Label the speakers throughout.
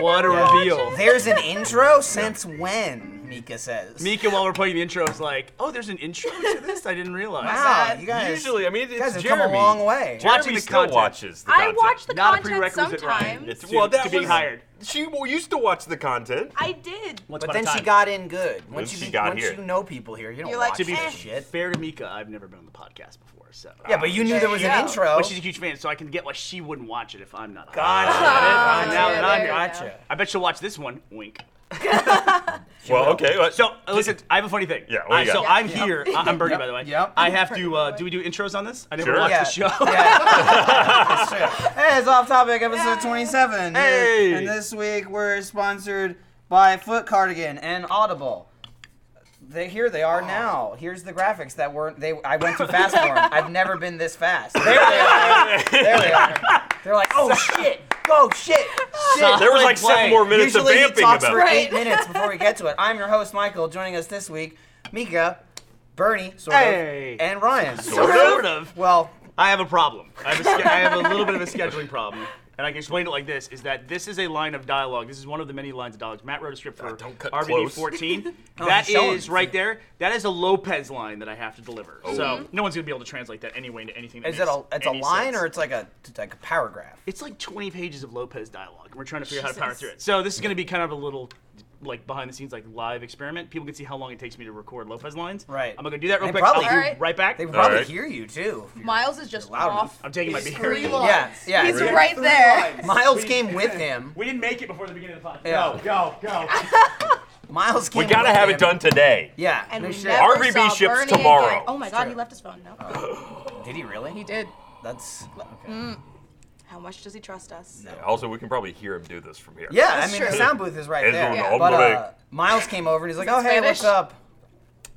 Speaker 1: What a reveal.
Speaker 2: There's an intro since when? Mika says.
Speaker 1: Mika, while we're playing the intro, is like, "Oh, there's an intro to this. I didn't realize."
Speaker 2: Wow, you guys.
Speaker 3: Usually, I mean, it's
Speaker 2: you guys have
Speaker 3: Jeremy.
Speaker 2: come a long way.
Speaker 1: Jeremy
Speaker 3: Jeremy
Speaker 1: the
Speaker 3: still
Speaker 1: content.
Speaker 3: watches the
Speaker 4: I
Speaker 3: content.
Speaker 4: watch the
Speaker 1: Not a
Speaker 4: content
Speaker 1: prerequisite, Ryan.
Speaker 4: sometimes.
Speaker 1: It's- Well, that
Speaker 3: to
Speaker 1: was-
Speaker 3: being hired. She well, used to watch the content.
Speaker 4: I did.
Speaker 1: Once upon
Speaker 2: But
Speaker 1: a
Speaker 2: then she
Speaker 1: time.
Speaker 2: got in good. Once
Speaker 3: she
Speaker 2: you be-
Speaker 3: got
Speaker 2: once
Speaker 3: here.
Speaker 2: you know people here, you don't
Speaker 4: You're like,
Speaker 2: watch
Speaker 1: To be
Speaker 2: that Eh. shit.
Speaker 1: fair to Mika, I've never been on the podcast before, so. uh,
Speaker 2: Yeah, but you knew there was an
Speaker 4: Yeah.
Speaker 2: intro.
Speaker 1: But she's a huge fan, so I can get why she wouldn't watch it if I'm not. on.
Speaker 2: Gotcha.
Speaker 1: Ah, now that I'm
Speaker 4: there
Speaker 1: here.
Speaker 4: you
Speaker 2: Gotcha.
Speaker 1: I bet she'll watch this one. Wink.
Speaker 3: well, okay. well,
Speaker 1: So uh, listen, I have a funny thing.
Speaker 3: Yeah, what do you
Speaker 1: Uh, so
Speaker 3: got?
Speaker 1: I'm here. I- I'm Bernie, by the way.
Speaker 2: Yep.
Speaker 1: I have to. Uh, do we do intros on this? I never
Speaker 3: Sure.
Speaker 1: watched the
Speaker 2: Yeah.
Speaker 1: show.
Speaker 2: Yeah. That's true. Hey, it's off topic, episode 27.
Speaker 1: Hey.
Speaker 2: And this week we're sponsored by Foot Cardigan and Audible. They, here they are now. Here's the graphics that weren't. They I went too fast for them. I've never been this fast. There they are. There they are. They're like, oh shit, oh shit, shit.
Speaker 3: there was like
Speaker 1: Play.
Speaker 3: seven more minutes
Speaker 2: Usually
Speaker 3: of
Speaker 2: he
Speaker 3: vamping
Speaker 2: talks
Speaker 3: about.
Speaker 2: for
Speaker 3: it.
Speaker 2: eight minutes before we get to it. I'm your host, Michael. Joining us this week, Mika, Bernie, sort
Speaker 1: Hey.
Speaker 2: of, and Ryan.
Speaker 3: Sort of?
Speaker 1: sort of.
Speaker 2: Well,
Speaker 1: I have a problem. I have a, sch- I have a little bit of a scheduling problem. And I can explain it like this: is that this is a line of dialogue. This is one of the many lines of dialogue. Matt wrote a script for
Speaker 3: God, Uh, don't cut
Speaker 1: RBD
Speaker 3: close.
Speaker 1: 14. that
Speaker 2: Oh, he's showing
Speaker 1: is
Speaker 2: us.
Speaker 1: right there. That is a Lopez line that I have to deliver.
Speaker 3: Oh.
Speaker 1: So no one's gonna be able to translate that anyway into anything. That
Speaker 2: Is it a?
Speaker 1: makes
Speaker 2: It's a
Speaker 1: any
Speaker 2: line
Speaker 1: sense.
Speaker 2: or it's like a it's like a paragraph.
Speaker 1: It's like 20 pages of Lopez dialogue, and we're trying to figure out how to power through it. So this is going to be kind of a little, like behind the scenes, like live experiment. People can see how long it takes me to record Lopez lines.
Speaker 2: Right.
Speaker 1: I'm going to do that real
Speaker 2: They
Speaker 1: quick.
Speaker 2: probably-
Speaker 1: I'll be
Speaker 4: Alright.
Speaker 1: right back.
Speaker 2: They probably
Speaker 3: right.
Speaker 2: hear you too. if you're-
Speaker 4: Miles is just
Speaker 2: loud enough.
Speaker 4: off.
Speaker 1: I'm taking my
Speaker 4: He's
Speaker 1: beer.
Speaker 4: three
Speaker 1: Yeah,
Speaker 4: lines.
Speaker 2: yeah.
Speaker 4: He's
Speaker 3: Three-
Speaker 4: right there.
Speaker 2: Miles came with him.
Speaker 1: we didn't make it before the beginning of the podcast.
Speaker 2: Yeah.
Speaker 1: Go, go, go.
Speaker 2: Miles came.
Speaker 3: We gotta
Speaker 2: with
Speaker 3: have
Speaker 2: him.
Speaker 3: it done today.
Speaker 2: Yeah.
Speaker 4: And
Speaker 2: no
Speaker 4: we
Speaker 2: shit.
Speaker 4: never
Speaker 3: RBB
Speaker 4: saw
Speaker 3: ships
Speaker 4: Bernie
Speaker 3: tomorrow.
Speaker 4: again. Oh my God,
Speaker 2: true.
Speaker 4: he left his phone.
Speaker 2: Oh.
Speaker 4: No,
Speaker 2: Did he really?
Speaker 4: he did.
Speaker 2: That's. Okay.
Speaker 4: Mm, How much does he trust us?
Speaker 3: Also, we can probably hear him do this from here.
Speaker 2: Yeah. I
Speaker 4: That's
Speaker 2: mean, the
Speaker 4: true.
Speaker 2: sound booth is right
Speaker 3: It's
Speaker 2: there.
Speaker 3: on
Speaker 4: Yeah.
Speaker 2: But
Speaker 3: Almanac.
Speaker 2: uh, Miles came over and he's like, "Oh
Speaker 4: It's
Speaker 2: hey, what's
Speaker 4: Spanish.
Speaker 2: up?"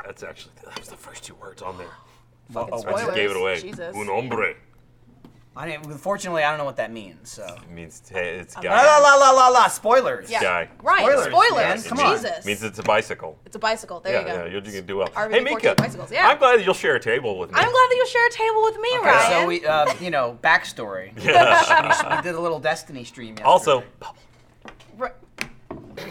Speaker 3: That's actually that was the first two words on there.
Speaker 2: Oh,
Speaker 4: Fucking
Speaker 2: what?
Speaker 3: I
Speaker 4: spoilers.
Speaker 3: just gave it away.
Speaker 4: Jesus.
Speaker 3: Un hombre
Speaker 2: I didn't, fortunately, I don't know what that means. So.
Speaker 3: It means hey, it's
Speaker 2: La la
Speaker 3: guy.
Speaker 2: la la la la. Spoilers.
Speaker 4: Yeah.
Speaker 3: Guy.
Speaker 4: Right.
Speaker 2: Spoilers,
Speaker 4: Spoilers.
Speaker 2: man, come on.
Speaker 4: Jesus.
Speaker 3: Means it's a bicycle.
Speaker 4: It's a bicycle. There
Speaker 3: yeah,
Speaker 4: you go.
Speaker 3: yeah, you're doing do well.
Speaker 4: RBD
Speaker 3: hey, Mika.
Speaker 4: 14 bicycles, yeah.
Speaker 3: I'm glad that you'll share a table with me.
Speaker 4: I'm glad that you share a table with me, Ryan.
Speaker 2: So we, uh, you know, backstory.
Speaker 3: Yeah.
Speaker 2: We did a little Destiny stream yesterday.
Speaker 3: also,
Speaker 4: Ri-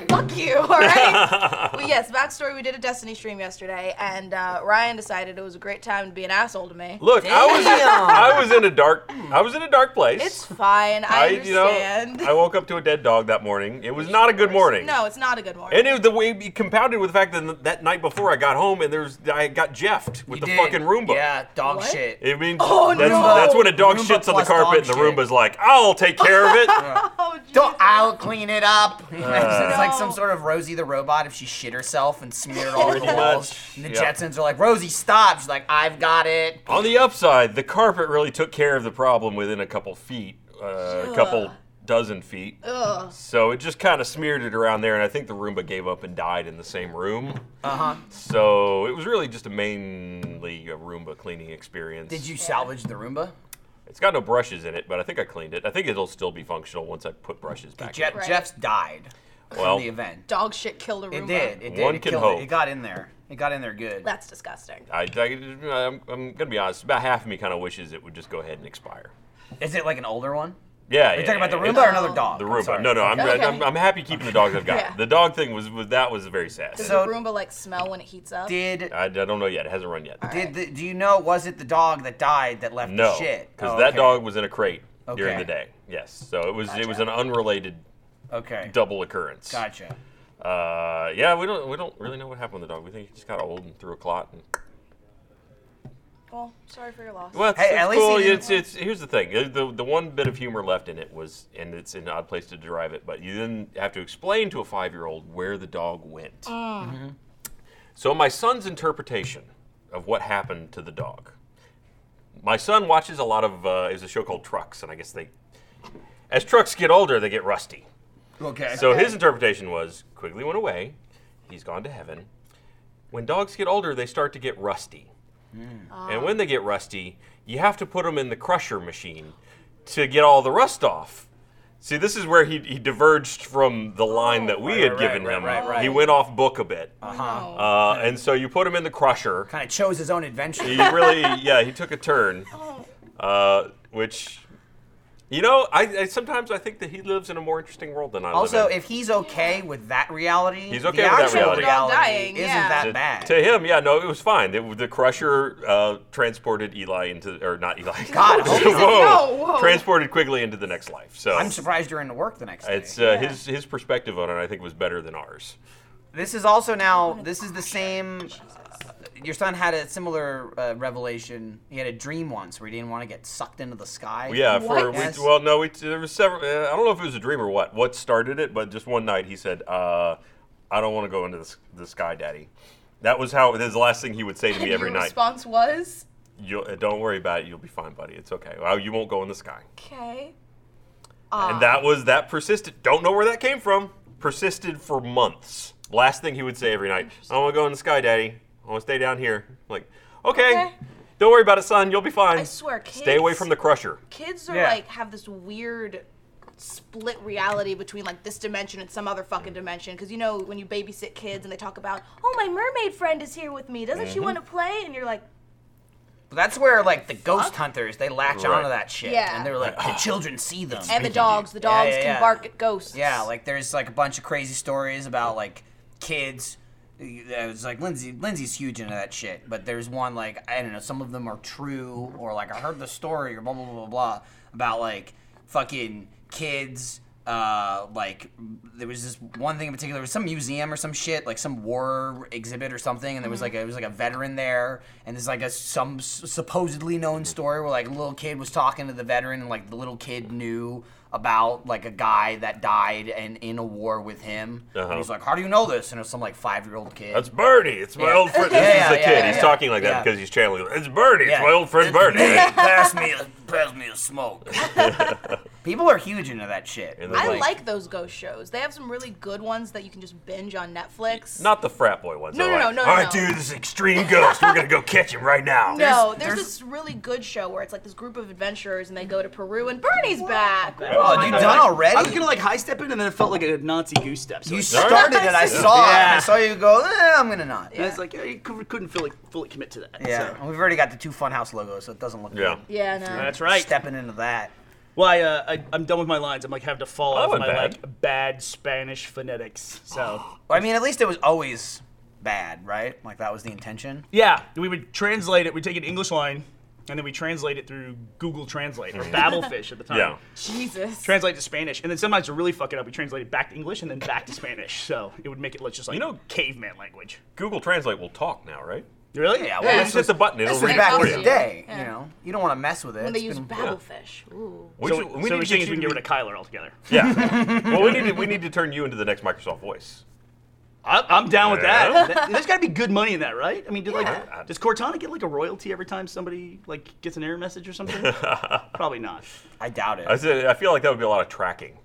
Speaker 4: Fuck you, all right? well, yes, backstory. We did a Destiny stream yesterday, and uh, Ryan decided it was a great time to be an asshole to me.
Speaker 3: look, I was in,
Speaker 2: Damn.
Speaker 3: I was in a dark I was in a dark place.
Speaker 4: It's fine. I, understand.
Speaker 3: I woke up to a dead dog that morning. It was not a good morning.
Speaker 4: No, it's not a good morning.
Speaker 3: And it was the way it compounded with the fact that that night before I got home and there's I got jeffed with
Speaker 2: You
Speaker 3: the
Speaker 2: did.
Speaker 3: fucking Roomba.
Speaker 2: Yeah, dog
Speaker 4: What?
Speaker 2: shit.
Speaker 3: It means
Speaker 4: Oh,
Speaker 3: that's,
Speaker 4: no.
Speaker 3: that's when a dog
Speaker 2: Roomba
Speaker 3: shits on the
Speaker 2: plus dog
Speaker 3: carpet and the
Speaker 2: shit.
Speaker 3: Roomba's like, I'll take care of it.
Speaker 4: oh, Jesus.
Speaker 2: Don't I'll clean it up.
Speaker 3: Uh.
Speaker 2: it's like
Speaker 4: No.
Speaker 2: some sort of Rosie the robot if she shit herself and smeared all over the
Speaker 3: Pretty
Speaker 2: walls.
Speaker 3: much,
Speaker 2: And the
Speaker 3: yeah.
Speaker 2: Jetsons are like, Rosie, stop. She's like, I've got it.
Speaker 3: On the upside, the carpet really took care of the problem within a couple feet, uh, a couple dozen feet.
Speaker 4: Ugh.
Speaker 3: So it just kind of smeared it around there, and I think the Roomba gave up and died in the same room. Uh
Speaker 2: Uh-huh.
Speaker 3: huh. So it was really just a mainly a Roomba cleaning experience.
Speaker 2: Did you salvage the Roomba?
Speaker 3: It's got no brushes in it, but I think I cleaned it. I think it'll still be functional once I put brushes back.
Speaker 2: Je-
Speaker 3: in.
Speaker 4: Right.
Speaker 2: Jeff's died
Speaker 3: Well,
Speaker 2: from the event.
Speaker 4: Dog shit killed a Roomba.
Speaker 2: It did. It did.
Speaker 3: One
Speaker 2: it
Speaker 3: can
Speaker 2: killed
Speaker 3: hope.
Speaker 2: It. it got in there. It got in there good.
Speaker 4: That's disgusting.
Speaker 3: I, am gonna be honest. About half of me kind of wishes it would just go ahead and expire.
Speaker 2: Is it like an older one?
Speaker 3: Yeah.
Speaker 2: Are you
Speaker 3: yeah,
Speaker 2: talking about the
Speaker 3: yeah,
Speaker 2: Roomba
Speaker 3: it's-
Speaker 2: or another dog?
Speaker 3: The
Speaker 2: I'm
Speaker 3: Roomba.
Speaker 2: sorry.
Speaker 3: No, no. I'm,
Speaker 4: Okay.
Speaker 3: I'm, I'm happy keeping the dogs I've got.
Speaker 4: Yeah.
Speaker 3: The dog thing was, was that was very sad.
Speaker 4: Does
Speaker 2: So-
Speaker 4: the Roomba like smell when it heats up?
Speaker 2: Did
Speaker 3: I, I don't know yet. It hasn't run yet.
Speaker 2: did the, do you know? Was it the dog that died that left
Speaker 3: No,
Speaker 2: the shit?
Speaker 3: because
Speaker 2: Oh,
Speaker 3: that
Speaker 2: okay.
Speaker 3: dog was in a crate during
Speaker 2: Okay.
Speaker 3: the day. Yes, so it was it was an unrelated
Speaker 2: Okay.
Speaker 3: double occurrence.
Speaker 2: Gotcha.
Speaker 3: Uh, yeah, we don't we don't really know what happened with the dog. We think he just got old and threw a clot. And,
Speaker 4: Well, sorry for your loss.
Speaker 3: well, it's,
Speaker 2: Hey,
Speaker 3: it's
Speaker 2: at least he
Speaker 3: cool.
Speaker 2: didn't-
Speaker 3: It's, it's here's the thing. The, the the one bit of humor left in it was, and it's an odd place to derive it, but you then have to explain to a five year old where the dog went. Mm-hmm. So my son's interpretation of what happened to the dog. My son watches a lot of uh, is a show called Trucks, and I guess they, as trucks get older, they get rusty.
Speaker 2: Okay.
Speaker 3: So his interpretation was Quigley went away, he's gone to heaven. When dogs get older, they start to get rusty.
Speaker 2: Mm.
Speaker 3: And when they get rusty, you have to put them in the crusher machine to get all the rust off. See, this is where he, he diverged from the line that we
Speaker 2: Right,
Speaker 3: had
Speaker 2: Oh, right,
Speaker 3: given
Speaker 2: right,
Speaker 3: him.
Speaker 2: right, Uh-huh.
Speaker 4: right.
Speaker 3: He went off book a bit.
Speaker 4: No.
Speaker 3: Uh, and so you put him in the crusher.
Speaker 2: kind of chose his own adventure.
Speaker 3: He really, yeah, he took a turn,
Speaker 4: Oh.
Speaker 3: uh, which You know, I, I sometimes I think that he lives in a more interesting world than I
Speaker 2: Also,
Speaker 3: live in.
Speaker 2: if he's okay with that reality,
Speaker 3: He's
Speaker 2: the
Speaker 3: okay with that
Speaker 2: actual
Speaker 3: reality.
Speaker 4: We're all dying,
Speaker 2: isn't
Speaker 4: yeah.
Speaker 2: that
Speaker 3: to,
Speaker 2: bad.
Speaker 3: to him, yeah, no, it was fine. The, the Crusher uh, transported Eli into, or not Eli.
Speaker 2: God, I hope
Speaker 4: Jesus,
Speaker 2: not.
Speaker 4: no, whoa.
Speaker 3: Transported quickly into the next life. So
Speaker 2: I'm surprised you're into work the next day.
Speaker 3: It's uh, his his perspective on it. I think was better than ours.
Speaker 2: This is also now. This is the same.
Speaker 3: uh,
Speaker 2: Your son had a similar uh, revelation. He had a dream once where he didn't want to get sucked into the sky.
Speaker 3: Yeah, for
Speaker 4: What?
Speaker 3: we,
Speaker 2: Yes.
Speaker 3: well, no, we, there was several. Uh, I don't know if it was a dream or what. What started it? But just one night, he said, uh, "I don't want to go into the, s- the sky, Daddy." That was how. That was the last thing he would say to me
Speaker 4: And
Speaker 3: every
Speaker 4: your
Speaker 3: night.
Speaker 4: response was,
Speaker 3: You uh, don't worry about it. You'll be fine, buddy. It's okay. Well, you won't go in the sky.
Speaker 4: okay. Ah,
Speaker 3: And that was that persisted. Don't know where that came from. Persisted for months. Last thing he would say every night. I want to go in the sky, Daddy. I want to stay down here. Like, okay,
Speaker 4: Okay.
Speaker 3: don't worry about it, son. You'll be fine.
Speaker 4: I swear,
Speaker 3: Stay away
Speaker 4: kids-
Speaker 3: from the crusher.
Speaker 4: Kids are
Speaker 2: Yeah.
Speaker 4: like have this weird split reality between like this dimension and some other fucking dimension because you know when you babysit kids and they talk about oh my mermaid friend is here with me doesn't she
Speaker 2: Mm-hmm.
Speaker 4: want to play and you're like
Speaker 2: But that's where like the ghost hunters they latch
Speaker 3: Right.
Speaker 2: onto that shit,
Speaker 4: Yeah.
Speaker 2: and they're like the children see them.
Speaker 4: and the dogs the
Speaker 2: Yeah, yeah,
Speaker 4: dogs
Speaker 2: yeah.
Speaker 4: can bark at ghosts
Speaker 2: Yeah, like there's like a bunch of crazy stories about like kids. It was like Lindsay. Lindsay's huge into that shit, but there's one like I don't know. Some of them are true, or like I heard the story, or blah blah blah blah, blah about like fucking kids. Uh, like there was this one thing in particular. It was some museum or some shit, like some war exhibit or something, and there was like a, it was like a veteran there, and there's like a some s- supposedly known story where like a little kid was talking to the veteran, and like the little kid knew about like a guy that died and in a war with him. And
Speaker 3: Uh-huh.
Speaker 2: he's like, "How do you know this?" And it was some like five year old kid.
Speaker 3: That's Bernie. It's my
Speaker 2: Yeah.
Speaker 3: old friend. This
Speaker 2: Yeah,
Speaker 3: is the
Speaker 2: yeah,
Speaker 3: kid.
Speaker 2: yeah,
Speaker 3: he's
Speaker 2: yeah.
Speaker 3: talking like that
Speaker 2: Yeah.
Speaker 3: because he's channeling. It's Bernie.
Speaker 2: Yeah.
Speaker 3: It's my old friend
Speaker 2: It's
Speaker 3: Bernie.
Speaker 2: me. pass me a pass me a smoke. People are huge into that shit.
Speaker 3: And
Speaker 4: I
Speaker 3: Like-
Speaker 4: like, those ghost shows. They have some really good ones that you can just binge on Netflix.
Speaker 3: Not the frat boy ones.
Speaker 4: No,
Speaker 3: They're
Speaker 4: no,
Speaker 3: like,
Speaker 4: no, no,
Speaker 3: All right,
Speaker 4: no.
Speaker 3: dude, this is extreme ghost. We're gonna go catch him right now.
Speaker 4: no,
Speaker 2: there's-
Speaker 4: there's,
Speaker 2: there's-
Speaker 4: this really good show where it's like this group of adventurers and they go to Peru and Bernie's back.
Speaker 2: oh, you done already?
Speaker 1: I was gonna like high step it, and then it felt like a Nazi goose step. So
Speaker 2: you
Speaker 1: I-
Speaker 2: started it. I saw. it. I
Speaker 1: Yeah.
Speaker 2: saw you go. Eh, I'm gonna not.
Speaker 1: I was like, yeah, you cou- couldn't fully, fully commit to that.
Speaker 2: Yeah,
Speaker 1: so.
Speaker 2: and we've already got the two Funhouse logos, so it doesn't look
Speaker 3: Yeah.
Speaker 2: good.
Speaker 4: Yeah, no.
Speaker 1: That's right.
Speaker 2: Stepping into that.
Speaker 1: Well, I, uh, I, I'm done with my lines. I'm like have to fall
Speaker 3: That
Speaker 1: off
Speaker 3: wasn't
Speaker 1: my
Speaker 3: bad.
Speaker 1: like bad Spanish phonetics. So
Speaker 2: Well, I mean, at least it was always bad, right? Like that was the intention.
Speaker 1: yeah, we would translate it. We'd take an English line, and then we translate it through Google Translate or Babelfish at the time.
Speaker 3: Mm-hmm. Yeah.
Speaker 4: Jesus.
Speaker 1: Translate to Spanish, and then sometimes to really fuck it up, we translate it back to English and then back to Spanish. So it would make it let's just like
Speaker 3: You know-
Speaker 1: caveman language.
Speaker 3: Google Translate will talk now, right?
Speaker 1: Really?
Speaker 2: Yeah,
Speaker 3: You
Speaker 2: well,
Speaker 3: just hit the button. It'll
Speaker 4: This is
Speaker 3: read
Speaker 2: Way
Speaker 3: it
Speaker 2: back in
Speaker 3: for
Speaker 4: Yeah.
Speaker 2: the
Speaker 3: you.
Speaker 2: day,
Speaker 4: Yeah.
Speaker 2: you know, you don't want to mess with it.
Speaker 4: when they
Speaker 2: It's
Speaker 4: use
Speaker 2: been-
Speaker 4: babblefish. Ooh.
Speaker 3: We
Speaker 1: So,
Speaker 3: should-
Speaker 1: we, so we think
Speaker 3: you
Speaker 1: we can
Speaker 3: to-
Speaker 1: get rid of Kyler altogether.
Speaker 3: Yeah. well, we need to, we need to turn you into the next Microsoft Voice.
Speaker 1: I, I'm down with that.
Speaker 3: Yeah.
Speaker 1: Th- There's got to be good money in that, right? I mean, did,
Speaker 3: Yeah.
Speaker 1: like, does Cortana get like a royalty every time somebody like gets an error message or something? Probably not.
Speaker 2: I doubt it.
Speaker 3: I said I feel like that would be a lot of tracking.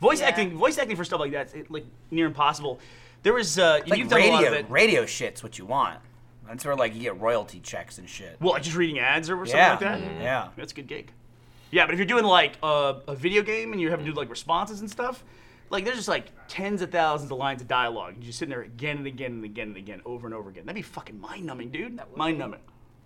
Speaker 1: Voice
Speaker 4: Yeah.
Speaker 1: acting, voice acting for stuff like that's it, like near impossible. There was uh,
Speaker 2: Like
Speaker 1: you've done a lot of
Speaker 2: radio,
Speaker 1: it.
Speaker 2: radio shit's what you want. That's where like you get royalty checks and shit.
Speaker 1: Well, like just reading ads or something
Speaker 2: yeah, Mm-hmm.
Speaker 1: like that.
Speaker 2: yeah.
Speaker 1: That's a good gig. Yeah, but if you're doing like a, a video game and you have to do like responses and stuff, like there's just like tens of thousands of lines of dialogue. You're just sitting there again and again and again and again, over and over again. That'd be fucking mind numbing, dude.
Speaker 4: would be.
Speaker 1: Mind numbing.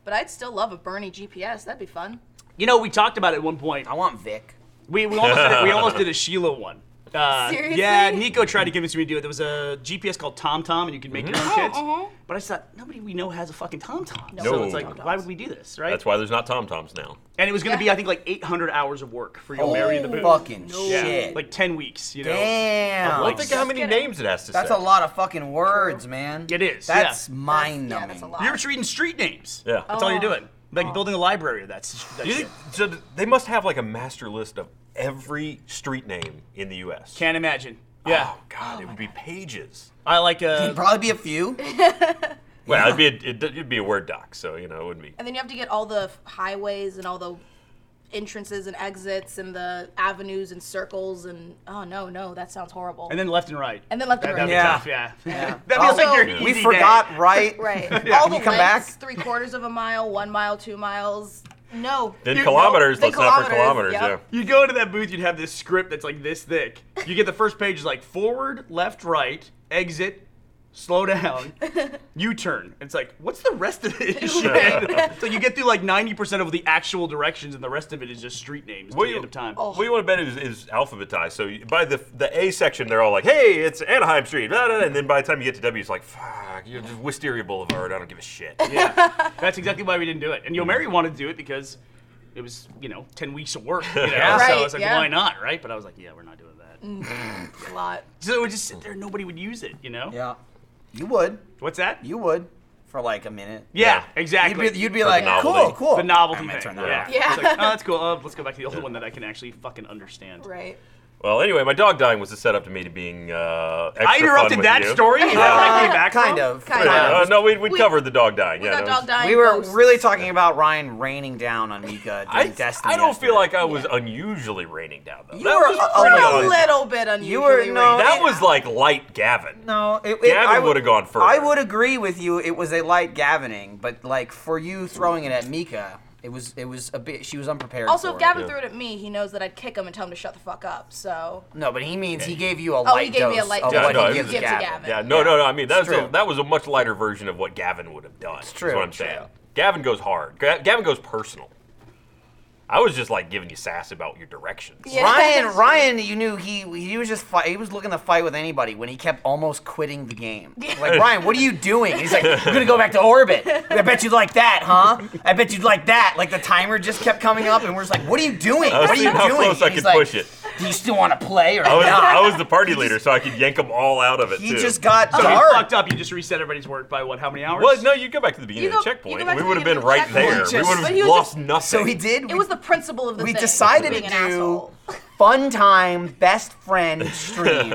Speaker 4: But I'd still love a Bernie GPS. That'd be fun.
Speaker 1: You know, we talked about it at one point.
Speaker 2: I want Vic.
Speaker 1: We, we, almost did, we almost did a Sheila one. Uh,
Speaker 4: Seriously?
Speaker 1: Yeah, Nico tried to convince me to do it. There was a GPS called TomTom, and you could make your own kids.
Speaker 4: uh-huh.
Speaker 1: But I just thought nobody we know has a fucking TomTom,
Speaker 4: No.
Speaker 1: so it's
Speaker 3: No.
Speaker 1: like, why would we do this, right?
Speaker 3: That's why there's not Tom Toms now.
Speaker 1: and it was going to be, I think, like 800 hours of work for your Mary in the Booth.
Speaker 2: Oh, fucking
Speaker 1: yeah,
Speaker 2: shit.
Speaker 1: like 10 weeks, you know.
Speaker 2: Damn.
Speaker 1: Like,
Speaker 3: Think of how many
Speaker 4: kidding.
Speaker 3: names it has to
Speaker 2: that's
Speaker 3: say.
Speaker 2: a lot of fucking words, man.
Speaker 1: It is,
Speaker 2: That's
Speaker 1: yeah.
Speaker 2: mind numbing.
Speaker 4: Yeah, that's a lot.
Speaker 1: You're just reading street names.
Speaker 3: Yeah.
Speaker 1: That's all you're
Speaker 4: Oh.
Speaker 1: doing. Like building a library of that, s- that
Speaker 3: You
Speaker 1: shit.
Speaker 3: think, so th- they must have like a master list of every street name in the U.S.
Speaker 1: Can't imagine. Yeah.
Speaker 3: Oh God, it would be pages.
Speaker 1: I like uh,
Speaker 2: It'd probably be a few.
Speaker 3: Well, it'd be a, it'd, it'd be a Word doc, so you know it wouldn't be.
Speaker 4: And then you have to get all the f- highways and all the entrances and exits and the avenues and circles and oh no no that sounds horrible.
Speaker 1: and then left and right.
Speaker 4: And then left and
Speaker 1: That'd be
Speaker 4: right.
Speaker 1: tough, yeah. That feels
Speaker 2: Also,
Speaker 1: like your
Speaker 2: we
Speaker 1: easy
Speaker 2: forgot
Speaker 1: day.
Speaker 2: right.
Speaker 4: Right.
Speaker 2: Yeah.
Speaker 4: All
Speaker 2: Can
Speaker 4: the
Speaker 2: you come
Speaker 4: lengths,
Speaker 2: back?
Speaker 4: three quarters of a mile, one mile, two miles. No.
Speaker 3: Then
Speaker 1: You-
Speaker 3: kilometers.
Speaker 4: then
Speaker 3: Let's not for
Speaker 4: kilometers,
Speaker 3: kilometers.
Speaker 4: yep.
Speaker 1: You go into that booth, you'd have this script that's like this thick. You get the first page is like forward, left, right, exit, slow down, U turn. It's like, what's the rest of this shit? so you get through like 90% of the actual directions, and the rest of it is just street names
Speaker 3: What
Speaker 1: to
Speaker 3: you-
Speaker 1: the end of time.
Speaker 4: Oh.
Speaker 3: What you want to bet is, is alphabetized. So you- by the the A section, they're all like, "Hey, it's Anaheim Street," blah, blah, blah, and then by the time you get to W, it's like, "Fuck, you're just Wisteria Boulevard. I don't give a shit."
Speaker 1: Yeah, that's exactly why we didn't do it. And Yomeri wanted to do it because it was, you know, 10 weeks of work. You know? So I
Speaker 4: Right,
Speaker 1: was like,
Speaker 4: yeah. Mm.
Speaker 1: why not, right? But I was like, yeah, we're not doing that.
Speaker 4: A lot.
Speaker 1: So it would just sit there, and nobody would use it, you know?
Speaker 2: Yeah. You would.
Speaker 1: What's that?
Speaker 2: You would. For like a minute.
Speaker 1: yeah,
Speaker 2: You'd
Speaker 1: exactly.
Speaker 2: be, you'd be
Speaker 3: the
Speaker 2: like, cool,
Speaker 3: novelty.
Speaker 2: cool.
Speaker 1: the novelty
Speaker 2: I'm gonna
Speaker 1: thing.
Speaker 2: turn that
Speaker 1: yeah.
Speaker 2: off.
Speaker 4: Oh. Yeah.
Speaker 1: It's like, oh, that's cool. Uh, let's go back to the old one that I can actually fucking understand.
Speaker 4: Right.
Speaker 3: Well, anyway, my dog dying was the setup to me to being uh, extra
Speaker 1: I
Speaker 3: fun
Speaker 1: interrupted
Speaker 3: with
Speaker 1: that
Speaker 3: you.
Speaker 1: story. Is that where I came back
Speaker 2: Uh, Kind
Speaker 1: from?
Speaker 2: of.
Speaker 4: Kind
Speaker 3: Yeah,
Speaker 4: of.
Speaker 3: uh, no, we, we,
Speaker 4: We-
Speaker 3: covered the dog dying.
Speaker 4: We
Speaker 3: yeah,
Speaker 4: got
Speaker 3: no,
Speaker 4: dog dying.
Speaker 2: We were
Speaker 4: ghosts.
Speaker 2: really talking about Ryan raining down on Mika
Speaker 3: I,
Speaker 2: during Destiny.
Speaker 3: I don't
Speaker 2: yesterday.
Speaker 3: feel like I was unusually raining down though.
Speaker 2: You
Speaker 3: that
Speaker 2: were
Speaker 3: was,
Speaker 2: a-
Speaker 3: pretty
Speaker 4: a
Speaker 2: alone.
Speaker 3: un-
Speaker 4: little bit unusual.
Speaker 2: You were- no,
Speaker 3: that was like light Gavin.
Speaker 2: No, it, it,
Speaker 3: Gavin
Speaker 2: I would-
Speaker 3: would've gone further.
Speaker 2: I would agree with you. It was a light Gavining, but like for you throwing it at Mika, it was it was a bit. She was unprepared.
Speaker 4: Also,
Speaker 2: for
Speaker 4: if
Speaker 2: it.
Speaker 4: Gavin threw it at me, he knows that I'd kick him and tell him to shut the fuck up. So
Speaker 2: No, but he means he gave you a
Speaker 4: Oh, he
Speaker 2: light
Speaker 4: gave
Speaker 2: dose
Speaker 4: me a light
Speaker 2: of
Speaker 4: dose
Speaker 2: what
Speaker 3: Yeah, no,
Speaker 2: he
Speaker 3: it
Speaker 2: gives
Speaker 3: was-
Speaker 2: to
Speaker 4: gives to
Speaker 2: Gavin.
Speaker 4: Gavin.
Speaker 3: Yeah, no, no, no. I mean, that's
Speaker 2: true.
Speaker 3: a, that was a much lighter version of what Gavin would have done. It's
Speaker 2: true,
Speaker 3: Is what I'm
Speaker 2: true.
Speaker 3: saying. Gavin goes hard. Ga- Gavin goes personal. I was just like giving you sass about your directions.
Speaker 4: Yeah.
Speaker 2: Ryan, Ryan, you knew he he was just fight, he was looking to fight with anybody when he kept almost quitting the game. Like Ryan, what are you doing? He's like, I'm gonna go back to orbit. I bet you'd like that, huh? I bet you'd like that. Like the timer just kept coming up, and we're just like, what are you doing?
Speaker 3: I was
Speaker 2: What are you
Speaker 3: seeing how
Speaker 2: doing?
Speaker 3: close I
Speaker 2: And he's
Speaker 3: could
Speaker 2: like,
Speaker 3: push it.
Speaker 2: Do you still want to play or
Speaker 3: I was,
Speaker 2: not?
Speaker 3: I was the party leader, so I could yank them all out of it
Speaker 2: he
Speaker 3: too.
Speaker 2: just got
Speaker 1: So you
Speaker 2: dark.
Speaker 1: fucked up. You just reset everybody's work by what? How many hours?
Speaker 3: Well, no, you go back to the beginning
Speaker 4: You
Speaker 3: of the
Speaker 4: go- you
Speaker 3: checkpoint.
Speaker 4: go back
Speaker 3: We
Speaker 4: to the
Speaker 3: would have been
Speaker 4: beginning
Speaker 3: right
Speaker 4: of the
Speaker 3: there.
Speaker 4: checkpoint.
Speaker 3: We would
Speaker 4: But he
Speaker 3: have
Speaker 4: was
Speaker 3: lost
Speaker 4: just-
Speaker 3: nothing.
Speaker 2: So he did.
Speaker 4: it was the principle of the
Speaker 2: we
Speaker 4: thing.
Speaker 2: decided to
Speaker 4: being an
Speaker 2: do
Speaker 4: asshole.
Speaker 2: fun time best friend stream,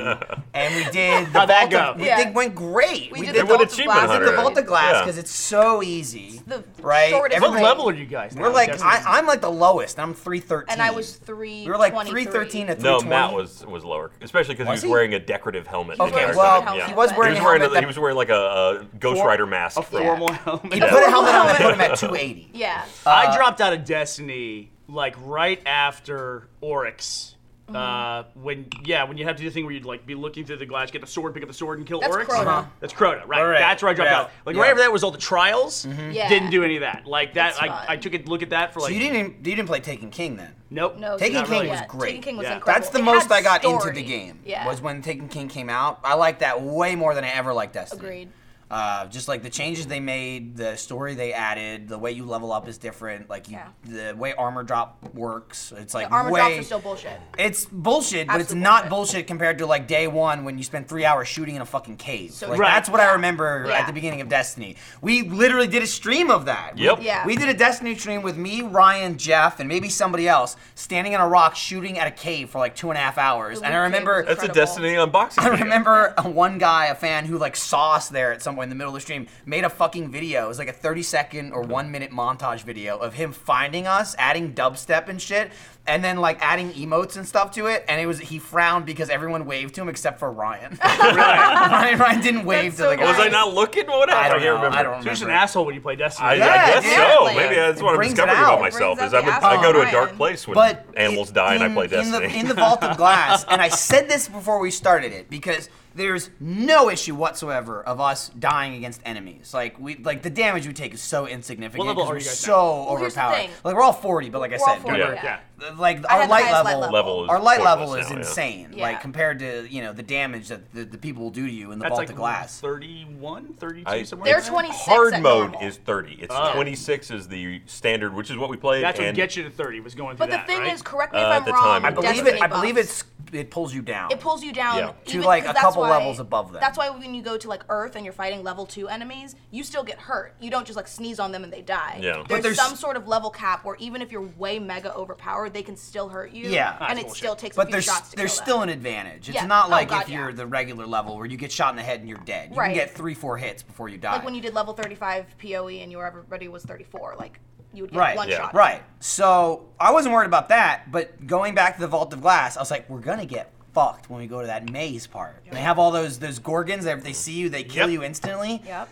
Speaker 2: and we did. The
Speaker 1: How'd that
Speaker 2: Vault of-
Speaker 1: go?
Speaker 2: we-
Speaker 4: Yeah.
Speaker 2: It went great.
Speaker 4: We
Speaker 2: We
Speaker 4: did
Speaker 2: did
Speaker 3: It went
Speaker 4: the Vault of
Speaker 3: achievement
Speaker 4: Glass.
Speaker 2: I
Speaker 3: hunter.
Speaker 2: did the Vault of Glass
Speaker 3: Yeah.
Speaker 2: because it's so easy.
Speaker 4: the
Speaker 2: right?
Speaker 4: shortest
Speaker 1: what
Speaker 4: Every-
Speaker 1: level are you guys? now?
Speaker 2: We're like,
Speaker 1: Destiny?
Speaker 2: I, I'm like the lowest. I'm 313.
Speaker 4: and I was three.
Speaker 2: We were like 313 to 320.
Speaker 3: No, Matt was was lower, especially because he
Speaker 2: Was
Speaker 3: was
Speaker 2: he?
Speaker 3: wearing a decorative helmet.
Speaker 2: Okay,
Speaker 3: the entire
Speaker 2: well,
Speaker 3: time.
Speaker 2: he was wearing a helmet that-
Speaker 3: he was wearing like a, a Ghost
Speaker 1: For-
Speaker 3: Rider mask.
Speaker 1: a
Speaker 3: from-
Speaker 1: formal helmet.
Speaker 2: He put a helmet on and put him at 280.
Speaker 4: Yeah.
Speaker 1: I dropped out of Destiny like right after Oryx.
Speaker 4: Mm-hmm.
Speaker 1: Uh, when yeah, when you have to do the thing where you'd like be looking through the glass, get the sword, pick up the sword, and kill
Speaker 4: That's
Speaker 1: Oryx.
Speaker 4: Crota. Uh-huh.
Speaker 1: That's Crota, right?
Speaker 2: Alright,
Speaker 1: That's where I dropped
Speaker 2: yeah,
Speaker 1: out. Like
Speaker 2: yeah.
Speaker 1: right after that was all the trials.
Speaker 4: Yeah.
Speaker 1: Didn't do any of that. Like that,
Speaker 4: That's
Speaker 1: I,
Speaker 4: fine.
Speaker 1: I took a look at that for
Speaker 2: So
Speaker 1: like.
Speaker 2: you didn't you didn't play Taken King then?
Speaker 1: Nope.
Speaker 4: No,
Speaker 2: Taken
Speaker 4: not
Speaker 2: King
Speaker 4: really.
Speaker 2: was
Speaker 4: Yeah,
Speaker 2: great.
Speaker 4: Taken King was
Speaker 1: Yeah.
Speaker 4: incredible.
Speaker 2: That's the
Speaker 4: It
Speaker 2: most
Speaker 4: had
Speaker 2: I got into
Speaker 4: story.
Speaker 2: the game.
Speaker 4: Yeah.
Speaker 2: Was when Taken King came out. I liked that way more than I ever liked Destiny.
Speaker 4: Agreed.
Speaker 2: Uh, just like the changes they made, the story they added, the way you level up is different. Like you, the way armor drop works, it's like
Speaker 4: the armor
Speaker 2: way.
Speaker 4: drops are still bullshit.
Speaker 2: It's bullshit, but it's
Speaker 4: Absolute
Speaker 2: not
Speaker 4: bullshit.
Speaker 2: bullshit compared to like day one when you spend three hours shooting in a fucking cave.
Speaker 4: So
Speaker 2: like
Speaker 4: Right.
Speaker 2: that's what I
Speaker 4: Yeah.
Speaker 2: remember
Speaker 4: Yeah.
Speaker 2: at the beginning of Destiny. We literally did a stream of that. We-
Speaker 3: Yep.
Speaker 4: Yeah.
Speaker 2: We did a Destiny stream with me, Ryan, Jeff, and maybe somebody else standing on a rock shooting at a cave for like two and a half hours.
Speaker 4: The
Speaker 2: and I
Speaker 4: loot cave
Speaker 2: remember
Speaker 4: was
Speaker 3: That's a
Speaker 4: Incredible.
Speaker 3: Destiny unboxing.
Speaker 2: I
Speaker 3: video.
Speaker 2: remember uh, one guy, a fan who like saw us there at some point in the middle of the stream, made a fucking video. It was like a 30 second or one minute montage video of him finding us, adding dubstep and shit, and then like adding emotes and stuff to it. And it was he frowned because everyone waved to him except for Ryan. Ryan, Ryan didn't wave
Speaker 4: That's
Speaker 2: to
Speaker 4: so
Speaker 2: the guy.
Speaker 3: Was I not looking? What
Speaker 2: I
Speaker 3: happened?
Speaker 2: don't
Speaker 3: can't
Speaker 2: know.
Speaker 3: remember.
Speaker 2: I don't remember.
Speaker 1: So you're just an asshole when you play Destiny.
Speaker 3: I, I
Speaker 2: Yeah,
Speaker 3: guess
Speaker 4: exactly.
Speaker 3: so. Maybe that's
Speaker 2: It
Speaker 3: what I'm
Speaker 2: brings it
Speaker 3: discovering
Speaker 2: out.
Speaker 3: about
Speaker 2: It
Speaker 3: myself
Speaker 4: brings
Speaker 3: is
Speaker 4: out
Speaker 3: I'm
Speaker 4: the
Speaker 3: a, I go to a
Speaker 4: asshole
Speaker 3: dark
Speaker 4: Ryan.
Speaker 3: place when
Speaker 2: but
Speaker 3: animals
Speaker 2: it-
Speaker 3: die and I
Speaker 2: in-
Speaker 3: play
Speaker 2: in the-
Speaker 3: Destiny.
Speaker 2: in the Vault of Glass, and I said this before we started it because there's no issue whatsoever of us dying against enemies. Like we, like the damage we take is so insignificant.
Speaker 1: What level
Speaker 2: 'cause
Speaker 1: are
Speaker 2: we're
Speaker 1: you guys
Speaker 2: so
Speaker 4: here's the
Speaker 2: overpowered.
Speaker 4: thing.
Speaker 2: Like we're all 40, but like I
Speaker 4: We're all
Speaker 2: said,
Speaker 4: 40,
Speaker 1: yeah.
Speaker 2: remember,
Speaker 1: yeah.
Speaker 2: like
Speaker 4: I
Speaker 2: our
Speaker 4: had the
Speaker 2: light
Speaker 4: highest
Speaker 2: level,
Speaker 4: light
Speaker 3: level is
Speaker 2: our light level
Speaker 3: pointless
Speaker 2: is
Speaker 3: now, yeah.
Speaker 2: insane.
Speaker 4: Yeah.
Speaker 2: Like compared to you know the damage that the, the people will do to you in the
Speaker 1: That's
Speaker 2: Vault
Speaker 1: like
Speaker 2: of Glass.
Speaker 1: 31, 32,
Speaker 3: I-
Speaker 1: somewhere.
Speaker 4: They're
Speaker 1: in there?
Speaker 4: 26
Speaker 3: Hard
Speaker 4: at
Speaker 3: mode
Speaker 4: normal.
Speaker 3: is 30. It's
Speaker 1: Oh.
Speaker 3: 26 is the standard, which is what we played.
Speaker 1: That's what
Speaker 3: and
Speaker 1: gets you to 30. Was going through
Speaker 4: But the
Speaker 1: that,
Speaker 4: thing
Speaker 1: right?
Speaker 4: is, correct me if
Speaker 3: Uh,
Speaker 4: I'm
Speaker 3: at the
Speaker 4: wrong.
Speaker 3: time,
Speaker 2: I believe
Speaker 4: Destiny
Speaker 2: it. I believe
Speaker 4: buffs.
Speaker 2: it's it pulls you down.
Speaker 4: It pulls you down
Speaker 3: Yeah.
Speaker 2: To, like, a
Speaker 4: 'cause that's
Speaker 2: couple
Speaker 4: why-
Speaker 2: levels above that.
Speaker 4: That's why when you go to like Earth and you're fighting level two enemies, you still get hurt. You don't just like sneeze on them and they die.
Speaker 3: Yeah. But
Speaker 4: There's,
Speaker 2: there's-
Speaker 4: some sort of level cap where even if you're way mega overpowered, they can still hurt you.
Speaker 2: Yeah.
Speaker 4: and
Speaker 1: That's
Speaker 4: it
Speaker 1: bullshit.
Speaker 4: still takes a
Speaker 2: But
Speaker 4: few
Speaker 2: there's
Speaker 4: shots to
Speaker 2: there's
Speaker 4: kill
Speaker 2: still
Speaker 4: them.
Speaker 2: an advantage. It's
Speaker 4: Yeah.
Speaker 2: not
Speaker 4: Oh,
Speaker 2: like
Speaker 4: God,
Speaker 2: if you're
Speaker 4: yeah.
Speaker 2: the regular level where you get shot in the head and you're dead. You
Speaker 4: Right.
Speaker 2: can get three four hits before you die.
Speaker 4: like when you did level 35 POE E and your everybody was 34. Like you would get
Speaker 2: right
Speaker 4: one
Speaker 3: Yeah.
Speaker 4: shot.
Speaker 2: right. So I wasn't worried about that. But going back to the Vault of Glass, I was like, we're gonna get fucked when we go to that maze part. They have all those those gorgons. They, they see you, they kill
Speaker 3: Yep.
Speaker 2: you instantly.
Speaker 4: Yep.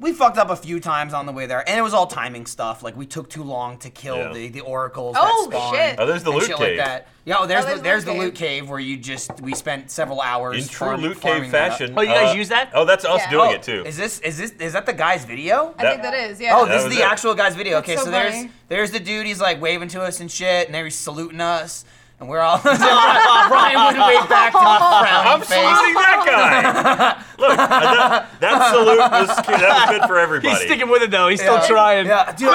Speaker 2: we fucked up a few times on the way there, and it was all timing stuff. Like we took too long to kill
Speaker 3: Yeah.
Speaker 2: the the oracles.
Speaker 4: Oh,
Speaker 2: that spawn
Speaker 4: shit.
Speaker 3: Oh, there's the
Speaker 2: and
Speaker 3: loot
Speaker 2: shit
Speaker 3: cave.
Speaker 2: Like that. Yeah, oh, there's
Speaker 4: Oh,
Speaker 2: the, there's the loot cave where you just we spent several hours
Speaker 3: In true
Speaker 2: farm-
Speaker 3: Luke Cave
Speaker 2: farming that up.
Speaker 3: fashion.
Speaker 1: Oh, you guys use that?
Speaker 3: Oh, that's us
Speaker 4: Yeah.
Speaker 3: doing
Speaker 4: Oh,
Speaker 3: it too.
Speaker 2: Is this is this is that the guy's video?
Speaker 4: I think
Speaker 3: That-
Speaker 4: that is, yeah.
Speaker 2: Oh,
Speaker 3: That
Speaker 2: this is
Speaker 3: was
Speaker 2: the
Speaker 3: it.
Speaker 2: actual guy's video. Okay,
Speaker 4: so
Speaker 2: so, there's
Speaker 4: funny.
Speaker 2: there's the dude. He's like waving to us and shit, and there he's saluting us, and we're all Ryan would wave back to the frowning
Speaker 3: I'm
Speaker 2: face.
Speaker 3: saluting that guy. Look, uh, that, that salute was that was good for everybody.
Speaker 1: He's sticking with it though. He's
Speaker 2: Yeah.
Speaker 1: still trying.
Speaker 2: Yeah, dude,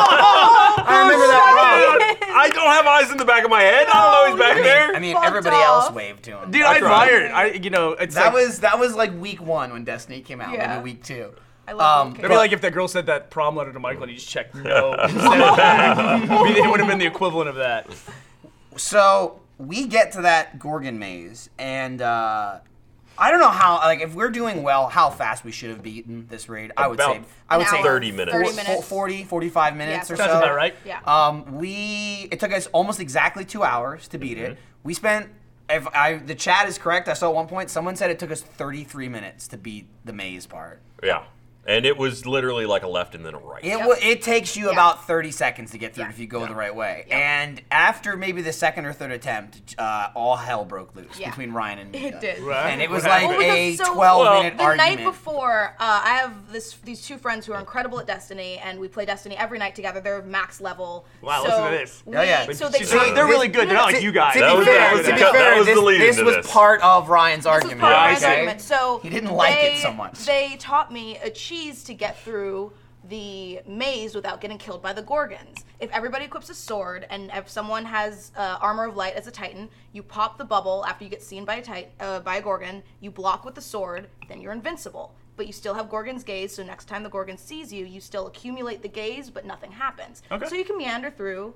Speaker 2: I remember that. wrong.
Speaker 3: I don't have eyes in the back of my head. I don't know he's back there.
Speaker 2: I mean,
Speaker 4: Fucked
Speaker 2: everybody
Speaker 4: off.
Speaker 2: else waved to him.
Speaker 1: Dude,
Speaker 3: I
Speaker 1: I
Speaker 3: tried.
Speaker 1: admire it. I, you know, it's
Speaker 2: that
Speaker 1: like,
Speaker 2: was that was like week one when Destiny came out.
Speaker 4: Yeah.
Speaker 2: Maybe week two.
Speaker 4: I love
Speaker 2: Um,
Speaker 4: Luke
Speaker 1: It'd be
Speaker 4: Cage.
Speaker 1: like if that girl said that prom letter to Michael and he just checked no. instead of back. I mean, it would have been the equivalent of that.
Speaker 2: So we get to that Gorgon maze, and uh, I don't know how. Like, if we're doing well, how fast we should have beaten this raid. I would say.
Speaker 3: About
Speaker 2: I would
Speaker 4: An
Speaker 2: say
Speaker 4: hour.
Speaker 3: 30 minutes.
Speaker 4: 30
Speaker 2: fo-
Speaker 4: minutes.
Speaker 2: 40, 45 minutes
Speaker 4: Yeah,
Speaker 2: or so.
Speaker 1: Sounds about right.
Speaker 4: Yeah.
Speaker 2: Um, we it took us almost exactly two hours to beat
Speaker 1: Mm-hmm.
Speaker 2: it. We spent. If I the chat is correct, I saw at one point someone said it took us 33 minutes to beat the maze part.
Speaker 3: Yeah. And it was literally like a left and then a right.
Speaker 2: It
Speaker 4: Yep.
Speaker 2: will. It takes you
Speaker 4: Yeah.
Speaker 2: about thirty seconds to get through
Speaker 4: Yeah.
Speaker 2: it if you go the right way. And after maybe the second or third attempt, uh, all hell broke loose
Speaker 4: Yeah.
Speaker 2: between Ryan and me.
Speaker 4: It did.
Speaker 1: Right.
Speaker 2: And it was
Speaker 1: What
Speaker 2: like
Speaker 1: happened?
Speaker 4: Well,
Speaker 2: a
Speaker 4: because oh so-
Speaker 2: twelve-minute
Speaker 4: the
Speaker 2: argument.
Speaker 4: night before, uh, I have this these two friends who are incredible at Destiny, and we play Destiny every night together. They're max level.
Speaker 1: Wow,
Speaker 4: so
Speaker 1: listen to this.
Speaker 4: We,
Speaker 2: Oh, yeah.
Speaker 4: So
Speaker 1: But
Speaker 4: they
Speaker 1: she's like, they're really good. They're not
Speaker 2: To-
Speaker 1: like you guys.
Speaker 2: To,
Speaker 3: That
Speaker 2: be
Speaker 3: was-
Speaker 2: fair,
Speaker 3: that was
Speaker 2: to
Speaker 3: the
Speaker 2: be
Speaker 3: cut- that
Speaker 2: fair,
Speaker 3: was the
Speaker 2: this,
Speaker 3: lead
Speaker 2: this
Speaker 3: into
Speaker 2: was
Speaker 3: this.
Speaker 2: part of Ryan's
Speaker 4: This was
Speaker 2: argument.
Speaker 4: part of
Speaker 3: Yeah,
Speaker 4: my
Speaker 3: okay.
Speaker 4: argument. So
Speaker 2: He didn't like it
Speaker 4: they-
Speaker 2: so much.
Speaker 4: They taught me a cheese to get through the maze without getting killed by the gorgons. If everybody equips a sword and if someone has uh, armor of light as a titan, you pop the bubble after you get seen by a tit- uh, by a gorgon. You block with the sword, then you're invincible. But you still have Gorgon's gaze, so next time the Gorgon sees you, you still accumulate the gaze, but nothing happens.
Speaker 1: Okay.
Speaker 4: So you can meander through,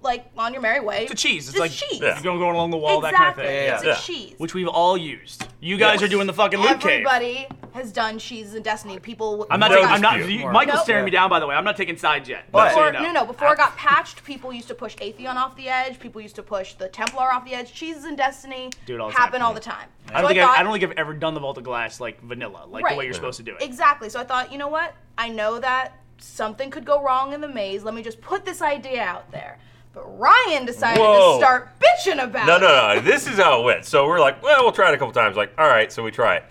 Speaker 4: like on your merry way.
Speaker 1: It's a cheese. It's
Speaker 4: Just
Speaker 1: like
Speaker 4: cheese.
Speaker 1: you're going going along the wall,
Speaker 4: exactly.
Speaker 1: that kind of thing.
Speaker 2: Yeah,
Speaker 4: It's
Speaker 3: yeah.
Speaker 4: a cheese.
Speaker 1: Which we've all used. You guys
Speaker 3: Yes.
Speaker 1: are doing the fucking loot cave.
Speaker 4: Everybody has done cheese and Destiny. People.
Speaker 1: I'm not.
Speaker 3: No
Speaker 1: taking, I'm not.
Speaker 3: dispute.
Speaker 1: You, Michael's
Speaker 4: Nope.
Speaker 1: staring me down. By the way, I'm not taking sides yet.
Speaker 2: But-
Speaker 1: just so
Speaker 4: Before,
Speaker 1: you
Speaker 4: no,
Speaker 1: know.
Speaker 4: no. Before it got patched, people used to push Atheon off the edge. People used to push the Templar off the edge. Cheeses and Destiny
Speaker 1: Dude, all the
Speaker 4: happen
Speaker 1: time.
Speaker 4: all the time.
Speaker 1: I don't
Speaker 4: So
Speaker 1: think I,
Speaker 4: thought-
Speaker 1: I don't think I've ever done the Vault of Glass like vanilla, like
Speaker 4: Right.
Speaker 1: the way you're supposed to do it.
Speaker 4: Exactly. So I thought, you know what? I know that something could go wrong in the maze. Let me just put this idea out there. But Ryan decided
Speaker 3: Whoa.
Speaker 4: to start bitching about
Speaker 3: No,
Speaker 4: it.
Speaker 3: no, no. This is how it went. So we're like, well, we'll try it a couple times. Like, all right, so we try it.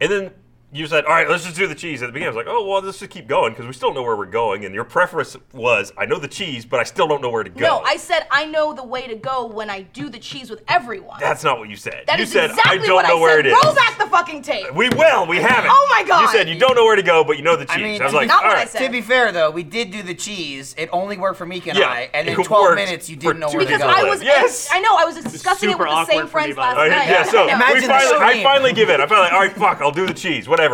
Speaker 3: And then you said, all right, let's just do the cheese. At the beginning, I was like, oh, well, let's just keep going because we still don't know where we're going. And your preference was, I know the cheese, but I still don't know where to go.
Speaker 4: No, I said I know the way to go when I do the cheese with everyone.
Speaker 3: That's not what you said.
Speaker 4: That
Speaker 3: you
Speaker 4: is
Speaker 3: said,
Speaker 4: exactly
Speaker 3: I don't
Speaker 4: what
Speaker 3: know
Speaker 4: I
Speaker 3: where
Speaker 4: said.
Speaker 3: it is.
Speaker 4: Roll back the fucking tape.
Speaker 3: We will. We have it.
Speaker 4: Oh my God.
Speaker 3: You said you don't know where to go, but you know the cheese.
Speaker 2: I mean,
Speaker 3: was like,
Speaker 4: not
Speaker 3: all
Speaker 4: what I
Speaker 3: right.
Speaker 4: said.
Speaker 2: To be fair, though, we did do the cheese. It only worked for Meek and
Speaker 3: Yeah,
Speaker 2: I, and in
Speaker 3: it
Speaker 2: 12
Speaker 3: worked
Speaker 2: minutes, you
Speaker 3: for
Speaker 2: didn't know
Speaker 3: two
Speaker 2: where to
Speaker 4: Because
Speaker 2: go.
Speaker 4: I was,
Speaker 3: Yes.
Speaker 4: I know, I was discussing it
Speaker 1: super
Speaker 4: with the same
Speaker 1: awkward for me,
Speaker 4: friends
Speaker 1: by
Speaker 4: last
Speaker 1: the way.
Speaker 3: All right,
Speaker 4: night.
Speaker 3: yeah, so
Speaker 4: I know.
Speaker 2: Imagine
Speaker 3: we finally,
Speaker 2: the
Speaker 3: I
Speaker 2: scream.
Speaker 3: finally give in. I finally, all right, fuck, I'll do the cheese, whatever.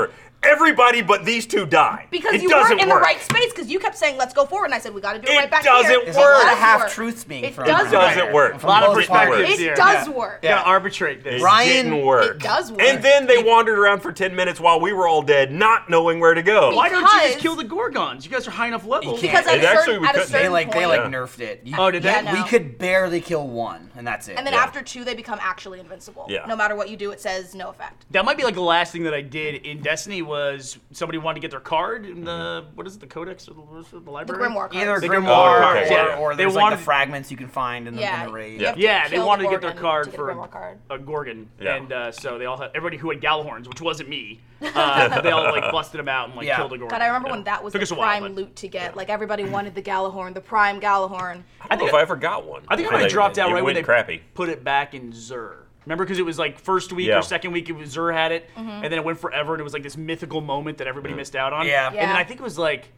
Speaker 3: Everybody but these two die.
Speaker 4: because
Speaker 3: it
Speaker 4: you
Speaker 3: doesn't
Speaker 4: weren't in
Speaker 3: work.
Speaker 4: the right space because you kept saying let's go forward and I said we got to do it,
Speaker 3: It
Speaker 4: right back
Speaker 3: doesn't
Speaker 4: here.
Speaker 2: There's
Speaker 3: There's
Speaker 2: a lot
Speaker 4: It
Speaker 2: of
Speaker 4: does
Speaker 2: half
Speaker 4: work.
Speaker 2: truths being
Speaker 4: It
Speaker 2: thrown
Speaker 4: does
Speaker 2: out
Speaker 4: work.
Speaker 2: there
Speaker 3: Doesn't work.
Speaker 2: from
Speaker 1: A lot of
Speaker 2: both
Speaker 1: perspectives
Speaker 2: parties.
Speaker 1: here.
Speaker 4: It does work.
Speaker 1: You gotta arbitrate this.
Speaker 3: It
Speaker 2: Ryan-
Speaker 3: didn't work.
Speaker 4: It does work.
Speaker 3: And then they wandered around for 10 minutes while we were all dead, not knowing where to go.
Speaker 1: Why don't you just
Speaker 4: Because-
Speaker 1: kill the Gorgons? You guys are high enough level.
Speaker 2: You
Speaker 4: Because
Speaker 2: Yeah,
Speaker 4: at a
Speaker 3: it actually
Speaker 4: certain,
Speaker 3: we
Speaker 4: at a
Speaker 3: couldn't.
Speaker 4: certain
Speaker 2: They like
Speaker 4: point,
Speaker 2: they like
Speaker 3: Yeah.
Speaker 2: nerfed it. You-
Speaker 1: Oh, did
Speaker 4: Yeah,
Speaker 1: that?
Speaker 4: no.
Speaker 2: We could barely kill one, and that's it.
Speaker 4: and then
Speaker 3: Yeah.
Speaker 4: after two they become actually invincible.
Speaker 3: Yeah.
Speaker 4: No matter what you do, it says no effect.
Speaker 1: That might be like the last thing that I did in Destiny was somebody wanted to get their card in the
Speaker 3: Mm-hmm.
Speaker 1: what is it, the Codex or the, what is it, the
Speaker 4: The
Speaker 1: library?
Speaker 4: Grimoire cards.
Speaker 2: Either
Speaker 1: They
Speaker 2: grimoire
Speaker 1: can-
Speaker 3: oh, okay,
Speaker 2: or,
Speaker 3: yeah.
Speaker 2: or
Speaker 1: They
Speaker 2: there's like
Speaker 1: wanted-
Speaker 2: the fragments you can find in the,
Speaker 4: yeah.
Speaker 2: in the raid.
Speaker 4: you have to
Speaker 1: Yeah, they
Speaker 4: kill the
Speaker 1: wanted to get their
Speaker 4: Gorgon
Speaker 1: card
Speaker 4: to get
Speaker 1: for
Speaker 4: the Grimoire card.
Speaker 1: a Gorgon,
Speaker 3: Yeah.
Speaker 1: and uh, so they all had everybody who had Galahorns, which wasn't me. Uh, they all like busted them out and like
Speaker 2: Yeah.
Speaker 1: killed a Gorgon.
Speaker 4: God, I remember when that was
Speaker 1: Took us
Speaker 4: the
Speaker 1: a while,
Speaker 4: prime
Speaker 1: but-
Speaker 4: loot to get. Like everybody wanted the Galahorn, the prime Galahorn.
Speaker 3: I don't know if I ever got one.
Speaker 1: I think I
Speaker 3: But
Speaker 1: might have
Speaker 3: they-
Speaker 1: dropped out
Speaker 3: it
Speaker 1: right when
Speaker 3: went
Speaker 1: they
Speaker 3: crappy.
Speaker 1: put it back in Zur. Remember, because it was like first week
Speaker 3: Yeah.
Speaker 1: or second week, it was Zur had it,
Speaker 4: Mm-hmm.
Speaker 1: and then it went forever, and it was like this mythical moment that
Speaker 3: Mm-hmm.
Speaker 1: everybody missed out on.
Speaker 2: Yeah.
Speaker 1: And then
Speaker 4: Yeah.
Speaker 1: I think it was like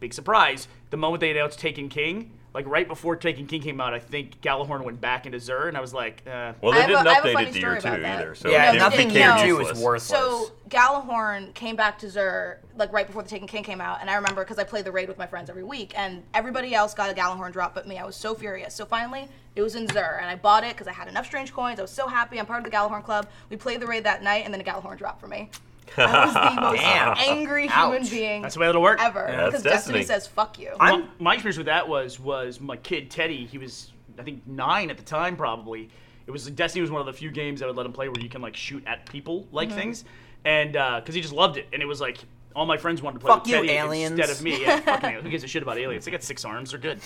Speaker 1: big surprise the moment they announced Taken King. Like right before Taken King came out, I think Galahorn went back into Zur, and I was like, uh,
Speaker 3: Well,
Speaker 4: I
Speaker 3: they
Speaker 4: have a-
Speaker 3: didn't
Speaker 4: I have a
Speaker 3: update
Speaker 4: funny
Speaker 3: it to year
Speaker 4: story about
Speaker 3: two
Speaker 4: that.
Speaker 3: either. So
Speaker 2: Yeah,
Speaker 3: it
Speaker 2: nothing
Speaker 3: became
Speaker 2: here
Speaker 4: No.
Speaker 2: too is
Speaker 3: useless.
Speaker 2: worthless.
Speaker 4: So Galahorn came back to Zur like right before the Taken King came out, and I remember because I played the raid with my friends every week, and everybody else got a Galahorn drop but me. I was so furious. So finally, it was in Zur, and I bought it because I had enough strange coins. I was so happy. I'm part of the Galahorn club. We played the raid that night, and then a Galahorn dropped for me. I was the most
Speaker 2: Damn.
Speaker 4: angry human
Speaker 2: Ouch.
Speaker 4: being
Speaker 1: that's the way it'll work.
Speaker 4: ever
Speaker 3: Yeah, that's
Speaker 4: because
Speaker 3: Destiny.
Speaker 4: Destiny. says fuck you.
Speaker 1: My- my experience with that was was my kid Teddy. He was I think nine at the time probably. It was Destiny was one of the few
Speaker 2: Mm-hmm.
Speaker 1: uh, games I would let him play where you can like shoot at people like things, and because he just loved it, and it was like All my friends wanted to play
Speaker 2: Fuck
Speaker 1: with
Speaker 2: you,
Speaker 1: Teddy
Speaker 2: aliens.
Speaker 1: instead of me. Yeah, fucking aliens. Who gives a shit about aliens? They got six arms. They're good.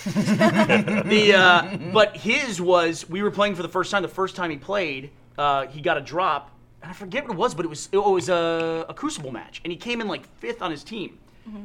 Speaker 1: the uh, but his was we were playing for the first time. The first time he played, uh, he got a drop, and I forget what it was, but it was it was a, a crucible match, and he came in like fifth on his team.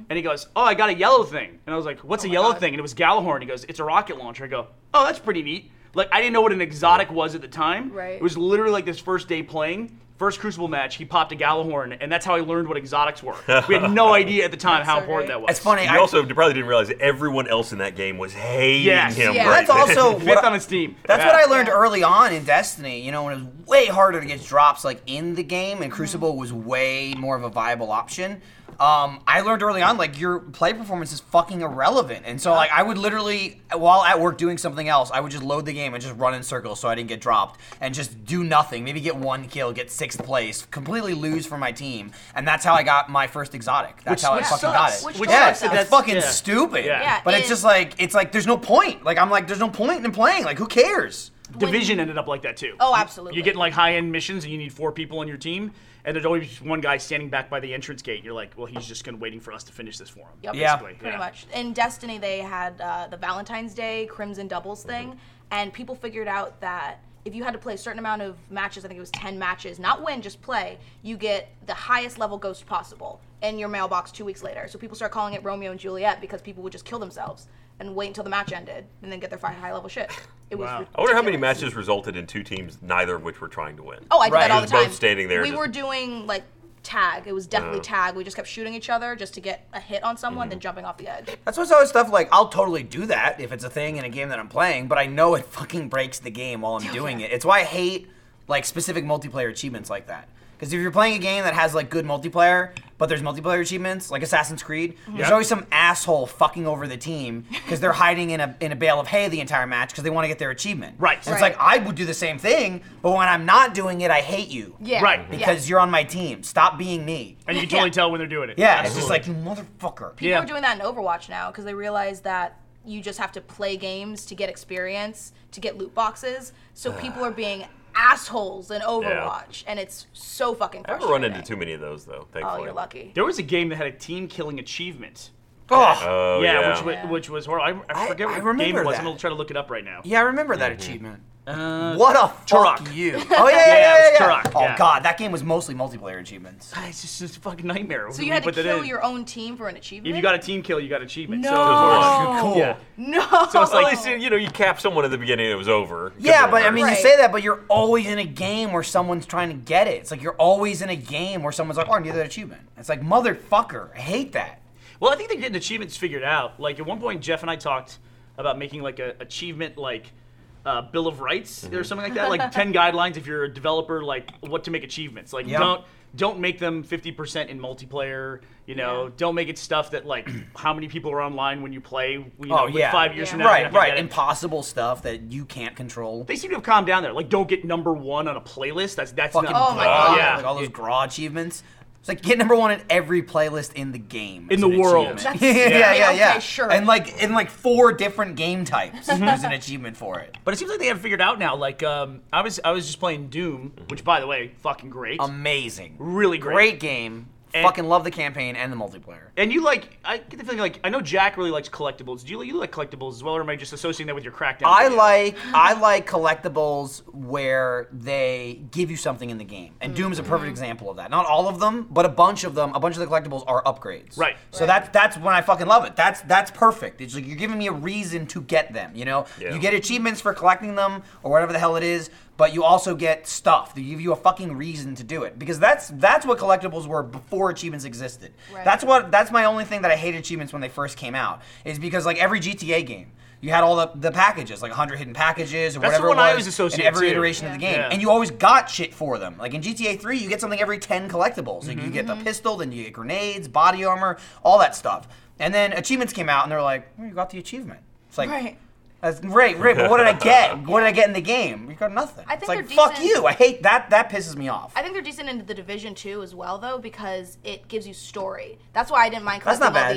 Speaker 1: And he goes, "Oh, I got a yellow thing," and I was like, "What's a yellow
Speaker 4: Mm-hmm. Oh God.
Speaker 1: thing?" And it was Galahorn. He goes, "It's a rocket launcher." I go, "Oh, that's pretty neat." Like I didn't know what an exotic was at the time.
Speaker 4: Right.
Speaker 1: It was literally like this first day playing. First Crucible match, he popped a Galahorn, and that's how he learned what exotics were. We had no idea at the time how
Speaker 4: so
Speaker 1: important
Speaker 4: great.
Speaker 1: that was.
Speaker 2: It's funny.
Speaker 3: You
Speaker 2: I,
Speaker 3: also probably didn't realize that everyone else in that game was hating
Speaker 1: Yes.
Speaker 3: him.
Speaker 4: Yeah.
Speaker 3: right
Speaker 2: that's also
Speaker 1: Fifth
Speaker 2: what I-
Speaker 1: on his team.
Speaker 2: That's
Speaker 1: Yeah.
Speaker 2: what I learned
Speaker 4: Yeah.
Speaker 2: early on in Destiny. You know, when it was way harder to get drops like in the game,
Speaker 1: Mm-hmm.
Speaker 2: and Crucible was way more of a viable option. Um, I learned early on like your play performance is fucking irrelevant, and so like I would literally while at work doing something else, I would just load the game and just run in circles so I didn't get dropped, and just do nothing. Maybe get one kill, get sixth place, completely lose for my team, and that's how I got my first exotic. That's
Speaker 1: Which-
Speaker 2: how I
Speaker 1: which
Speaker 2: fucking
Speaker 4: sucks.
Speaker 2: got it.
Speaker 4: Which
Speaker 2: Which
Speaker 4: sucks.
Speaker 2: yes,
Speaker 4: That's-
Speaker 2: that's fucking
Speaker 1: yeah.
Speaker 2: stupid.
Speaker 1: Yeah.
Speaker 4: Yeah,
Speaker 2: but it's
Speaker 4: it-
Speaker 2: just like it's like there's no point. Like I'm like there's no point in playing. Like who cares?
Speaker 1: Division ended up like that too.
Speaker 4: Oh, absolutely.
Speaker 1: You're getting like high end missions, and you need four people on your team, and there's always one guy standing back by the entrance gate. You're like, well, he's just gonna waiting for us to finish this for him.
Speaker 4: Yep.
Speaker 2: Yeah.
Speaker 1: basically.
Speaker 4: Pretty much. In Destiny, they had uh, the Valentine's Day Crimson Doubles
Speaker 3: Mm-hmm.
Speaker 4: thing, and people figured out that if you had to play a certain amount of matches, I think it was 10 matches, not win, just play, you get the highest level ghost possible in your mailbox two weeks later. So people start calling it Romeo and Juliet because people would just kill themselves and wait until the match ended and then get their high level shit. It was.
Speaker 1: Wow.
Speaker 4: ridiculous.
Speaker 3: I wonder how many matches resulted in two teams, neither of which were trying to win.
Speaker 4: Oh, I did
Speaker 2: Right.
Speaker 4: that all the
Speaker 3: Just both
Speaker 4: time.
Speaker 3: standing there
Speaker 4: We
Speaker 3: just- Oh.
Speaker 4: were doing like tag. It was definitely tag. We just kept shooting each other just to get a hit on someone,
Speaker 3: Mm-hmm.
Speaker 4: then jumping off the edge.
Speaker 2: That's what's always stuff like I'll totally do that if it's a thing in a game that I'm playing, but I know it fucking breaks the game while I'm doing it. It's why I hate like specific multiplayer achievements like that. Because if you're playing a game that has like good multiplayer, but there's multiplayer achievements like Assassin's Creed,
Speaker 4: Mhm.
Speaker 2: there's always some asshole fucking over the team because they're hiding in a in a bale of hay the entire match because they want to get their achievement.
Speaker 1: Right.
Speaker 2: And it's like
Speaker 4: Right.
Speaker 2: I would do the same thing, but when I'm not doing it, I hate you.
Speaker 4: Yeah.
Speaker 1: Right.
Speaker 3: Mm-hmm.
Speaker 4: Yeah.
Speaker 2: Because you're on my team. Stop being me.
Speaker 1: And you can totally
Speaker 4: Yeah.
Speaker 1: tell when they're doing it.
Speaker 2: Yeah, it's just like you motherfucker.
Speaker 1: Yeah.
Speaker 4: People are doing that in Overwatch now because they realize that you just have to play games to get experience, to get loot boxes. So people are being assholes in Overwatch, and it's so fucking
Speaker 3: I
Speaker 4: frustrating.
Speaker 3: haven't run into too many of those though. Thankfully.
Speaker 4: Oh, you're lucky.
Speaker 1: There was a game that had a team killing achievement.
Speaker 2: Ugh.
Speaker 3: Oh,
Speaker 1: yeah,
Speaker 3: yeah,
Speaker 1: Which, wa-
Speaker 4: Yeah.
Speaker 1: which was horrible. I, I
Speaker 2: I-
Speaker 1: forget
Speaker 2: I
Speaker 1: what game
Speaker 2: remember
Speaker 1: it was.
Speaker 2: that.
Speaker 1: I'm gonna try to look it up right now.
Speaker 2: Yeah, I remember that achievement. what a fuck
Speaker 1: Mm-hmm. Uh, Turok.
Speaker 2: you! Oh yeah, yeah,
Speaker 1: Yeah,
Speaker 2: yeah,
Speaker 1: it was
Speaker 2: yeah, yeah.
Speaker 1: Turok,
Speaker 2: Oh
Speaker 1: yeah.
Speaker 2: god, that game was mostly multiplayer achievements.
Speaker 1: It's just it's a fucking nightmare.
Speaker 4: So you had to kill your own team for an achievement.
Speaker 1: If you got a team kill, you got achievement.
Speaker 4: No.
Speaker 1: So
Speaker 2: You're cool.
Speaker 1: yeah.
Speaker 2: Yeah,
Speaker 4: no.
Speaker 1: So it's
Speaker 3: Well,
Speaker 1: like-
Speaker 3: at least you, you know you cap someone at the beginning. It was over. Good for
Speaker 2: but I
Speaker 3: them.
Speaker 2: mean,
Speaker 4: Right.
Speaker 2: you say that, but you're always in a game where someone's trying to get it. It's like you're always in a game where someone's like, "Oh, I need that achievement." It's like motherfucker, I hate that.
Speaker 1: Well, I think they're getting achievements figured out. Like at one point, Jeff and I talked about making like a achievement like uh, bill of rights
Speaker 2: Mm-hmm.
Speaker 1: or something like that. Like ten guidelines if you're a developer, like what to make achievements. Like
Speaker 2: Yeah.
Speaker 1: don't don't make them 50% in multiplayer. You know,
Speaker 4: Yeah.
Speaker 1: don't make it stuff that like how many people are online when you play. You know,
Speaker 2: oh
Speaker 1: like,
Speaker 2: yeah,
Speaker 1: five years from now. you're
Speaker 2: right,
Speaker 1: not gonna
Speaker 2: right,
Speaker 1: get it.
Speaker 2: impossible stuff that you can't control.
Speaker 1: They seem to have calmed down there. Like don't get number one on a playlist. That's that's
Speaker 2: Fucking
Speaker 1: not.
Speaker 4: Oh my
Speaker 2: gra-
Speaker 4: God.
Speaker 1: Yeah.
Speaker 2: like all those gra achievements. It's like get number one in every playlist in the game.
Speaker 1: In
Speaker 2: It's
Speaker 1: the
Speaker 2: an
Speaker 1: world.
Speaker 2: achievement.
Speaker 4: That's-
Speaker 2: yeah, yeah, yeah,
Speaker 4: okay,
Speaker 2: yeah.
Speaker 4: sure. Mm-hmm.
Speaker 2: And like in like four different game types, there's an achievement for it.
Speaker 1: But it seems like they have it figured out now. Like um, I was I was just playing Doom,
Speaker 2: Mm-hmm.
Speaker 1: which by the way, fucking great.
Speaker 2: amazing.
Speaker 1: Really great.
Speaker 2: great, game.
Speaker 1: And-
Speaker 2: Fucking love the campaign and the multiplayer.
Speaker 1: And you like, I get the feeling like I know Jack really likes collectibles. Do you, you like collectibles as well, or am I just associating that with your crackdown?
Speaker 2: I
Speaker 1: video?
Speaker 2: like I like collectibles where they give you something in the game, and Doom's a
Speaker 1: Mm-hmm.
Speaker 2: perfect example of that. Not all of them, but a bunch of them. A bunch of the collectibles are upgrades.
Speaker 1: Right.
Speaker 2: So that's that's when I fucking love it. That's that's perfect. It's like you're giving me a reason to get them. You know,
Speaker 3: Yeah.
Speaker 2: you get achievements for collecting them or whatever the hell it is, but you also get stuff. They give you a fucking reason to do it because that's that's what collectibles were before achievements existed.
Speaker 4: Right.
Speaker 2: That's what that's my only thing that I hated achievements when they first came out is because like every GTA game. You had all the, the packages, like 100 hidden packages or
Speaker 1: That's
Speaker 2: whatever
Speaker 1: the one
Speaker 2: it was
Speaker 1: I always associate
Speaker 2: in every
Speaker 1: too.
Speaker 2: iteration of the game.
Speaker 1: Yeah.
Speaker 2: And you always got shit for them. Like in GTA 3, you get something every 10 collectibles. Like you get
Speaker 4: Mm-hmm.
Speaker 2: the pistol, then you get grenades, body armor, all that stuff. And then achievements came out and they're like, oh, you got the achievement. It's like,
Speaker 4: Right.
Speaker 2: that's great, great, but what did I get? What did I get in the game? You got nothing.
Speaker 4: I
Speaker 2: it's
Speaker 4: think
Speaker 2: like,
Speaker 4: they're
Speaker 2: fuck
Speaker 4: decent.
Speaker 2: you. I hate that. That pisses me off.
Speaker 4: I think they're decent into the division too as well though because it gives you story. That's why I didn't mind
Speaker 2: That's
Speaker 4: collecting
Speaker 2: not
Speaker 4: all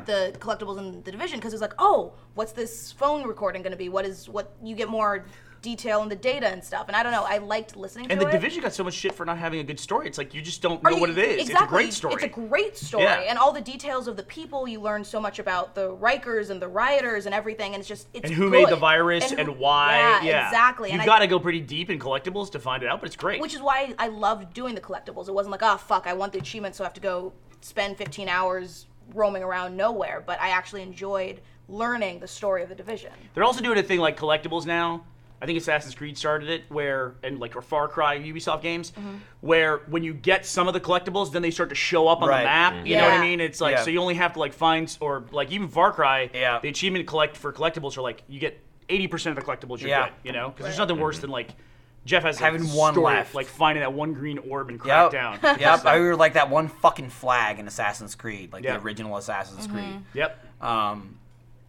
Speaker 2: bad.
Speaker 4: the,
Speaker 2: Yeah.
Speaker 4: the collectibles in the division because it was like, oh, what's this phone recording going to be? What is what you get more detail and the data and stuff. And I don't know. I liked listening
Speaker 1: And
Speaker 4: to
Speaker 1: the
Speaker 4: it.
Speaker 1: division got so much shit for not having a good story. It's like you just don't
Speaker 4: Are
Speaker 1: know what it
Speaker 4: you-
Speaker 1: is. It's
Speaker 4: Exactly.
Speaker 1: a great story.
Speaker 4: It's a great story,
Speaker 1: Yeah.
Speaker 4: and all the details of the people you learn so much about the Rikers and the rioters and everything, and it's just it's
Speaker 1: and who made the
Speaker 4: good.
Speaker 1: virus and,
Speaker 4: who-
Speaker 1: why?
Speaker 4: Yeah,
Speaker 1: yeah.
Speaker 4: exactly.
Speaker 1: You
Speaker 4: and I-
Speaker 1: got to go pretty deep in collectibles to find it out, but it's great.
Speaker 4: which is why I loved doing the collectibles. It wasn't like, oh fuck, I want the achievement, so I have to go spend 15 hours roaming around nowhere. But I actually enjoyed learning the story of the division.
Speaker 1: They're also doing a thing like collectibles now. I think Assassin's Creed started it, where and like or Far Cry Ubisoft games, where when you get some of the collectibles, then they start to show up on
Speaker 2: Right. Mm-hmm.
Speaker 1: the map. You know what I
Speaker 4: Yeah.
Speaker 1: mean? It's like
Speaker 2: Yeah.
Speaker 1: so you only have to like find or like even Far Cry.
Speaker 2: Yeah.
Speaker 1: The achievement collect for collectibles are like you get eighty percent of the collectibles you
Speaker 2: Yeah. Mm-hmm.
Speaker 1: get. You know, because there's nothing worse than like Jeff has a
Speaker 2: Having one
Speaker 1: story of,
Speaker 2: left.
Speaker 1: like finding that one green orb and
Speaker 2: Yep.
Speaker 1: crack down.
Speaker 2: yep. I remember like that one fucking flag in Assassin's Creed, like
Speaker 1: Yeah.
Speaker 2: the original Assassin's Creed.
Speaker 1: Yep.
Speaker 2: Um,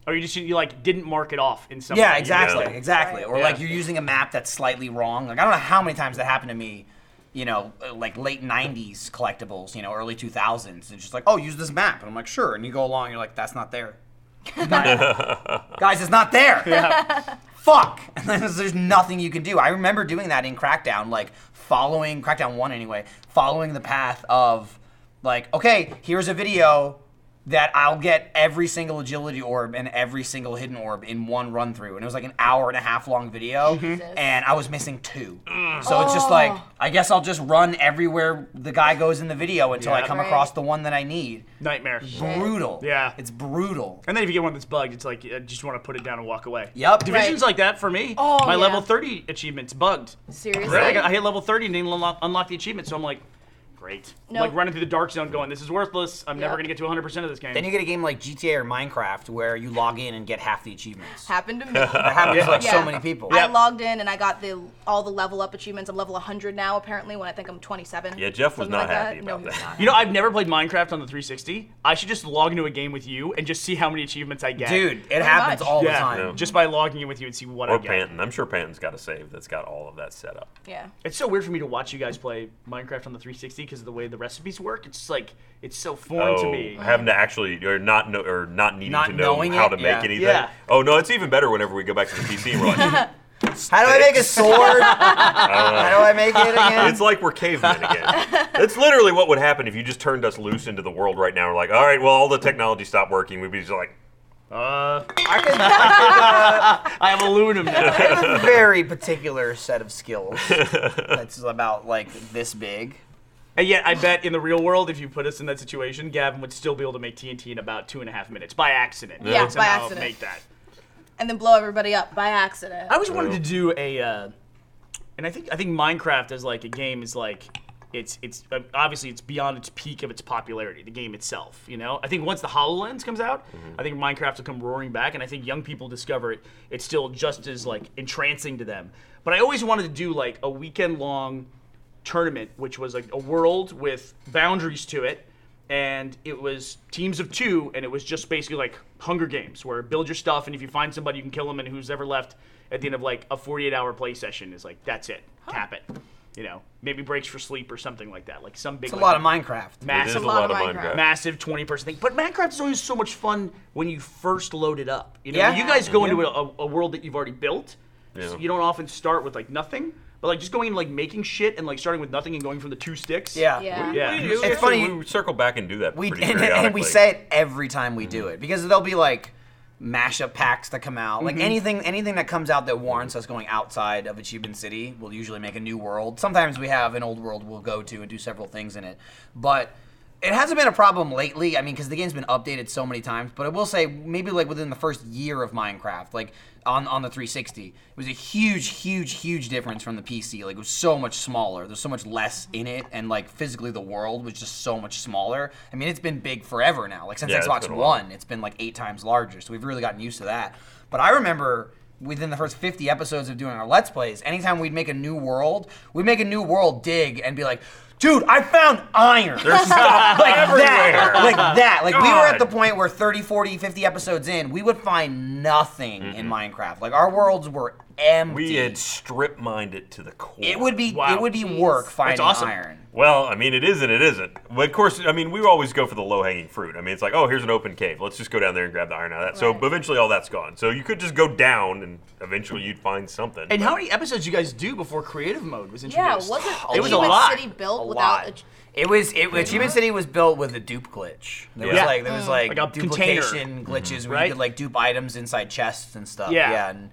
Speaker 1: Or you just you like didn't mark it off in some.
Speaker 2: yeah,
Speaker 1: way, you know?
Speaker 2: exactly,
Speaker 3: Right.
Speaker 2: exactly. Or
Speaker 1: Yeah.
Speaker 2: like you're using a map that's slightly wrong. Like I don't know how many times that happened to me. You know, uh, like late '90s collectibles. You know, early 2000s, and just like, oh, use this map, and I'm like, sure. And you go along, you're like, that's not there. Not- Guys, it's not there. Fuck. And then there's nothing you can do. I remember doing that in Crackdown, like following Crackdown One anyway, following the path of like, okay, here's a video that I'll get every single agility orb and every single hidden orb in one run through. And it was like an hour and a half long video,
Speaker 1: Mm-hmm.
Speaker 2: and I was missing two.
Speaker 1: Mm.
Speaker 2: So it's just like, I guess I'll just run everywhere the guy goes in the video until I
Speaker 1: Yeah.
Speaker 2: come
Speaker 4: Right.
Speaker 2: across the one that I need.
Speaker 1: Nightmare.
Speaker 2: Brutal.
Speaker 1: Yeah.
Speaker 2: It's brutal.
Speaker 1: And then if you get one that's bugged, it's like I just want to put it down and walk away.
Speaker 2: Yup.
Speaker 1: Divisions
Speaker 4: Right.
Speaker 1: like that for me.
Speaker 4: Oh,
Speaker 1: my
Speaker 4: yeah.
Speaker 1: level 30 achievement's bugged.
Speaker 4: Seriously.
Speaker 1: I, got- I hit level 30 and didn't unlock, unlock the achievement, so I'm like, great. I'm
Speaker 4: No.
Speaker 1: Like running through the dark zone, going, this is worthless. I'm never
Speaker 4: Yep.
Speaker 1: gonna get to 100 percent of this game.
Speaker 2: Then you get a game like GTA or Minecraft where you log in and get half the achievements.
Speaker 4: Happened to me.
Speaker 2: That happens to like so
Speaker 4: Yeah.
Speaker 2: many people.
Speaker 4: I logged in and I got the all the level up achievements. I'm level 100 now apparently when I think I'm 27.
Speaker 3: Yeah, Jeff was
Speaker 4: Something
Speaker 3: not
Speaker 4: like that.
Speaker 3: happy about
Speaker 4: no, he was
Speaker 3: that.
Speaker 4: not.
Speaker 1: You know, I've never played Minecraft on the 360. I should just log into a game with you and just see how many achievements I get.
Speaker 2: Dude, it happens
Speaker 4: much.
Speaker 2: all
Speaker 1: yeah,
Speaker 2: the time.
Speaker 1: just by logging in with you and see what I
Speaker 3: Or
Speaker 1: get.
Speaker 3: Panton. I'm sure Panton's got a save that's got all of that set up.
Speaker 4: Yeah.
Speaker 1: It's so weird for me to watch you guys play Minecraft on the 360 because of the way the recipes work. It's just like it's so foreign
Speaker 3: Oh.
Speaker 1: to me.
Speaker 3: having to actually or not know or not needing
Speaker 2: Not
Speaker 3: to know
Speaker 2: knowing
Speaker 3: how
Speaker 2: it,
Speaker 3: to make
Speaker 2: yeah.
Speaker 3: anything.
Speaker 1: Yeah.
Speaker 3: Oh no, it's even better whenever we go back to the PC and we're like,
Speaker 2: How do I make a sword? How do I make it again?
Speaker 3: it's like we're cavemen again. That's literally what would happen if you just turned us loose into the world right now. We're like, all right, well, all the technology stopped working. We'd be just like,
Speaker 1: Uh,
Speaker 5: I can, I
Speaker 1: I have aluminum now.
Speaker 5: can, uh, I have a very particular set of skills.
Speaker 2: That's about like this big.
Speaker 1: And yet, I bet in the real world, if you put us in that situation, Gavin would still be able to make TNT in about two and a half minutes by accident.
Speaker 4: Yeah,
Speaker 1: He'd
Speaker 4: by
Speaker 1: somehow
Speaker 4: accident.
Speaker 1: Make that.
Speaker 4: And then blow everybody up by accident.
Speaker 1: I always wanted to do a, uh, and I think I think Minecraft as like a game is like, it's it's uh, obviously it's beyond its peak of its popularity. The game itself, you know. I think once the Hololens comes out, I think Minecraft will come roaring back, and I think young people discover it. It's still just as like entrancing to them. But I always wanted to do like a weekend long tournament, which was like a world with boundaries to it. And it was teams of two, and it was just basically like Hunger Games, where build your stuff, and if you find somebody, you can kill them, and who's ever left at the end of like a 48 hour play session is like, that's it, tap it. You know, maybe breaks for sleep or something like that. Like some big.
Speaker 2: It's a lot of Minecraft.
Speaker 3: it is a
Speaker 1: massive,
Speaker 3: lot of
Speaker 4: Minecraft.
Speaker 3: Minecraft.
Speaker 1: massive 20 person thing. But Minecraft is always so much fun when you first load it up. You know,
Speaker 2: Yeah.
Speaker 1: When you guys go into a, a world that you've already built. so
Speaker 3: Yeah.
Speaker 1: you don't often start with like nothing, but like just going and like making shit and like starting with nothing and going from the two sticks.
Speaker 2: Yeah.
Speaker 4: Yeah.
Speaker 1: Yeah.
Speaker 3: We- we
Speaker 2: It's funny-
Speaker 3: actually- We circle back and do that.
Speaker 2: We
Speaker 3: pretty
Speaker 2: and, and we
Speaker 3: periodically. Mm-hmm.
Speaker 2: say it every time we do it because there'll be like mashup packs that come out.
Speaker 3: Mm-hmm.
Speaker 2: Like anything anything that comes out that warrants us going outside of Achievement City, we'll usually make a new world. Sometimes we have an old world we'll go to and do several things in it. But it hasn't been a problem lately. I mean, because the game's been updated so many times. But I will say, maybe like within the first year of Minecraft, like on, on the 360, it was a huge, huge, huge difference from the PC. Like it was so much smaller. There's so much less in it, and like physically, the world was just so much smaller. I mean, it's been big forever now. Like since
Speaker 3: Yeah, it's
Speaker 2: Xbox
Speaker 3: been a while.
Speaker 2: One, it's been like eight times larger. So we've really gotten used to that. But I remember within the first 50 episodes of doing our Let's Plays, anytime we'd make a new world, we'd make a new world dig and be like, dude, I found iron. There's stuff like that. Like that. Like we were at
Speaker 3: God.
Speaker 2: the point where 30, 40, 50 episodes in, we would find nothing in Minecraft. Like our worlds were empty.
Speaker 3: we had strip mined it to the core.
Speaker 2: it would be
Speaker 1: Wow.
Speaker 2: it would be
Speaker 4: Jeez.
Speaker 2: work
Speaker 4: That's
Speaker 2: finding
Speaker 1: awesome.
Speaker 2: iron.
Speaker 3: Well, I mean, it is and it isn't. But of course, I mean, we always go for the low hanging fruit. I mean, it's like, oh, here's an open cave. Let's just go down there and grab the iron out of that. So
Speaker 4: Right.
Speaker 3: but eventually, all that's gone. So you could just go down, and eventually you'd find something.
Speaker 1: And
Speaker 3: but-
Speaker 1: how many episodes did you guys do before creative mode was introduced? Oh,
Speaker 4: Yeah, wasn't
Speaker 1: it was a
Speaker 4: Achievement
Speaker 1: lot.
Speaker 4: City built
Speaker 2: A
Speaker 4: without?
Speaker 2: lot.
Speaker 4: A,
Speaker 2: It was it Achievement City was built with a dupe glitch. There was
Speaker 1: Yeah.
Speaker 2: like there was like,
Speaker 1: Like a container.
Speaker 2: duplication
Speaker 3: Mm-hmm.
Speaker 2: glitches where
Speaker 1: Right?
Speaker 2: you could like dupe items inside chests and stuff.
Speaker 1: Yeah.
Speaker 2: and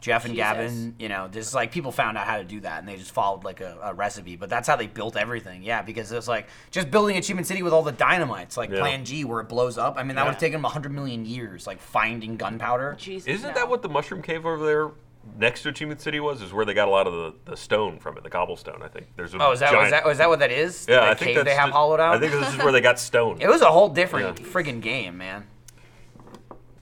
Speaker 2: Jeff and
Speaker 4: Jesus.
Speaker 2: Gavin, you know, just like people found out how to do that and they just followed like a, a recipe. But that's how they built everything. Yeah, because it was like just building Achievement City with all the dynamites, like
Speaker 3: Yeah.
Speaker 2: Plan G where it blows up. I mean, that would have taken them hundred million years, like finding gunpowder.
Speaker 4: Jesus,
Speaker 3: Isn't
Speaker 4: no.
Speaker 3: that what the mushroom cave over there next to Achievement City was? Is where they got a lot of the, the stone from it, the cobblestone, I think. There's a
Speaker 2: Oh, is that,
Speaker 3: giant,
Speaker 2: is that is that what that is?
Speaker 3: yeah,
Speaker 2: that
Speaker 3: I think
Speaker 2: cave
Speaker 3: that's
Speaker 2: they have
Speaker 3: ju-
Speaker 2: hollowed out.
Speaker 3: I think this is where they got stone.
Speaker 2: it was a whole different
Speaker 3: Yeah.
Speaker 2: friggin' game, man.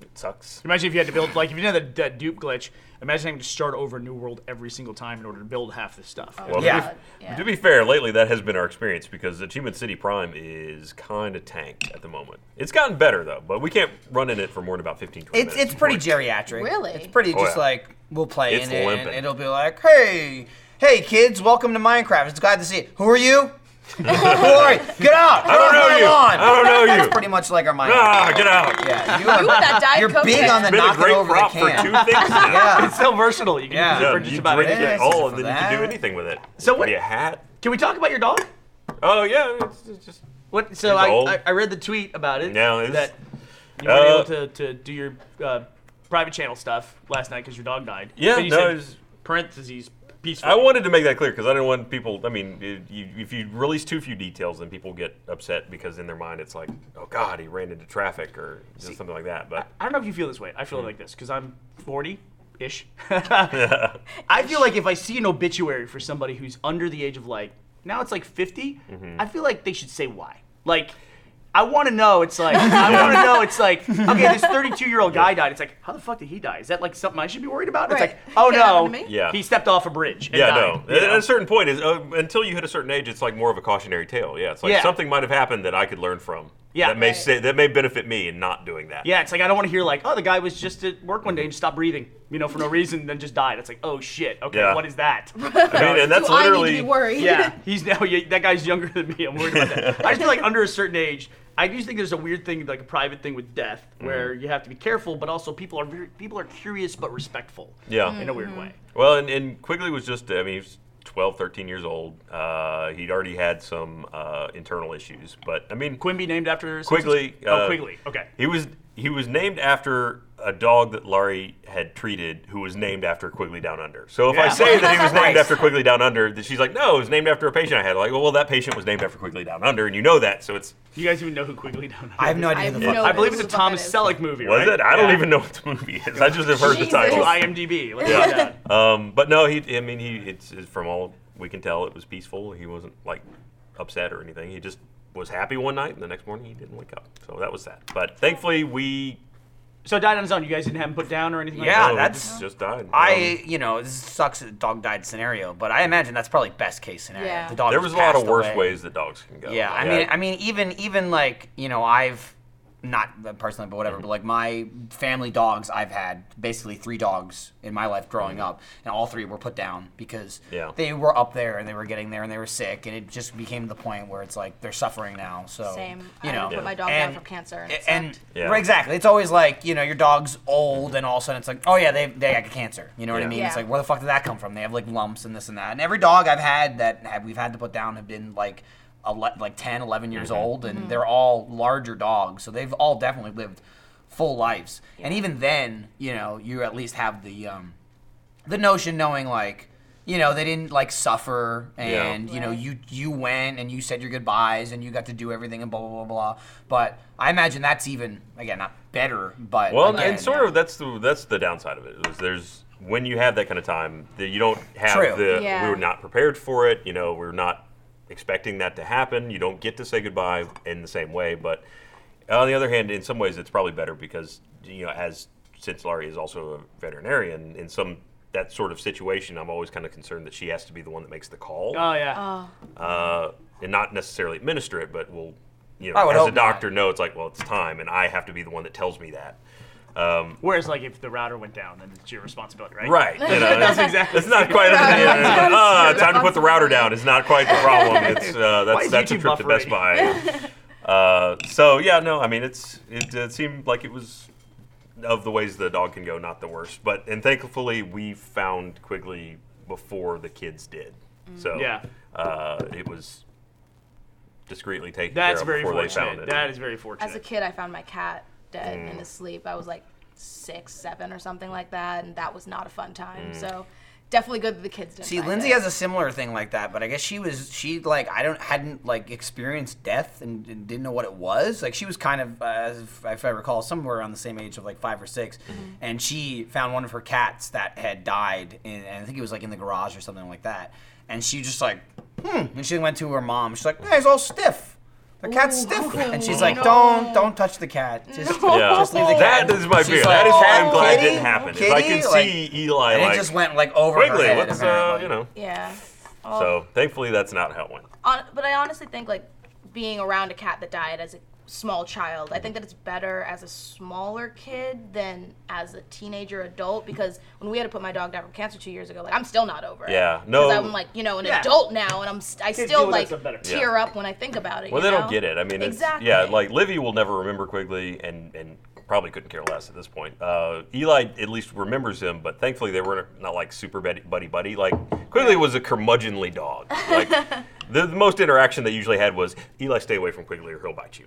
Speaker 3: It sucks.
Speaker 1: Imagine if you had to build like if you didn't have that, that dupe glitch. Imagine having to start over a new world every single time in order to build half this stuff.
Speaker 3: Well,
Speaker 2: Yeah.
Speaker 3: To be,
Speaker 4: Yeah.
Speaker 3: to be fair, lately that has been our experience because Achievement City Prime is kind of tanked at the moment. It's gotten better though, but we can't run in it for more than about 15 20
Speaker 2: It's
Speaker 3: minutes.
Speaker 2: it's pretty
Speaker 3: before
Speaker 2: geriatric.
Speaker 4: Really?
Speaker 2: It's pretty
Speaker 3: Oh,
Speaker 2: just
Speaker 3: yeah.
Speaker 2: like we'll play
Speaker 3: It's
Speaker 2: in it and
Speaker 3: limping.
Speaker 2: it'll be like, hey, hey kids, welcome to Minecraft. It's glad to see you. Who are you? Who are you? Get out!
Speaker 3: I don't know you.
Speaker 2: Lawn.
Speaker 3: I don't know
Speaker 2: That's
Speaker 3: you.
Speaker 2: pretty much like our Minecraft.
Speaker 3: Ah, get out!
Speaker 2: Yeah, you
Speaker 4: Ooh,
Speaker 2: are,
Speaker 4: that diet
Speaker 2: you're
Speaker 4: Coke
Speaker 2: big
Speaker 4: can.
Speaker 2: on the
Speaker 3: Been a
Speaker 2: knock it
Speaker 3: great
Speaker 2: over the
Speaker 3: prop for two
Speaker 2: can.
Speaker 3: things now.
Speaker 1: It's
Speaker 2: Yeah.
Speaker 1: so versatile. You can
Speaker 2: Yeah.
Speaker 1: use it
Speaker 3: Yeah,
Speaker 1: for
Speaker 3: you
Speaker 1: just about
Speaker 3: drink
Speaker 1: anything.
Speaker 2: Yeah.
Speaker 3: it
Speaker 2: anything.
Speaker 3: all, and
Speaker 2: For
Speaker 3: then you can do
Speaker 2: that.
Speaker 3: anything with it.
Speaker 1: So
Speaker 3: It could
Speaker 1: what-
Speaker 3: Be a hat.
Speaker 1: Can we talk about your dog?
Speaker 3: Oh yeah, it's, it's just
Speaker 1: What? So
Speaker 3: He's
Speaker 1: I,
Speaker 3: old.
Speaker 1: I, I read the tweet about it.
Speaker 3: Yeah, it's-
Speaker 1: that you weren't
Speaker 3: Uh,
Speaker 1: able to, to do your uh, private channel stuff last night because your dog died.
Speaker 3: Yeah,
Speaker 1: But you
Speaker 3: no,
Speaker 1: said
Speaker 3: it was-
Speaker 1: parentheses peaceful.
Speaker 3: I wanted to make that clear because I didn't want people. I mean, i- you, if you release too few details, then people get upset because in their mind it's like, oh God, he ran into traffic or just something like that. But
Speaker 1: I don't know if you feel this way. I
Speaker 3: Hmm.
Speaker 1: feel like this because I'm 40 ish. I feel like if I see an obituary for somebody who's under the age of like, now it's like 50,
Speaker 3: Mm-hmm.
Speaker 1: I feel like they should say why. Like, I want to know. It's like, I want to know. It's like, okay, this 32 year old guy died. It's like, how the fuck did he die? Is that like something I should be worried about? It's
Speaker 4: Right.
Speaker 1: like, oh
Speaker 4: Could happen
Speaker 1: no.
Speaker 4: to me.
Speaker 3: Yeah.
Speaker 1: He stepped off a bridge. And
Speaker 3: yeah,
Speaker 1: died,
Speaker 3: no.
Speaker 1: you
Speaker 3: At, at
Speaker 1: know?
Speaker 3: a certain point, is uh, until you hit a certain age, it's like more of a cautionary tale. Yeah, it's like
Speaker 1: Yeah.
Speaker 3: something might have happened that I could learn from.
Speaker 1: Yeah.
Speaker 3: that may
Speaker 4: Right.
Speaker 3: say, that may benefit me in not doing that.
Speaker 1: Yeah, it's like I don't want to hear like, oh, the guy was just at work one day and just stopped breathing, you know, for no reason, then just died. It's like, oh shit, okay,
Speaker 3: Yeah.
Speaker 1: what is that?
Speaker 3: I mean, and that's
Speaker 4: Do I need
Speaker 3: literally
Speaker 4: to be worried?
Speaker 1: Yeah, he's now yeah, that guy's younger than me. I'm worried about that. I just feel like under a certain age, I do think there's a weird thing, like a private thing with death,
Speaker 3: Mm-hmm.
Speaker 1: where you have to be careful, but also people are very, people are curious but respectful.
Speaker 3: Yeah.
Speaker 1: in a weird way.
Speaker 3: Well, and, and Quigley was just, I mean, he was 12, 13 years old. Uh, he'd already had some uh, internal issues. But, I mean,
Speaker 1: Quimby named after his
Speaker 3: Quigley.
Speaker 1: Oh,
Speaker 3: uh,
Speaker 1: Quigley. Okay.
Speaker 3: He was he was named after a dog that Laurie had treated, who was named after Quigley Down Under. So if I
Speaker 1: Yeah.
Speaker 3: say that he was named
Speaker 2: Nice.
Speaker 3: after Quigley Down Under, that she's like, no, it was named after a patient I had. Like, well, well, that patient was named after Quigley Down Under, and you know that, so it's
Speaker 1: You guys even know who Quigley down under
Speaker 2: I have no
Speaker 1: is?
Speaker 2: idea who
Speaker 4: have
Speaker 2: the fuck.
Speaker 4: no
Speaker 1: I believe it's a
Speaker 4: Who the fuck
Speaker 1: Thomas
Speaker 4: that
Speaker 1: Selleck movie.
Speaker 3: was
Speaker 1: right?
Speaker 3: it? I don't
Speaker 1: Yeah.
Speaker 3: even know what the movie is. I just have heard the
Speaker 4: Jesus.
Speaker 1: To
Speaker 3: title.
Speaker 1: IMDb. Let's
Speaker 3: Yeah.
Speaker 1: find out.
Speaker 3: Um, but no, he. I mean, he. It's, it's from all we can tell, it was peaceful. He wasn't like upset or anything. He just was happy one night, and the next morning he didn't wake up. So that was that. But thankfully, we.
Speaker 1: So died on his own. You guys didn't have him put down or anything. like
Speaker 2: Yeah,
Speaker 1: that?
Speaker 3: oh, we
Speaker 2: Ah, that's-
Speaker 3: just, just died. Um,
Speaker 2: I you know this sucks. that the Dog died scenario, but I imagine that's probably best case scenario.
Speaker 4: Yeah.
Speaker 2: The dog
Speaker 3: there was
Speaker 2: just
Speaker 3: a lot of
Speaker 2: passed
Speaker 3: worse
Speaker 2: away.
Speaker 3: ways that dogs can go.
Speaker 2: Yeah, I mean, I mean, even even like you know, I've not personally, but
Speaker 3: Mm-hmm.
Speaker 2: whatever. But like my family dogs, I've had basically three dogs in my life growing up, and all three were put down because
Speaker 3: Mm-hmm. Yeah.
Speaker 2: they were up there and they were getting there and they were sick, and it just became the point where it's like they're suffering now. So
Speaker 4: Same.
Speaker 2: you
Speaker 4: I
Speaker 2: know,
Speaker 4: put my dog down for cancer and it
Speaker 2: and
Speaker 4: sucked.
Speaker 3: Yeah.
Speaker 2: right, exactly, it's always like you know your dog's old, and all of a sudden it's like, oh yeah, they they got cancer. You know what
Speaker 3: Yeah.
Speaker 2: I mean? It's
Speaker 4: Yeah.
Speaker 2: like where the fuck did that come from? They have like lumps and this and that. And every dog I've had that have, we've had to put down have been like. Ele- like 10 11 years
Speaker 3: Mm-hmm.
Speaker 2: old and they're all larger dogs so they've all definitely lived full lives and even then you know you at least have the um the notion knowing like you know they didn't like suffer
Speaker 3: Yeah.
Speaker 2: and you know
Speaker 4: Right.
Speaker 2: you you went and you said your goodbyes and you got to do everything and blah blah blah blah but i imagine that's even again not better but
Speaker 3: Well,
Speaker 2: again,
Speaker 3: and sort of that's the that's the downside of it. Is there's when you have that kind of time that you don't have
Speaker 2: True.
Speaker 3: the
Speaker 4: Yeah.
Speaker 3: we were not prepared for it. You know, we are not expecting that to happen. You don't get to say goodbye in the same way. But on the other hand, in some ways, it's probably better because you know, as since Laurie is also a veterinarian, in some that sort of situation, I'm always kind of concerned that she has to be the one that makes the call
Speaker 1: Oh yeah.
Speaker 3: uh, and not necessarily administer it, but will, you know,
Speaker 2: I would
Speaker 3: as a
Speaker 2: hope not.
Speaker 3: doctor know it's like, well, it's time, and I have to be the one that tells me that. Um,
Speaker 1: Whereas, like, if the router went down, then it's your responsibility, right?
Speaker 3: right. You know, that's
Speaker 1: exactly-
Speaker 3: It's not quite.
Speaker 4: Yeah,
Speaker 3: yeah,
Speaker 4: that's
Speaker 3: yeah, uh,
Speaker 4: not-
Speaker 3: time to put the router down. It's not quite the problem. It's uh,
Speaker 1: Why
Speaker 3: that's
Speaker 1: is
Speaker 3: that's a
Speaker 1: YouTube
Speaker 3: trip to Best Buy. Uh, so yeah, no, I mean it's it, it seemed like it was of the ways the dog can go, not the worst. But and thankfully we found Quigley before the kids did. So
Speaker 1: Yeah.
Speaker 3: uh, it was discreetly taken
Speaker 1: That's
Speaker 3: care of
Speaker 1: very
Speaker 3: before they found
Speaker 1: fortunate.
Speaker 3: it.
Speaker 1: That is very fortunate.
Speaker 4: As a kid, I found my cat dead
Speaker 1: Mm.
Speaker 4: in his sleep. I was like six, seven, or something like that, and that was not a fun time.
Speaker 1: Mm.
Speaker 4: So definitely good that the kids didn't.
Speaker 2: See,
Speaker 4: find
Speaker 2: Lindsay
Speaker 4: it.
Speaker 2: has a similar thing like that, but I guess she was she like I don't hadn't like experienced death and, and didn't know what it was. Like she was kind of, uh, as if, if I recall, somewhere around the same age of like five or 6 and she found one of her cats that had died, in, and I think it was like in the garage or something like that. And she just like, hmm, and she went to her mom. She's like, yeah, he's all stiff. The cat's stiff, and she's like, "Don't, don't touch the cat. Just,
Speaker 3: Yeah.
Speaker 2: just leave the cat."
Speaker 3: that is my fear.
Speaker 2: She's like,
Speaker 3: that is
Speaker 2: "Oh,
Speaker 3: why I'm glad it
Speaker 2: kitty,
Speaker 3: didn't happen. if I
Speaker 2: kitty,"
Speaker 3: can
Speaker 2: like-
Speaker 3: see Eli
Speaker 2: And
Speaker 3: like
Speaker 2: it just went like over
Speaker 3: Quigley,
Speaker 2: her head.
Speaker 3: what's uh,
Speaker 2: apparently.
Speaker 3: you know.
Speaker 4: Yeah.
Speaker 3: So thankfully that's not how it went.
Speaker 4: on, but I honestly think like being around a cat that died as a small child, I think that it's better as a smaller kid than as a teenager adult because when we had to put my dog down from cancer two years ago, like I'm still not over it.
Speaker 3: Yeah,
Speaker 4: 'Cause
Speaker 3: no.
Speaker 4: I'm like you know an
Speaker 1: Yeah.
Speaker 4: adult now, and I'm st- I still
Speaker 1: deal with that
Speaker 4: like
Speaker 1: stuff better.
Speaker 4: tear
Speaker 3: Yeah.
Speaker 4: up when I think about it.
Speaker 3: Well,
Speaker 4: you
Speaker 3: they
Speaker 4: know?
Speaker 3: don't get it. I mean, it's,
Speaker 4: exactly.
Speaker 3: yeah, like Livy will never remember Quigley, and and probably couldn't care less at this point. Uh, Eli at least remembers him, but thankfully they were not like super buddy buddy. buddy. Like Quigley was a curmudgeonly dog. Like the, the most interaction they usually had was Eli, stay away from Quigley or he'll bite you.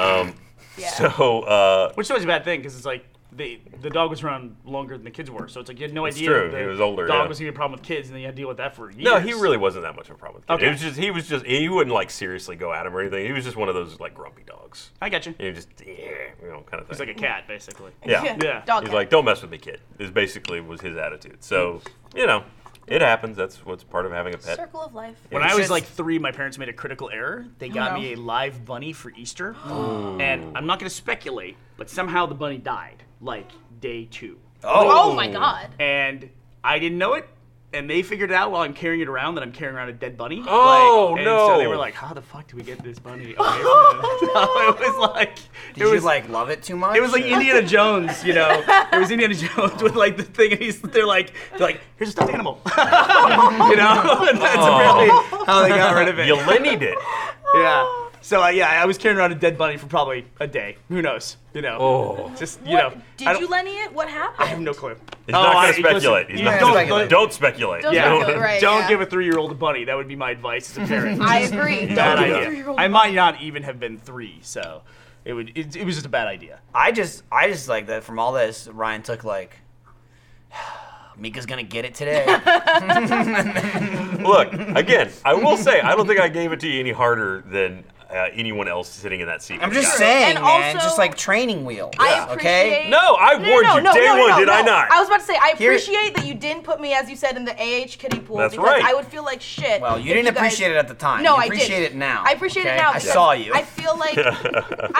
Speaker 3: Um,
Speaker 4: Yeah.
Speaker 3: So uh,
Speaker 1: Which is always a bad thing because it's like they, the dog was around longer than the kids were, so it's like you had no
Speaker 3: It's
Speaker 1: idea.
Speaker 3: true.
Speaker 1: The
Speaker 3: He was older,
Speaker 1: Dog
Speaker 3: yeah.
Speaker 1: was gonna be a problem with kids, and then you had to deal with that for years.
Speaker 3: no, he really wasn't that much of a problem. With okay.
Speaker 1: Okay.
Speaker 3: It was just he was just he wouldn't like seriously go at him or anything. He was just one of those like grumpy dogs.
Speaker 1: I got you.
Speaker 3: He was just yeah, you know, kind of thing.
Speaker 1: He's like a cat, basically.
Speaker 3: yeah.
Speaker 1: Yeah.
Speaker 4: Dog
Speaker 3: He's
Speaker 4: cat.
Speaker 3: like, "Don't mess with me, kid." Is basically was his attitude. So you know, it happens. That's what's part of having a pet.
Speaker 4: circle of life.
Speaker 1: When
Speaker 3: It's
Speaker 1: I was
Speaker 3: just-
Speaker 1: like three, my parents made a critical error. They got
Speaker 4: no.
Speaker 1: me a live bunny for Easter, and I'm not gonna speculate, but somehow the bunny died, like day two,
Speaker 4: Oh, my god.
Speaker 1: and I didn't know it. And they figured it out while I'm carrying it around that I'm carrying around a dead bunny.
Speaker 3: Oh,
Speaker 1: like, and So they
Speaker 3: no.
Speaker 1: were like, "How the fuck do we get this bunny?" Away from us?" so it was like,
Speaker 2: Did
Speaker 1: it
Speaker 2: you
Speaker 1: was
Speaker 2: like love it too much?
Speaker 1: It was like
Speaker 2: or-
Speaker 1: Indiana Jones, you know. It was Indiana Jones with like the thing, and he's they're like, they're like, here's a stuffed animal, you know. And that's really how they got rid of it.
Speaker 3: You Lenny'd it.
Speaker 1: Yeah. So uh, yeah, I was carrying around a dead bunny for probably a day. Who knows? You know.
Speaker 3: Oh.
Speaker 1: Just you
Speaker 4: What
Speaker 1: know. I
Speaker 4: did
Speaker 1: don't-
Speaker 4: you Lenny it? What happened?
Speaker 1: I have no clue. Oh,
Speaker 3: He's not
Speaker 1: I-
Speaker 3: going to
Speaker 1: listen,
Speaker 3: speculate. He's
Speaker 1: you
Speaker 3: not
Speaker 1: don't-
Speaker 3: going
Speaker 1: don't-
Speaker 3: to don't speculate.
Speaker 4: Don't
Speaker 1: Yeah.
Speaker 4: speculate, right?
Speaker 1: Don't
Speaker 4: yeah.
Speaker 1: give a three-year-old a bunny. That would be my advice as a parent.
Speaker 4: I agree.
Speaker 3: Yeah.
Speaker 1: bad
Speaker 3: Yeah.
Speaker 4: Don't give a
Speaker 1: idea.
Speaker 4: three-year-old.
Speaker 1: I might not even have been three, so it would. It, it was just a bad idea.
Speaker 2: I just, I just like that from all this. Ryan took like, Mika's gonna get it today.
Speaker 3: Look again. I will say, I don't think I gave it to you any harder than uh, anyone else sitting in that seat.
Speaker 2: I'm
Speaker 3: with
Speaker 2: just
Speaker 3: you.
Speaker 2: saying,
Speaker 4: And
Speaker 2: man,
Speaker 4: also-
Speaker 2: just like training wheels.
Speaker 4: I appreciate.
Speaker 2: Okay.
Speaker 3: No, I warned you. Day one, did I not?
Speaker 4: I was about to say I
Speaker 2: Here-
Speaker 4: appreciate that you didn't put me, as you said, in the AH kiddie pool
Speaker 3: That's
Speaker 4: because
Speaker 3: right.
Speaker 4: I would feel like shit.
Speaker 2: Well, you
Speaker 4: if
Speaker 2: didn't
Speaker 4: guys-
Speaker 2: appreciate it at the time.
Speaker 4: No,
Speaker 2: you
Speaker 4: I
Speaker 2: appreciate
Speaker 4: did.
Speaker 2: it now.
Speaker 4: I appreciate
Speaker 2: okay?
Speaker 4: it now.
Speaker 2: I
Speaker 4: because
Speaker 2: saw you.
Speaker 4: I feel like I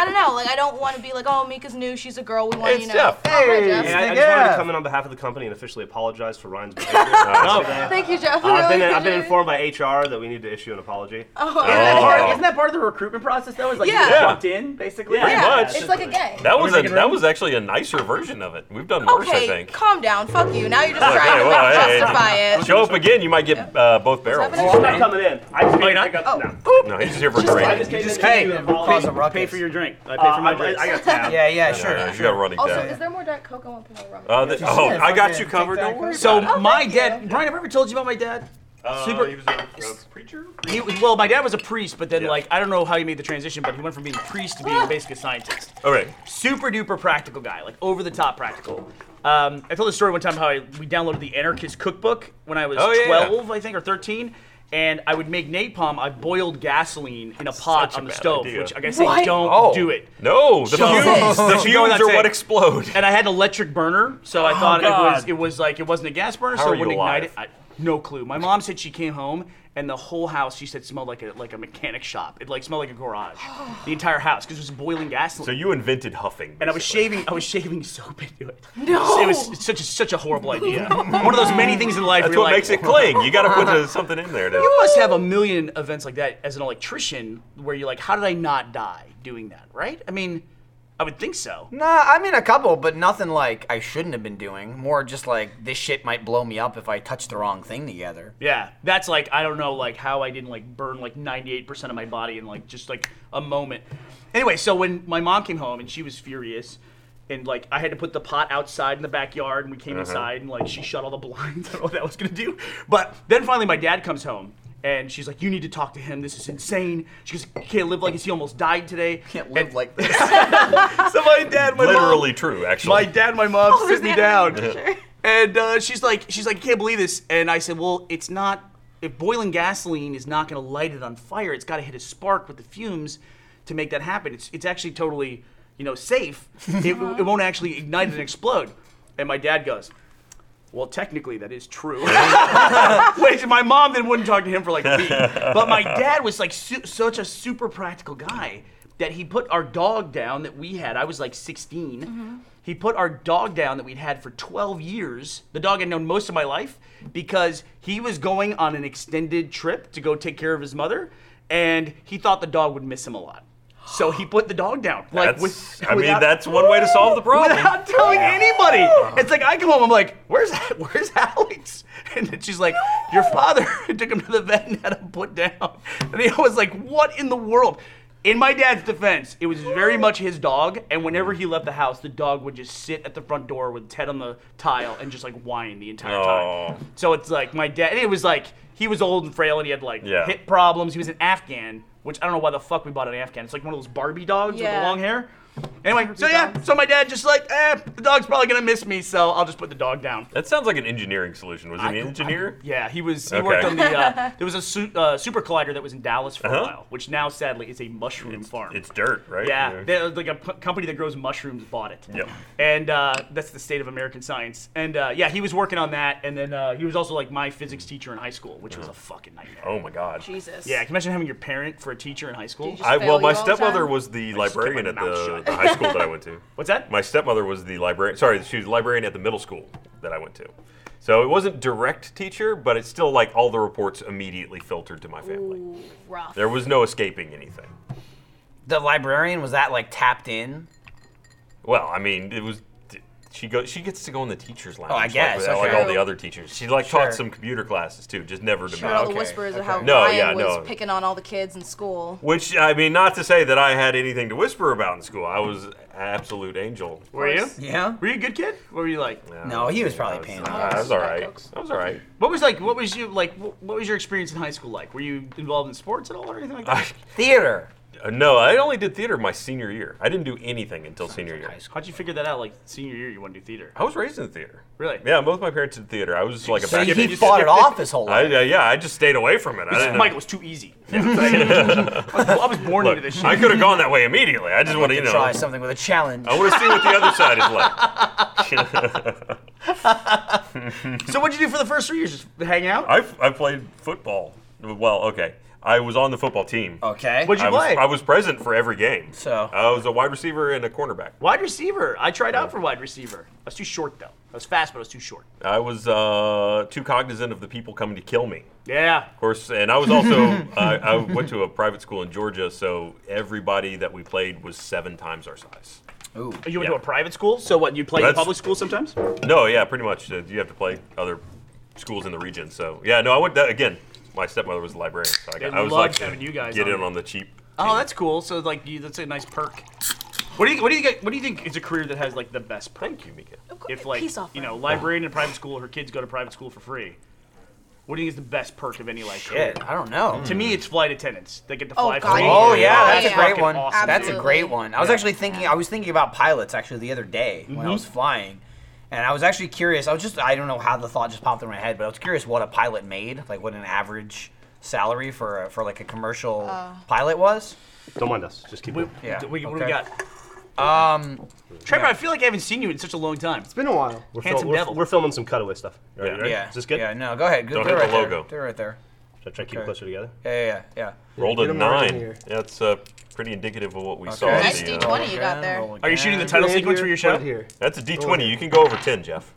Speaker 4: don't know. Like I don't want to be like, oh, Mika's new. She's a girl. We want
Speaker 3: It's
Speaker 4: you know.
Speaker 3: Jeff.
Speaker 4: Oh, hi,
Speaker 2: Hey.
Speaker 4: Jeff.
Speaker 6: And I, I just wanted to come in on behalf of the company and officially apologize for Ryan's behavior.
Speaker 3: Oh.
Speaker 4: Thank you, Jeff. We
Speaker 6: I've,
Speaker 4: really
Speaker 6: been, I've been
Speaker 4: appreciate it.
Speaker 6: informed by HR that we need to issue an apology.
Speaker 4: Oh,
Speaker 1: Isn't that,
Speaker 3: Oh.
Speaker 1: part, isn't that part of the recruitment process though? Is like
Speaker 4: Yeah.
Speaker 1: you just walked in basically.
Speaker 6: Pretty
Speaker 4: yeah,
Speaker 3: much.
Speaker 4: it's like a gay.
Speaker 3: That was a,
Speaker 1: Let me make it
Speaker 3: that
Speaker 1: right.
Speaker 3: was actually a nicer version of it. We've done worse, I
Speaker 4: Okay,
Speaker 3: think.
Speaker 4: calm down. Fuck you. Now you're just
Speaker 3: Okay,
Speaker 4: trying to
Speaker 3: well,
Speaker 4: like,
Speaker 3: hey,
Speaker 4: justify it.
Speaker 3: Show up again, you might get uh, both barrels.
Speaker 4: happening?
Speaker 6: I'm not coming in. I just
Speaker 1: you're
Speaker 6: need to
Speaker 1: not?
Speaker 6: pick up.
Speaker 4: Oh.
Speaker 6: No.
Speaker 3: No, he's just here for
Speaker 6: Just I
Speaker 3: drink.
Speaker 6: just came in to
Speaker 2: Hey,
Speaker 6: issue an
Speaker 2: we'll cause
Speaker 6: apology.
Speaker 2: a ruckus.
Speaker 1: Pay for your drink. I pay
Speaker 6: Uh,
Speaker 1: for my
Speaker 6: I,
Speaker 1: drink.
Speaker 6: I, I got tab.
Speaker 2: Yeah, yeah, sure.
Speaker 3: Yeah, you
Speaker 2: sure.
Speaker 3: gotta run it
Speaker 4: Also,
Speaker 3: down.
Speaker 4: is there more Diet Coke? I want Pinot Rum.
Speaker 3: Uh, th-
Speaker 2: Yeah,
Speaker 3: oh, I got
Speaker 2: fucking
Speaker 3: you covered. Don't worry.
Speaker 1: So
Speaker 6: Uh,
Speaker 3: about
Speaker 1: my
Speaker 4: thank
Speaker 1: dad,
Speaker 4: you.
Speaker 1: Brian, have I ever told you about my dad?
Speaker 3: it. Uh,
Speaker 1: super-
Speaker 3: he was a, a preacher.
Speaker 1: He was, well, my dad was a priest, but then
Speaker 3: Yeah.
Speaker 1: like I don't know how he made the transition, but he went from being priest to being basically a scientist.
Speaker 3: Okay.
Speaker 1: Super duper practical guy, like over the top practical. Um, I told this story one time how I, we downloaded the Anarchist Cookbook when I was
Speaker 3: Oh, yeah, yeah.
Speaker 1: 12, I think, or 13. And I would make napalm. I boiled gasoline in a pot
Speaker 3: Such a
Speaker 1: on the
Speaker 3: bad
Speaker 1: stove,
Speaker 3: idea. Oh.
Speaker 1: which like I say, don't do it.
Speaker 3: No, the
Speaker 1: Show it. Don't you
Speaker 3: fumes, the
Speaker 1: go
Speaker 3: fumes
Speaker 1: without
Speaker 3: are
Speaker 1: saying.
Speaker 3: what explode.
Speaker 1: and I had an electric burner, so I thought it was
Speaker 3: Oh, God.
Speaker 1: it was like it wasn't a gas burner,
Speaker 3: How
Speaker 1: so
Speaker 3: are
Speaker 1: it wouldn't
Speaker 3: you
Speaker 1: ignite it.
Speaker 3: alive?
Speaker 1: I, no clue. My mom said she came home and the whole house, she said, smelled like a like a mechanic shop. It like smelled like a garage, the entire house, because it was boiling gasoline.
Speaker 3: So you invented huffing.
Speaker 1: and I was
Speaker 3: basically.
Speaker 1: shaving, I was shaving soap into it.
Speaker 4: No!
Speaker 1: it was such a, such a horrible idea. One of those many things in life.
Speaker 3: That's
Speaker 1: where you're
Speaker 3: what
Speaker 1: like,
Speaker 3: makes it cling. You gotta put uh, something in there.
Speaker 1: You
Speaker 3: To,
Speaker 1: must have a million events like that as an electrician, where you're like, how did I not die doing that? Right? I mean, I would think so.
Speaker 2: Nah, I mean a couple, but nothing like I shouldn't have been doing. More just like this shit might blow me up if I touch the wrong thing together.
Speaker 1: Yeah, that's like I don't know like how I didn't like burn like 98% of my body in like just like a moment. Anyway, so when my mom came home and she was furious and like I had to put the pot outside in the backyard and we came inside and like she shut all the blinds. I don't know what that was going to do. But then finally my dad comes home and she's like you need to talk to him. This is insane. She goes, "You can't live like this. He almost died today."
Speaker 2: Can't live like this.
Speaker 1: So my dad, my mom-
Speaker 3: Literally true, actually.
Speaker 1: my dad and my mom
Speaker 4: Oh,
Speaker 1: sit
Speaker 4: there's
Speaker 1: me
Speaker 4: the
Speaker 1: down,
Speaker 4: animated picture.
Speaker 1: and uh, she's like, she's like, I can't believe this. And I said, well, it's not. If boiling gasoline is not going to light it on fire, it's got to hit a spark with the fumes to make that happen. It's it's actually totally, you know, safe. it, it won't actually ignite and explode. And my dad goes. Well, technically, that is true. Which my mom then wouldn't talk to him for like a week. But my dad was like su- such a super practical guy that he put our dog down that we had. I was like 16.
Speaker 3: Mm-hmm.
Speaker 1: He put our dog down that we'd had for 12 years. The dog I'd known most of my life because he was going on an extended trip to go take care of his mother, and he thought the dog would miss him a lot. So he put the dog down. Like
Speaker 3: That's-
Speaker 1: with,
Speaker 3: I mean,
Speaker 1: without-
Speaker 3: that's one way to solve the problem.
Speaker 1: Without telling anybody. It's like I come home, I'm like, where's where's Alex? And then she's like, your father took him to the vet and had him put down. And I was like, what in the world? In my dad's defense, it was very much his dog, and whenever he left the house, the dog would just sit at the front door with its head on the tile and just like whine the entire
Speaker 3: Aw.
Speaker 1: time. So it's like my dad. and It was like he was old and frail, and he had like
Speaker 3: Yeah.
Speaker 1: hip problems. He was an Afghan, which I don't know why the fuck we bought an Afghan. It's like one of those Barbie dogs with
Speaker 4: Yeah.
Speaker 1: the long hair. Anyway, so yeah, so my dad just like, eh, the dog's probably gonna miss me, so I'll just put the dog down.
Speaker 3: That sounds like an engineering solution. Was he an engineer?
Speaker 1: Yeah, he was. He
Speaker 3: Okay.
Speaker 1: worked on the. Uh, there was a su- uh, super collider that was in Dallas for a
Speaker 3: Uh-huh.
Speaker 1: while, which now sadly is a mushroom farm.
Speaker 3: It's dirt, right?
Speaker 1: Yeah, they- like a p- company that grows mushrooms bought it.
Speaker 3: Yep.
Speaker 1: And uh, that's the state of American science. And uh, yeah, he was working on that, and then uh, he was also like my physics teacher in high school, which was a fucking nightmare.
Speaker 3: Oh my God.
Speaker 4: Jesus.
Speaker 1: Yeah, can you imagine having your parent for a teacher in high school?
Speaker 4: Did you-
Speaker 3: I,
Speaker 4: fail
Speaker 3: well, my
Speaker 4: you all the
Speaker 3: stepmother
Speaker 4: time?
Speaker 3: was the
Speaker 1: just kept my
Speaker 3: librarian at
Speaker 1: mouth
Speaker 3: the,
Speaker 1: shut.
Speaker 3: the high school that I went to.
Speaker 1: What's that?
Speaker 3: My stepmother was the librarian. Sorry, she was the librarian at the middle school that I went to. So it wasn't direct teacher, but it's still like all the reports immediately filtered to my family.
Speaker 4: Ooh, rough.
Speaker 3: There was no escaping anything.
Speaker 2: the librarian was that like tapped in?
Speaker 3: Well, I mean, it was. She go. She gets to go in the teachers' lounge.
Speaker 2: Oh, I
Speaker 3: like,
Speaker 2: guess,
Speaker 3: without, like,
Speaker 2: okay.
Speaker 3: all the other teachers. She like
Speaker 2: Sure.
Speaker 3: taught some computer classes too, just never to me.
Speaker 4: Heard all the
Speaker 2: Okay,
Speaker 4: whispers of
Speaker 2: okay.
Speaker 4: how
Speaker 3: No,
Speaker 4: Ryan
Speaker 3: yeah,
Speaker 4: was
Speaker 3: no.
Speaker 4: picking on all the kids in school.
Speaker 3: Which I mean, not to say that I had anything to whisper about in school. I was an absolute angel.
Speaker 1: Were you?
Speaker 2: Yeah.
Speaker 1: Were you a good kid? What were you like?
Speaker 2: No, he was
Speaker 3: I
Speaker 2: probably
Speaker 3: was,
Speaker 2: paying.
Speaker 3: I was all right. I was all right.
Speaker 1: What was like? What was you like? wh- What was your experience in high school like? Were you involved in sports at all or anything like that?
Speaker 2: Theater.
Speaker 3: Uh, No, I only did theater my senior year. I didn't do anything until senior year.
Speaker 1: How'd you figure that out? Like senior year, you want to do theater?
Speaker 3: I was raised in the theater.
Speaker 1: Really?
Speaker 3: Yeah, both my parents did theater. I was just like a
Speaker 2: So
Speaker 3: back
Speaker 2: he fought it off his whole
Speaker 3: I,
Speaker 2: life.
Speaker 3: uh, yeah, I just stayed away from it. I didn't know.
Speaker 1: Michael was too easy. I, was, I was born
Speaker 3: Look,
Speaker 1: into this shit.
Speaker 3: I could have gone that way immediately. I just want to, you know, Oh.
Speaker 2: Try something with a challenge.
Speaker 3: I want to see what the other side is like.
Speaker 1: so what'd you do for the first three years? Just hang out?
Speaker 3: I, I played football. Well, okay, I was on the football team.
Speaker 2: Okay.
Speaker 1: What'd you
Speaker 3: I was,
Speaker 1: play?
Speaker 3: I was present for every game.
Speaker 2: So-
Speaker 3: I was a wide receiver and a cornerback.
Speaker 1: wide receiver. I tried out for wide receiver. I was too short though. I was fast, but I was too short.
Speaker 3: I was uh, too cognizant of the people coming to kill me.
Speaker 1: Yeah.
Speaker 3: Of course, and I was also I, I went to a private school in Georgia, so everybody that we played was seven times our size.
Speaker 1: You went
Speaker 3: Yeah.
Speaker 1: to a private school, so what? You play in
Speaker 3: That's-
Speaker 1: public school sometimes?
Speaker 3: No, yeah, pretty much. Uh, you have to play other schools in the region. So yeah, no, I went that, again. My stepmother was a librarian, so I, got,
Speaker 1: They
Speaker 3: I was
Speaker 1: loved
Speaker 3: like
Speaker 1: having you guys
Speaker 3: get
Speaker 1: on
Speaker 3: in
Speaker 1: it.
Speaker 3: on the cheap.
Speaker 1: Oh, that's cool. So like, you, that's a nice perk. What do you what do you get, what do you think is a career that has like the best perk?
Speaker 3: Thank you, Mika.
Speaker 1: if like
Speaker 4: peace
Speaker 1: you
Speaker 4: offering.
Speaker 1: know librarian in private school her kids go to private school for free what do you think is the best perk of any like career?
Speaker 2: Shit, I don't know.
Speaker 1: to me it's flight attendants they get to
Speaker 4: Oh,
Speaker 1: fly
Speaker 4: God,
Speaker 1: free
Speaker 4: yeah.
Speaker 2: Oh yeah, that's
Speaker 4: yeah.
Speaker 2: a great
Speaker 1: Fucking
Speaker 2: one.
Speaker 1: awesome,
Speaker 2: That's a
Speaker 4: dude.
Speaker 2: great one. I was actually thinking. I was thinking about pilots actually the other day when I was flying, and I was actually curious. I was just I don't know how the thought just popped in my head, but I was curious what a pilot made, like what an average salary for a, for like a commercial
Speaker 4: Uh.
Speaker 2: pilot was.
Speaker 6: Don't mind us. Just keep
Speaker 1: we,
Speaker 6: it.
Speaker 2: Yeah,
Speaker 1: we, what do we
Speaker 2: okay.
Speaker 1: got
Speaker 2: Um,
Speaker 1: trevor i feel like i haven't seen you in such a long time
Speaker 6: It's been a while. We're,
Speaker 1: Handsome
Speaker 6: we're,
Speaker 1: devil.
Speaker 6: we're filming some cutaway stuff. All
Speaker 3: Yeah.
Speaker 6: you ready?
Speaker 2: yeah,
Speaker 6: Is this good?
Speaker 2: Yeah, no, go ahead. Go,
Speaker 3: Don't
Speaker 2: do it
Speaker 3: hit the
Speaker 2: right there.
Speaker 3: logo.
Speaker 2: Do it right there.
Speaker 6: Should I try to keep it
Speaker 2: Okay.
Speaker 6: closer together?
Speaker 2: Yeah, yeah, yeah.
Speaker 3: Rolled a
Speaker 6: Get 'em right in
Speaker 3: nine.
Speaker 6: here.
Speaker 3: That's uh, pretty indicative of what we saw.
Speaker 2: Okay.
Speaker 3: at
Speaker 4: Nice
Speaker 3: the, uh,
Speaker 4: D20 you got
Speaker 2: Again,
Speaker 4: there.
Speaker 2: roll
Speaker 1: are you
Speaker 2: again.
Speaker 1: shooting the title
Speaker 6: Right
Speaker 1: sequence
Speaker 6: here,
Speaker 1: for your show
Speaker 2: Oh,
Speaker 6: Right here.
Speaker 3: That's a D20. You can go over ten, Jeff.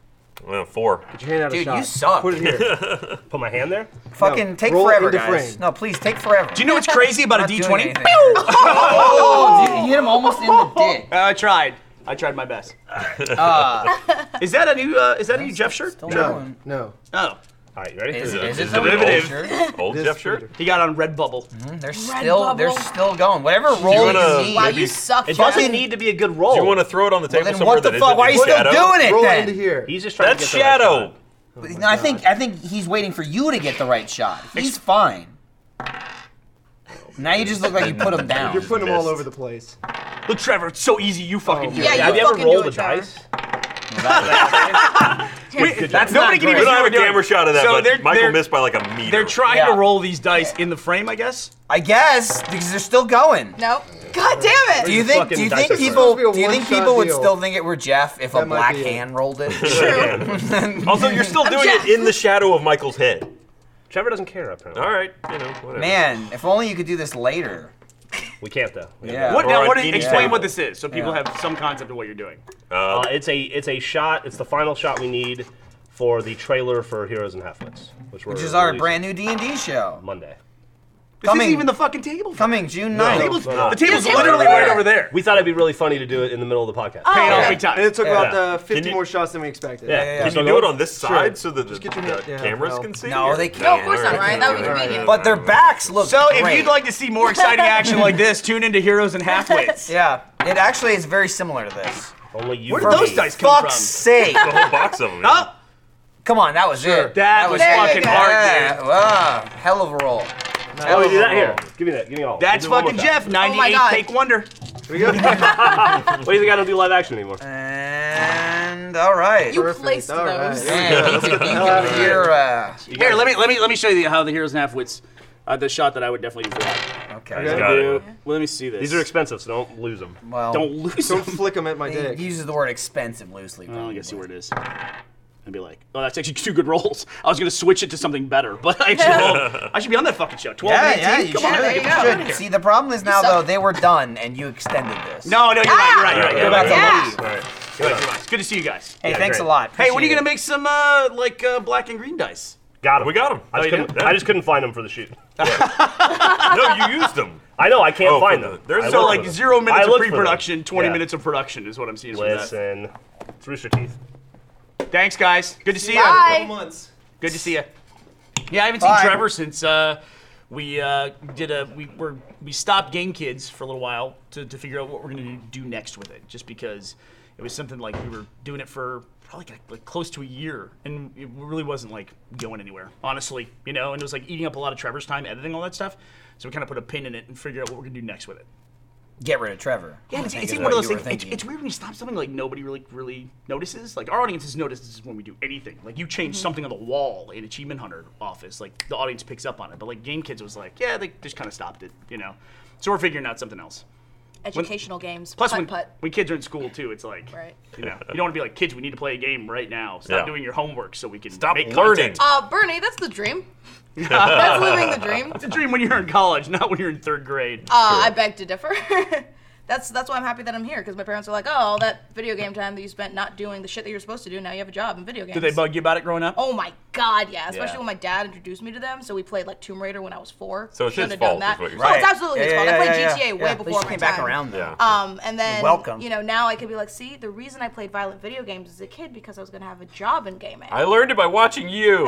Speaker 3: Well, four.
Speaker 7: Put your hand out
Speaker 2: Dude,
Speaker 7: of shot.
Speaker 2: you suck.
Speaker 7: Put it here.
Speaker 6: Put my hand there.
Speaker 2: Fucking
Speaker 7: No,
Speaker 2: take
Speaker 7: roll
Speaker 2: forever,
Speaker 7: into
Speaker 2: guys.
Speaker 7: frame.
Speaker 2: No, please take forever.
Speaker 1: Do you know what's crazy about a
Speaker 2: Not doing
Speaker 1: D20?
Speaker 2: anything. Oh, dude, you hit him almost in the dick.
Speaker 1: Uh, I tried. I tried my best.
Speaker 2: Uh,
Speaker 1: is that a new? Uh, is that a new Jeff shirt?
Speaker 7: No, no.
Speaker 1: Oh,
Speaker 6: All right, you ready?
Speaker 2: Is,
Speaker 3: it-
Speaker 2: is
Speaker 3: is
Speaker 2: it
Speaker 3: it an
Speaker 2: derivative?
Speaker 3: old Old
Speaker 7: This
Speaker 3: Jeff shirt.
Speaker 1: he got on Redbubble.
Speaker 2: Mm, They're still they're
Speaker 4: Redbubble.
Speaker 2: still going. Whatever role
Speaker 3: wanna-
Speaker 2: you need.
Speaker 4: Wow,
Speaker 3: Maybe-
Speaker 4: you suck,
Speaker 1: It
Speaker 4: Jeff.
Speaker 1: doesn't need to be a good role.
Speaker 3: Do you want to throw it on the table
Speaker 2: Then
Speaker 3: somewhere
Speaker 2: what the
Speaker 3: that
Speaker 2: fuck?
Speaker 3: isn't
Speaker 2: Why are
Speaker 3: in
Speaker 2: you still
Speaker 3: shadow?
Speaker 2: doing it
Speaker 7: Roll
Speaker 2: then?
Speaker 7: into here.
Speaker 6: He's just trying
Speaker 3: That's
Speaker 6: to get the right
Speaker 3: shadow.
Speaker 6: shot.
Speaker 2: No, I think I think he's waiting for you to get the right shot. He's fine. Now you just look like you put him down.
Speaker 7: You're putting them all
Speaker 3: Missed.
Speaker 7: over the place.
Speaker 1: Look, Trevor, it's so easy. You fucking do
Speaker 4: Yeah,
Speaker 1: it.
Speaker 4: you
Speaker 6: Have you ever
Speaker 4: fucking do
Speaker 6: rolled
Speaker 4: it,
Speaker 6: a
Speaker 4: Trevor.
Speaker 6: dice?
Speaker 1: Nobody can
Speaker 2: That's not great.
Speaker 3: We
Speaker 1: even
Speaker 3: don't have a
Speaker 1: do it.
Speaker 3: camera shot of that,
Speaker 1: So
Speaker 3: but
Speaker 1: they're-
Speaker 3: Michael
Speaker 1: they're-
Speaker 3: missed by like a meter.
Speaker 1: They're trying
Speaker 2: Yeah.
Speaker 1: to roll these dice in the frame, I guess.
Speaker 2: I guess because they're still going.
Speaker 4: Nope. God damn
Speaker 2: Do
Speaker 4: it.
Speaker 2: you think? Do
Speaker 6: fucking
Speaker 2: you think
Speaker 6: dice
Speaker 2: people?
Speaker 7: This must be a
Speaker 2: Do you think
Speaker 7: one-shot
Speaker 2: people would
Speaker 7: deal.
Speaker 2: still think it were Jeff if a
Speaker 7: That might
Speaker 2: black
Speaker 7: be it.
Speaker 2: hand rolled it?
Speaker 3: Also, you're still doing
Speaker 4: Jeff.
Speaker 3: it in the shadow of Michael's head.
Speaker 6: Trevor doesn't care apparently.
Speaker 3: All right, you know, whatever.
Speaker 2: Man, if only you could do this later.
Speaker 6: We can't though. We
Speaker 2: Yeah.
Speaker 1: What,
Speaker 3: Or
Speaker 1: now,
Speaker 3: on
Speaker 1: what is,
Speaker 3: each
Speaker 1: explain
Speaker 3: table.
Speaker 1: what this is, so people
Speaker 2: Yeah.
Speaker 1: have some concept of what you're doing.
Speaker 6: Uh, it's a it's a shot. It's the final shot we need for the trailer for Heroes and Halfwits, which, we're
Speaker 2: Which is our
Speaker 6: releasing
Speaker 2: brand new D and D show
Speaker 6: Monday.
Speaker 1: This
Speaker 2: Coming-
Speaker 1: isn't even the fucking table.
Speaker 2: coming June
Speaker 1: The
Speaker 2: 9th.
Speaker 1: table's,
Speaker 6: it's not.
Speaker 1: the table's
Speaker 4: It's
Speaker 1: literally
Speaker 4: over
Speaker 1: right
Speaker 4: there.
Speaker 1: over there.
Speaker 6: We thought it'd be really funny to do it in the middle of the podcast.
Speaker 1: Paying off
Speaker 4: Yeah.
Speaker 1: big time.
Speaker 7: And it took
Speaker 6: Yeah.
Speaker 7: about uh, 50
Speaker 3: Can you-
Speaker 7: more shots than we expected.
Speaker 6: Yeah.
Speaker 2: Oh. yeah, yeah.
Speaker 3: Can you do it on this side so that the,
Speaker 7: Just get your hand-
Speaker 3: the
Speaker 7: yeah,
Speaker 3: cameras
Speaker 7: no.
Speaker 3: can see?
Speaker 2: No,
Speaker 3: or-
Speaker 2: they can't.
Speaker 4: of course not, Ryan. That would be
Speaker 3: Alright,
Speaker 4: convenient.
Speaker 2: But their backs look.
Speaker 1: So if
Speaker 2: great.
Speaker 1: you'd like to see more exciting action like this, tune into Heroes and Halfwits.
Speaker 2: yeah, it actually is very similar to this.
Speaker 6: Only you.
Speaker 1: Where
Speaker 6: and
Speaker 1: did those
Speaker 6: me.
Speaker 1: dice come
Speaker 2: Fuck's
Speaker 1: from?
Speaker 2: sake!
Speaker 3: The whole box of them. yeah.
Speaker 1: Oh,
Speaker 2: Come on, that was it.
Speaker 1: That was
Speaker 2: it.
Speaker 1: fucking
Speaker 2: yeah.
Speaker 1: hard,
Speaker 2: Wow, hell of a roll.
Speaker 6: Oh, we do that here. Give me that. Give me all.
Speaker 1: that's
Speaker 6: We'll do it one
Speaker 1: fucking
Speaker 6: more time.
Speaker 1: Jeff, 98
Speaker 4: my God.
Speaker 1: Take Wonder.
Speaker 7: Here we go.
Speaker 6: What do you think I don't do live action anymore?
Speaker 4: Uh,
Speaker 2: And all right.
Speaker 4: You
Speaker 7: Perfect.
Speaker 4: placed
Speaker 7: All right.
Speaker 4: those.
Speaker 7: Yeah.
Speaker 2: Man, you could, you could hear. Uh,
Speaker 1: Here, let me let me let me show you how the Heroes and Halfwits, uh, the shot that I would definitely do for that.
Speaker 2: okay.
Speaker 3: Got it.
Speaker 1: Well, let me see this.
Speaker 6: These are expensive, so don't lose them.
Speaker 2: Well,
Speaker 1: Don't lose
Speaker 7: Don't
Speaker 1: them.
Speaker 7: flick them at my
Speaker 2: he
Speaker 7: dick.
Speaker 2: uses the word expensive loosely.
Speaker 1: Well, Oh, I guess
Speaker 2: probably.
Speaker 1: see where it is. I'd be like, oh, that's actually two good rolls. I was gonna switch it to something better, but I actually rolled. I should be on that fucking show. Twelve,
Speaker 2: Yeah,
Speaker 1: and
Speaker 2: yeah,
Speaker 1: 18?
Speaker 2: you
Speaker 1: Come
Speaker 2: should.
Speaker 1: on,
Speaker 4: there
Speaker 2: you
Speaker 4: you go.
Speaker 2: should. See, the problem is now
Speaker 4: suck.
Speaker 2: though they were done and you extended this.
Speaker 1: No, no, you're right. You're right. You're right.
Speaker 3: Yeah,
Speaker 1: Go back to
Speaker 3: yeah,
Speaker 1: lunch.
Speaker 2: Please.
Speaker 6: All right.
Speaker 1: Go back to lunch. Good to see you guys.
Speaker 2: Hey,
Speaker 6: Yeah,
Speaker 2: thanks
Speaker 6: great.
Speaker 2: a lot.
Speaker 1: Hey, when are you
Speaker 2: Appreciate
Speaker 1: gonna
Speaker 2: it.
Speaker 1: make some uh, like uh, black and green dice?
Speaker 6: Got 'em.
Speaker 3: We got 'em.
Speaker 6: I just,
Speaker 3: Oh, you
Speaker 6: couldn't,
Speaker 3: did?
Speaker 6: I just couldn't find them for the shoot.
Speaker 3: No, you used them.
Speaker 6: I know I can't
Speaker 3: Oh,
Speaker 6: find
Speaker 3: for the-
Speaker 6: them.
Speaker 3: there's
Speaker 6: I
Speaker 3: no,
Speaker 1: So
Speaker 6: looked
Speaker 1: like
Speaker 6: for them.
Speaker 1: zero
Speaker 6: I
Speaker 1: minutes of
Speaker 6: looked for them.
Speaker 1: pre-production, 20
Speaker 6: Yeah.
Speaker 1: minutes of production is what I'm seeing from that.
Speaker 6: Listen, it's Rooster Teeth.
Speaker 1: Thanks, guys. Good to see you.
Speaker 4: Bye.
Speaker 7: months.
Speaker 1: Good to see you. Yeah, I haven't seen
Speaker 2: Bye.
Speaker 1: Trevor since uh, we uh, did a we were we stopped Game Kids for a little while to, to figure out what we're gonna do next with it, just because it was something like we were doing it for probably like, like close to a year, and it really wasn't like going anywhere, honestly, you know. And it was like eating up a lot of Trevor's time editing all that stuff, so we kind of put a pin in it and figure out what we're gonna do next with it.
Speaker 2: get rid of Trevor?
Speaker 1: Yeah, it's,
Speaker 2: I think
Speaker 1: it's
Speaker 2: is
Speaker 1: even one of
Speaker 2: what
Speaker 1: those
Speaker 2: you were
Speaker 1: things. It's,
Speaker 2: thinking.
Speaker 1: it's weird when you stop something like nobody really really notices. Like our audience is notices when we do anything. Like you change something on the wall in Achievement Hunter office, like the audience picks up on it. But like Game Kids was like, yeah, they just kind of stopped it, you know. So we're figuring out something else.
Speaker 4: Educational games.
Speaker 1: Plus,
Speaker 4: putt,
Speaker 1: when
Speaker 4: putt.
Speaker 1: when kids are in school too, it's like,
Speaker 4: Right.
Speaker 1: you know, you don't want to be like kids. We need to play a game right now. Stop
Speaker 3: Yeah.
Speaker 1: doing your homework so we can
Speaker 3: Stop
Speaker 1: make
Speaker 3: learning.
Speaker 1: content."
Speaker 4: Uh, Bernie, that's the dream. that's living the dream.
Speaker 1: It's a dream when you're in college, not when you're in third grade.
Speaker 4: Uh, I beg to differ. that's that's why I'm happy that I'm here because my parents are like, oh, all that video game time that you spent not doing the shit that you're supposed to do, now you have a job in video games.
Speaker 1: Did they bug you about it growing up?
Speaker 4: Oh my god, yeah. Especially
Speaker 1: Yeah.
Speaker 4: when my dad introduced me to them. So we played like Tomb Raider when I was four.
Speaker 3: So it's
Speaker 4: Shouldn't
Speaker 3: his
Speaker 4: have done
Speaker 3: fault,
Speaker 4: that.
Speaker 3: is what you're
Speaker 4: Oh,
Speaker 3: saying.
Speaker 4: it's absolutely his
Speaker 2: Yeah,
Speaker 4: fault.
Speaker 2: yeah,
Speaker 4: I played
Speaker 2: yeah,
Speaker 4: GTA
Speaker 2: yeah.
Speaker 4: way
Speaker 2: Yeah, at
Speaker 4: before
Speaker 2: least
Speaker 4: my
Speaker 2: came back
Speaker 4: time.
Speaker 2: around though.
Speaker 4: Um, and then
Speaker 2: welcome.
Speaker 4: You know, now I could be like, see, the reason I played violent video games as a kid because I was gonna have a job in gaming.
Speaker 3: I learned it by watching you.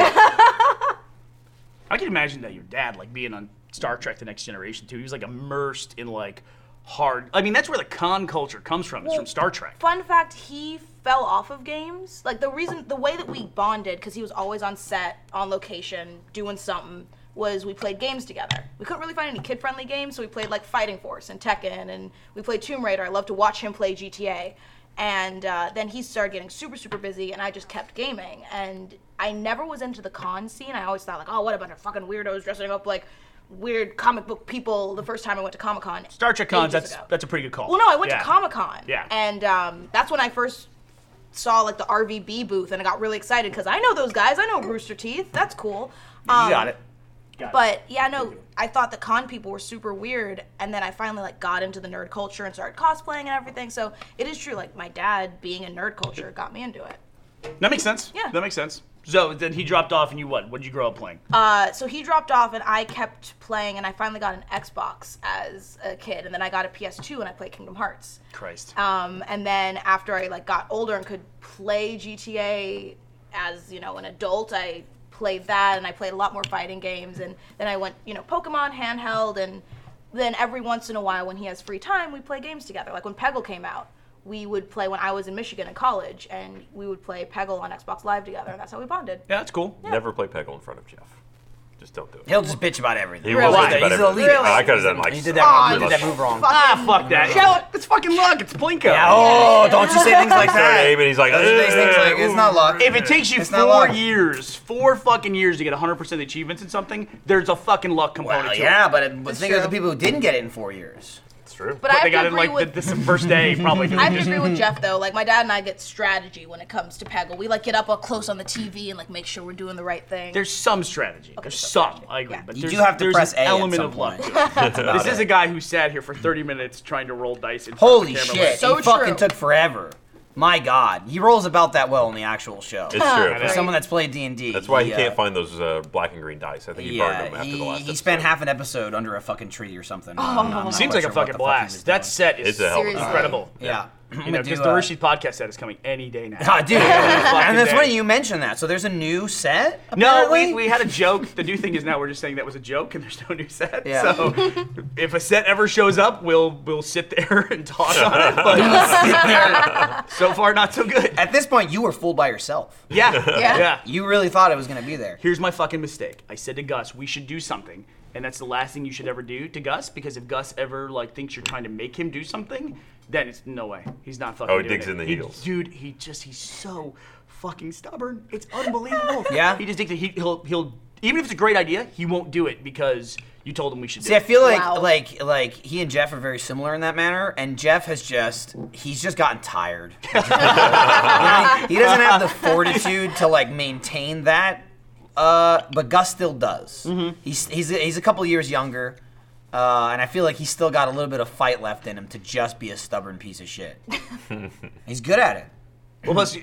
Speaker 1: I can imagine that your dad, like being on Star Trek: The Next Generation too, he was like immersed in like hard. I mean, that's where the con culture comes from. It's from Star Trek.
Speaker 4: Fun fact, he fell off of games. Like the reason, the way that we bonded, because he was always on set, on location, doing something, was we played games together. We couldn't really find any kid-friendly games, so we played like Fighting Force and Tekken, and we played Tomb Raider. I love to watch him play GTA. And uh, then he started getting super, super busy, and I just kept gaming. And I never was into the con scene. I always thought like, oh, what a bunch of fucking weirdos dressing up like weird comic book people. The first time I went to Comic Con,
Speaker 1: Star Trek cons. That's that's a pretty good call.
Speaker 4: well, no, I went
Speaker 1: Yeah.
Speaker 4: to Comic Con.
Speaker 1: Yeah.
Speaker 4: And um, that's when I first saw like the RVB booth, and I got really excited because I know those guys. I know Rooster Teeth. That's cool. Um,
Speaker 2: You got it.
Speaker 4: But yeah, no, I thought the con people were super weird, and then I finally like got into the nerd culture and started cosplaying and everything. So it is true, like my dad being a nerd culture got me into it.
Speaker 1: That makes sense.
Speaker 4: Yeah.
Speaker 1: That makes sense. So then he dropped off, and you what? What did you grow up playing?
Speaker 4: Uh, so he dropped off, and I kept playing, and I finally got an Xbox as a kid, and then I got a PS2, and I played Kingdom Hearts.
Speaker 1: Christ.
Speaker 4: Um, and then after I like got older and could play GTA as you know an adult, I played that, and I played a lot more fighting games, and then I went you know Pokemon handheld, and then every once in a while when he has free time, we play games together. Like when Peggle came out. We would play when I was in Michigan in college, and we would play Peggle on Xbox Live together, and that's how we bonded.
Speaker 1: yeah, that's cool.
Speaker 3: Never play Peggle in front of Jeff. Just don't do it.
Speaker 2: He'll just bitch about everything.
Speaker 3: He will
Speaker 1: Really?
Speaker 3: bitch about
Speaker 2: He's
Speaker 3: everything.
Speaker 2: elitist. Really?
Speaker 3: I could have done my.
Speaker 2: He did that wrong. He did that move wrong.
Speaker 1: Ah, fuck that. Yeah, look, it's fucking luck. It's Plinko.
Speaker 2: Oh, don't you say things like that.
Speaker 3: and he's like,
Speaker 2: Those things like, it's not luck.
Speaker 1: If it takes you
Speaker 2: It's not
Speaker 1: four
Speaker 2: luck.
Speaker 1: years, four fucking years to get 100% achievements in something, there's a fucking luck component
Speaker 2: Well,
Speaker 1: to
Speaker 2: yeah,
Speaker 1: it.
Speaker 2: but it- but think of the
Speaker 8: true.
Speaker 2: people who didn't get it in four years.
Speaker 3: It's true.
Speaker 4: But, I have
Speaker 1: They
Speaker 4: to
Speaker 1: got it
Speaker 4: agree
Speaker 1: like
Speaker 4: with
Speaker 1: the, the first day, probably.
Speaker 4: I have to agree with Jeff though. Like my dad and I get strategy when it comes to Peggle. We like get up all close on the TV and like make sure we're doing the right thing.
Speaker 1: There's some strategy. there's some. I agree.
Speaker 4: Yeah.
Speaker 1: But
Speaker 2: You
Speaker 1: there's,
Speaker 2: do have to
Speaker 1: there's
Speaker 2: press
Speaker 1: an
Speaker 2: A at
Speaker 1: element
Speaker 2: some
Speaker 1: of luck.
Speaker 2: point.
Speaker 1: This is a guy who sat here for 30 minutes trying to roll dice. In front of
Speaker 2: Holy
Speaker 1: the camera.
Speaker 2: shit!
Speaker 4: So
Speaker 2: he fucking
Speaker 4: true.
Speaker 2: took forever. My God, he rolls about that well in the actual show.
Speaker 3: It's true.
Speaker 2: For
Speaker 4: Right.
Speaker 2: someone that's played D and D,
Speaker 3: That's why he can't find those uh, black and green dice. I think he burned them after
Speaker 2: he,
Speaker 3: the last.
Speaker 2: he spent
Speaker 3: episode.
Speaker 2: half an episode under a fucking tree or something. I'm not- I'm not
Speaker 1: Oh, Seems
Speaker 2: quite
Speaker 1: like a
Speaker 2: sure what
Speaker 1: fucking
Speaker 2: the fuck he
Speaker 1: blast.
Speaker 2: was
Speaker 1: that
Speaker 2: doing.
Speaker 1: set is
Speaker 3: It's a hell of a
Speaker 4: Seriously.
Speaker 1: incredible.
Speaker 2: yeah. I'm
Speaker 1: You
Speaker 2: gonna
Speaker 1: know, because
Speaker 2: do,
Speaker 1: the
Speaker 2: uh,
Speaker 1: Rishi podcast set is coming any day now.
Speaker 2: Ah, dude. and that's
Speaker 1: day.
Speaker 2: funny you mentioned that. So there's a new set.
Speaker 1: No, we,
Speaker 2: apparently?
Speaker 1: we had a joke. The new thing is now we're just saying that was a joke and there's no new set.
Speaker 2: Yeah.
Speaker 1: So if a set ever shows up, we'll we'll sit there and talk on it. But so far, not so good.
Speaker 2: At this point, you were fooled by yourself.
Speaker 1: Yeah.
Speaker 4: Yeah.
Speaker 2: You really thought it was gonna be there.
Speaker 1: Here's my fucking mistake. I said to Gus, we should do something, and that's the last thing you should ever do to Gus because if Gus ever like thinks you're trying to make him do something, then it's no way. He's not fucking.
Speaker 3: Oh, he
Speaker 1: doing
Speaker 3: digs
Speaker 1: it.
Speaker 3: in the
Speaker 1: He-
Speaker 3: heels.
Speaker 1: dude. He just he's so fucking stubborn. It's unbelievable.
Speaker 2: Yeah?
Speaker 1: He just digs. in- He, he'll he'll even if it's a great idea, he won't do it because you told him we should.
Speaker 2: See,
Speaker 1: do
Speaker 2: I
Speaker 1: it.
Speaker 2: feel like
Speaker 4: Wow.
Speaker 2: like like he and Jeff are very similar in that manner, and Jeff has just he's just gotten tired. You know what I mean? he doesn't have the fortitude to like maintain that, uh, but Gus still does.
Speaker 1: Mm-hmm.
Speaker 2: He's he's he's a couple years younger. Uh, and I feel like he's still got a little bit of fight left in him to just be a stubborn piece of shit. he's good at it.
Speaker 1: Well, plus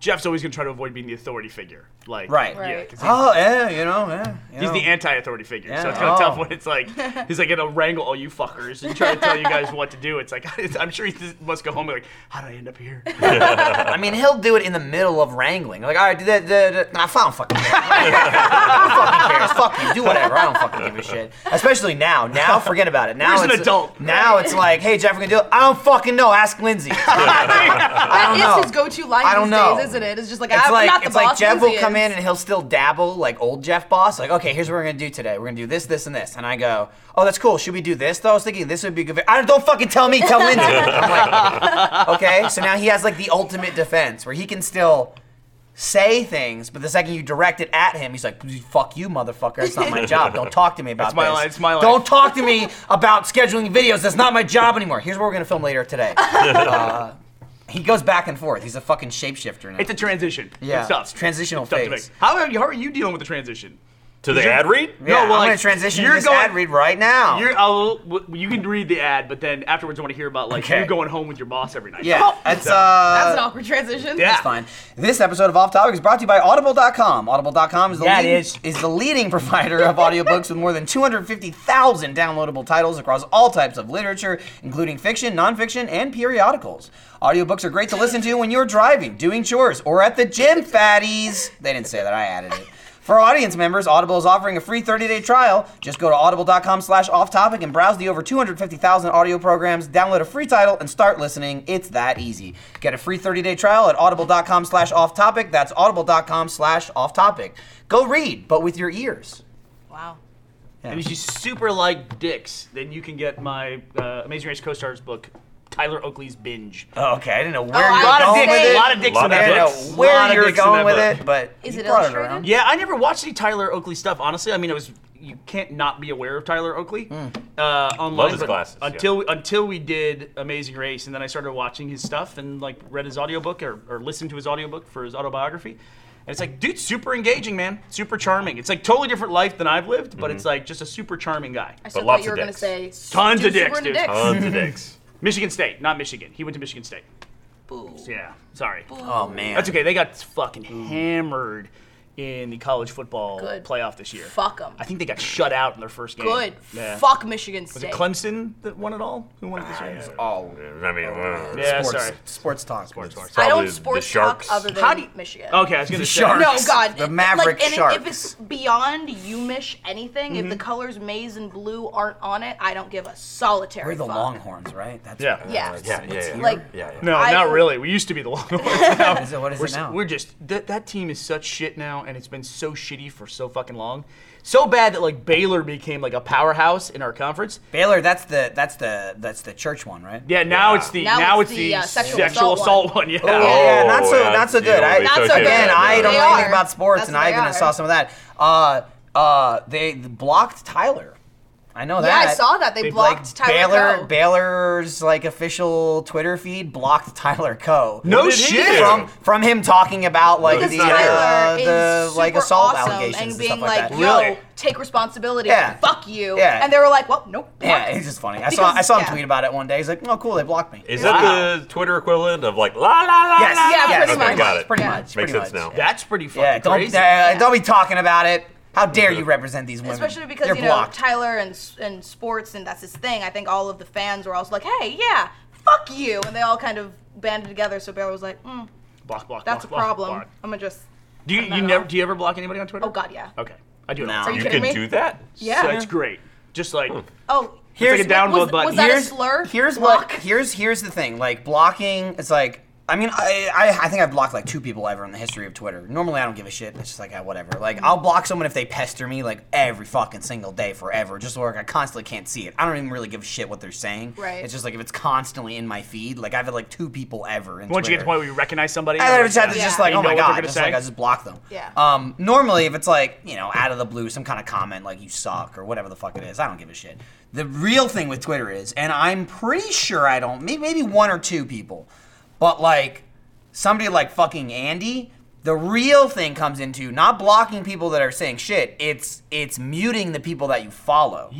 Speaker 1: Jeff's always gonna try to avoid being the authority figure. Like
Speaker 2: Right.
Speaker 1: Yeah.
Speaker 4: Right.
Speaker 1: 'cause he's-
Speaker 2: Oh yeah, you know, yeah. you
Speaker 1: He's
Speaker 2: know.
Speaker 1: the anti-authority figure, so
Speaker 2: Oh. Yeah.
Speaker 1: it's kind of tough
Speaker 2: Oh.
Speaker 1: when it's like he's like gonna wrangle all you fuckers and try to tell you guys what to do. It's like I'm sure he just must go home and be like, how did I end up here?
Speaker 2: I mean, he'll do it in the middle of wrangling. Like, all right, do that. The, the, nah, I don't fucking care. I don't fucking care. Fuck you. Do whatever. I don't fucking give a shit. Especially now. Now, forget about it. Now
Speaker 1: He's an
Speaker 2: it's
Speaker 1: adult.
Speaker 2: Now it's like, hey, Jeff, we're gonna do it. I don't fucking know. Ask Lindsay. I
Speaker 4: That
Speaker 2: don't
Speaker 4: is
Speaker 2: know.
Speaker 4: his go-to line
Speaker 2: I don't
Speaker 4: these
Speaker 2: know.
Speaker 4: days, isn't it? It's just like, "Ah,
Speaker 2: It's
Speaker 4: I'm
Speaker 2: like
Speaker 4: not the
Speaker 2: it's
Speaker 4: boss.
Speaker 2: like Jeff
Speaker 4: Lindsay
Speaker 2: will come
Speaker 4: is.
Speaker 2: in and he'll still dabble like old Jeff boss. Like, okay, here's what we're gonna do today. We're gonna do this, this, and this. And I go, oh, that's cool. Should we do this? Though I was thinking this would be good. I don't, don't fucking tell me. Tell Lindsay. I'm like, okay. So now he has like the ultimate defense where he can still say things, but the second you direct it at him, he's like, fuck you, motherfucker. It's not my job. Don't talk to me about
Speaker 1: It's my
Speaker 2: this.
Speaker 1: life, it's my life."
Speaker 2: Don't talk to me about scheduling videos. That's not my job anymore. Here's what we're gonna film later today. Uh, he goes back and forth. He's a fucking shapeshifter now.
Speaker 1: It's a transition.
Speaker 2: Yeah,
Speaker 1: it's tough.
Speaker 2: it's transitional
Speaker 1: It's tough to
Speaker 2: phase.
Speaker 1: make. How are, you, how are you dealing with the transition?
Speaker 3: To the ad read?
Speaker 1: No,
Speaker 2: Yeah,
Speaker 1: well,
Speaker 2: I'm
Speaker 1: like,
Speaker 2: gonna transition
Speaker 1: you're
Speaker 2: to this
Speaker 1: going-
Speaker 2: ad read right now.
Speaker 1: You're, I'll, w- you can read the ad, but then afterwards, I want to hear about like
Speaker 2: Okay.
Speaker 1: you going home with your boss every night.
Speaker 2: yeah, it's uh,
Speaker 4: That's an awkward transition.
Speaker 1: Yeah.
Speaker 2: it's fine. This episode of Off Topic is brought to you by Audible.com. Audible.com is the
Speaker 1: Yeah, it
Speaker 2: leading,
Speaker 1: is.
Speaker 2: the leading provider of audiobooks with more than 250,000 downloadable titles across all types of literature, including fiction, nonfiction, and periodicals. Audiobooks are great to listen to when you're driving, doing chores, or at the gym, fatties. They didn't say that. I added it. For audience members, Audible is offering a free 30-day trial. Just go to audible.com slash off-topic and browse the over 250,000 audio programs, download a free title, and start listening. It's that easy. Get a free 30-day trial at audible.com slash off-topic. That's audible.com slash off-topic. Go read, but with your ears.
Speaker 4: Wow.
Speaker 1: And if you super like dicks, then you can get my uh, Amazing Race co-stars book, Tyler Oakley's Binge.
Speaker 2: Oh, okay, I didn't know
Speaker 4: Oh,
Speaker 2: where
Speaker 4: I
Speaker 2: you're going
Speaker 4: was gonna
Speaker 2: with
Speaker 4: say-
Speaker 2: it.
Speaker 1: a lot of dicks
Speaker 3: Lot
Speaker 1: in
Speaker 3: of
Speaker 2: I
Speaker 1: that book.
Speaker 2: didn't
Speaker 3: dicks.
Speaker 2: know where
Speaker 1: Lot of
Speaker 2: you're
Speaker 1: dicks in that
Speaker 2: going with
Speaker 1: book.
Speaker 2: it, but
Speaker 4: Is
Speaker 2: you
Speaker 4: it
Speaker 2: brought
Speaker 4: illustrated?
Speaker 2: around.
Speaker 1: Yeah, I never watched any Tyler Oakley stuff. Honestly, I mean, it was you can't not be aware of Tyler Oakley uh, online.
Speaker 3: Hmm. Love his
Speaker 1: but
Speaker 3: glasses, yeah.
Speaker 1: Until we, until we did Amazing Race, and then I started watching his stuff and like read his audiobook or, or listened to his audiobook for his autobiography. And it's like, dude, super engaging, man. Super charming. It's like totally different life than I've lived,
Speaker 3: Mm-hmm.
Speaker 1: but it's like just a super charming guy.
Speaker 4: I still
Speaker 3: lots
Speaker 4: thought you
Speaker 3: of
Speaker 4: were going to
Speaker 3: dicks.
Speaker 4: say
Speaker 1: Tons
Speaker 4: dude,
Speaker 1: of dicks,
Speaker 4: super into
Speaker 1: dude.
Speaker 4: dicks.
Speaker 3: Tons of Oh, dicks.
Speaker 1: Michigan State, not Michigan. He went to Michigan State.
Speaker 4: Boo.
Speaker 1: Yeah, sorry.
Speaker 2: Oh man.
Speaker 1: That's okay. They got fucking
Speaker 3: Mm-hmm.
Speaker 1: hammered in the college football
Speaker 4: Good.
Speaker 1: playoff this year.
Speaker 4: Fuck 'em.
Speaker 1: I think they got shut out in their first game.
Speaker 4: Good.
Speaker 1: Yeah.
Speaker 4: Fuck Michigan
Speaker 1: Was it
Speaker 4: State.
Speaker 1: Clemson that won it all? Who won it this year?
Speaker 2: Oh.
Speaker 3: I mean, uh,
Speaker 1: Yeah,
Speaker 2: sports,
Speaker 1: sorry.
Speaker 2: sports talk. Sports
Speaker 1: talk.
Speaker 4: I
Speaker 3: probably
Speaker 4: don't
Speaker 3: the
Speaker 4: sports
Speaker 3: Sharks.
Speaker 4: talk other than
Speaker 1: How do you-
Speaker 4: Michigan.
Speaker 1: Okay, I was gonna say.
Speaker 2: Sharks.
Speaker 4: No, God.
Speaker 2: The
Speaker 4: it-
Speaker 2: Maverick
Speaker 4: like, and
Speaker 2: Sharks.
Speaker 4: If it's beyond Umish anything,
Speaker 1: Mm-hmm.
Speaker 4: if the colors maize and blue aren't on it, I don't give a solitary
Speaker 2: We're the
Speaker 4: fuck.
Speaker 2: Longhorns, right? That's
Speaker 1: Yeah.
Speaker 4: Yeah.
Speaker 3: Yeah, yeah, yeah.
Speaker 4: Like-
Speaker 3: yeah, yeah.
Speaker 1: No,
Speaker 4: I-
Speaker 1: not really. We used to be the Longhorns. Now
Speaker 2: Is it, what is
Speaker 1: we're,
Speaker 2: it
Speaker 1: s-
Speaker 2: now?
Speaker 1: we're just that that team is such shit now, and it's been so shitty for so fucking long, so bad that like Baylor became like a powerhouse in our conference.
Speaker 2: Baylor. That's the that's the that's the church one, right?
Speaker 1: Yeah, now
Speaker 3: Yeah.
Speaker 1: it's the now,
Speaker 4: Now
Speaker 1: it's,
Speaker 4: it's
Speaker 1: the,
Speaker 4: the, uh,
Speaker 1: sexual,
Speaker 4: sexual
Speaker 1: assault,
Speaker 4: assault
Speaker 1: one. Yeah.
Speaker 2: yeah, not so
Speaker 3: Oh,
Speaker 2: not so
Speaker 3: that's-
Speaker 2: good.
Speaker 3: yeah,
Speaker 2: I,
Speaker 3: they
Speaker 4: Not
Speaker 3: took
Speaker 4: so
Speaker 3: it.
Speaker 4: good.
Speaker 2: again, I don't
Speaker 4: They
Speaker 2: know anything
Speaker 4: are.
Speaker 2: about sports,
Speaker 4: That's
Speaker 2: and
Speaker 4: what
Speaker 2: I
Speaker 4: they
Speaker 2: even
Speaker 4: are.
Speaker 2: saw some of that. Uh, uh, they blocked Tyler. I know
Speaker 4: Yeah,
Speaker 2: that.
Speaker 4: I saw that. They, blocked
Speaker 2: like,
Speaker 4: Tyler
Speaker 2: Baylor,
Speaker 4: Coe.
Speaker 2: Baylor's like official Twitter feed blocked Tyler Coe.
Speaker 1: No
Speaker 3: What did he
Speaker 1: shit.
Speaker 3: do?
Speaker 2: From from him talking about like
Speaker 4: Because
Speaker 2: the
Speaker 4: Tyler
Speaker 2: uh,
Speaker 4: is
Speaker 2: the
Speaker 4: super
Speaker 2: like assault
Speaker 4: awesome
Speaker 2: allegations
Speaker 4: and
Speaker 2: and
Speaker 4: being
Speaker 2: stuff like, that.
Speaker 4: yo,
Speaker 1: Really?
Speaker 4: take responsibility.
Speaker 2: Yeah.
Speaker 4: Fuck you.
Speaker 2: Yeah.
Speaker 4: And they were like, well, nope.
Speaker 2: Yeah,
Speaker 4: blocked.
Speaker 2: it's just funny. I saw
Speaker 4: Because-
Speaker 2: I saw him
Speaker 4: yeah.
Speaker 2: tweet about it one day. He's like, "Oh, cool, they blocked me."
Speaker 3: Is
Speaker 1: Wow.
Speaker 3: that the Twitter equivalent of like la la la?
Speaker 2: Yes,
Speaker 3: la,
Speaker 4: Yeah,
Speaker 3: la?
Speaker 2: yes,
Speaker 4: pretty
Speaker 3: okay,
Speaker 4: much.
Speaker 3: Got it.
Speaker 2: Pretty
Speaker 4: Yeah.
Speaker 2: much.
Speaker 3: Makes
Speaker 2: pretty
Speaker 3: sense
Speaker 2: much.
Speaker 3: now.
Speaker 1: That's pretty fucking
Speaker 2: Yeah, don't
Speaker 1: crazy.
Speaker 2: uh, don't be talking about it. How dare you represent these women?
Speaker 4: Especially because
Speaker 2: They're
Speaker 4: you know
Speaker 2: blocked.
Speaker 4: Tyler and s- and sports and that's his thing. I think all of the fans were also like, "Hey, yeah, fuck you," and they all kind of banded together. So Baylor was like, mm,
Speaker 1: block, block,
Speaker 4: "That's a
Speaker 1: block, block,
Speaker 4: problem.
Speaker 1: block.
Speaker 4: I'm gonna just."
Speaker 1: Do you,
Speaker 4: I'm not
Speaker 1: you
Speaker 4: at
Speaker 1: never
Speaker 4: all.
Speaker 1: do you ever block anybody on Twitter?
Speaker 4: Oh God, yeah.
Speaker 1: Okay, I do it.
Speaker 2: No.
Speaker 1: all the
Speaker 4: Are
Speaker 1: time.
Speaker 3: You
Speaker 4: kidding
Speaker 3: can
Speaker 4: me?
Speaker 3: do that.
Speaker 1: So
Speaker 4: Yeah.
Speaker 1: it's great. Just like
Speaker 4: Oh,
Speaker 1: Here's- like a download
Speaker 4: was,
Speaker 1: button.
Speaker 4: Was that
Speaker 2: here's,
Speaker 4: a slur?
Speaker 2: Here's
Speaker 4: Block.
Speaker 2: what. Here's here's the thing. Like blocking, it's like. I mean, I, I I think I've blocked like two people ever in the history of Twitter. Normally, I don't give a shit. It's just like, ah, whatever. Like, I'll block someone if they pester me like every fucking single day forever, just so like, I constantly can't see it. I don't even really give a shit what they're saying.
Speaker 4: Right.
Speaker 2: It's just like if it's constantly in my feed, like I've had like two people ever. In
Speaker 1: once you get to the
Speaker 2: Twitter.
Speaker 1: point where you recognize somebody,
Speaker 2: I
Speaker 1: you're
Speaker 2: thought
Speaker 1: like,
Speaker 2: it's just,
Speaker 1: yeah.
Speaker 2: just like,
Speaker 1: You
Speaker 2: oh
Speaker 1: know
Speaker 2: my
Speaker 1: what they're
Speaker 2: god,
Speaker 1: gonna
Speaker 2: just
Speaker 1: say?
Speaker 2: like I just block them.
Speaker 4: Yeah.
Speaker 2: Um, normally, if it's like you know out of the blue, some kind of comment like you suck or whatever the fuck it is, I don't give a shit. The real thing with Twitter is, and I'm pretty sure I don't, may- maybe one or two people, but like somebody like fucking Andy. The real thing comes into not blocking people that are saying shit. It's it's muting the people that you follow.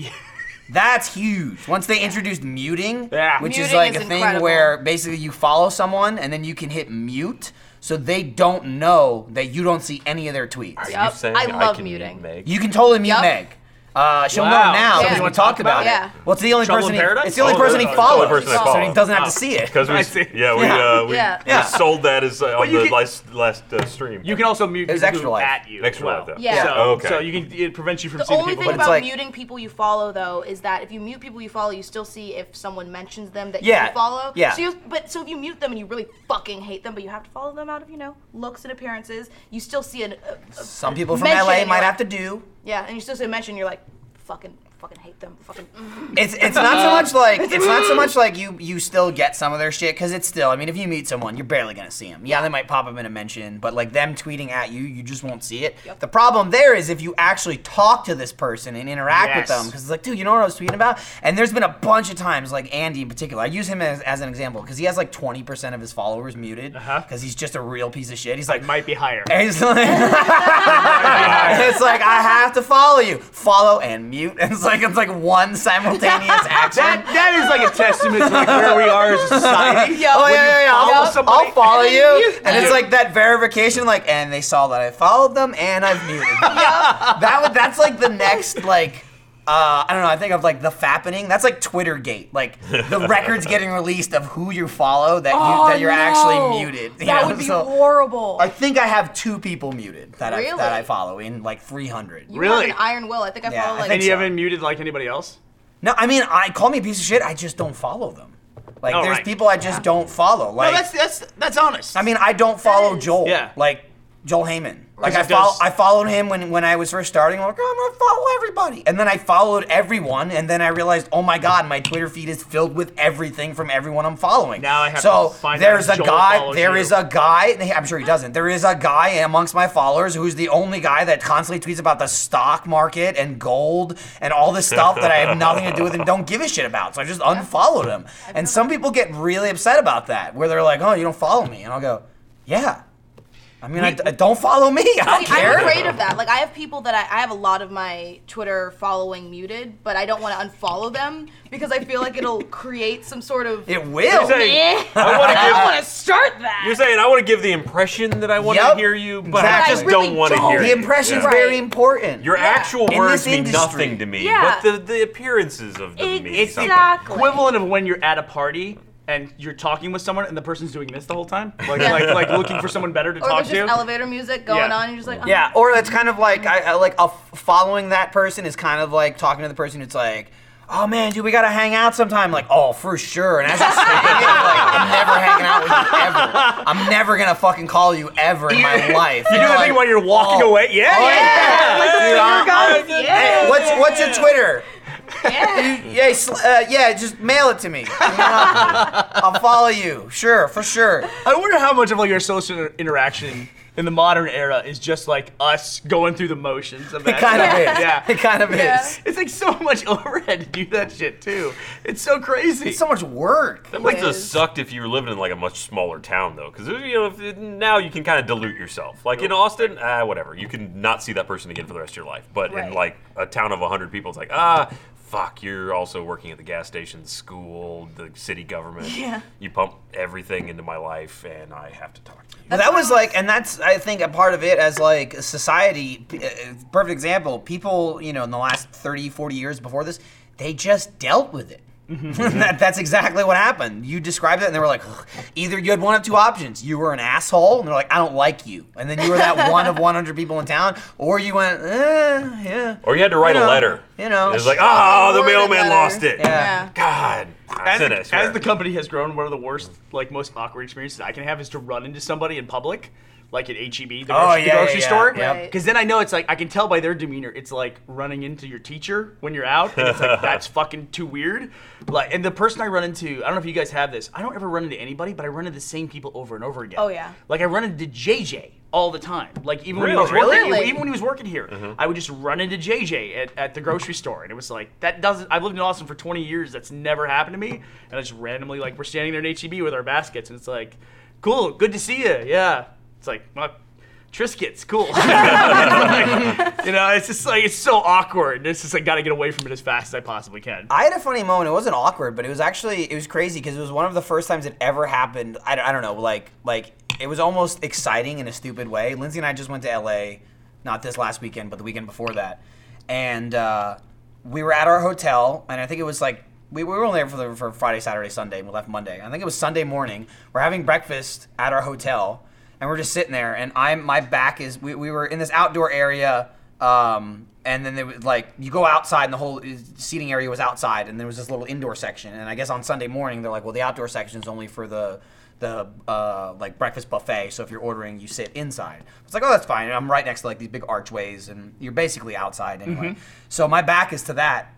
Speaker 2: That's huge. Once they introduced muting,
Speaker 1: Yeah.
Speaker 2: which is
Speaker 4: Muting
Speaker 2: like
Speaker 4: is
Speaker 2: a thing
Speaker 4: incredible.
Speaker 2: where basically you follow someone and then you can hit mute so they don't know that you don't see any of their tweets.
Speaker 3: Are
Speaker 4: Yup,
Speaker 3: you saying
Speaker 4: I love
Speaker 3: can
Speaker 4: muting.
Speaker 3: Meg?
Speaker 2: You can totally mute
Speaker 4: Yup.
Speaker 2: Meg. Uh, she'll
Speaker 1: Wow.
Speaker 2: know now
Speaker 4: Yeah.
Speaker 2: because
Speaker 4: You
Speaker 2: we
Speaker 4: wanna
Speaker 2: talked about,
Speaker 4: Yeah.
Speaker 2: it. Well, it's the only
Speaker 1: Trouble in
Speaker 2: person.
Speaker 1: Paradise?
Speaker 2: He, it's the only
Speaker 3: Oh,
Speaker 2: person he
Speaker 3: that's the only
Speaker 2: follows,
Speaker 3: person I
Speaker 2: so
Speaker 3: follow.
Speaker 2: he doesn't have
Speaker 1: Oh.
Speaker 2: to see it.
Speaker 3: Because we,
Speaker 1: I
Speaker 3: s-
Speaker 1: see.
Speaker 3: yeah, we
Speaker 2: Yeah.
Speaker 3: uh, we,
Speaker 4: Yeah.
Speaker 3: we
Speaker 2: Yeah.
Speaker 3: sold that as uh, on
Speaker 1: you
Speaker 3: the
Speaker 1: can-
Speaker 3: last last uh, stream.
Speaker 1: You can also mute
Speaker 2: It was
Speaker 1: people
Speaker 2: extra
Speaker 1: who
Speaker 2: life.
Speaker 1: at you. as
Speaker 3: Extra
Speaker 1: well.
Speaker 3: life, though.
Speaker 4: Yeah.
Speaker 1: So,
Speaker 4: Yeah.
Speaker 3: Okay.
Speaker 1: so you can it prevents you from
Speaker 4: The
Speaker 1: seeing
Speaker 4: only
Speaker 1: people.
Speaker 4: thing
Speaker 1: but
Speaker 4: about
Speaker 2: like-
Speaker 4: muting people you follow, though, is that if you mute people you follow, you still see if someone mentions them that
Speaker 2: Yeah,
Speaker 4: you don't follow.
Speaker 2: yeah.
Speaker 4: So you, but so if you mute them and you really fucking hate them, but you have to follow them out of you know looks and appearances, you still see an. A, a,
Speaker 2: Some people from
Speaker 4: Mention
Speaker 2: LA
Speaker 4: it,
Speaker 2: might
Speaker 4: you're
Speaker 2: have to do.
Speaker 4: yeah, and you still see a mention. You're like, fucking, fucking hate them. Fucking. mm.
Speaker 2: It's it's not so much like it's not so much like you you still get some of their shit because it's still I mean if you meet someone you're barely gonna see them yeah they might pop up in a mention but like them tweeting at you you just won't see it the problem there is if you actually talk to this person and interact
Speaker 1: Yes.
Speaker 2: with them because it's like dude you know what I was tweeting about and there's been a bunch of times like Andy in particular I use him as, as an example because he has like 20 percent of his followers muted because he's just a real piece of shit he's like
Speaker 1: it might be higher.
Speaker 2: and he's like, it's like I have to follow you. Follow and mute. And it's like it's like one simultaneous action.
Speaker 1: That that is like a testament to like where we are as a society.
Speaker 4: Yeah.
Speaker 2: oh yeah, yeah, yeah.
Speaker 1: follow
Speaker 2: I'll,
Speaker 1: somebody
Speaker 2: I'll follow
Speaker 4: and
Speaker 2: you.
Speaker 4: mute
Speaker 2: And it's
Speaker 4: them.
Speaker 2: like that verification. Like, and they saw that I followed them, and I've muted. Them. That would. That's like the next like. Uh, I don't know. I think of like the fappening. That's like Twitter gate. Like the records getting released of who you follow that you that you're actually muted. you
Speaker 4: Oh, That
Speaker 2: know?
Speaker 4: would be
Speaker 2: So-
Speaker 4: horrible.
Speaker 2: I think I have two people muted that I
Speaker 4: Really?
Speaker 2: that I follow in like 300.
Speaker 4: you
Speaker 1: Really?
Speaker 4: have an iron will. I think I
Speaker 2: Yeah,
Speaker 4: follow
Speaker 2: I
Speaker 4: like.
Speaker 1: And
Speaker 2: think
Speaker 1: you
Speaker 2: so.
Speaker 1: haven't muted like anybody else.
Speaker 2: No, I mean, I call me a piece of shit. I just don't follow them. Like,
Speaker 1: Oh,
Speaker 2: there's
Speaker 1: right.
Speaker 2: people I just don't follow. Like,
Speaker 1: that's that's honest.
Speaker 2: I mean, I don't follow
Speaker 4: is-
Speaker 2: Joel.
Speaker 1: Yeah.
Speaker 2: Like Joel Heyman. Like I
Speaker 1: Because-
Speaker 2: follow, I followed him when, when I was first starting. I'm like, oh, I'm gonna follow everybody, and then I followed everyone, and then I realized, oh my god, my Twitter feed is filled with everything from everyone I'm following.
Speaker 1: Now I have
Speaker 2: so
Speaker 1: to find out
Speaker 2: there's
Speaker 1: if
Speaker 2: a
Speaker 1: Joel
Speaker 2: guy.
Speaker 1: follows
Speaker 2: There
Speaker 1: you.
Speaker 2: is a guy. I'm sure he doesn't. There is a guy amongst my followers who's the only guy that constantly tweets about the stock market and gold and all this stuff that I have nothing to do with and don't give a shit about. So I just unfollowed him. And some people get really upset about that, where they're like, oh, you don't follow me, and I'll go. Yeah. I mean, I, I- don't follow me. I
Speaker 4: I
Speaker 2: don't care.
Speaker 4: am afraid of that. Like I have people that I, I have a lot of my Twitter following muted, but I don't want to unfollow them because I feel like it'll create some sort of.
Speaker 2: It will.
Speaker 3: You're saying,
Speaker 4: Eh,
Speaker 3: I wanna
Speaker 4: I don't
Speaker 3: give-
Speaker 4: want to start that.
Speaker 3: you're saying I want to give the impression that I want
Speaker 2: Yep.
Speaker 3: to hear you, but I
Speaker 2: Exactly.
Speaker 3: just
Speaker 4: But I really
Speaker 3: don't want to
Speaker 4: don't.
Speaker 3: hear
Speaker 2: The
Speaker 3: you.
Speaker 2: impression's
Speaker 3: Yeah.
Speaker 2: very important.
Speaker 3: Your actual
Speaker 2: In
Speaker 3: words
Speaker 2: this
Speaker 3: mean
Speaker 2: industry.
Speaker 3: nothing to me,
Speaker 4: Yeah.
Speaker 3: but the, the appearances of them mean something.
Speaker 4: exactly.
Speaker 1: equivalent of when you're at a party and you're talking with someone and the person's doing this the whole time, like like, like looking for someone better to
Speaker 4: Or
Speaker 1: talk
Speaker 4: there's just
Speaker 1: to.
Speaker 4: elevator music going
Speaker 1: Yeah.
Speaker 4: on, and you're just like, oh.
Speaker 2: Yeah, or it's kind of like I, I like a f- following that person is kind of like talking to the person who's like, "Oh man, dude, we gotta hang out sometime." Like, "Oh, for sure." And as I'm saying it, like, I'm never hanging out with you ever. I'm never gonna fucking call you ever in my life.
Speaker 1: you do that thing while you're walking away. Yeah, yeah.
Speaker 2: Oh, yeah. Dude, I'm- I'm-
Speaker 4: "Oh, yeah.
Speaker 2: Hey, what's what's your Twitter?
Speaker 4: Yeah.
Speaker 2: You- Yeah, sl- uh, yeah, just mail it to me. I'll follow you. Sure, for sure.
Speaker 1: I wonder how much of like your social inter- interaction in the modern era is just like us going through the motions of that.
Speaker 2: It kind of
Speaker 1: shit.
Speaker 2: is.
Speaker 1: Yeah.
Speaker 2: It kind of
Speaker 4: Yeah.
Speaker 2: is.
Speaker 1: It's like so much overhead to do that shit too. It's so crazy.
Speaker 2: So much work.
Speaker 3: That must have
Speaker 4: is.
Speaker 3: sucked if you were living in like a much smaller town though, because you know if it- now you can kind of dilute yourself. Like in Austin, ah, whatever, you can not see that person again for the rest of your life. But
Speaker 4: Right.
Speaker 3: in like a town of hundred people, it's like ah, fuck, you're also working at the gas station, school, the city government.
Speaker 4: Yeah.
Speaker 3: You pump everything into my life, and I have to talk to you.
Speaker 2: Well, that was like, and that's I think a part of it as like a society. p- uh, Perfect example. People, you know, in the last 30, 40 years before this, they just dealt with it. that, that's exactly what happened. You described it, and they were like, "Ugh." either you had one of two options: you were an asshole, and they're like, "I don't like you," and then you were that one of one hundred people in town, or you went, eh, "Yeah."
Speaker 3: Or you had to write
Speaker 2: know,
Speaker 3: a letter.
Speaker 2: you know.
Speaker 3: it's like ah, the
Speaker 4: Worded
Speaker 3: mailman
Speaker 4: letter.
Speaker 3: lost it.
Speaker 4: Yeah.
Speaker 3: God, I
Speaker 1: as,
Speaker 3: said
Speaker 1: the,
Speaker 3: it, I
Speaker 1: as
Speaker 3: swear.
Speaker 1: the company has grown, one of the worst, like most awkward experiences I can have is to run into somebody in public, like at HEB, the, grocery-
Speaker 2: Oh,
Speaker 1: the
Speaker 2: yeah, yeah,
Speaker 1: grocery
Speaker 2: yeah,
Speaker 1: store.
Speaker 2: yeah.
Speaker 4: Right.
Speaker 1: Because then I know it's like I can tell by their demeanor, it's like running into your teacher when you're out, and it's like that's fucking too weird. Like, and the person I run into, I don't know if you guys have this. I don't ever run into anybody, but I run into the same people over and over again.
Speaker 4: Oh, yeah.
Speaker 1: Like I run into JJ all the time. Like even when he was
Speaker 3: Really?
Speaker 1: working,
Speaker 4: Really?
Speaker 1: even when he was working here,
Speaker 2: Mm-hmm.
Speaker 1: I would just run into JJ at, at the grocery store, and it was like that doesn't. I've lived in Austin for 20 years. That's never happened to me. And I just randomly like we're standing there in HEB with our baskets, and it's like, cool, good to see you. Yeah, it's like my Triscuits, cool. Like, you know, it's just like it's so awkward. It's just like got to get away from it as fast as I possibly can.
Speaker 2: I had a funny moment. It wasn't awkward, but it was actually it was crazy because it was one of the first times it ever happened. I, don't- I don't know, like like it was almost exciting in a stupid way. Lindsay and I just went to L.A. not this last weekend, but the weekend before that, and uh, we were at our hotel, and I think it was like we, we were only there for, the, for Friday, Saturday, Sunday. and We left Monday. I think it was Sunday morning. We're having breakfast at our hotel, and we're just sitting there. And I'm my back is we, we were in this outdoor area um, and then they would like you go outside, and the whole is- seating area was outside, and there was this little indoor section. And I guess on Sunday morning, they're like, well, the outdoor section is only for the the uh, like breakfast buffet. So if you're ordering, you sit inside. It's like, oh, that's fine. And I'm right next to like these big archways, and you're basically outside anyway. So my back is to that,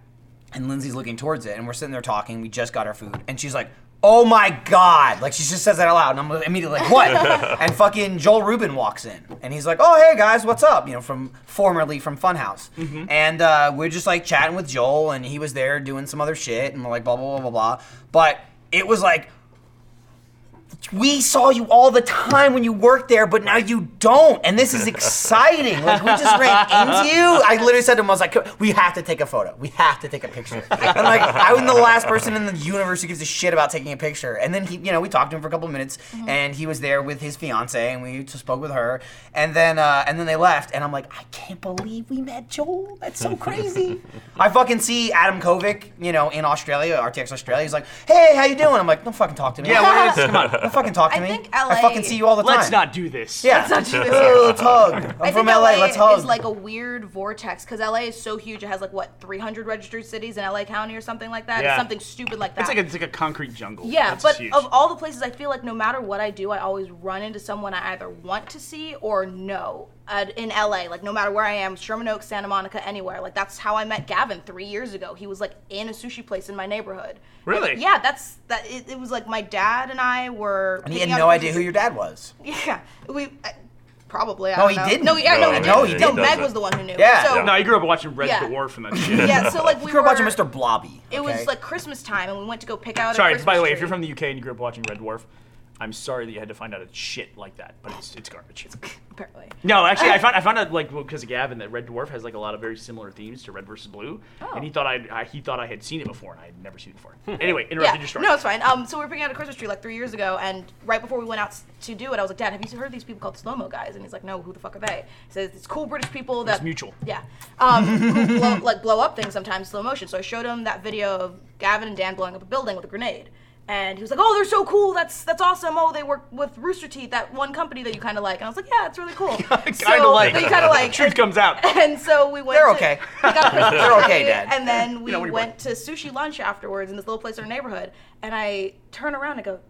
Speaker 2: and Lindsay's looking towards it, and we're sitting there talking. We just got our food, and she's like, "Oh my god!" Like she just says that out loud, and I'm immediately like, "What?" and fucking Joel Rubin walks in, and he's like, "Oh hey guys, what's up?" You know, from formerly from Funhouse, and uh, we're just like chatting with Joel, and he was there doing some other shit, and we're like, blah blah blah blah blah. But it was like we saw you all the time when you worked there, but now you don't. And this is exciting. Like, we just ran into you. I literally said to him, I was like, we have to take a photo. We have to take a picture. I'm like, I'm the last person in the universe who gives a shit about taking a picture. And then he, you know, we talked to him for a couple of minutes
Speaker 4: Mm-hmm.
Speaker 2: and he was there with his fiance and we just spoke with her. And then, uh, and then they left. And I'm like, I can't believe we met Joel. That's so crazy. I fucking see Adam Kovic, you know, in Australia, RTX Australia. He's like, hey, how you doing? I'm like, don't fucking talk to me.
Speaker 1: Yeah, what is- come on.
Speaker 2: Don't fucking talk to
Speaker 4: I
Speaker 2: me.
Speaker 4: think
Speaker 2: I
Speaker 4: LA
Speaker 2: fucking see you all the time.
Speaker 1: Let's not do this.
Speaker 2: Yeah.
Speaker 4: Let's not do this.
Speaker 2: Oh, let's hug. I'm
Speaker 4: I
Speaker 2: from
Speaker 4: think
Speaker 2: LA.
Speaker 4: LA,
Speaker 2: Let's hug.
Speaker 4: is like a weird vortex because LA is so huge. It has like what 300 registered cities in LA County or something like that. It's
Speaker 1: Yeah.
Speaker 4: something stupid like that.
Speaker 1: It's like a, it's like a concrete jungle.
Speaker 4: yeah,
Speaker 1: That's
Speaker 4: but
Speaker 1: huge.
Speaker 4: of all the places, I feel like no matter what I do, I always run into someone I either want to see or know. Uh, in LA, like no matter where I am, Sherman Oaks, Santa Monica, anywhere, like that's how I met Gavin three years ago. He was like in a sushi place in my neighborhood.
Speaker 1: Really?
Speaker 4: Yeah, that's that. It, it was like my dad and I were.
Speaker 2: and he had
Speaker 4: picking out
Speaker 2: no
Speaker 4: a
Speaker 2: idea
Speaker 4: sushi-
Speaker 2: who your dad was.
Speaker 4: Yeah, we I, probably. I
Speaker 2: No,
Speaker 4: don't
Speaker 2: he
Speaker 4: know.
Speaker 2: didn't.
Speaker 4: No, yeah, no, he
Speaker 3: No,
Speaker 4: didn't.
Speaker 3: no,
Speaker 4: No,
Speaker 3: he didn't.
Speaker 4: Meg was the one who knew.
Speaker 2: Yeah.
Speaker 4: So,
Speaker 1: no, I grew up watching Red
Speaker 4: Yeah.
Speaker 1: Dwarf and that shit.
Speaker 4: yeah. So like we
Speaker 2: You were
Speaker 4: were
Speaker 2: watching Mr. Blobby.
Speaker 4: It
Speaker 2: okay?
Speaker 4: was like Christmas time, and we went to go pick out. a
Speaker 1: Sorry,
Speaker 4: Christmas
Speaker 1: by the way,
Speaker 4: tree.
Speaker 1: if you're from the UK and you grew up watching Red Dwarf, I'm sorry that you had to find out it's shit like that, but it's, it's garbage.
Speaker 4: apparently.
Speaker 1: No, actually, I found I found out like because of Gavin that Red Dwarf has like a lot of very similar themes to Red versus Blue, and
Speaker 4: Oh.
Speaker 1: he thought I'd, I he thought I had seen it before, and I had never seen it before. anyway, interrupted your story.
Speaker 4: Hmm. No, it's fine. Um, so we were picking out a Christmas tree like three years ago, and right before we went out s- to do it, I was like, Dad, have you heard these people called slow mo guys? And he's like, No, who the fuck are they? He says it's cool British people that
Speaker 1: It's mutual.
Speaker 4: Yeah, um, who blow, like blow up things sometimes in slow motion. So I showed him that video of Gavin and Dan blowing up a building with a grenade. And he was like, "Oh, they're so cool. That's that's awesome. Oh, they work with Rooster Teeth, that one company that you kind of like." And I was like, "Yeah, it's really cool."
Speaker 1: Kinda
Speaker 4: So-
Speaker 1: like.
Speaker 4: that you kind of like.
Speaker 1: Truth comes out.
Speaker 4: And so we went.
Speaker 2: They're
Speaker 4: to-
Speaker 2: okay.
Speaker 4: we got a Christmas
Speaker 2: They're okay,
Speaker 4: tree,
Speaker 2: Dad.
Speaker 4: And then we
Speaker 1: know, when you
Speaker 4: went to sushi lunch afterwards in this little place in our neighborhood. And I turn around and go,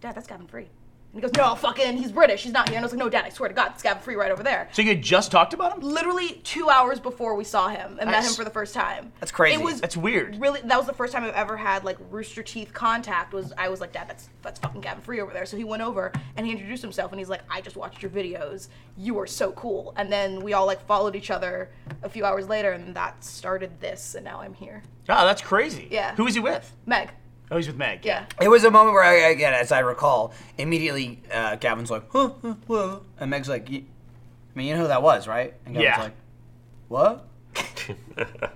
Speaker 4: Dad, that's Gavin Free. And he goes, No, fucking, he's British. He's not here. And I was like, No, Dad, I swear to God, it's Gavin Free right over there.
Speaker 1: So you had just talked about him?
Speaker 4: Literally two hours before we saw him and met
Speaker 1: Nice.
Speaker 4: him for the first time.
Speaker 2: That's crazy.
Speaker 4: It was
Speaker 1: That's weird.
Speaker 4: really that was the first time I've ever had like rooster teeth contact was I was like dad that's that's fucking Gavin Free over there so he went over and he introduced himself and he's like I just watched your videos you are so cool and then we all like followed each other a few hours later and that started this and now I'm here
Speaker 1: Ah, that's crazy.
Speaker 4: Yeah.
Speaker 1: Who is he with?
Speaker 4: Meg
Speaker 1: Oh, he's with Meg.
Speaker 4: yeah
Speaker 2: It was a moment where I, again, as I recall, immediately uh, Gavin's like, huh, huh, whoa. And Meg's like, "Y- I mean, you know who that was, right? And Gavin's
Speaker 1: Yeah.
Speaker 2: like, what?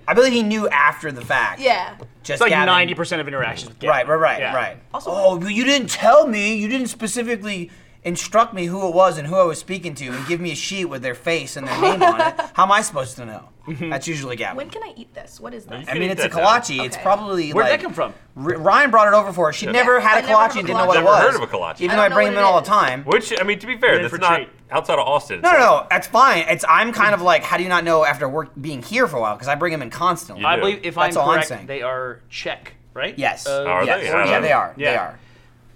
Speaker 2: I believe he knew after the fact.
Speaker 4: yeah
Speaker 2: Just
Speaker 1: It's like
Speaker 2: Gavin-
Speaker 1: ninety percent of interactions with Gavin.
Speaker 2: Right, right, right,
Speaker 1: Yeah.
Speaker 2: right.
Speaker 4: Also-
Speaker 2: oh, but you didn't tell me. You didn't specifically instruct me who it was and who I was speaking to and give me a sheet with their face and their name on it. How am I supposed to know?
Speaker 1: Mm-hmm.
Speaker 2: That's usually Gavin.
Speaker 4: when can I eat this what is this
Speaker 2: I
Speaker 3: You
Speaker 2: mean,
Speaker 3: can
Speaker 2: it's
Speaker 3: eat
Speaker 2: a
Speaker 3: that now.
Speaker 2: kolache. It's
Speaker 4: Okay.
Speaker 2: probably
Speaker 1: Where'd
Speaker 2: like,
Speaker 1: that come from?
Speaker 2: R- Ryan brought it over for her. She never had a
Speaker 4: I never
Speaker 2: kolache and
Speaker 4: had a
Speaker 2: didn't know what it
Speaker 3: kolache.
Speaker 2: was.
Speaker 3: Never heard of a kolache.
Speaker 2: Even
Speaker 4: I
Speaker 2: though I
Speaker 4: don't know
Speaker 2: bring them
Speaker 4: what
Speaker 2: in
Speaker 4: it
Speaker 2: all the
Speaker 4: is.
Speaker 2: time.
Speaker 3: Which I mean, to be
Speaker 1: You're
Speaker 3: fair,
Speaker 1: in
Speaker 3: that's
Speaker 1: for
Speaker 3: not
Speaker 1: treat.
Speaker 3: outside of Austin.
Speaker 2: No, no,
Speaker 3: it's
Speaker 2: no. That's fine. It's I'm kind of like, how do you not know after work being here for a while? Because I bring him in constantly.
Speaker 3: You
Speaker 1: I
Speaker 3: do.
Speaker 1: believe if
Speaker 2: That's
Speaker 1: I'm
Speaker 2: all I'm
Speaker 1: correct,
Speaker 2: saying.
Speaker 1: they are Czech, right?
Speaker 2: yes.
Speaker 1: Uh,
Speaker 3: Are
Speaker 2: yes.
Speaker 3: they? I
Speaker 2: Yeah,
Speaker 3: don't
Speaker 2: they
Speaker 3: know.
Speaker 2: are. They
Speaker 1: Yeah.
Speaker 2: are.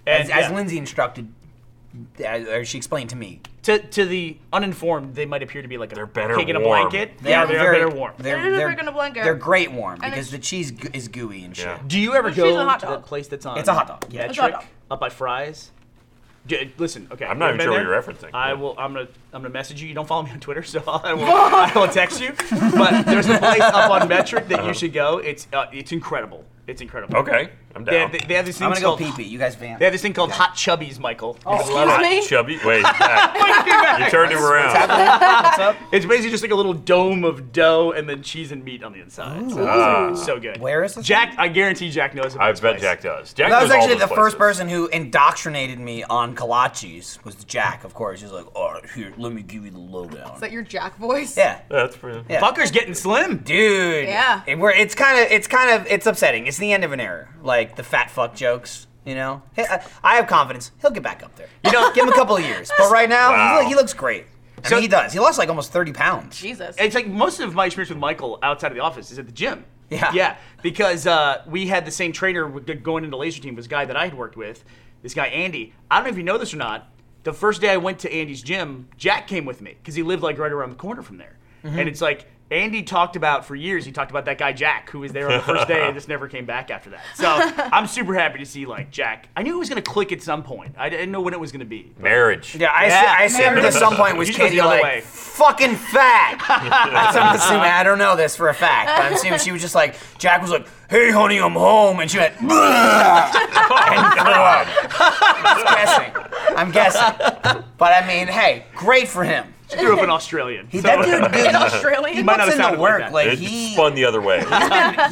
Speaker 1: and
Speaker 2: As, as
Speaker 1: yeah.
Speaker 2: Lindsay instructed, as, or she explained to me,
Speaker 1: to, to the uninformed, they might appear to be like a
Speaker 3: They're better
Speaker 1: pig in a
Speaker 3: warm.
Speaker 1: blanket.
Speaker 2: they
Speaker 1: yeah,
Speaker 2: are
Speaker 1: they
Speaker 2: very
Speaker 1: are better warm.
Speaker 2: They're,
Speaker 4: It is a
Speaker 2: they're,
Speaker 4: freaking blanket.
Speaker 2: they're great warm
Speaker 4: And
Speaker 2: because
Speaker 4: it's-
Speaker 2: the cheese gu- is gooey and shit.
Speaker 3: Yeah.
Speaker 1: Do you ever
Speaker 4: Well, she's
Speaker 1: go
Speaker 4: a hot
Speaker 1: to that
Speaker 4: dog.
Speaker 1: place that's on?
Speaker 2: It's a hot dog, yeah.
Speaker 1: That
Speaker 4: It's a hot
Speaker 1: trick
Speaker 4: dog.
Speaker 1: up by Fries. D- listen, okay.
Speaker 3: I'm not
Speaker 1: you
Speaker 3: even
Speaker 1: ever
Speaker 3: sure
Speaker 1: been
Speaker 3: what
Speaker 1: there?
Speaker 3: you're referencing.
Speaker 1: I will. I'm gonna. I'm gonna message you. You don't follow me on Twitter, so I will. I will text you. But there's a place up on Metric that you should go. It's uh, it's incredible. It's incredible.
Speaker 3: Uh-huh. Okay, I'm
Speaker 1: They
Speaker 3: down.
Speaker 1: have, they, they have this thing
Speaker 2: I'm gonna go
Speaker 1: called.
Speaker 2: pee Oh pee. You guys van.
Speaker 1: They have this thing called hot chubbies, Michael. It's-
Speaker 3: Hot,
Speaker 4: me?
Speaker 3: chubby. Wait, back. you turned him around.
Speaker 2: What's up?
Speaker 1: It's basically just like a little dome of dough and then cheese and meat on the inside. So it's, it's so good.
Speaker 2: Where is this?
Speaker 1: Jack? I guarantee Jack knows. About
Speaker 3: I
Speaker 1: this
Speaker 3: bet
Speaker 1: place.
Speaker 3: Jack does. Jack
Speaker 2: That
Speaker 3: knows
Speaker 2: was
Speaker 3: all
Speaker 2: actually the
Speaker 3: those
Speaker 2: first
Speaker 3: places.
Speaker 2: person who indoctrinated me on kolaches was Jack, of course. He was like, all right, here, let me give you the lowdown.
Speaker 4: is that your Jack voice
Speaker 2: yeah.
Speaker 3: That's pretty.
Speaker 2: Yeah.
Speaker 1: Fucker's getting slim.
Speaker 2: Dude.
Speaker 4: Yeah.
Speaker 2: It- we're, it's kind of, it's kind of, it's upsetting. It's the end of an era. Like the fat fuck jokes, you know? Hey, I, I have confidence. He'll get back up there. You know, give him a couple of years. But right now, he,
Speaker 3: Wow.
Speaker 2: look- he looks great. I
Speaker 1: So-
Speaker 2: mean, he does. He lost like almost 30 pounds.
Speaker 4: Jesus
Speaker 1: It's like most of my experience with Michael outside of the office is at the gym.
Speaker 2: Yeah.
Speaker 1: Yeah. Because uh, we had the same trainer with- going into laser team was a guy that I had worked with, this guy Andy. I don't know if you know this or not. The first day I went to Andy's gym, Jack came with me because he lived like right around the corner from there. And it's like Andy talked about for years. He talked about that guy Jack who was there on the first day and just never came back after that. So I'm super happy to see like Jack. I knew it was gonna click at some point. I didn't know when it was gonna be.
Speaker 3: Marriage.
Speaker 2: Yeah, I,
Speaker 1: Yeah.
Speaker 2: Assume, I assumed at some point was
Speaker 1: You just
Speaker 2: Katie
Speaker 1: go the
Speaker 2: like
Speaker 1: other way.
Speaker 2: fucking fat. That's what I'm assuming. I don't know this for a fact, but I'm assuming she was just like Jack was like, "Hey, honey, I'm home," and she went, "Bleh," and threw up. I'm guessing. I'm guessing. But I mean, hey, great for him.
Speaker 1: She threw up an Australian. So
Speaker 2: That dude,
Speaker 4: an
Speaker 2: dude
Speaker 4: Australian
Speaker 2: he
Speaker 1: might not
Speaker 2: puts
Speaker 1: have
Speaker 2: in
Speaker 1: sounded
Speaker 2: the
Speaker 1: like
Speaker 2: work.
Speaker 1: that.
Speaker 2: Like,
Speaker 3: It
Speaker 2: he
Speaker 3: spun the other way.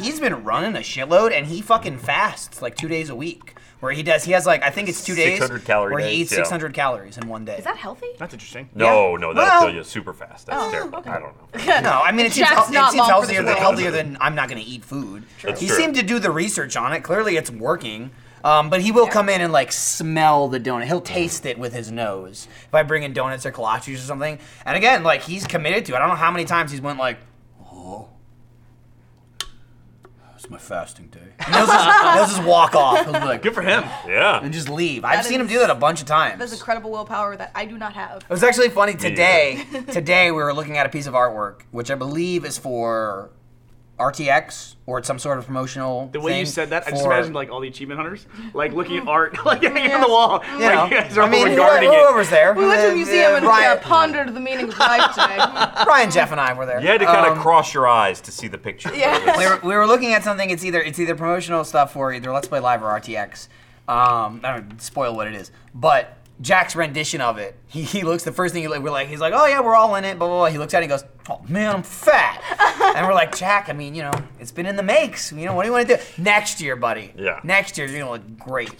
Speaker 2: he's been running a shitload and he fucking fasts like two days a week. Where he does, he has like I think it's two days
Speaker 3: 600 calorie
Speaker 2: where he
Speaker 3: days,
Speaker 2: eats
Speaker 3: yeah.
Speaker 2: 600 calories in one day.
Speaker 4: is that healthy
Speaker 1: That's interesting.
Speaker 3: No, no, that'll
Speaker 2: Well-
Speaker 3: kill you super fast. That's terrible. I don't know.
Speaker 2: No, I mean it seems,
Speaker 4: Jack's
Speaker 2: hel- it
Speaker 4: not
Speaker 2: seems
Speaker 4: long for
Speaker 2: healthier,
Speaker 4: this
Speaker 2: than,
Speaker 4: world.
Speaker 2: healthier than I'm not going to eat food.
Speaker 3: That's
Speaker 2: He
Speaker 3: true.
Speaker 2: seemed to do the research on it. Clearly, it's working. Um, but he will come in and like smell the donut. He'll taste it with his nose if I bring in donuts or kolaches or something. And again, like he's committed to. it. I don't know how many times he's went like, oh. It's my fasting day. And He'll just, he'll just walk off. He'll be like,
Speaker 1: Good for him.
Speaker 3: Yeah.
Speaker 2: and just leave. I've
Speaker 4: That
Speaker 2: seen him
Speaker 4: is-
Speaker 2: do that a bunch of times.
Speaker 4: That's incredible willpower that I do not have.
Speaker 2: It was actually funny today. today we were looking at a piece of artwork, which I believe is for RTX or it's some sort of promotional.
Speaker 1: The way you said that, I just imagined like all the achievement hunters, like looking at art, like hanging on
Speaker 4: Yeah.
Speaker 1: the wall,
Speaker 2: you know,
Speaker 1: like you guys are
Speaker 2: I mean, whoever-
Speaker 1: regarding it.
Speaker 2: whoever's there.
Speaker 4: We went to a
Speaker 2: uh,
Speaker 4: museum
Speaker 2: uh,
Speaker 4: and
Speaker 2: Brian,
Speaker 4: uh, pondered the meaning of life today.
Speaker 2: Brian, Jeff, and I were there. Uh,
Speaker 3: You had to kind of cross your eyes to see the picture.
Speaker 4: Yeah.
Speaker 2: we were, we were looking at something. It's either it's either promotional stuff for either Let's Play Live or RTX, Um, I don't spoil what it is, but Jack's rendition of it. He, he looks the first thing he like, we're like he's like oh yeah we're all in it blah blah blah. He looks at it and goes oh man I'm fat, and we're like Jack I mean you know it's been in the makes you know what do you want to do next year buddy
Speaker 3: Yeah.
Speaker 2: next year you're gonna look great.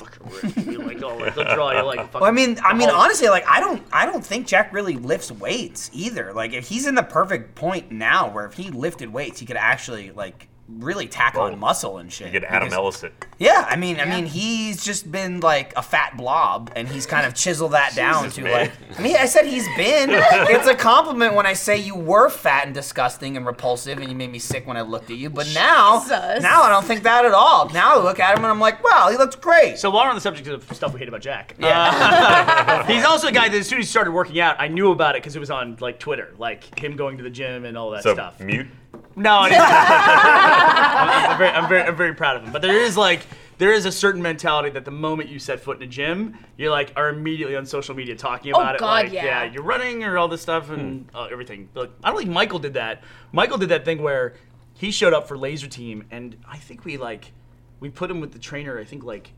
Speaker 1: you like, oh, they'll draw you like. a Fucking
Speaker 2: Well, I mean, I mean,
Speaker 1: Hulk.
Speaker 2: honestly, like I don't, I don't think Jack really lifts weights either. Like, if he's in the perfect point now, where if he lifted weights, he could actually like really tack
Speaker 3: Whoa.
Speaker 2: on muscle and shit.
Speaker 3: You get Adam
Speaker 2: Because-
Speaker 3: Ellis it.
Speaker 2: Yeah, I mean, I mean, he's just been like a fat blob, and he's kind of chiseled that down
Speaker 3: Jesus,
Speaker 2: to
Speaker 3: man.
Speaker 2: like. I mean, I said he's been. it's a compliment when I say you were fat and disgusting and repulsive, and you made me sick when I looked at you. But now,
Speaker 4: Jesus.
Speaker 2: now I don't think that at all. Now I look at him and I'm like, wow, he looks great.
Speaker 1: So while we're on the subject of stuff we hate about Jack,
Speaker 2: yeah.
Speaker 1: uh, he's also a guy that as soon as he started working out, I knew about it because it was on like Twitter, like him going to the gym and all that
Speaker 3: So
Speaker 1: stuff.
Speaker 3: mute.
Speaker 1: No, I didn't. I'm, I'm very, I'm very, I'm very proud of him. But there is like, there is a certain mentality that the moment you set foot in a gym, you're like are immediately on social media talking
Speaker 4: Oh,
Speaker 1: about it.
Speaker 4: God,
Speaker 1: like,
Speaker 4: yeah.
Speaker 1: you're running or all this stuff and
Speaker 3: Hmm.
Speaker 1: uh, everything. Like, I don't think Michael did that. Michael did that thing where he showed up for Laser Team, and I think we like, we put him with the trainer. I think like.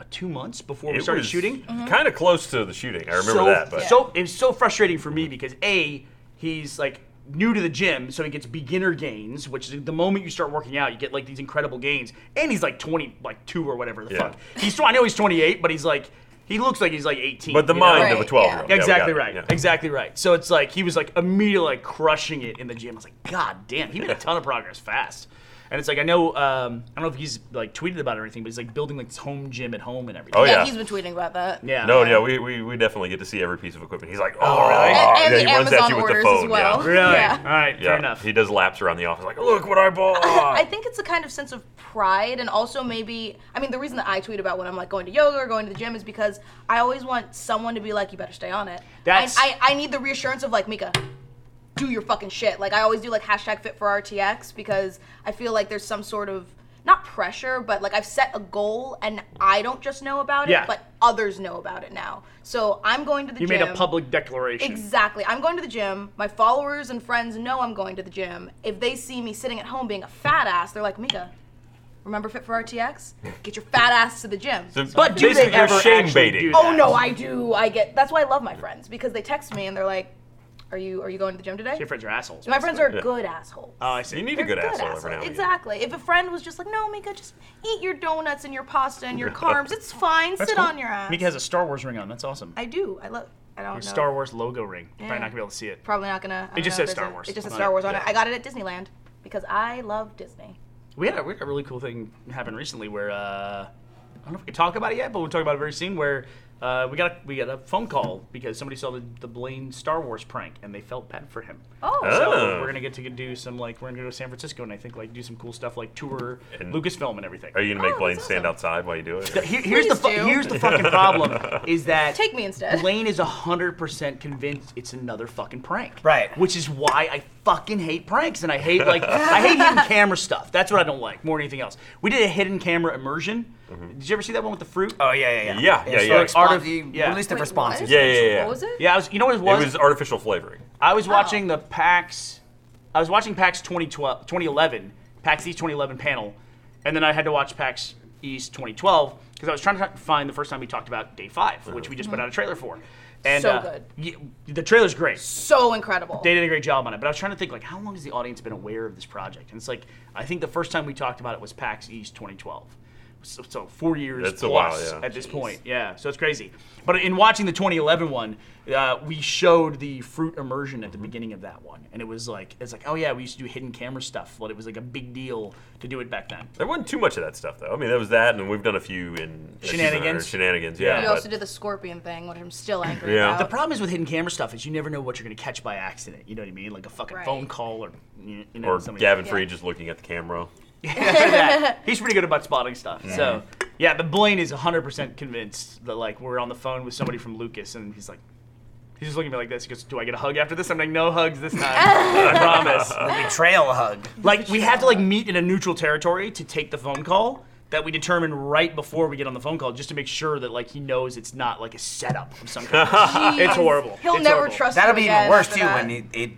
Speaker 1: uh, Two months before we
Speaker 3: It
Speaker 1: started
Speaker 3: was
Speaker 1: shooting,
Speaker 3: Kind of close to the shooting. I remember
Speaker 1: so,
Speaker 3: that. But
Speaker 1: so it was so frustrating for me because a he's like new to the gym, so he gets beginner gains, which is the moment you start working out, you get like these incredible gains. And he's like twenty, like two or whatever the
Speaker 3: Yeah.
Speaker 1: fuck. He's I know he's twenty eight, but he's like he looks like he's like eighteen.
Speaker 3: but the
Speaker 1: you know?
Speaker 3: mind of a
Speaker 4: Right,
Speaker 3: 12 year old.
Speaker 4: yeah.
Speaker 1: Exactly right. Exactly right. So it's like he was like immediately like crushing it in the gym. I was like, God damn, he made a ton of progress fast. And it's like I know um, I don't know if he's like tweeted about it or anything, but he's like building like this home gym at home and everything.
Speaker 3: Oh,
Speaker 4: yeah,
Speaker 3: yeah.
Speaker 4: he's been tweeting about that.
Speaker 1: Yeah.
Speaker 3: No, yeah, we, we, we definitely get to see every piece of equipment. He's like, oh,
Speaker 1: really?
Speaker 4: And, and
Speaker 3: yeah,
Speaker 4: the
Speaker 3: he runs at
Speaker 4: Amazon
Speaker 3: you with the
Speaker 4: orders
Speaker 3: phone.
Speaker 4: as well.
Speaker 3: Yeah.
Speaker 1: Really?
Speaker 4: Yeah.
Speaker 1: All right.
Speaker 3: Yeah,
Speaker 1: Fair enough.
Speaker 3: He does laps around the office, like, look what I bought.
Speaker 4: I think it's a kind of sense of pride, and also maybe, I mean, the reason that I tweet about when I'm like going to yoga or going to the gym is because I always want someone to be like, you better stay on it.
Speaker 1: That's-
Speaker 4: I, I, I need the reassurance of like, Mika, do your fucking shit. Like, I always do like hashtag fit for RTX because I feel like there's some sort of not pressure, but like I've set a goal and I don't just know about it,
Speaker 1: Yeah.
Speaker 4: but others know about it now. So I'm going to the
Speaker 1: You
Speaker 4: gym.
Speaker 1: made a public declaration.
Speaker 4: Exactly. I'm going to the gym. My followers and friends know I'm going to the gym. If they see me sitting at home being a fat ass, they're like, Mika, remember Fit for RTX? Get your fat ass to the gym.
Speaker 1: But do
Speaker 3: basically,
Speaker 1: they
Speaker 3: you're
Speaker 1: ever
Speaker 3: shame
Speaker 1: actually
Speaker 3: baiting.
Speaker 1: do that?
Speaker 4: oh no, I do. I get. That's why I love my friends because they text me and they're like, Are you Are you going to the gym today?
Speaker 1: Your friends are assholes.
Speaker 4: my friends
Speaker 1: basically.
Speaker 4: are good assholes.
Speaker 1: Oh, I see.
Speaker 3: Ah, You need a
Speaker 4: They're
Speaker 3: good asshole every now and
Speaker 4: assholes.
Speaker 3: then.
Speaker 4: Exactly. If a friend was just like, No, Mika, just eat your donuts and your pasta and your carbs. It's fine. Sit on your ass.
Speaker 1: Mika has a Star Wars ring on. That's awesome.
Speaker 4: I do. I love. I don't know.
Speaker 1: Your Star Wars logo ring. Probably not gonna be able to see it.
Speaker 4: probably not gonna. I don't
Speaker 1: just
Speaker 4: know if
Speaker 1: says
Speaker 4: there's
Speaker 1: Star
Speaker 4: a-
Speaker 1: Wars
Speaker 4: It just says
Speaker 1: on
Speaker 4: Star
Speaker 1: it.
Speaker 4: Wars on
Speaker 1: Yeah.
Speaker 4: it. I got it at Disneyland because I love Disney.
Speaker 1: We had a, we had a really cool thing happen recently where uh, I don't know if we can talk about it yet, but we'll talk about it very soon. Where uh, we got a, we got a phone call because somebody saw the, the Blaine Star Wars prank and they felt bad for him.
Speaker 4: Oh.
Speaker 1: So
Speaker 3: Oh.
Speaker 1: we're gonna get to do some like we're gonna go to San Francisco and I think like do some cool stuff like tour
Speaker 3: And-
Speaker 1: Lucasfilm and everything.
Speaker 3: Are you going to make
Speaker 4: Oh,
Speaker 3: Blaine
Speaker 4: that's
Speaker 3: stand
Speaker 4: awesome.
Speaker 3: outside while you do it?
Speaker 1: Th- here- here's the
Speaker 4: Please
Speaker 1: fu-
Speaker 4: do.
Speaker 1: here's the fucking problem is that
Speaker 4: Take me instead.
Speaker 1: Blaine is hundred percent convinced it's another fucking prank.
Speaker 2: Right.
Speaker 1: Which is why I fucking hate pranks and I hate like I hate hidden camera stuff. That's what I don't like more than anything else. We did a hidden camera immersion. Did you ever see that one with the fruit?
Speaker 2: Oh yeah, yeah, yeah.
Speaker 3: Yeah, yeah,
Speaker 2: so
Speaker 3: yeah.
Speaker 2: like, art of,
Speaker 1: Response-
Speaker 2: you
Speaker 1: yeah.
Speaker 2: released it
Speaker 4: Wait,
Speaker 2: for sponsors.
Speaker 4: what?
Speaker 3: Yeah, yeah, yeah.
Speaker 4: What was it?
Speaker 1: Yeah, I was. You know what it
Speaker 3: It
Speaker 1: was?
Speaker 3: was artificial flavoring.
Speaker 1: I was watching
Speaker 4: Oh.
Speaker 1: the PAX. I was watching PAX 2012, 2011, PAX East 2011 panel, and then I had to watch PAX East 2012 because I was trying to find the first time we talked about Day 5 which we just put out a trailer for. And
Speaker 4: Mm-hmm. So
Speaker 1: uh,
Speaker 4: good.
Speaker 1: y- the trailer's great.
Speaker 4: So incredible.
Speaker 1: They did a great job on it, but I was trying to think like, how long has the audience been aware of this project? And it's like, I think the first time we talked about it was PAX East 2012. So, so four years
Speaker 3: That's a while,
Speaker 1: plus
Speaker 3: yeah.
Speaker 1: at this point, yeah. So it's crazy. But in watching the 2011 one, uh, we showed the fruit immersion at the beginning of that one, and it was like, it's like, oh yeah, we used to do hidden camera stuff, but it was like a big deal to do it back then.
Speaker 3: There wasn't too much of that stuff, though. I mean, there was that, and we've done a few in
Speaker 1: Shenanigans.
Speaker 3: Shenanigans, yeah.
Speaker 4: we
Speaker 3: but-
Speaker 4: also did the scorpion thing, which I'm still angry
Speaker 3: Yeah.
Speaker 1: The
Speaker 4: about.
Speaker 1: problem is with hidden camera stuff is you never know what you're gonna catch by accident. You know what I mean? Like a fucking
Speaker 4: Right.
Speaker 1: phone call or you know
Speaker 3: or
Speaker 1: somebody-
Speaker 3: Gavin Free just looking at the camera.
Speaker 1: that. He's pretty good about spotting stuff. So, yeah, but Blaine is 100% convinced that, like, we're on the phone with somebody from Lucas, and he's like, he's just looking at me like this. He goes, Do I get a hug after this? I'm like, No hugs this time. I promise.
Speaker 2: The betrayal hug.
Speaker 1: Like, we have to, like, meet in a neutral territory to take the phone call that we determine right before we get on the phone call just to make sure that, like, he knows it's not, like, a setup of some kind.
Speaker 4: Jeez.
Speaker 1: It's horrible.
Speaker 4: He'll
Speaker 1: It's
Speaker 4: never
Speaker 1: horrible.
Speaker 4: trust.
Speaker 2: That'll
Speaker 4: you
Speaker 2: be
Speaker 4: again
Speaker 2: even worse
Speaker 4: after
Speaker 2: too
Speaker 4: that.
Speaker 2: when it, it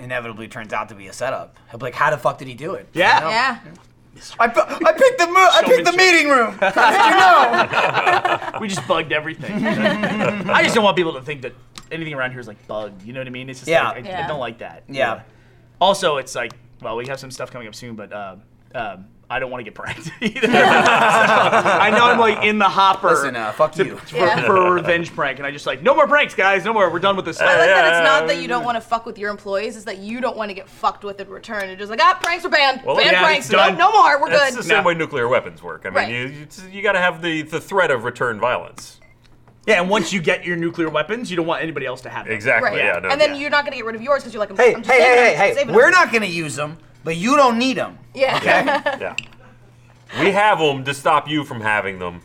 Speaker 2: inevitably turns out to be a setup. He'll be like, "How the fuck did he do it?"
Speaker 1: yeah.
Speaker 4: Yeah.
Speaker 2: I, pu- I picked the mo- I
Speaker 1: Showmanship.
Speaker 2: picked the meeting room.
Speaker 1: We just bugged everything. I just don't want people to think that anything around here is like bugged. You know what I mean? It's just
Speaker 2: Yeah.
Speaker 1: like, I, I
Speaker 4: Yeah.
Speaker 1: don't like that.
Speaker 2: Yeah.
Speaker 1: Also, it's like, well, we have some stuff coming up soon, but um, um, I don't want to get pranked either. So, I know I'm like in the hopper
Speaker 2: Listen, uh, fuck
Speaker 1: to-
Speaker 2: you.
Speaker 1: for,
Speaker 4: Yeah.
Speaker 1: for a revenge prank, and I just like, no more pranks, guys, no more. We're done with this.
Speaker 4: I
Speaker 1: stuff.
Speaker 4: like that it's not that you don't want to fuck with your employees, it's that you don't want to get fucked with in return. You're just like, ah, pranks are banned.
Speaker 3: Well,
Speaker 4: Ban
Speaker 3: yeah,
Speaker 4: pranks.
Speaker 1: it's
Speaker 4: No,
Speaker 1: done.
Speaker 4: no more. We're
Speaker 3: That's
Speaker 4: good.
Speaker 3: the same
Speaker 1: No.
Speaker 3: way nuclear weapons work. I mean,
Speaker 4: Right.
Speaker 3: you you, you got to have the, the threat of return violence.
Speaker 1: Yeah, and once you get your nuclear weapons, you don't want anybody else to have them.
Speaker 3: Exactly.
Speaker 4: Right.
Speaker 3: Yeah. No,
Speaker 4: and then
Speaker 3: yeah.
Speaker 4: you're not gonna get rid of yours because you're like, I'm,
Speaker 2: Hey,
Speaker 4: I'm just
Speaker 2: hey,
Speaker 4: saving
Speaker 2: hey,
Speaker 4: them,
Speaker 2: hey, hey.
Speaker 4: saving
Speaker 2: We're
Speaker 4: them.
Speaker 2: not gonna use them, but you don't need them.
Speaker 4: Yeah.
Speaker 3: yeah. We have them to stop you from having them,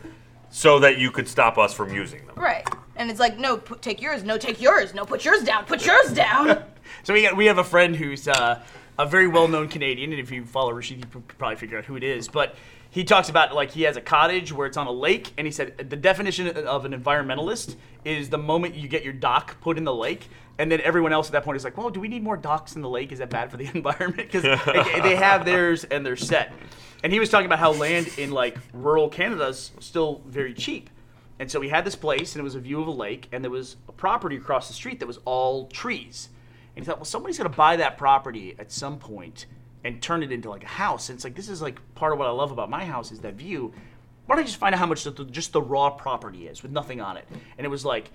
Speaker 3: so that you could stop us from using them.
Speaker 4: right. And it's like, no, put, take yours. No, take yours. No, put yours down. Put yours down.
Speaker 1: So we got, we have a friend who's uh, a very well known Canadian, and if you follow Rashid, you could probably figure out who it is. But he talks about like he has a cottage where it's on a lake, and he said the definition of an environmentalist is the moment you get your dock put in the lake. And then everyone else at that point is like, well, do we need more docks in the lake? Is that bad for the environment? Because they have theirs and they're set. And he was talking about how land in like rural Canada is still very cheap. And so we had this place, and it was a view of a lake, and there was a property across the street that was all trees. And he thought, well, somebody's going to buy that property at some point and turn it into like a house. And it's like, this is like part of what I love about my house is that view. Why don't I just find out how much the, the- just the raw property is with nothing on it? And it was like,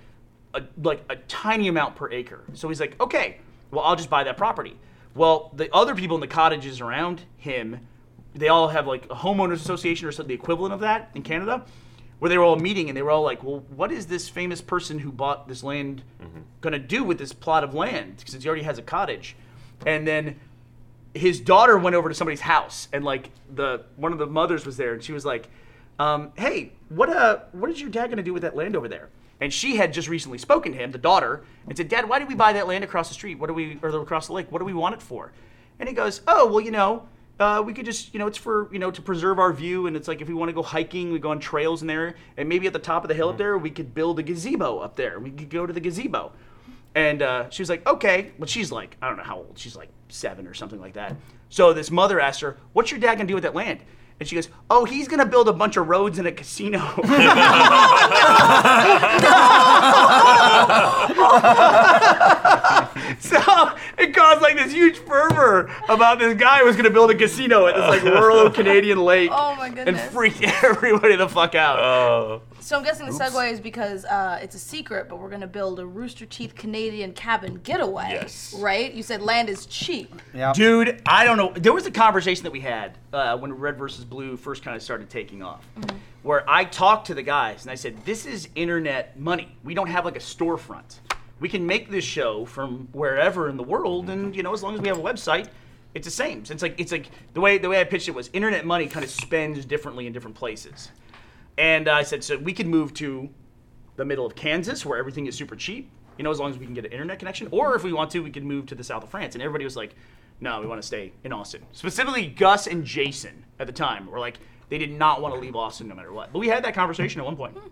Speaker 1: a, like a tiny amount per acre. So he's like, okay, well, I'll just buy that property. Well, the other people in the cottages around him, they all have like a homeowners association or something, the equivalent of that in Canada, where they were all meeting and they were all like, well, what is this famous person who bought this land going to do with this plot of land? Since he already has a cottage. And then his daughter went over to somebody's house and like the one of the mothers was there and she was like um, hey what uh what is your dad gonna do with that land over there and she had just recently spoken to him the daughter and said dad why did we buy that land across the street what do we or across the lake what do we want it for and he goes oh well you know uh, we could just you know it's for you know to preserve our view and it's like if we want to go hiking we go on trails in there and maybe at the top of the hill up there we could build a gazebo up there we could go to the gazebo and uh, she was like, okay. But she's like, I don't know how old. She's like seven or something like that. So this mother asked her, what's your dad going to do with that land? And she goes, oh, he's going to build a bunch of roads and a casino.
Speaker 4: Oh,
Speaker 1: so it caused like this huge fervor about this guy who was going to build a casino at this like rural Canadian lake.
Speaker 4: Oh, my
Speaker 1: And
Speaker 4: goodness.
Speaker 1: freaked everybody the fuck out.
Speaker 3: Uh,
Speaker 4: So I'm guessing the segue is because uh, it's a secret, but we're gonna build a Rooster Teeth Canadian cabin getaway.
Speaker 3: Yes.
Speaker 4: Right? You said land is cheap.
Speaker 1: Dude, I don't know. There was a conversation that we had uh, when Red versus Blue first kind of started taking off, where I talked to the guys and I said, "This is internet money. We don't have like a storefront. We can make this show from wherever in the world, and you know, as long as we have a website, it's the same. So it's like it's like the way the way I pitched it was internet money kind of spends differently in different places, and uh, I said, so we could move to the middle of Kansas where everything is super cheap, you know, as long as we can get an internet connection. Or if we want to, we could move to the south of France. And everybody was like, no, we want to stay in Austin. Specifically, Gus and Jason at the time were like, they did not want to leave Austin no matter what. But we had that conversation at one point.
Speaker 2: Hmm.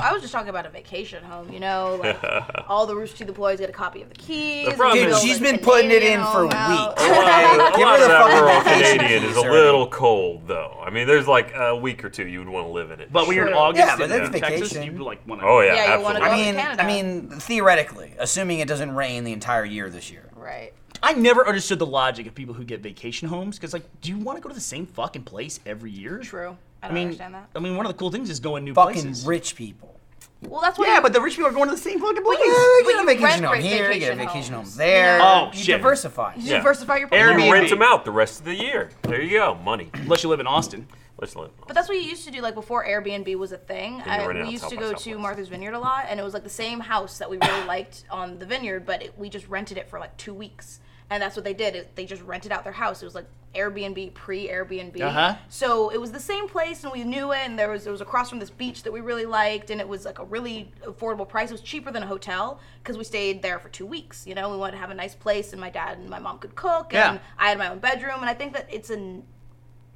Speaker 4: I was just talking about a vacation home, you know, like all the Rooster Teeth employees get a copy of the keys.
Speaker 3: The problem
Speaker 4: and
Speaker 3: is-
Speaker 4: build
Speaker 2: Dude, she's
Speaker 4: a
Speaker 2: been putting it
Speaker 4: Canadian
Speaker 2: in for
Speaker 4: home out.
Speaker 2: weeks.
Speaker 3: Well, a
Speaker 2: give
Speaker 3: lot
Speaker 2: her the
Speaker 3: of that
Speaker 2: fucking
Speaker 3: rural
Speaker 2: vacation
Speaker 3: Canadian is a
Speaker 2: already.
Speaker 3: little cold, though. I mean, there's like a week or two you would want to live in it.
Speaker 1: But when you're in
Speaker 4: Sure.
Speaker 1: August
Speaker 2: Yeah, but
Speaker 1: in uh,
Speaker 2: that's
Speaker 1: Texas,
Speaker 2: vacation.
Speaker 1: you like want to.
Speaker 3: Oh yeah,
Speaker 4: Yeah, you wanna
Speaker 3: absolutely.
Speaker 4: go
Speaker 2: I
Speaker 4: to
Speaker 2: mean,
Speaker 4: Canada.
Speaker 2: I mean, theoretically, assuming it doesn't rain the entire year this year.
Speaker 4: Right.
Speaker 1: I never understood the logic of people who get vacation homes because, like, do you want to go to the same fucking place every year?
Speaker 4: True. I
Speaker 1: I
Speaker 4: don't
Speaker 1: mean,
Speaker 4: understand that.
Speaker 1: I mean, one of the cool things is going new
Speaker 2: Fucking
Speaker 1: places.
Speaker 2: rich people.
Speaker 4: Well, that's why.
Speaker 1: yeah, but the rich people are going to the same fucking place.
Speaker 2: Well,
Speaker 4: but
Speaker 2: you get a
Speaker 4: you
Speaker 2: vacation
Speaker 4: rent
Speaker 2: home
Speaker 4: great
Speaker 2: here, you get a
Speaker 4: vacation
Speaker 2: vacation home
Speaker 4: homes,
Speaker 2: there.
Speaker 4: you know?
Speaker 1: Oh,
Speaker 2: you
Speaker 1: shit.
Speaker 2: diversify.
Speaker 4: you
Speaker 3: Yeah.
Speaker 4: diversify your
Speaker 1: Airbnb.
Speaker 3: You
Speaker 4: portfolio.
Speaker 3: rent them out the rest of the year. There you go, money.
Speaker 1: Unless you live in Austin.
Speaker 3: Let's live.
Speaker 4: But that's what you used to do, like before Airbnb was a thing.
Speaker 3: you
Speaker 4: I,
Speaker 3: rent it
Speaker 4: we
Speaker 3: out
Speaker 4: used to
Speaker 3: South by
Speaker 4: go to
Speaker 3: Southwest.
Speaker 4: Martha's Vineyard a lot, and it was like the same house that we really liked on the vineyard, but it, we just rented it for like two weeks, and that's what they did. It, they just rented out their house. It was like Airbnb pre Airbnb,
Speaker 1: Uh-huh.
Speaker 4: so it was the same place, and we knew it. And there was it was across from this beach that we really liked, and it was like a really affordable price. It was cheaper than a hotel because we stayed there for two weeks. You know, we wanted to have a nice place, and my dad and my mom could cook,
Speaker 1: Yeah.
Speaker 4: and I had my own bedroom, and I think that it's an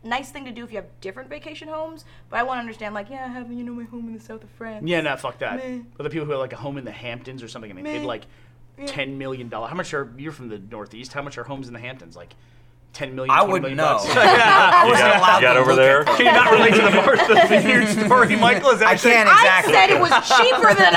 Speaker 4: nice thing to do if you have different vacation homes, but I want to understand, like, yeah, having, you know, my home in the south of France.
Speaker 1: Yeah, no, fuck that.
Speaker 4: Meh.
Speaker 1: Or the people who have like a home in the Hamptons or something, and they paid
Speaker 4: Meh.
Speaker 1: like ten million dollars. How much are you're from the Northeast? How much are homes in the Hamptons? Like ten million.
Speaker 2: I
Speaker 1: 20 million
Speaker 2: wouldn't know.
Speaker 1: bucks.
Speaker 2: I
Speaker 3: You
Speaker 2: wasn't allowed
Speaker 3: got, you got
Speaker 2: to
Speaker 3: over
Speaker 2: look
Speaker 3: there.
Speaker 2: at that.
Speaker 1: Can you not relate to the part of the huge story, Michael? Is that
Speaker 2: I can't
Speaker 4: I
Speaker 2: exactly.
Speaker 4: said it was cheaper than a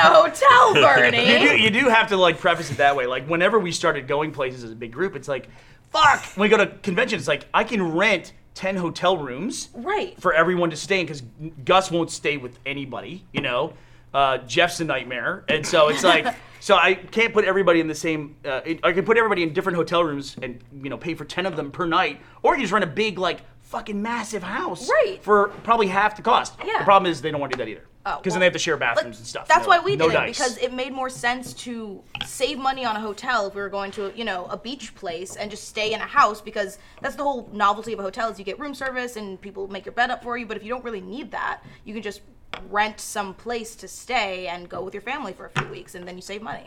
Speaker 4: hotel,
Speaker 1: You do,
Speaker 4: Bernie.
Speaker 1: you do have to like preface it that way. Like whenever we started going places as a big group, it's like, fuck. When we go to conventions, it's like I can rent ten hotel rooms
Speaker 4: right.
Speaker 1: for everyone to stay in because Gus won't stay with anybody. You know, uh, Jeff's a nightmare, and so it's like, so I can't put everybody in the same. Uh, it- I can put everybody in different hotel rooms and you know pay for ten of them per night, or you just rent a big like fucking massive house
Speaker 4: Right.
Speaker 1: for probably half the cost.
Speaker 4: Yeah.
Speaker 1: The problem is they don't want to do that either
Speaker 4: Oh,
Speaker 1: because then
Speaker 4: well,
Speaker 1: they have to share bathrooms
Speaker 4: Like,
Speaker 1: and stuff.
Speaker 4: That's
Speaker 1: No-
Speaker 4: why we
Speaker 1: no
Speaker 4: did it
Speaker 1: dice.
Speaker 4: because it made more sense to save money on a hotel if we were going to, you know, a beach place and just stay in a house because that's the whole novelty of a hotel is you get room service and people make your bed up for you. But if you don't really need that, you can just rent some place to stay and go with your family for a few weeks and then you save money.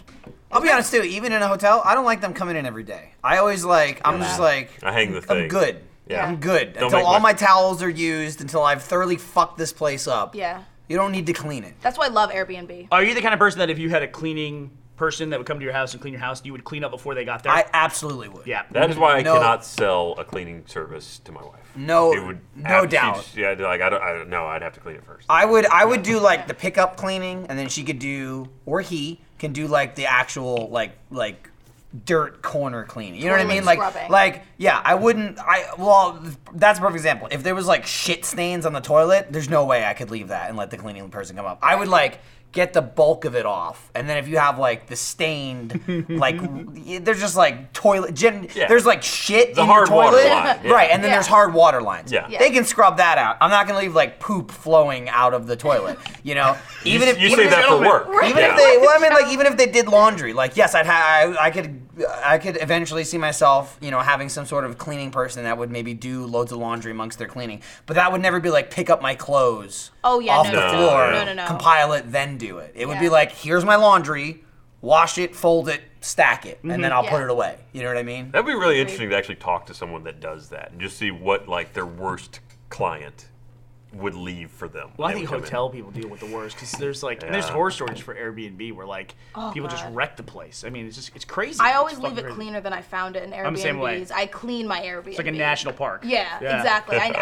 Speaker 2: I'll be honest too. Even in a hotel, I don't like them coming in every day. I always like. I'm just like.
Speaker 3: I hang the
Speaker 2: I'm
Speaker 3: thing.
Speaker 2: good.
Speaker 3: Yeah.
Speaker 2: I'm good
Speaker 3: Don't
Speaker 2: until
Speaker 3: make
Speaker 2: all
Speaker 3: my-
Speaker 2: my towels are used. Until I've thoroughly fucked this place up.
Speaker 4: Yeah.
Speaker 2: You don't need to clean it.
Speaker 4: That's why I love Airbnb.
Speaker 1: Are you the kind of person that if you had a cleaning person that would come to your house and clean your house, you would clean up before they got there?
Speaker 2: I absolutely would.
Speaker 1: yeah.
Speaker 3: That is why I
Speaker 2: No.
Speaker 3: cannot sell a cleaning service to my wife.
Speaker 2: No-
Speaker 3: it would
Speaker 2: no
Speaker 3: ab- she'd
Speaker 2: doubt.
Speaker 3: just- Yeah, like I don't, I don't know. I'd have to clean it first.
Speaker 2: I would I would do like the pickup cleaning, and then she could do or he can do like the actual like like dirt corner cleaning. You know what I
Speaker 4: Toilet
Speaker 2: mean? Like
Speaker 4: scrubbing.
Speaker 2: like yeah, I wouldn't. I well that's a perfect example. If there was like shit stains on the toilet, there's no way I could leave that and let the cleaning person come up. I would like get the bulk of it off, and then if you have like the stained like y- there's just like toilet. Gen,
Speaker 3: Yeah.
Speaker 2: There's like shit
Speaker 3: The
Speaker 2: in your
Speaker 3: hard water
Speaker 2: toilet.
Speaker 3: line, yeah.
Speaker 2: right? And then
Speaker 4: Yeah.
Speaker 2: there's hard water lines.
Speaker 3: Yeah.
Speaker 4: Yeah.
Speaker 2: They can scrub that out. I'm not gonna leave like poop flowing out of the toilet. You know, even if
Speaker 3: you
Speaker 2: even
Speaker 3: say
Speaker 2: if-
Speaker 3: that for work.
Speaker 2: Even if they, well, I mean, like even if they did laundry, like yes, I'd ha- I, I could, I could eventually see myself, you know, having some sort of cleaning person that would maybe do loads of laundry amongst their cleaning, but that would never be like pick up my clothes
Speaker 4: Oh, yeah,
Speaker 2: off
Speaker 4: no,
Speaker 2: the
Speaker 4: no, no,
Speaker 2: floor,
Speaker 4: no, no, no.
Speaker 2: compile it, then do it. It would be
Speaker 4: Yeah.
Speaker 2: like here's my laundry, wash it, fold it, stack it, and then I'll put
Speaker 4: Mm-hmm. Yeah.
Speaker 2: it away. You know what I mean?
Speaker 3: That'd be really interesting to actually talk to someone that does that and just see what like their worst client would leave for them.
Speaker 1: Well, I
Speaker 3: They
Speaker 1: think
Speaker 3: would come in.
Speaker 1: hotel people deal with the worst because there's like and there's
Speaker 3: Yeah.
Speaker 1: horror stories for Airbnb where like people just
Speaker 4: Oh, God.
Speaker 1: wreck the place. I mean, it's just it's crazy.
Speaker 4: I
Speaker 1: It's
Speaker 4: always leave
Speaker 1: fucking
Speaker 4: it
Speaker 1: crazy.
Speaker 4: cleaner than I found it in Airbnbs.
Speaker 1: I'm the same way.
Speaker 4: I clean my Airbnb.
Speaker 1: It's like a national park.
Speaker 4: Yeah, exactly. I,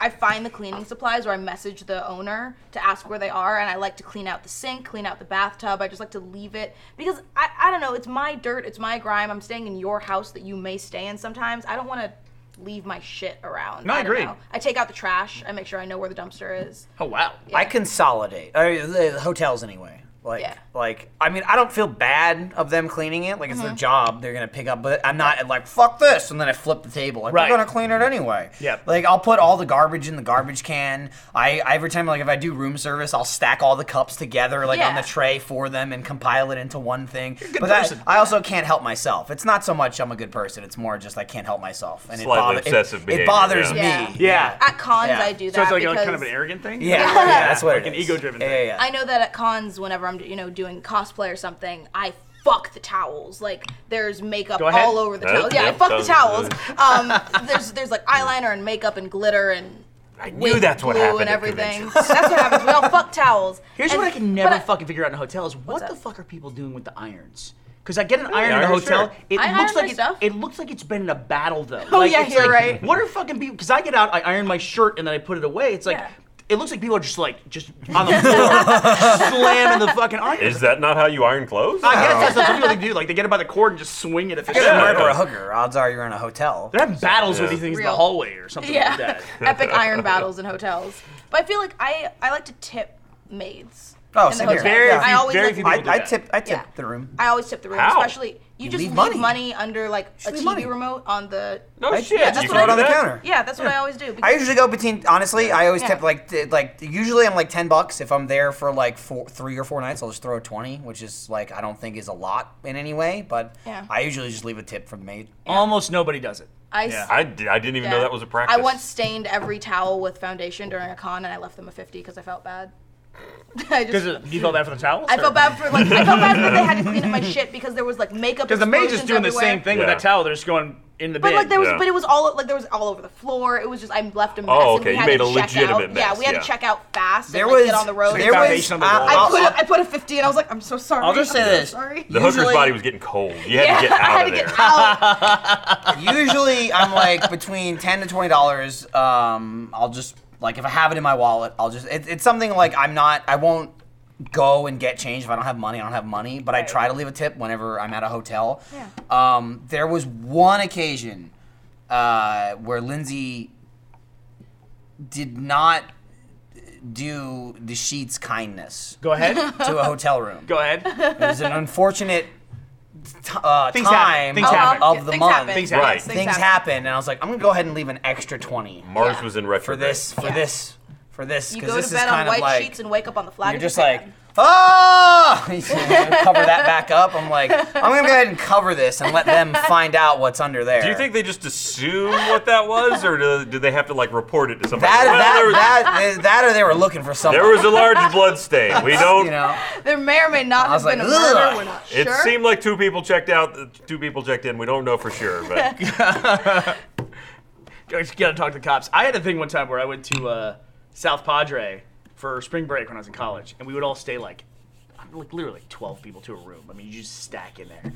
Speaker 4: I, I find the cleaning supplies or I message the owner to ask where they are, and I like to clean out the sink, clean out the bathtub. I just like to leave it because I, I don't know, it's my dirt, it's my grime. I'm staying in your house that you may stay in sometimes. I don't want to leave my shit around.
Speaker 1: No, I
Speaker 4: don't
Speaker 1: agree.
Speaker 4: know. I take out the trash, I make sure I know where the dumpster is.
Speaker 1: Oh wow.
Speaker 2: I consolidate. Or the the hotels anyway. Like
Speaker 4: Yeah.
Speaker 2: like I mean I don't feel bad of them cleaning it. Like it's their job. They're gonna pick up but I'm not like fuck this and then I flip the table. Like
Speaker 1: Right.
Speaker 2: we're gonna clean it anyway.
Speaker 1: Yep.
Speaker 2: Like I'll put all the garbage in the garbage can. I I- every time like if I do room service, I'll stack all the cups together like on
Speaker 4: Yeah.
Speaker 2: the tray for them and compile it into one thing.
Speaker 1: good
Speaker 2: but that-
Speaker 1: person.
Speaker 2: I also can't help myself. It's not so much I'm a good person, it's more just I can't help myself. And it,
Speaker 3: Slightly
Speaker 2: bother-
Speaker 3: obsessive
Speaker 2: it,
Speaker 3: behavior,
Speaker 2: it bothers
Speaker 4: yeah.
Speaker 2: me.
Speaker 1: Yeah.
Speaker 4: At cons,
Speaker 2: Yeah.
Speaker 4: I do that.
Speaker 1: so it's like a,
Speaker 4: because
Speaker 1: kind of an arrogant thing.
Speaker 2: Yeah, yeah, that's what
Speaker 1: Like an
Speaker 2: it is.
Speaker 1: ego-driven
Speaker 2: Yeah,
Speaker 1: thing.
Speaker 2: yeah, yeah.
Speaker 4: I know that at cons, whenever I'm you know doing cosplay or something, I fuck the towels. Like there's makeup
Speaker 1: Go ahead.
Speaker 4: all over the
Speaker 3: Yep,
Speaker 4: towels. Yeah,
Speaker 3: yep,
Speaker 4: I fuck the towels.
Speaker 3: sounds
Speaker 4: Um, there's there's like eyeliner and makeup and glitter and.
Speaker 3: I knew
Speaker 4: wig
Speaker 3: that's what
Speaker 4: glue
Speaker 3: happened
Speaker 4: and
Speaker 3: at
Speaker 4: everything.
Speaker 3: conventions.
Speaker 4: that's what happens. We all fuck towels.
Speaker 1: Here's
Speaker 4: And-
Speaker 1: what I can never
Speaker 4: but I-
Speaker 1: fucking figure out in a hotel is what the
Speaker 4: that?
Speaker 1: fuck are people doing with the irons? Because I get an iron in a
Speaker 3: iron your
Speaker 1: hotel,
Speaker 3: shirt.
Speaker 1: it
Speaker 4: I
Speaker 1: looks
Speaker 4: iron my
Speaker 1: like it,
Speaker 4: stuff.
Speaker 1: it looks like it's been in a battle though.
Speaker 4: Oh,
Speaker 1: Like,
Speaker 4: yeah,
Speaker 1: it's
Speaker 4: you're
Speaker 1: like,
Speaker 4: right.
Speaker 1: What are fucking people? Because I get out, I iron my shirt and then I put it away. It's like
Speaker 4: Yeah.
Speaker 1: it looks like people are just like just on the floor slamming the fucking iron.
Speaker 3: Is that not how you iron clothes?
Speaker 1: I guess that's what some people do. Like they get it by the cord and just swing it at the
Speaker 2: You're gonna
Speaker 1: shit.
Speaker 2: murder a hooker. Odds are you're in a hotel.
Speaker 1: They're having battles with these things in the
Speaker 4: Real.
Speaker 1: hallway or something
Speaker 4: yeah,
Speaker 1: like that.
Speaker 4: epic iron battles in hotels. But I feel like I I like to tip maids.
Speaker 2: Oh,
Speaker 4: in the
Speaker 2: same here.
Speaker 4: hotel.
Speaker 2: Very
Speaker 4: I
Speaker 1: few-
Speaker 4: always
Speaker 1: very
Speaker 4: like
Speaker 1: few
Speaker 4: to
Speaker 1: people
Speaker 2: I,
Speaker 1: do
Speaker 2: I
Speaker 1: that.
Speaker 2: tip. I tip
Speaker 4: Yeah.
Speaker 2: the room.
Speaker 4: I always tip the room,
Speaker 3: How?
Speaker 4: especially you, just
Speaker 2: leave
Speaker 4: leave
Speaker 2: money.
Speaker 4: money, under like a TV
Speaker 2: leave money.
Speaker 4: remote on the.
Speaker 3: no
Speaker 2: I-
Speaker 3: shit.
Speaker 2: yeah, just
Speaker 3: you
Speaker 4: throw
Speaker 3: can
Speaker 4: it
Speaker 3: do
Speaker 4: on the
Speaker 3: that?
Speaker 2: counter.
Speaker 4: Yeah, that's what I always do.
Speaker 2: I
Speaker 4: Because
Speaker 2: usually go between. Honestly, I always
Speaker 4: Yeah.
Speaker 2: tip like t- like usually I'm like ten bucks if I'm there for like four, three or four nights. I'll just throw a twenty, which is like I don't think is a lot in any way, but
Speaker 4: Yeah.
Speaker 2: I usually just leave a tip for the maid.
Speaker 1: Almost nobody does it.
Speaker 4: I, s-
Speaker 1: Yeah.
Speaker 3: I, di- I didn't even know
Speaker 4: yeah.
Speaker 3: that was a practice.
Speaker 4: I once stained every towel with foundation during a con, and I left them a fifty because I felt bad. I just.
Speaker 1: Because you felt bad for the towels?
Speaker 4: I felt bad for like I felt bad that they had to clean up my shit because there was like makeup.
Speaker 1: Because the mage is
Speaker 4: explosions
Speaker 1: doing the
Speaker 4: everywhere.
Speaker 1: same thing with
Speaker 3: Yeah.
Speaker 1: that towel. They're just going in the
Speaker 4: But
Speaker 1: bin.
Speaker 4: like there was,
Speaker 3: Yeah.
Speaker 4: but it was all like there was all over the floor. It was just I left a mess.
Speaker 3: Oh,
Speaker 4: and
Speaker 3: okay,
Speaker 4: we
Speaker 3: you
Speaker 4: had
Speaker 3: made
Speaker 4: to
Speaker 3: a
Speaker 4: check
Speaker 3: legitimate
Speaker 4: out. Yeah,
Speaker 3: mess,
Speaker 4: we had
Speaker 3: yeah.
Speaker 4: to check out fast.
Speaker 2: There
Speaker 4: and, like,
Speaker 2: was
Speaker 4: get on the road.
Speaker 1: Like
Speaker 2: there was
Speaker 1: foundation on the wall.
Speaker 2: I-
Speaker 4: I
Speaker 2: I'll-
Speaker 4: put
Speaker 2: I'll-
Speaker 4: a, I put a fifty, and I was like, I'm so sorry.
Speaker 2: I'll just say
Speaker 4: I'm
Speaker 2: this.
Speaker 4: So sorry.
Speaker 3: The hooker's
Speaker 2: Usually-
Speaker 3: body was getting cold. You had
Speaker 4: yeah,
Speaker 3: to get
Speaker 4: I had
Speaker 3: out
Speaker 4: to
Speaker 3: of there.
Speaker 4: get out.
Speaker 2: Usually, I'm like between ten to twenty dollars. Um, I'll just like if I have it in my wallet, I'll just it, it's something like I'm not. I won't go and get change if I don't have money. I don't have money, but I
Speaker 4: Right.
Speaker 2: try to leave a tip whenever I'm at a hotel.
Speaker 4: Yeah.
Speaker 2: Um, there was one occasion uh, where Lindsay did not do the sheets kindness
Speaker 1: Go ahead.
Speaker 2: to a hotel room.
Speaker 1: Go ahead.
Speaker 2: It was an unfortunate t- uh,
Speaker 1: Things happen.
Speaker 2: time
Speaker 1: Things happen.
Speaker 2: of the
Speaker 4: Things
Speaker 2: month.
Speaker 4: happen.
Speaker 1: Things
Speaker 4: Yes,
Speaker 1: happen.
Speaker 2: Things, happen, and I was like, I'm gonna go ahead and leave an extra twenty
Speaker 3: Mars
Speaker 4: Yeah.
Speaker 3: was in
Speaker 2: for
Speaker 3: retrograde.
Speaker 2: this, for
Speaker 4: Yeah.
Speaker 2: this, for this,
Speaker 4: You
Speaker 2: because
Speaker 4: go
Speaker 2: this
Speaker 4: to
Speaker 2: is
Speaker 4: bed on
Speaker 2: kind of
Speaker 4: white
Speaker 2: like
Speaker 4: sheets and wake up on the flag.
Speaker 2: you're
Speaker 4: of
Speaker 2: just
Speaker 4: Japan.
Speaker 2: like, oh, You cover that back up. I'm like, I'm gonna go ahead and cover this and let them find out what's under there.
Speaker 3: Do you think they just assume what that was, or do, do they have to like report it to somebody?
Speaker 2: that
Speaker 3: Well, there,
Speaker 2: that that that or they were looking for something?
Speaker 3: there was a large blood stain. We don't.
Speaker 2: you know.
Speaker 4: there may or may not
Speaker 2: was
Speaker 4: have been
Speaker 2: like,
Speaker 4: a murder.
Speaker 2: "Ugh."
Speaker 4: We're not sure.
Speaker 3: it seemed like two people checked out, uh, two people checked in. We don't know for sure, but
Speaker 1: I just gotta talk to the cops. I had a thing one time where I went to uh, South Padre for spring break when I was in college, and we would all stay like, like literally like 12 people to a room. I mean, you just stack in there.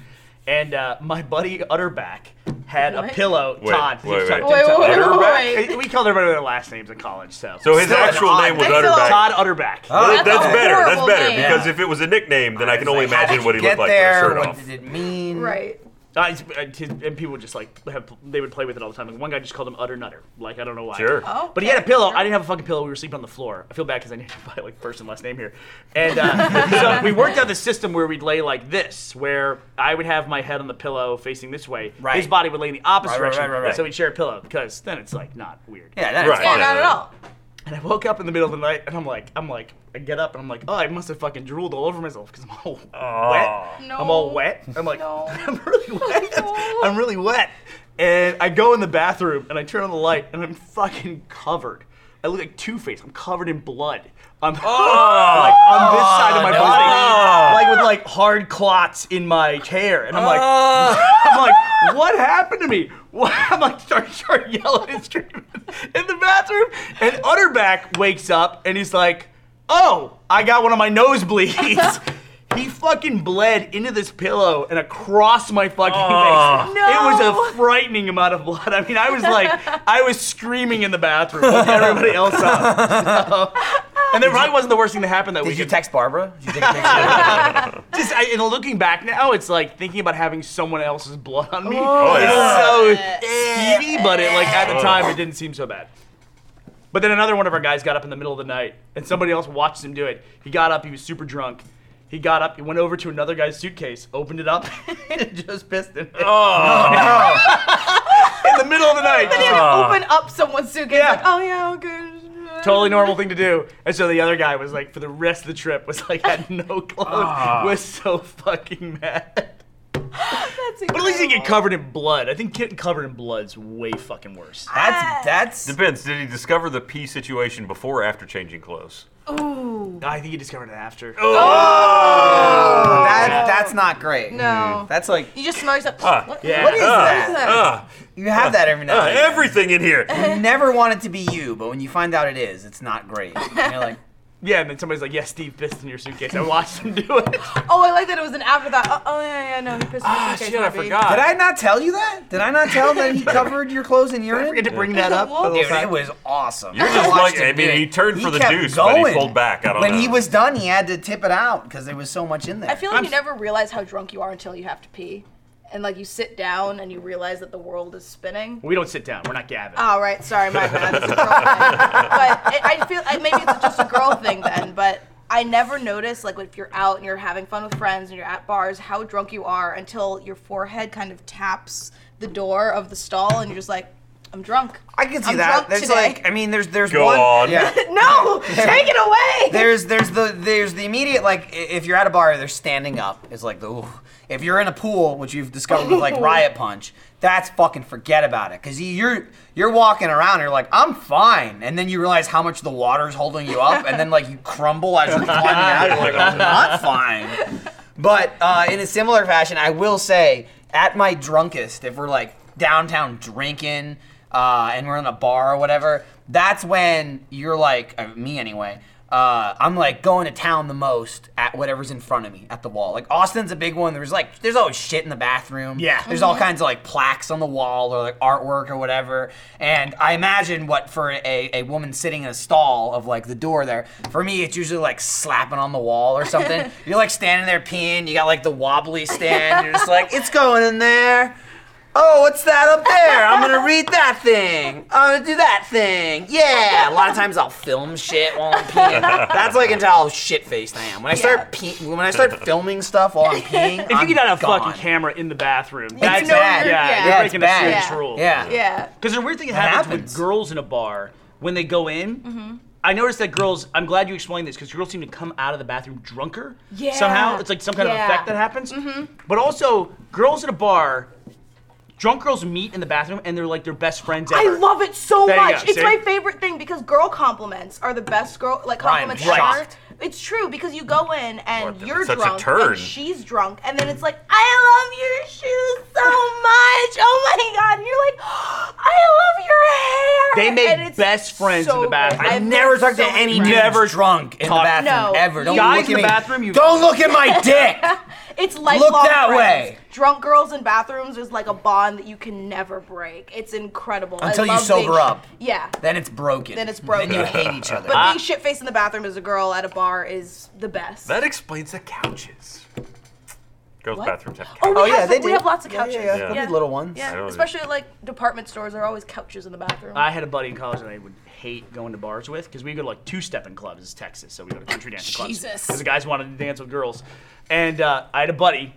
Speaker 1: And uh, my buddy Utterback had
Speaker 4: What?
Speaker 1: a pillow.
Speaker 3: Wait,
Speaker 1: Todd,
Speaker 3: wait,
Speaker 1: he's Todd,
Speaker 3: wait.
Speaker 1: Todd,
Speaker 4: Wait, wait,
Speaker 1: Todd.
Speaker 4: wait, wait.
Speaker 1: Utterback. We called everybody their last names in college, so.
Speaker 3: so his
Speaker 2: Still an
Speaker 3: actual
Speaker 2: odd-
Speaker 3: name Ah. was
Speaker 4: I feel like-
Speaker 3: Utterback.
Speaker 1: Todd Utterback.
Speaker 3: That- that's
Speaker 4: a
Speaker 3: better. That's
Speaker 4: horrible
Speaker 3: better
Speaker 4: name.
Speaker 3: because if it was a nickname, then I can only
Speaker 2: Like, how
Speaker 3: imagine
Speaker 2: did
Speaker 3: what he
Speaker 2: you
Speaker 3: looked
Speaker 2: get
Speaker 3: like
Speaker 2: there?
Speaker 3: with a shirt
Speaker 2: what
Speaker 3: off.
Speaker 2: did it mean?
Speaker 4: right.
Speaker 1: Uh, he's- uh, his- and people would just like have, they would play with it all the time. Like one guy just called him utter nutter. Like I don't know why.
Speaker 3: Sure.
Speaker 4: Oh,
Speaker 1: But he had a
Speaker 4: okay,
Speaker 1: pillow.
Speaker 4: sure.
Speaker 1: I didn't have a fucking pillow. We were sleeping on the floor. I feel bad because I named by like first and last name here. And uh, so we worked out the system where we'd lay like this, where I would have my head on the pillow facing this way.
Speaker 2: Right.
Speaker 1: His body would lay in the opposite
Speaker 2: Right, right,
Speaker 1: direction.
Speaker 2: right, right, right.
Speaker 1: So we'd share a pillow because then it's like not weird.
Speaker 2: Yeah, that's
Speaker 3: Right.
Speaker 4: Yeah,
Speaker 2: fine.
Speaker 4: not at all.
Speaker 1: And I woke up in the middle of the night and I'm like, I'm like, I get up and I'm like, oh, I must have fucking drooled all over myself because I'm all wet.
Speaker 4: No.
Speaker 1: I'm all wet. I'm like,
Speaker 4: Oh. No.
Speaker 1: I'm really wet.
Speaker 4: No.
Speaker 1: I'm really wet. And I go in the bathroom and I turn on the light and I'm fucking covered. I look like Two Face. I'm covered in blood. I'm
Speaker 4: Oh.
Speaker 3: Ah.
Speaker 1: like on
Speaker 2: Ah,
Speaker 1: this side of my body, like with like hard clots in my hair, and I'm like,
Speaker 2: Ah.
Speaker 1: I'm like, what happened to me? What? I'm like, start start yelling and screaming in the bathroom, and Utterback wakes up and he's like, oh, I got one of my nosebleeds. He fucking bled into this pillow and across my fucking
Speaker 2: Ah.
Speaker 1: face.
Speaker 4: No.
Speaker 1: It was a frightening amount of blood. I mean, I was like, I was screaming in the bathroom with everybody else up. So- And that probably wasn't the worst thing that happened that
Speaker 2: Did
Speaker 1: we
Speaker 2: you text Barbara? Did you take a picture?
Speaker 1: Just I, and looking back now, it's like thinking about having someone else's blood on me.
Speaker 3: Oh,
Speaker 1: it's
Speaker 3: yeah. Oh.
Speaker 1: so skeevy, but it like at the time it didn't seem so bad. But then another one of our guys got up in the middle of the night, and somebody else watched him do it. He got up, he was super drunk. He got up, he went over to another guy's suitcase, opened it up, and just pissed in it.
Speaker 3: Oh.
Speaker 2: oh.
Speaker 1: in the middle of the night.
Speaker 4: They
Speaker 1: Just
Speaker 4: had
Speaker 1: like,
Speaker 4: to open up someone's suitcase.
Speaker 1: Yeah.
Speaker 4: Like, oh yeah, oh, good.
Speaker 1: Totally normal thing to do. And so the other guy was like, for the rest of the trip, was like, had no clothes,
Speaker 3: Ah.
Speaker 1: was so fucking mad.
Speaker 4: That's
Speaker 1: But at least you get covered in blood. I think getting covered in blood's way fucking worse.
Speaker 2: That's that's
Speaker 3: Depends. Did he discover the pee situation before or after changing clothes? Ah,
Speaker 1: I think you discovered it after.
Speaker 2: Oh! that, that's not great.
Speaker 4: No.
Speaker 2: That's like
Speaker 4: You just smell yourself.
Speaker 3: Ah,
Speaker 4: what,
Speaker 1: yeah.
Speaker 4: what is
Speaker 2: Ah,
Speaker 4: that? What is that?
Speaker 3: Ah,
Speaker 2: you have that every now.
Speaker 3: ah,
Speaker 2: and then.
Speaker 3: everything in here.
Speaker 2: You never want it to be you, but when you find out it is, it's not great. And you're like,
Speaker 1: Yeah, and then somebody's like, yeah, Steve pissed in your suitcase. I watched him do it.
Speaker 4: Oh, I like that it was an afterthought. Oh, oh yeah, yeah, no, he pissed in
Speaker 3: Ah,
Speaker 4: the suitcase.
Speaker 3: shit, I
Speaker 4: maybe.
Speaker 2: did
Speaker 3: forgot.
Speaker 2: I not tell you that? Did I not tell that he covered your clothes in
Speaker 1: I forget
Speaker 2: urine?
Speaker 1: to bring that up.
Speaker 4: Well,
Speaker 2: Dude, it was awesome.
Speaker 3: You're
Speaker 2: I
Speaker 3: just
Speaker 2: watched
Speaker 3: like,
Speaker 2: him
Speaker 3: I
Speaker 2: do
Speaker 3: mean,
Speaker 2: it.
Speaker 3: he turned for the
Speaker 2: kept
Speaker 3: deuce, but he
Speaker 2: going.
Speaker 3: pulled back. I don't
Speaker 2: When
Speaker 3: know.
Speaker 2: he was done, he had to tip it out because there was so much in there.
Speaker 4: I feel like you never realize how drunk you are until you have to pee, and like you sit down and you realize that the world is spinning.
Speaker 1: We don't sit down. We're not gabbing.
Speaker 2: Ah,
Speaker 4: All right, sorry, my bad. It's a girl thing. But it, I feel I, maybe it's just a girl thing then. But I never notice like if you're out and you're having fun with friends and you're at bars how drunk you are until your forehead kind of taps the door of the stall and you're just like, I'm drunk.
Speaker 2: I can see
Speaker 4: I'm
Speaker 2: that.
Speaker 4: drunk
Speaker 2: There's
Speaker 4: today.
Speaker 2: like, I mean, there's there's
Speaker 3: Go
Speaker 2: one.
Speaker 3: on.
Speaker 2: Yeah.
Speaker 4: no, take it away.
Speaker 2: There's there's the there's the immediate like i- if you're at a bar, they're standing up. It's like the ooh. if you're in a pool, which you've discovered with like Riot Punch, that's fucking forget about it. Cause you- you're you're walking around, you're like I'm fine, and then you realize how much the water's holding you up, and then like you crumble as you're climbing out. You're like I'm not fine. But uh, in a similar fashion, I will say, at my drunkest, if we're like downtown drinking uh, and we're in a bar or whatever, that's when you're like, uh, me anyway. Uh, I'm like going to town the most at whatever's in front of me at the wall. Like Austin's a big one. There's like there's always shit in the bathroom.
Speaker 1: Yeah.
Speaker 2: There's all kinds of like plaques on the wall or like artwork or whatever. And I imagine what for a, a woman sitting in a stall of like the door there, for me it's usually like slapping on the wall or something. you're like standing there peeing, you got like the wobbly stand, you're just like, it's going in there. Oh, what's that up there? I'm gonna read that thing. I'm gonna do that thing. Yeah. A lot of times I'll film shit while I'm peeing. That's like until how shit faced I am. When I start pe- when I start filming stuff while I'm peeing,
Speaker 1: If you
Speaker 2: I'm
Speaker 1: get on a
Speaker 2: gone.
Speaker 1: fucking camera in the bathroom,
Speaker 2: That's
Speaker 1: that's
Speaker 4: no
Speaker 2: bad.
Speaker 4: good.
Speaker 1: yeah,
Speaker 4: Yeah.
Speaker 1: you're
Speaker 4: Yeah,
Speaker 2: it's
Speaker 1: breaking a
Speaker 2: bad.
Speaker 1: serious
Speaker 4: Yeah.
Speaker 1: rule.
Speaker 2: Yeah.
Speaker 4: yeah.
Speaker 1: Because the weird thing that happens,
Speaker 2: happens. Mm-hmm.
Speaker 1: with girls in a bar when they go in. I noticed that girls. I'm glad you explained this because girls seem to come out of the bathroom drunker.
Speaker 4: Yeah.
Speaker 1: Somehow it's like some kind
Speaker 4: Yeah.
Speaker 1: of effect that happens.
Speaker 2: Mm-hmm.
Speaker 1: But also, girls in a bar, drunk girls meet in the bathroom and they're like their best friends ever.
Speaker 4: I love it so
Speaker 1: There you
Speaker 4: much.
Speaker 1: go,
Speaker 4: it's
Speaker 1: see?
Speaker 4: my favorite thing because girl compliments are the best girl like
Speaker 2: Ryan,
Speaker 4: compliments
Speaker 2: right.
Speaker 4: ever. It's true because you go in and
Speaker 3: Lord,
Speaker 4: you're
Speaker 3: such a
Speaker 4: drunk
Speaker 3: turn.
Speaker 4: and she's drunk and then it's like I love your shoes so much. Oh my god. And you're like I love
Speaker 1: They
Speaker 4: your hair.
Speaker 1: make
Speaker 4: and it's
Speaker 1: best friends in
Speaker 4: so
Speaker 1: the bathroom.
Speaker 4: good.
Speaker 1: I
Speaker 2: I've
Speaker 4: made
Speaker 2: never talked
Speaker 4: so
Speaker 2: to any
Speaker 4: many
Speaker 2: dude
Speaker 4: friends.
Speaker 1: Never
Speaker 2: drunk in
Speaker 1: talk-
Speaker 2: the bathroom
Speaker 4: No.
Speaker 2: ever. Don't
Speaker 1: Guys
Speaker 2: look
Speaker 1: in
Speaker 2: at
Speaker 1: the
Speaker 2: me.
Speaker 1: bathroom, you-
Speaker 2: Don't look at my dick.
Speaker 4: It's lifelong
Speaker 2: that
Speaker 4: friends.
Speaker 2: way.
Speaker 4: Drunk girls in bathrooms is like a bond that you can never break. It's incredible. I
Speaker 2: Until you
Speaker 4: love being-
Speaker 2: sober up.
Speaker 4: Yeah.
Speaker 2: then it's broken.
Speaker 4: Then it's broken.
Speaker 2: Then you hate each other.
Speaker 4: But being shit faced in the bathroom as a girl at a bar is the best.
Speaker 3: That explains the couches. Girls'
Speaker 4: What?
Speaker 3: bathrooms have
Speaker 4: oh,
Speaker 3: couches.
Speaker 4: we
Speaker 2: Oh, yeah,
Speaker 4: have,
Speaker 2: they
Speaker 4: we
Speaker 2: do.
Speaker 4: have lots of
Speaker 2: Yeah,
Speaker 4: couches.
Speaker 2: yeah,
Speaker 4: Yeah,
Speaker 2: yeah.
Speaker 3: They'll
Speaker 2: They'll be little ones.
Speaker 3: I
Speaker 4: Yeah,
Speaker 3: don't-
Speaker 4: especially at, like department stores, there are always couches in the bathroom.
Speaker 1: I had a buddy in college that I would hate going to bars with because we go to like two stepping clubs. It's Texas, so we go to country dancing clubs.
Speaker 4: Jesus.
Speaker 1: Because the guys wanted to dance with girls. And uh, I had a buddy,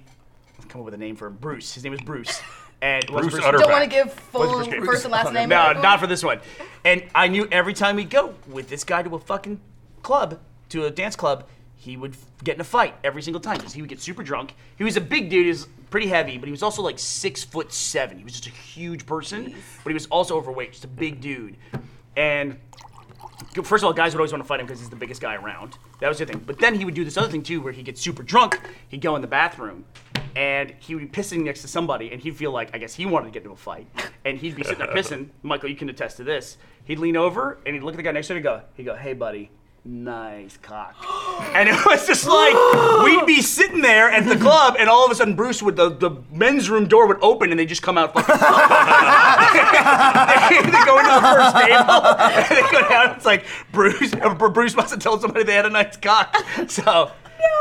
Speaker 1: let's come up with a name for him Bruce. His name was Bruce. And it was
Speaker 3: Bruce
Speaker 1: Bruce
Speaker 3: Utter-
Speaker 4: Don't want to
Speaker 3: Correct.
Speaker 4: give full
Speaker 1: Bruce Gates.
Speaker 4: first and last name. oh,
Speaker 1: No, not for this one. And I knew every time we'd go with this guy to a fucking club, to a dance club, he would f- get in a fight every single time because he would get super drunk. He was a big dude, he was pretty heavy, but he was also like six foot seven. He was just a huge person, but he was also overweight, just a big dude. And first of all, guys would always want to fight him because he's the biggest guy around. That was the thing. But then he would do this other thing too, where he gets super drunk. He'd go in the bathroom, and he would be pissing next to somebody, and he'd feel like I guess he wanted to get into a fight, and he'd be sitting there pissing. Michael, you can attest to this. He'd lean over and he'd look at the guy next to him and go, he'd go, "Hey, buddy." Nice cock. And it was just like, we'd be sitting there at the club, and all of a sudden, Bruce would, the, the men's room door would open, and they'd just come out fucking they go into the first table and they go down. It's like Bruce. uh, Bru- Bruce must have told somebody they had a nice cock. So,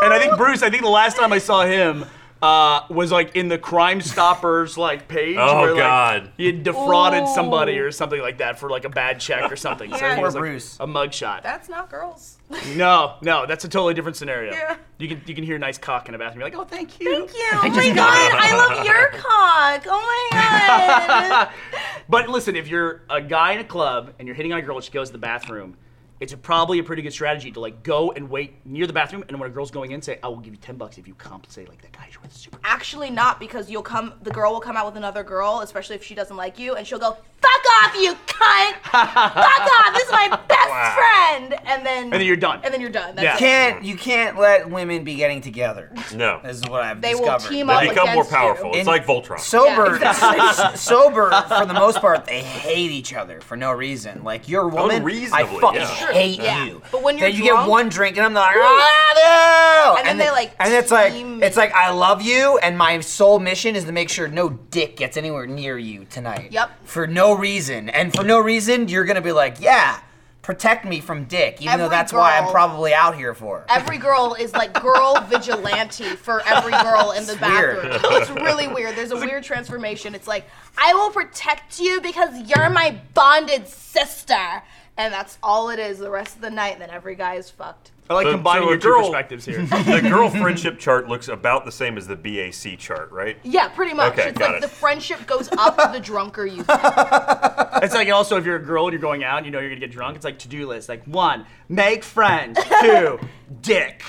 Speaker 1: and I think Bruce. I think the last time I saw him. Uh, was like in the Crime Stoppers like page
Speaker 3: Oh,
Speaker 1: where like
Speaker 3: God.
Speaker 1: he had defrauded
Speaker 4: Ooh.
Speaker 1: somebing or something like that for like a bad check or something. So he
Speaker 2: Poor
Speaker 1: was like
Speaker 2: Bruce.
Speaker 1: a mugshot.
Speaker 4: That's not girls. Thank
Speaker 1: no, no, that's a totally different scenario.
Speaker 4: Yeah.
Speaker 1: You can you can hear nice cock in the bathroom. You're like, oh, thank you.
Speaker 4: you. Oh my god, I love your cock. Oh my god.
Speaker 1: But listen, if you're a guy in a club and you're hitting on a girl and she goes to the bathroom, it's a, probably a pretty good strategy to like go and wait near the bathroom, and when a girl's going in, say, "I will give you ten bucks if you compensate like that guy you're with." is Super.
Speaker 4: Actually, not because you'll come. The girl will come out with another girl, especially if she doesn't like you, and she'll go, "Fuck off, you cunt! Fuck off! This is my best
Speaker 3: Wow.
Speaker 4: friend!" And then
Speaker 1: And then you're done.
Speaker 4: And then you're done. That's
Speaker 1: Yeah.
Speaker 4: it.
Speaker 2: can't you can't let women be getting together.
Speaker 3: No.
Speaker 2: This is what I've
Speaker 4: They will
Speaker 2: discovered.
Speaker 4: team up
Speaker 3: They become more
Speaker 4: against you.
Speaker 3: powerful. It's
Speaker 2: In-
Speaker 3: like Voltron.
Speaker 2: Sober,
Speaker 4: Yeah, exactly.
Speaker 2: sober for the most part, they hate each other for no reason. Like you're a woman, I
Speaker 3: Unreasonably,
Speaker 2: fucking
Speaker 3: yeah. Sure,
Speaker 2: hate
Speaker 4: yeah.
Speaker 2: you.
Speaker 4: But when you're
Speaker 2: then you
Speaker 4: drunk-
Speaker 2: get one drink and I'm like, ah, no!
Speaker 4: And then they, like,
Speaker 2: and it's like,
Speaker 4: team-
Speaker 2: it's like I love you, and my sole mission is to make sure no dick gets anywhere near you tonight.
Speaker 4: Yep.
Speaker 2: For no reason, and for no reason, you're gonna be like, yeah, protect me from dick, even though
Speaker 4: Every
Speaker 2: that's why I'm
Speaker 4: girl-
Speaker 2: probably out here for.
Speaker 4: every girl is like girl vigilante for every girl in the bathroom.
Speaker 2: weird.
Speaker 4: It's really weird. There's a weird transformation. It's like, I will protect you because you're my bonded sister. and that's all it is the rest of the night. And then every guy is fucked.
Speaker 1: I like
Speaker 3: So-
Speaker 1: combining
Speaker 3: so a
Speaker 1: your two
Speaker 3: girl-
Speaker 1: perspectives here.
Speaker 3: the girl friendship chart looks about the same as the BAC chart, right?
Speaker 4: Yeah, pretty much.
Speaker 3: Okay,
Speaker 4: it's
Speaker 3: got
Speaker 4: like
Speaker 3: it.
Speaker 4: the friendship goes up the drunker you get.
Speaker 1: It's like also if you're a girl and you're going out and you know you're gonna get drunk, it's like to-do list. Like one, make friends. Two, dick.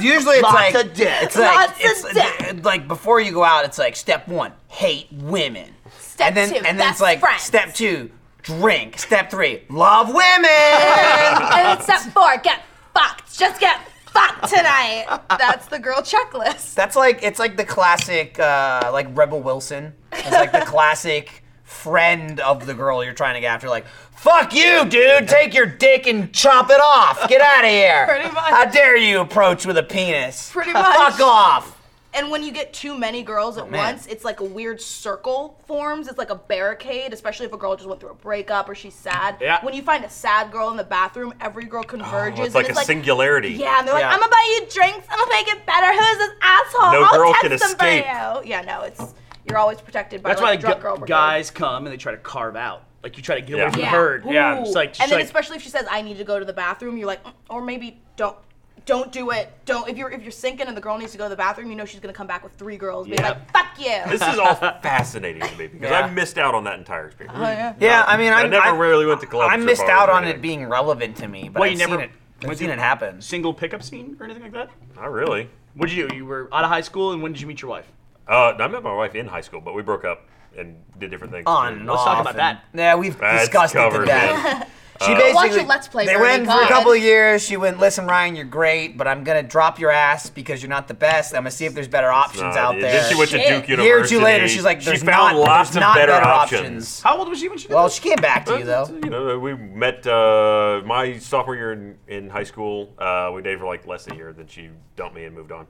Speaker 2: Usually it's
Speaker 1: Lots
Speaker 2: like
Speaker 1: of dick.
Speaker 2: it's like
Speaker 4: Lots of
Speaker 2: it's
Speaker 4: dick.
Speaker 2: like before you go out, it's like step one, hate women.
Speaker 4: Step
Speaker 2: and then
Speaker 4: two,
Speaker 2: and then it's
Speaker 4: best
Speaker 2: like
Speaker 4: friends.
Speaker 2: step two, drink. Step three, love women.
Speaker 4: and then step four, get fucked. Just get fucked tonight. That's the girl checklist.
Speaker 2: That's like it's like the classic uh, like Rebel Wilson. It's like the classic friend of the girl you're trying to get after. Like fuck you, dude. Take your dick and chop it off. Get out of here.
Speaker 4: Pretty much.
Speaker 2: How dare you approach with a penis?
Speaker 4: Pretty much.
Speaker 2: Fuck off.
Speaker 4: And when you get too many girls
Speaker 3: Oh,
Speaker 4: at
Speaker 2: man.
Speaker 4: once, it's like a weird circle forms. It's like a barricade, especially if a girl just went through a breakup or she's sad.
Speaker 1: Yeah.
Speaker 4: When you find a sad girl in the bathroom, every girl converges.
Speaker 3: Oh, It's
Speaker 4: and
Speaker 3: like a singularity.
Speaker 4: Yeah, and they're like,
Speaker 2: Yeah.
Speaker 4: I'm gonna buy you drinks. I'm gonna make it better. Who is this asshole?
Speaker 3: No
Speaker 4: I'll
Speaker 3: girl
Speaker 4: text
Speaker 3: can
Speaker 4: somebody
Speaker 3: escape.
Speaker 4: out." Yeah, no, it's you're always protected by
Speaker 1: That's
Speaker 4: like,
Speaker 1: why
Speaker 4: a drunk
Speaker 1: gu-
Speaker 4: girl brigade.
Speaker 1: guys come and they try to carve out. Like you try to get
Speaker 3: Yeah.
Speaker 1: away from
Speaker 4: Yeah.
Speaker 1: the herd. Yeah.
Speaker 4: Ooh.
Speaker 1: It's like,
Speaker 4: and
Speaker 1: just
Speaker 4: then
Speaker 1: like
Speaker 4: especially if she says, "I need to go to the bathroom," you're like, "Mm," or maybe don't. Don't do it. Don't if you're if you're sinking and the girl needs to go to the bathroom, you know she's gonna come back with three girls, being
Speaker 1: Yeah.
Speaker 4: like, "Fuck you."
Speaker 3: This is all fascinating to me because
Speaker 2: Yeah.
Speaker 3: I missed out on that entire experience.
Speaker 4: Oh, Uh,
Speaker 2: Yeah, I mean,
Speaker 3: I
Speaker 2: I'm-
Speaker 3: never
Speaker 2: I-
Speaker 3: really went to clubs.
Speaker 2: I
Speaker 3: or
Speaker 2: missed
Speaker 3: bars
Speaker 2: out
Speaker 3: or
Speaker 2: on it
Speaker 3: anything.
Speaker 2: being relevant to me, but
Speaker 1: Well,
Speaker 2: I've
Speaker 1: you never
Speaker 2: seen it.
Speaker 1: went
Speaker 2: I've seen
Speaker 1: to-
Speaker 2: it happen.
Speaker 1: single pickup scene or anything like that.
Speaker 3: Not really.
Speaker 1: What did you do? You were out of high school and when did you meet your wife?
Speaker 3: Uh, I met my wife in high school, but we broke up and did different things.
Speaker 2: On and
Speaker 1: Let's talk
Speaker 2: off
Speaker 1: about
Speaker 2: and-
Speaker 1: that.
Speaker 2: Yeah, we've
Speaker 3: That's
Speaker 2: discussed it to
Speaker 3: covered, Uh,
Speaker 2: death. She
Speaker 4: Watch a
Speaker 2: basically
Speaker 4: Let's Play,
Speaker 2: They
Speaker 4: Bernie,
Speaker 2: went for
Speaker 4: God.
Speaker 2: a couple of years. She went, "Listen, Ryan, you're great, but I'm gonna drop your ass because you're not the best. I'm gonna see if there's better options
Speaker 3: Nah,
Speaker 2: out
Speaker 3: dude.
Speaker 2: there."
Speaker 3: Then she went to
Speaker 4: Shit.
Speaker 3: Duke
Speaker 2: a
Speaker 3: University.
Speaker 2: year or two later. She's like, "There's
Speaker 3: she found
Speaker 2: not,
Speaker 3: lots
Speaker 2: there's
Speaker 3: of
Speaker 2: not
Speaker 3: better, options.
Speaker 2: options."
Speaker 1: How old was she when she did
Speaker 2: Well,
Speaker 1: this?
Speaker 2: she came back to you though.
Speaker 3: You know, we met uh, my sophomore year in, in high school. Uh, we dated for like less than a year. Then she dumped me and moved on.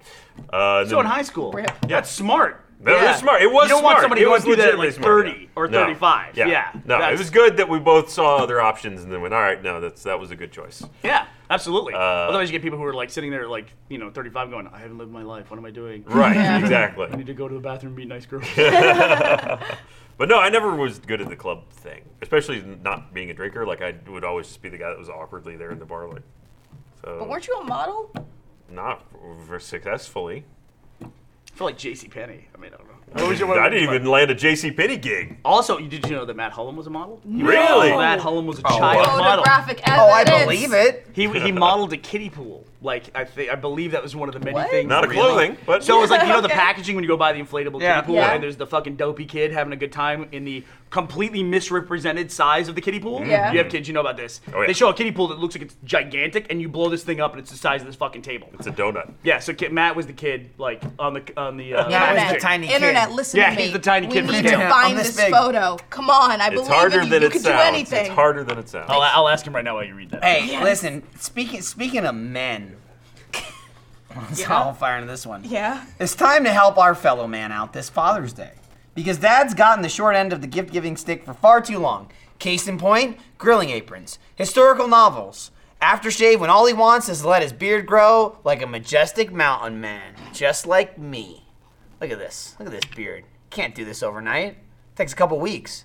Speaker 3: Uh,
Speaker 1: so in high school.
Speaker 4: Rip.
Speaker 1: That's smart.
Speaker 3: No, it was smart. It was
Speaker 1: You don't
Speaker 3: smart.
Speaker 1: want somebody
Speaker 3: it
Speaker 1: going
Speaker 3: was
Speaker 1: through that at
Speaker 3: legitimately
Speaker 1: like
Speaker 3: smart,
Speaker 1: 30
Speaker 3: yeah.
Speaker 1: or
Speaker 3: No.
Speaker 1: 35.
Speaker 3: Yeah.
Speaker 1: Yeah.
Speaker 3: No, it
Speaker 1: That's-
Speaker 3: was good that we both saw other options and then went, all right, no, that's that was a good choice.
Speaker 1: Yeah, absolutely.
Speaker 3: Uh,
Speaker 1: Otherwise, you get people who are like sitting there, like you know, 35, going, "I haven't lived my life. What am I doing?
Speaker 3: Right,
Speaker 1: I
Speaker 3: exactly.
Speaker 1: need to go to the bathroom, and meet nice girls."
Speaker 3: But no, I never was good at the club thing, especially not being a drinker. Like I would always just be the guy that was awkwardly there in the bar, like. So
Speaker 4: But weren't you a model?
Speaker 3: not v- successfully.
Speaker 1: For like J.C. Penney. I mean, I don't know. What was your- what
Speaker 3: I
Speaker 1: was your-
Speaker 3: didn't even land a J.C. Penney gig.
Speaker 1: Also, you did you know that Matt Hullum was a model?
Speaker 3: Really? Oh,
Speaker 1: Matt Hullum was a child model.
Speaker 4: Photographic
Speaker 2: Oh, I
Speaker 4: evidence.
Speaker 2: believe it.
Speaker 1: He, he modeled a kiddie pool. Like I think I believe that was one of the many
Speaker 4: What?
Speaker 1: things.
Speaker 3: Not a
Speaker 1: that we loved.
Speaker 3: clothing, but
Speaker 1: So it was like you know the
Speaker 4: Okay.
Speaker 1: packaging when you go buy the inflatable
Speaker 2: Yeah.
Speaker 1: kiddie pool,
Speaker 4: Yeah.
Speaker 1: and there's the fucking dopey kid having a good time in the completely misrepresented size of the kiddie pool.
Speaker 4: Yeah.
Speaker 1: You have kids, you know about this.
Speaker 3: Oh, yeah.
Speaker 1: They show a kiddie pool that looks like it's gigantic, and you blow this thing up, and it's the size of this fucking table.
Speaker 3: It's a donut.
Speaker 1: Yeah. So kid, Matt was the kid like on the on the. Uh,
Speaker 2: Matt was
Speaker 4: Internet,
Speaker 2: the tiny kid.
Speaker 4: Internet, listen
Speaker 1: Yeah,
Speaker 4: to me.
Speaker 1: he's the tiny kid
Speaker 4: We
Speaker 1: from
Speaker 4: need to
Speaker 2: Scam.
Speaker 4: find
Speaker 2: I'm
Speaker 4: this
Speaker 2: this big.
Speaker 4: photo. Come on, I
Speaker 3: It's
Speaker 4: believe
Speaker 3: harder
Speaker 4: in you.
Speaker 3: than
Speaker 4: you
Speaker 3: it
Speaker 4: could
Speaker 3: sounds.
Speaker 4: do anything.
Speaker 3: It's harder than it sounds.
Speaker 1: I'll, I'll ask him right now while you read that.
Speaker 2: Hey, listen. Speaking speaking of men, yeah. I'll fire into this one.
Speaker 4: Yeah.
Speaker 2: It's time to help our fellow man out this Father's Day. Because dad's gotten the short end of the gift giving stick for far too long. Case in point grilling aprons, historical novels, aftershave when all he wants is to let his beard grow like a majestic mountain man, just like me. Look at this. Look at this beard. Can't do this overnight. Takes a couple weeks.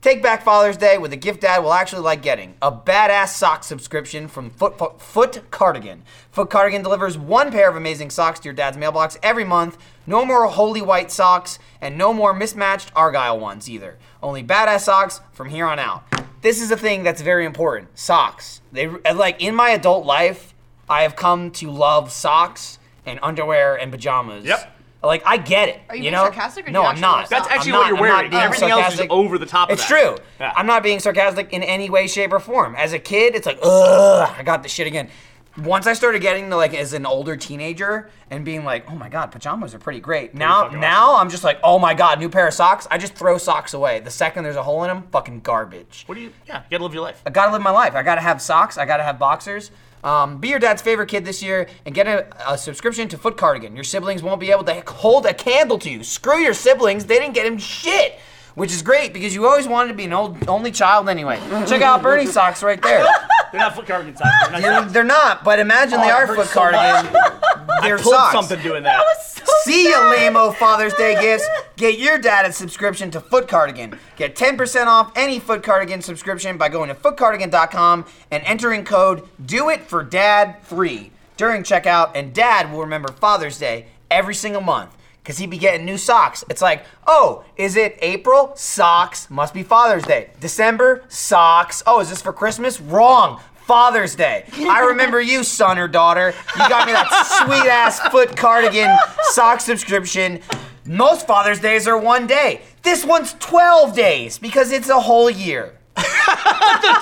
Speaker 2: Take back Father's Day with a gift dad will actually like getting a badass sock subscription from Foot, Foot, Foot Cardigan. Foot Cardigan delivers one pair of amazing socks to your dad's mailbox every month. No more holy white socks, and no more mismatched Argyle ones either. Only badass socks from here on out. This is a thing that's very important socks. They like in my adult life, I have come to love socks and underwear and pajamas.
Speaker 1: Yep.
Speaker 2: Like I get it.
Speaker 4: Are you
Speaker 2: you
Speaker 4: being
Speaker 2: know?
Speaker 4: sarcastic or do
Speaker 2: no,
Speaker 4: you
Speaker 2: I'm
Speaker 4: actually
Speaker 2: not.
Speaker 4: love socks?
Speaker 1: That's actually
Speaker 2: I'm
Speaker 1: what
Speaker 2: not-
Speaker 1: you're
Speaker 2: I'm
Speaker 1: wearing.
Speaker 2: not being
Speaker 1: Everything else is
Speaker 2: sarcastic.
Speaker 1: over the top of
Speaker 2: It's
Speaker 1: that.
Speaker 2: true.
Speaker 1: Yeah.
Speaker 2: I'm not being sarcastic in any way, shape, or form. As a kid, it's like, ugh, I got this shit again. Once I started getting to like as an older teenager and being like, oh my god, pajamas are pretty great. now,
Speaker 1: fucking
Speaker 2: now I'm just like, oh my god, new pair of socks. I just throw socks away the second there's a hole in them. Fucking garbage.
Speaker 1: What do you? Yeah, you gotta live your life.
Speaker 2: I gotta live my life. I gotta have socks. I gotta have boxers. Um, be your dad's favorite kid this year and get a, a subscription to Foot Cardigan. Your siblings won't be able to hold a candle to you. Screw your siblings. They didn't get him shit, which is great because you always wanted to be an old only child anyway. Check out Bernie's socks right there.
Speaker 1: They're not foot cardigan socks. They're not
Speaker 2: They're, they're not, but imagine they
Speaker 1: Oh, it
Speaker 2: are
Speaker 1: hurts so
Speaker 2: Foot
Speaker 1: much.
Speaker 2: Cardigan. They're
Speaker 1: pulled
Speaker 2: socks.
Speaker 1: something doing that.
Speaker 4: That was so
Speaker 2: See ya, lame Father's Day gifts. Get your dad a subscription to Foot Cardigan. Get 10% off any Foot Cardigan subscription by going to footcardigan.com and entering code Do It for Dad 3 during checkout, and Dad will remember Father's Day every single month because he'd be getting new socks. It's like, oh, is it April? Socks. Must be Father's Day. December? Socks. Oh, is this for Christmas? Wrong. Father's Day. I remember you, son or daughter. You got me that sweet ass foot cardigan sock subscription. Most Father's Days are one day. This one's 12 days because it's a whole year.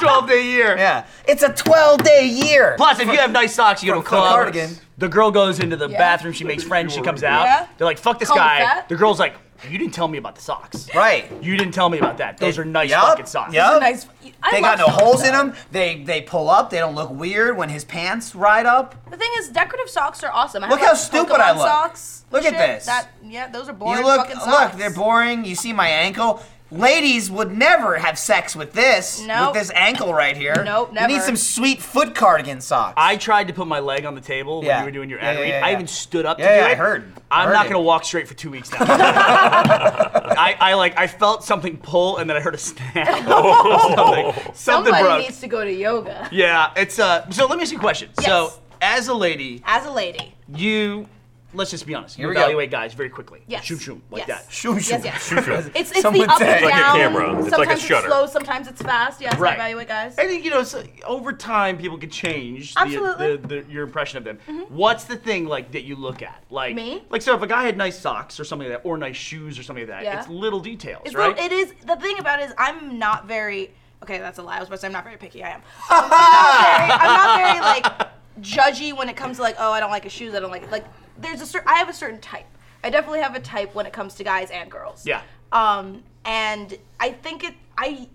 Speaker 1: 12 day year.
Speaker 2: Yeah. It's a 12 day year.
Speaker 1: Plus, if you have nice socks, you go to a
Speaker 2: From
Speaker 1: club.
Speaker 2: Cardigan.
Speaker 1: The girl goes into the
Speaker 4: Yeah.
Speaker 1: bathroom. She makes friends. She comes out.
Speaker 4: Yeah.
Speaker 1: They're like, "Fuck this
Speaker 4: Call me
Speaker 1: guy."
Speaker 4: fat.
Speaker 1: The girl's like, "You didn't tell me about the socks.
Speaker 2: Right.
Speaker 1: You didn't tell me about that. Those
Speaker 2: It-
Speaker 1: are nice
Speaker 2: yup,
Speaker 1: fucking socks."
Speaker 2: yup.
Speaker 4: It's a nice. I
Speaker 2: They got
Speaker 4: love
Speaker 2: no
Speaker 4: socks,
Speaker 2: holes
Speaker 4: though.
Speaker 2: in them. They they pull up. They don't look weird when his pants ride up.
Speaker 4: The thing is, decorative socks are awesome. I
Speaker 2: Look
Speaker 4: have,
Speaker 2: how
Speaker 4: like,
Speaker 2: stupid
Speaker 4: Pokemon
Speaker 2: I look.
Speaker 4: Socks. and
Speaker 2: Look at
Speaker 4: shit.
Speaker 2: this.
Speaker 4: That yeah, those are boring
Speaker 2: You look
Speaker 4: fucking
Speaker 2: look.
Speaker 4: socks.
Speaker 2: They're boring. You see my ankle. Ladies would never have sex with this.
Speaker 4: Nope.
Speaker 2: With this ankle right here.
Speaker 4: Nope,
Speaker 2: You need
Speaker 4: never.
Speaker 2: some sweet foot cardigan socks.
Speaker 1: I tried to put my leg on the table when
Speaker 2: Yeah.
Speaker 1: you were doing your
Speaker 2: Yeah,
Speaker 1: ad
Speaker 2: yeah,
Speaker 1: read.
Speaker 2: yeah,
Speaker 1: I
Speaker 2: yeah.
Speaker 1: even stood up to
Speaker 2: Yeah,
Speaker 1: do
Speaker 2: yeah, I
Speaker 1: it.
Speaker 2: heard.
Speaker 1: I'm
Speaker 2: Heard
Speaker 1: not
Speaker 2: it.
Speaker 1: gonna walk straight for two weeks now. I, I like I felt something pull and then I heard a snap. something something
Speaker 4: Somebody
Speaker 1: broke.
Speaker 4: needs to go to yoga.
Speaker 1: Yeah, it's uh. So let me ask you a question. So
Speaker 4: Yes.
Speaker 1: as a lady,
Speaker 4: As a lady.
Speaker 1: you let's just be honest. You
Speaker 2: Here we go.
Speaker 1: evaluate guys very quickly.
Speaker 4: Yes.
Speaker 1: Shoom shoom like
Speaker 4: Yes.
Speaker 1: that.
Speaker 2: Shoo, shoo.
Speaker 4: Yes, yes. It's, it's
Speaker 2: Someone
Speaker 4: the up
Speaker 2: said-
Speaker 4: and
Speaker 2: Like
Speaker 3: a
Speaker 4: down.
Speaker 3: camera. It's like a
Speaker 4: Sometimes
Speaker 3: shutter.
Speaker 4: slow, sometimes it's fast. Yes,
Speaker 1: Right.
Speaker 4: I evaluate guys.
Speaker 1: I think you know. So over time, people can change the,
Speaker 4: Absolutely. Mm-hmm.
Speaker 1: the, the, your impression of them. What's the thing like that you look at? Like
Speaker 4: Me?
Speaker 1: Like so, if a guy had nice socks or something like that, or nice shoes or something like that,
Speaker 4: Yeah.
Speaker 1: it's little details,
Speaker 4: It's
Speaker 1: right?
Speaker 4: little- it is the thing about it is I'm not very okay. That's a lie. I was about to say I'm not very picky. I am. I'm not very, I'm not very, like judgy when it comes to like oh I don't like his shoes. I don't like it. like there's a certain I have a certain type. I definitely have a type when it comes to guys and girls.
Speaker 1: yeah.
Speaker 4: Um, and I think it, I,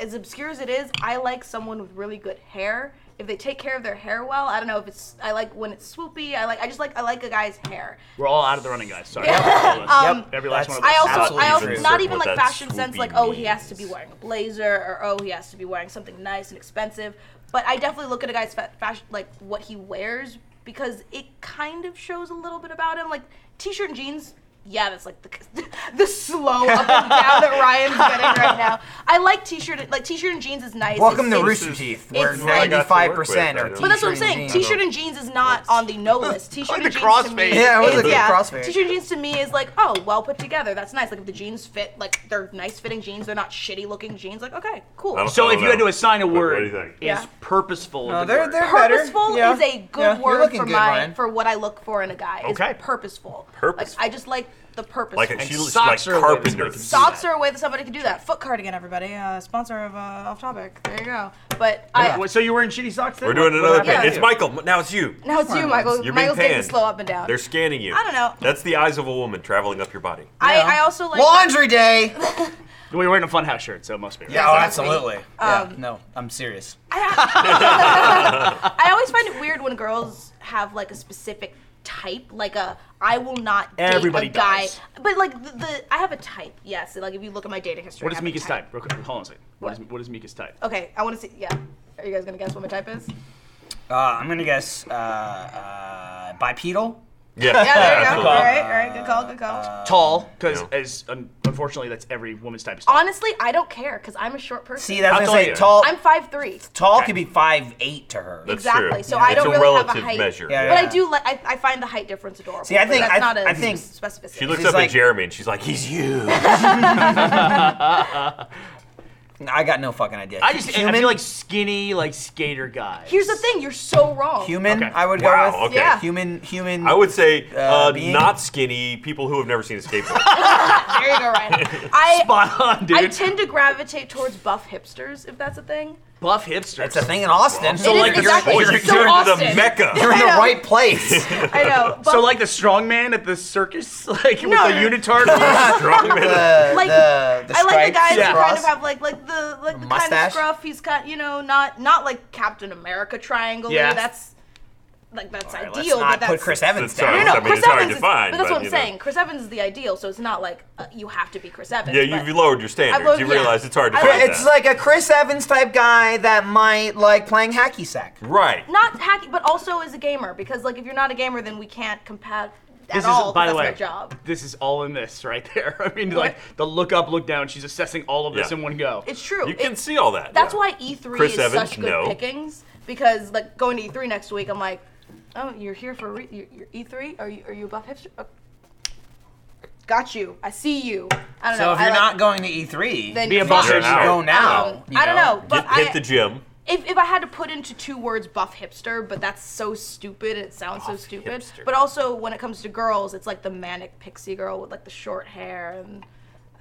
Speaker 4: as obscure as it is, I like someone with really good hair. If they take care of their hair well, I don't know if it's, I like when it's swoopy. I like, I just like, I like a guy's hair.
Speaker 1: We're all out of the running, guys. Sorry.
Speaker 4: Um,
Speaker 2: Yep.
Speaker 1: Every last one of us.
Speaker 4: I also,
Speaker 2: absolutely
Speaker 4: I also,
Speaker 2: true.
Speaker 4: not even
Speaker 3: What
Speaker 4: like
Speaker 3: that
Speaker 4: fashion sense,
Speaker 3: swoopy
Speaker 4: like, oh, he has to be
Speaker 3: means.
Speaker 4: wearing a blazer or, oh, he has to be wearing something nice and expensive. But I definitely look at a guy's fa- fashion, like what he wears, because it kind of shows a little bit about him. Like t-shirt and jeans, yeah, that's like the, the slow up and down that Ryan's getting right now. I like t-shirt, like t-shirt and jeans is nice.
Speaker 2: Welcome
Speaker 4: It's-
Speaker 2: to
Speaker 4: it's-
Speaker 2: Rooster Teeth, where
Speaker 4: it's
Speaker 2: 95%
Speaker 4: like-
Speaker 3: But
Speaker 2: are
Speaker 3: that's
Speaker 4: but that's what I'm
Speaker 2: t-shirt
Speaker 4: saying.
Speaker 2: and jeans.
Speaker 4: T-shirt and jeans is not on the no list. T-shirt
Speaker 1: Like
Speaker 4: and
Speaker 1: the
Speaker 4: jeans to
Speaker 1: crossfade.
Speaker 4: me.
Speaker 2: Yeah, it was
Speaker 4: is-
Speaker 2: a good crossfade.
Speaker 4: T-shirt and jeans to me is like, oh, well put together. That's nice. Like if the jeans fit, like they're nice fitting jeans. They're not shitty looking jeans. Like okay, cool.
Speaker 3: I don't-
Speaker 1: So if you had to
Speaker 3: know.
Speaker 1: assign a
Speaker 3: What- what
Speaker 1: word,
Speaker 3: do you think?
Speaker 1: is
Speaker 4: Yeah.
Speaker 1: purposeful. is
Speaker 2: No,
Speaker 1: a
Speaker 2: they're-
Speaker 1: word.
Speaker 2: they're-
Speaker 4: Purposeful
Speaker 2: better. Yeah.
Speaker 4: is a good
Speaker 2: Yeah, you're
Speaker 4: word
Speaker 2: looking
Speaker 4: for
Speaker 2: good,
Speaker 4: my
Speaker 2: Ryan.
Speaker 4: for what I look for in a guy. Is
Speaker 1: Okay.
Speaker 4: purposeful.
Speaker 3: Purposeful.
Speaker 4: Like I just like the purpose.
Speaker 3: Like a she looks like
Speaker 1: socks are a way to make
Speaker 3: carpenter.
Speaker 1: it
Speaker 4: Socks are a way that somebody could do that. Foot cardigan, everybody. Uh, sponsor of uh, Off Topic. There you go. But I.
Speaker 1: What, so you're wearing shitty socks. Then?
Speaker 3: We're doing
Speaker 1: What- what
Speaker 3: another
Speaker 1: happened
Speaker 3: thing.
Speaker 1: to
Speaker 3: It's
Speaker 1: you?
Speaker 3: Michael. Now it's you.
Speaker 4: Now it's you, Michael.
Speaker 3: You're being
Speaker 4: Michael's getting
Speaker 3: panned.
Speaker 4: slow up and down.
Speaker 3: They're scanning you.
Speaker 4: I don't know.
Speaker 3: That's the eyes of a woman traveling up your body.
Speaker 4: I, I also like
Speaker 2: Laundry Day.
Speaker 1: Well, you're wearing a funhouse shirt, so it must be. Right?
Speaker 2: Yeah, oh, absolutely.
Speaker 4: Um,
Speaker 2: yeah, no, I'm serious.
Speaker 4: I always find it weird when girls have like a specific type, like a I will not date
Speaker 1: Everybody
Speaker 4: a guy.
Speaker 1: does.
Speaker 4: But like the, the I have a type, yes. Like if you look at my dating history.
Speaker 1: What
Speaker 4: I
Speaker 1: is
Speaker 4: have a
Speaker 1: Mika's type? Real quick, hold on a second. What is
Speaker 4: What?
Speaker 1: what is Mika's type?
Speaker 4: Okay, I want to see. Yeah, are you guys gonna guess what my type is?
Speaker 2: Uh, I'm gonna guess uh, uh, bipedal.
Speaker 3: Yeah.
Speaker 4: Yeah, there you go.
Speaker 3: absolutely.
Speaker 4: All right, all right, good call, good call.
Speaker 1: Tall, because
Speaker 3: No.
Speaker 1: as un- unfortunately that's every woman's type. Is tall.
Speaker 4: Honestly, I don't care because I'm a short person.
Speaker 2: See, that's
Speaker 3: How
Speaker 2: gonna
Speaker 3: tall
Speaker 2: say
Speaker 3: you?
Speaker 2: tall.
Speaker 4: I'm five three.
Speaker 2: tall could be five eight to her.
Speaker 3: That's
Speaker 4: Exactly.
Speaker 3: true.
Speaker 4: So I
Speaker 3: it's
Speaker 4: don't
Speaker 3: a
Speaker 4: really have a
Speaker 3: relative
Speaker 4: height.
Speaker 3: measure.
Speaker 2: Yeah,
Speaker 4: But I do like I, I find the height difference adorable.
Speaker 2: See, I
Speaker 4: but
Speaker 2: think-
Speaker 4: that's
Speaker 2: I-
Speaker 4: not a
Speaker 2: I think-
Speaker 4: specificity.
Speaker 3: She looks
Speaker 2: She's
Speaker 3: up
Speaker 2: like-
Speaker 3: at Jeremy and she's like, "He's you."
Speaker 2: I got no fucking idea.
Speaker 1: I just I
Speaker 2: human,
Speaker 1: feel like skinny, like skater guy.
Speaker 4: Here's the thing, you're so wrong.
Speaker 2: human.
Speaker 1: Okay.
Speaker 2: I would
Speaker 3: Wow,
Speaker 2: go with
Speaker 3: okay. Yeah.
Speaker 2: human. Human.
Speaker 3: I would say
Speaker 2: Uh,
Speaker 3: uh,
Speaker 2: being-
Speaker 3: not skinny people who have never seen a skateboard.
Speaker 4: There you go, Ryan. I
Speaker 1: Spot on, dude.
Speaker 4: I tend to gravitate towards buff hipsters, if that's a thing.
Speaker 1: Buff hipster.
Speaker 2: It's a thing in Austin.
Speaker 4: It is
Speaker 1: like, you're-
Speaker 4: exactly.
Speaker 3: oh,
Speaker 4: it's
Speaker 3: you're,
Speaker 4: so
Speaker 3: you're to the
Speaker 4: Austin.
Speaker 3: mecca.
Speaker 2: You're in the
Speaker 4: I know.
Speaker 2: right place. Uh,
Speaker 4: I know. Buff,
Speaker 1: So like the strong man at the circus, like with
Speaker 4: No,
Speaker 1: the
Speaker 4: no, no.
Speaker 1: unitard.
Speaker 3: Strongman.
Speaker 4: like
Speaker 2: the, the
Speaker 4: I like the
Speaker 2: stripes,
Speaker 4: guys
Speaker 1: Yeah.
Speaker 4: who kind
Speaker 2: cross.
Speaker 4: of have like like the like the kind
Speaker 2: Mustache.
Speaker 4: of scruff. He's kind, you know, not not like Captain America triangle.
Speaker 1: Yeah.
Speaker 4: that's like that's
Speaker 1: right, let's
Speaker 4: ideal.
Speaker 2: not
Speaker 4: but that's,
Speaker 2: put Chris Evans
Speaker 3: That's
Speaker 2: down.
Speaker 4: No, no,
Speaker 3: I mean,
Speaker 4: Chris
Speaker 3: it's hard
Speaker 4: Evans
Speaker 3: to
Speaker 4: is,
Speaker 3: find,
Speaker 4: but that's
Speaker 3: but,
Speaker 4: what I'm
Speaker 3: you know.
Speaker 4: saying. Chris Evans is the ideal, so it's not like uh, you have to be Chris Evans.
Speaker 3: Yeah,
Speaker 4: but-
Speaker 3: you've lowered your standards.
Speaker 4: lowered-
Speaker 3: you realize
Speaker 4: yeah.
Speaker 3: it's hard to
Speaker 4: I
Speaker 3: find
Speaker 4: like-
Speaker 2: It's
Speaker 3: that.
Speaker 2: like a Chris Evans type guy that might like playing hacky sack.
Speaker 3: right.
Speaker 4: not hacky, but also as a gamer because like if you're not a gamer, then we can't compa- at
Speaker 1: This is,
Speaker 4: all. 'cause
Speaker 1: by the
Speaker 4: that's
Speaker 1: way,
Speaker 4: my job.
Speaker 1: this is all in this right there. I mean, like the look up, look down. She's assessing all of this
Speaker 3: Yeah.
Speaker 1: in one go.
Speaker 4: It's true.
Speaker 3: You can
Speaker 4: It-
Speaker 3: see all that.
Speaker 4: That's
Speaker 3: yeah.
Speaker 4: why E3
Speaker 3: Chris
Speaker 4: is
Speaker 3: Evans,
Speaker 4: such good
Speaker 3: no.
Speaker 4: pickings because like going to E3 next week, I'm like, oh, you're here for re- you're, you're E3? Are you are you a buff hipster? Oh. Got you. I see you. I don't
Speaker 2: So
Speaker 4: know.
Speaker 2: if
Speaker 4: I
Speaker 2: you're
Speaker 4: like-
Speaker 2: not going to E E3,
Speaker 4: then
Speaker 1: Be a
Speaker 4: you're
Speaker 1: buff
Speaker 4: not.
Speaker 3: You're out.
Speaker 2: go now.
Speaker 4: Um,
Speaker 2: you
Speaker 4: I don't know, but
Speaker 3: Get-
Speaker 4: I,
Speaker 3: hit the gym.
Speaker 4: if, if I had to put into two words buff hipster, but that's so stupid and it sounds so
Speaker 3: Buff
Speaker 4: stupid.
Speaker 3: hipster.
Speaker 4: But also when it comes to girls, it's like the manic pixie girl with like the short hair and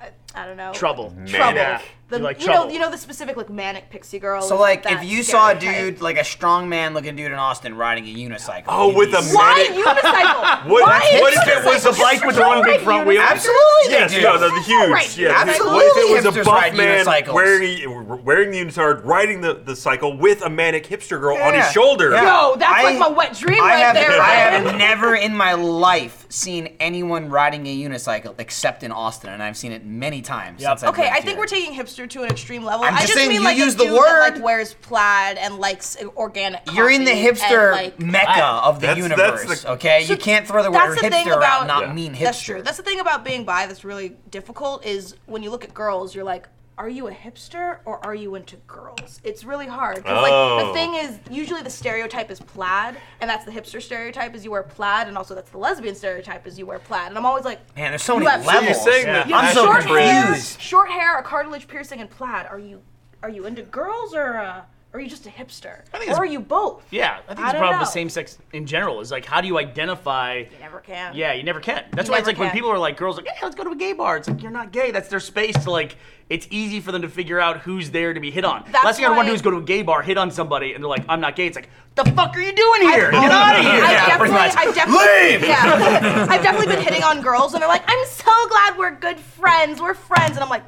Speaker 4: I, I don't know.
Speaker 1: trouble.
Speaker 4: Trouble.
Speaker 1: Yeah.
Speaker 4: The,
Speaker 1: you
Speaker 4: you,
Speaker 1: like
Speaker 4: know,
Speaker 1: trouble.
Speaker 4: you know the specific like manic pixie girl.
Speaker 2: So
Speaker 4: is
Speaker 2: like, if
Speaker 4: that
Speaker 2: you saw a
Speaker 4: stereotype.
Speaker 2: dude, like a strong man looking dude in Austin riding a unicycle.
Speaker 3: Oh,
Speaker 2: you'd
Speaker 3: with
Speaker 2: be
Speaker 3: a
Speaker 2: sick.
Speaker 4: Why unicycle?
Speaker 3: What,
Speaker 4: Why
Speaker 3: what
Speaker 4: is
Speaker 3: if it was a
Speaker 4: unicycle?
Speaker 3: bike with the one big front wheel?
Speaker 2: Absolutely,
Speaker 3: Yes,
Speaker 2: they do.
Speaker 3: no, no, the huge.
Speaker 4: Right,
Speaker 3: yeah,
Speaker 4: absolutely.
Speaker 3: What if it was a
Speaker 2: Hipsters
Speaker 3: buff
Speaker 2: ride
Speaker 3: man
Speaker 2: unicycles.
Speaker 3: wearing, wearing the unitard, riding the, the cycle with a manic hipster girl on his
Speaker 2: Yeah.
Speaker 3: shoulder?
Speaker 2: Yeah.
Speaker 4: No, that's
Speaker 2: I-
Speaker 4: like my wet dream
Speaker 2: I
Speaker 4: right
Speaker 2: have,
Speaker 4: there.
Speaker 2: I
Speaker 4: right?
Speaker 2: have never in my life seen anyone riding a unicycle except in Austin, and I've seen it many times. Since I've
Speaker 4: Okay,
Speaker 2: lived
Speaker 4: I think
Speaker 2: here.
Speaker 4: we're taking hipster to an extreme level.
Speaker 2: I'm
Speaker 4: I
Speaker 2: just
Speaker 4: just
Speaker 2: saying
Speaker 4: mean
Speaker 2: you
Speaker 4: like
Speaker 2: use
Speaker 4: a
Speaker 2: the
Speaker 4: dude that,
Speaker 2: word-
Speaker 4: like wears plaid and likes uh, organic.
Speaker 2: You're in the
Speaker 4: coffee and,
Speaker 2: hipster
Speaker 4: like-
Speaker 2: mecca of the
Speaker 3: That's- that's
Speaker 2: universe.
Speaker 3: the-
Speaker 2: okay, you can't throw the word
Speaker 4: That's the
Speaker 2: hipster
Speaker 4: thing
Speaker 2: out
Speaker 4: about
Speaker 2: and not
Speaker 3: Yeah.
Speaker 2: mean hipster.
Speaker 4: That's true. That's the thing about being bi that's really difficult is when you look at girls, you're like, are you a hipster or are you into girls? It's really hard. 'cause, like
Speaker 3: Oh.
Speaker 4: the thing is usually the stereotype is plaid, and that's the hipster stereotype is you wear plaid, and also that's the lesbian stereotype is you wear plaid. And I'm always like,
Speaker 2: Man, there's so
Speaker 4: You
Speaker 2: many
Speaker 4: have- So you're
Speaker 2: levels.
Speaker 3: saying that
Speaker 4: you have
Speaker 2: I'm so
Speaker 4: short hair,
Speaker 2: confused.
Speaker 4: short hair, a cartilage piercing, and plaid. Are you are you into girls or uh, are you just a hipster?
Speaker 1: think
Speaker 4: Or
Speaker 1: it's-
Speaker 4: are you both?
Speaker 1: Yeah, I think
Speaker 4: I
Speaker 1: the
Speaker 4: don't
Speaker 1: problem with
Speaker 4: know.
Speaker 1: same sex in general is like, how do you identify?
Speaker 4: You never can.
Speaker 1: Yeah, you never can. That's
Speaker 4: You
Speaker 1: why it's
Speaker 4: never
Speaker 1: like when
Speaker 4: can.
Speaker 1: people are like, girls, like, hey, let's go to a gay bar. It's like, you're not gay. That's their space to like, it's easy for them to figure out who's there to be hit on.
Speaker 4: That's
Speaker 1: Last thing I want to
Speaker 4: why-
Speaker 1: do is go to a gay bar, hit on somebody, and they're like, I'm not gay. It's like, the fuck are you doing here? Get out of here.
Speaker 4: I
Speaker 2: Yeah,
Speaker 4: definitely,
Speaker 2: pretty much.
Speaker 4: I definitely, Yeah, I've definitely been hitting on girls, and they're like, "I'm so glad we're good friends. We're friends," and I'm like,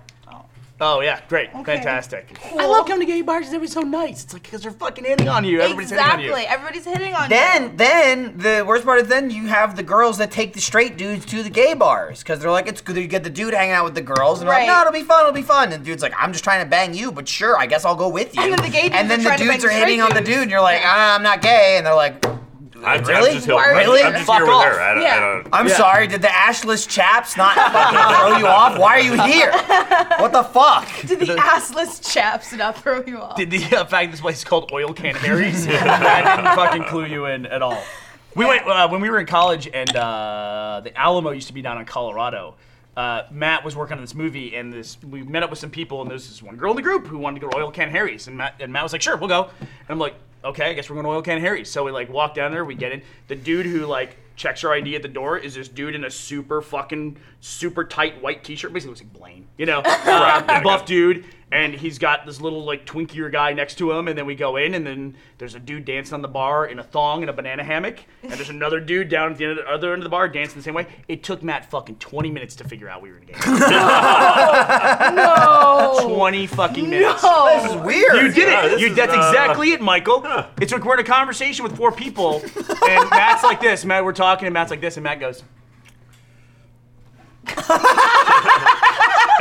Speaker 1: Oh, yeah, great. Fantastic. I love coming to gay bars because everybody's so nice. It's like, because they're fucking hitting on you. Everybody's
Speaker 4: "Exactly.
Speaker 1: hitting on you.
Speaker 4: Everybody's hitting on you."
Speaker 2: Then, then the worst part is then you have the girls that take the straight dudes to the gay bars because they're like, it's good. You get the dude hanging out with the girls, and they're like,
Speaker 4: Right.
Speaker 2: no, it'll be fun, it'll be fun. And the dude's like, I'm just trying to bang you, but sure, I guess I'll go with you.
Speaker 4: And then the gay dudes
Speaker 2: and then
Speaker 4: are
Speaker 2: the
Speaker 4: trying to
Speaker 2: dudes
Speaker 4: bang
Speaker 2: are
Speaker 4: the
Speaker 2: hitting
Speaker 4: straight
Speaker 2: on the
Speaker 4: dudes.
Speaker 2: dude, and you're like, ah, I'm not gay, and they're like,
Speaker 3: I'm,
Speaker 2: Really?
Speaker 3: I'm just, helping.
Speaker 4: Why are
Speaker 3: I'm-
Speaker 4: you-
Speaker 3: I'm just
Speaker 1: Fuck
Speaker 3: here with
Speaker 1: off.
Speaker 3: her. I don't,
Speaker 4: Yeah.
Speaker 3: I don't,
Speaker 2: I'm
Speaker 1: Yeah.
Speaker 2: sorry, did the ashless chaps not fucking throw you off? Why are you here? What the fuck?
Speaker 4: Did the assless chaps not throw you off?
Speaker 1: Did the uh, fact this place is called Oil Can Harry's that can fucking clue you in at all? We went uh, when we were in college, and uh, the Alamo used to be down in Colorado. Uh, Matt was working on this movie, and this we met up with some people, and there's this one girl in the group who wanted to go to Oil Can Harry's, and Matt and Matt was like, "Sure, we'll go." And I'm like, "Okay, I guess we're going to Oil Can Harry's." So we like walk down there, we get in. The dude who like checks our ID at the door is this dude in a super fucking super tight white t-shirt, basically looks like Blaine, you know, uh, buff dude, and he's got this little like twinkier guy next to him, and then we go in, and then there's a dude dancing on the bar in a thong and a banana hammock, and there's another dude down at the, end of the other end of the bar dancing the same way. It took Matt fucking 20 minutes to figure out we were in a game.
Speaker 4: No.
Speaker 1: 20 fucking minutes.
Speaker 4: Oh.
Speaker 2: Weird.
Speaker 1: You did
Speaker 3: Yeah,
Speaker 1: it.
Speaker 3: this
Speaker 1: You,
Speaker 3: is,
Speaker 1: that's
Speaker 3: uh,
Speaker 1: exactly it, Michael. It's like we're in a conversation with four people, and Matt's like this. Matt, we're talking, and Matt's like this, and Matt goes.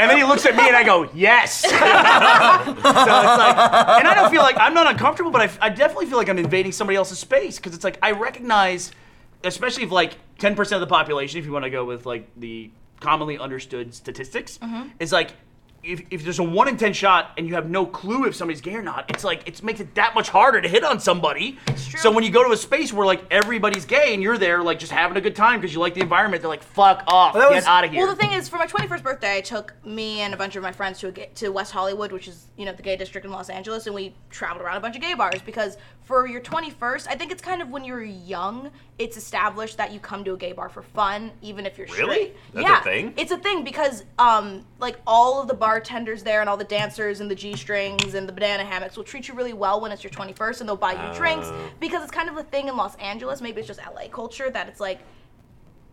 Speaker 1: and then he looks at me, and I go, "Yes." so it's like, and I don't feel like I'm not uncomfortable, but I, I definitely feel like I'm invading somebody else's space because it's like I recognize, especially if like 10% of the population, if you want to go with like the commonly understood statistics,
Speaker 4: Mm-hmm.
Speaker 1: is like. If, if there's a one in ten shot and you have no clue if somebody's gay or not, it's like it makes it that much harder to hit on somebody.
Speaker 4: true.
Speaker 1: So when you go to a space where like everybody's gay and you're there like just having a good time because you like the environment, they're like fuck off,
Speaker 2: that
Speaker 1: get
Speaker 2: was-
Speaker 1: out of here.
Speaker 4: Well, the thing is, for my 21st birthday, I took me and a bunch of my friends to a, ga- to West Hollywood, which is you know the gay district in Los Angeles, and we traveled around a bunch of gay bars because for your 21st, I think it's kind of when you're young, it's established that you come to a gay bar for fun, even if you're
Speaker 3: Really?
Speaker 4: straight.
Speaker 3: That's a
Speaker 4: yeah,
Speaker 3: thing?
Speaker 4: It's a thing because um like all of the bartenders there and all the dancers and the g strings and the banana hammocks will treat you really well when it's your 21st, and they'll buy you drinks
Speaker 3: Oh.
Speaker 4: because it's kind of a thing in Los Angeles. Maybe it's just LA culture that it's like.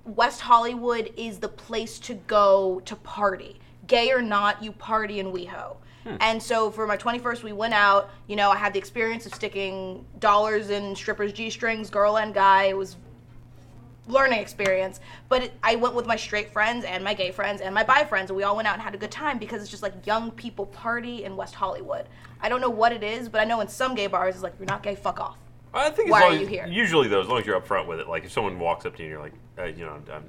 Speaker 4: West Hollywood is the place to go to party. Gay or not, you party in WeHo. And so for my 21st, we went out. You know, I had the experience of sticking dollars in strippers' G strings, girl and guy. It was learning experience. But it, I went with my straight friends and my gay friends and my bi friends, and we all went out and had a good time because it's just like young people party in West Hollywood. I don't know what it is, but I know in some gay bars, it's like, you're not gay, fuck off.
Speaker 3: I think as
Speaker 4: Why are
Speaker 3: long as-
Speaker 4: you here?
Speaker 3: Usually, though, as long as you're upfront with it, like if someone walks up to you and you're like, uh, you know, I'm,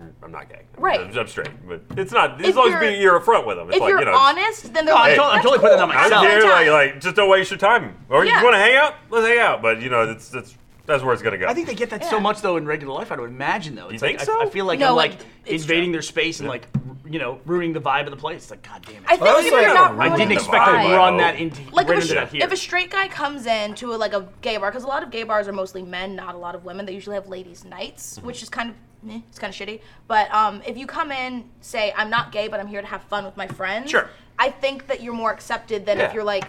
Speaker 3: I'm, I'm not gay. I'm-
Speaker 4: Right.
Speaker 3: I'm, I'm straight. But it's not, as
Speaker 4: If
Speaker 3: long as
Speaker 4: you're-
Speaker 3: being, you're upfront with them. It's
Speaker 4: If
Speaker 3: like,
Speaker 4: you're
Speaker 3: you know,
Speaker 4: honest, then they're
Speaker 1: I'm
Speaker 4: like,
Speaker 1: totally- I'm
Speaker 4: "That's
Speaker 1: totally putting that on
Speaker 4: cool.
Speaker 1: myself."
Speaker 3: I'm
Speaker 1: Sounds
Speaker 3: here,
Speaker 4: like
Speaker 3: like,
Speaker 4: time.
Speaker 3: like, just don't waste your time. Or
Speaker 4: Yeah.
Speaker 3: you want to hang out? Let's hang out. But, you know, that's, that's, that's where it's going to go.
Speaker 1: I think they get that so
Speaker 4: Yeah.
Speaker 1: much though in regular life. I would imagine though. It's
Speaker 3: You
Speaker 1: like,
Speaker 3: think
Speaker 1: I,
Speaker 3: so?
Speaker 1: I feel like
Speaker 4: No,
Speaker 1: I'm like
Speaker 4: it- it's
Speaker 1: invading
Speaker 4: true.
Speaker 1: their space and like r- you know ruining the vibe of the place. It's like God damn it.
Speaker 4: I think if
Speaker 3: like
Speaker 4: you're
Speaker 3: a
Speaker 4: not
Speaker 3: ring
Speaker 1: I didn't
Speaker 4: ruining the
Speaker 1: expect to
Speaker 4: vibe-
Speaker 1: run that into
Speaker 4: like
Speaker 1: right
Speaker 4: if
Speaker 1: into
Speaker 4: a,
Speaker 1: that here.
Speaker 4: if a straight guy comes in to a, like a gay bar because a lot of gay bars are mostly men not a lot of women they usually have ladies nights which is kind of meh, it's kind of shitty but um, if you come in say i'm not gay but i'm here to have fun with my friends
Speaker 1: Sure.
Speaker 4: i think that you're more accepted than if
Speaker 3: Yeah.
Speaker 4: you're like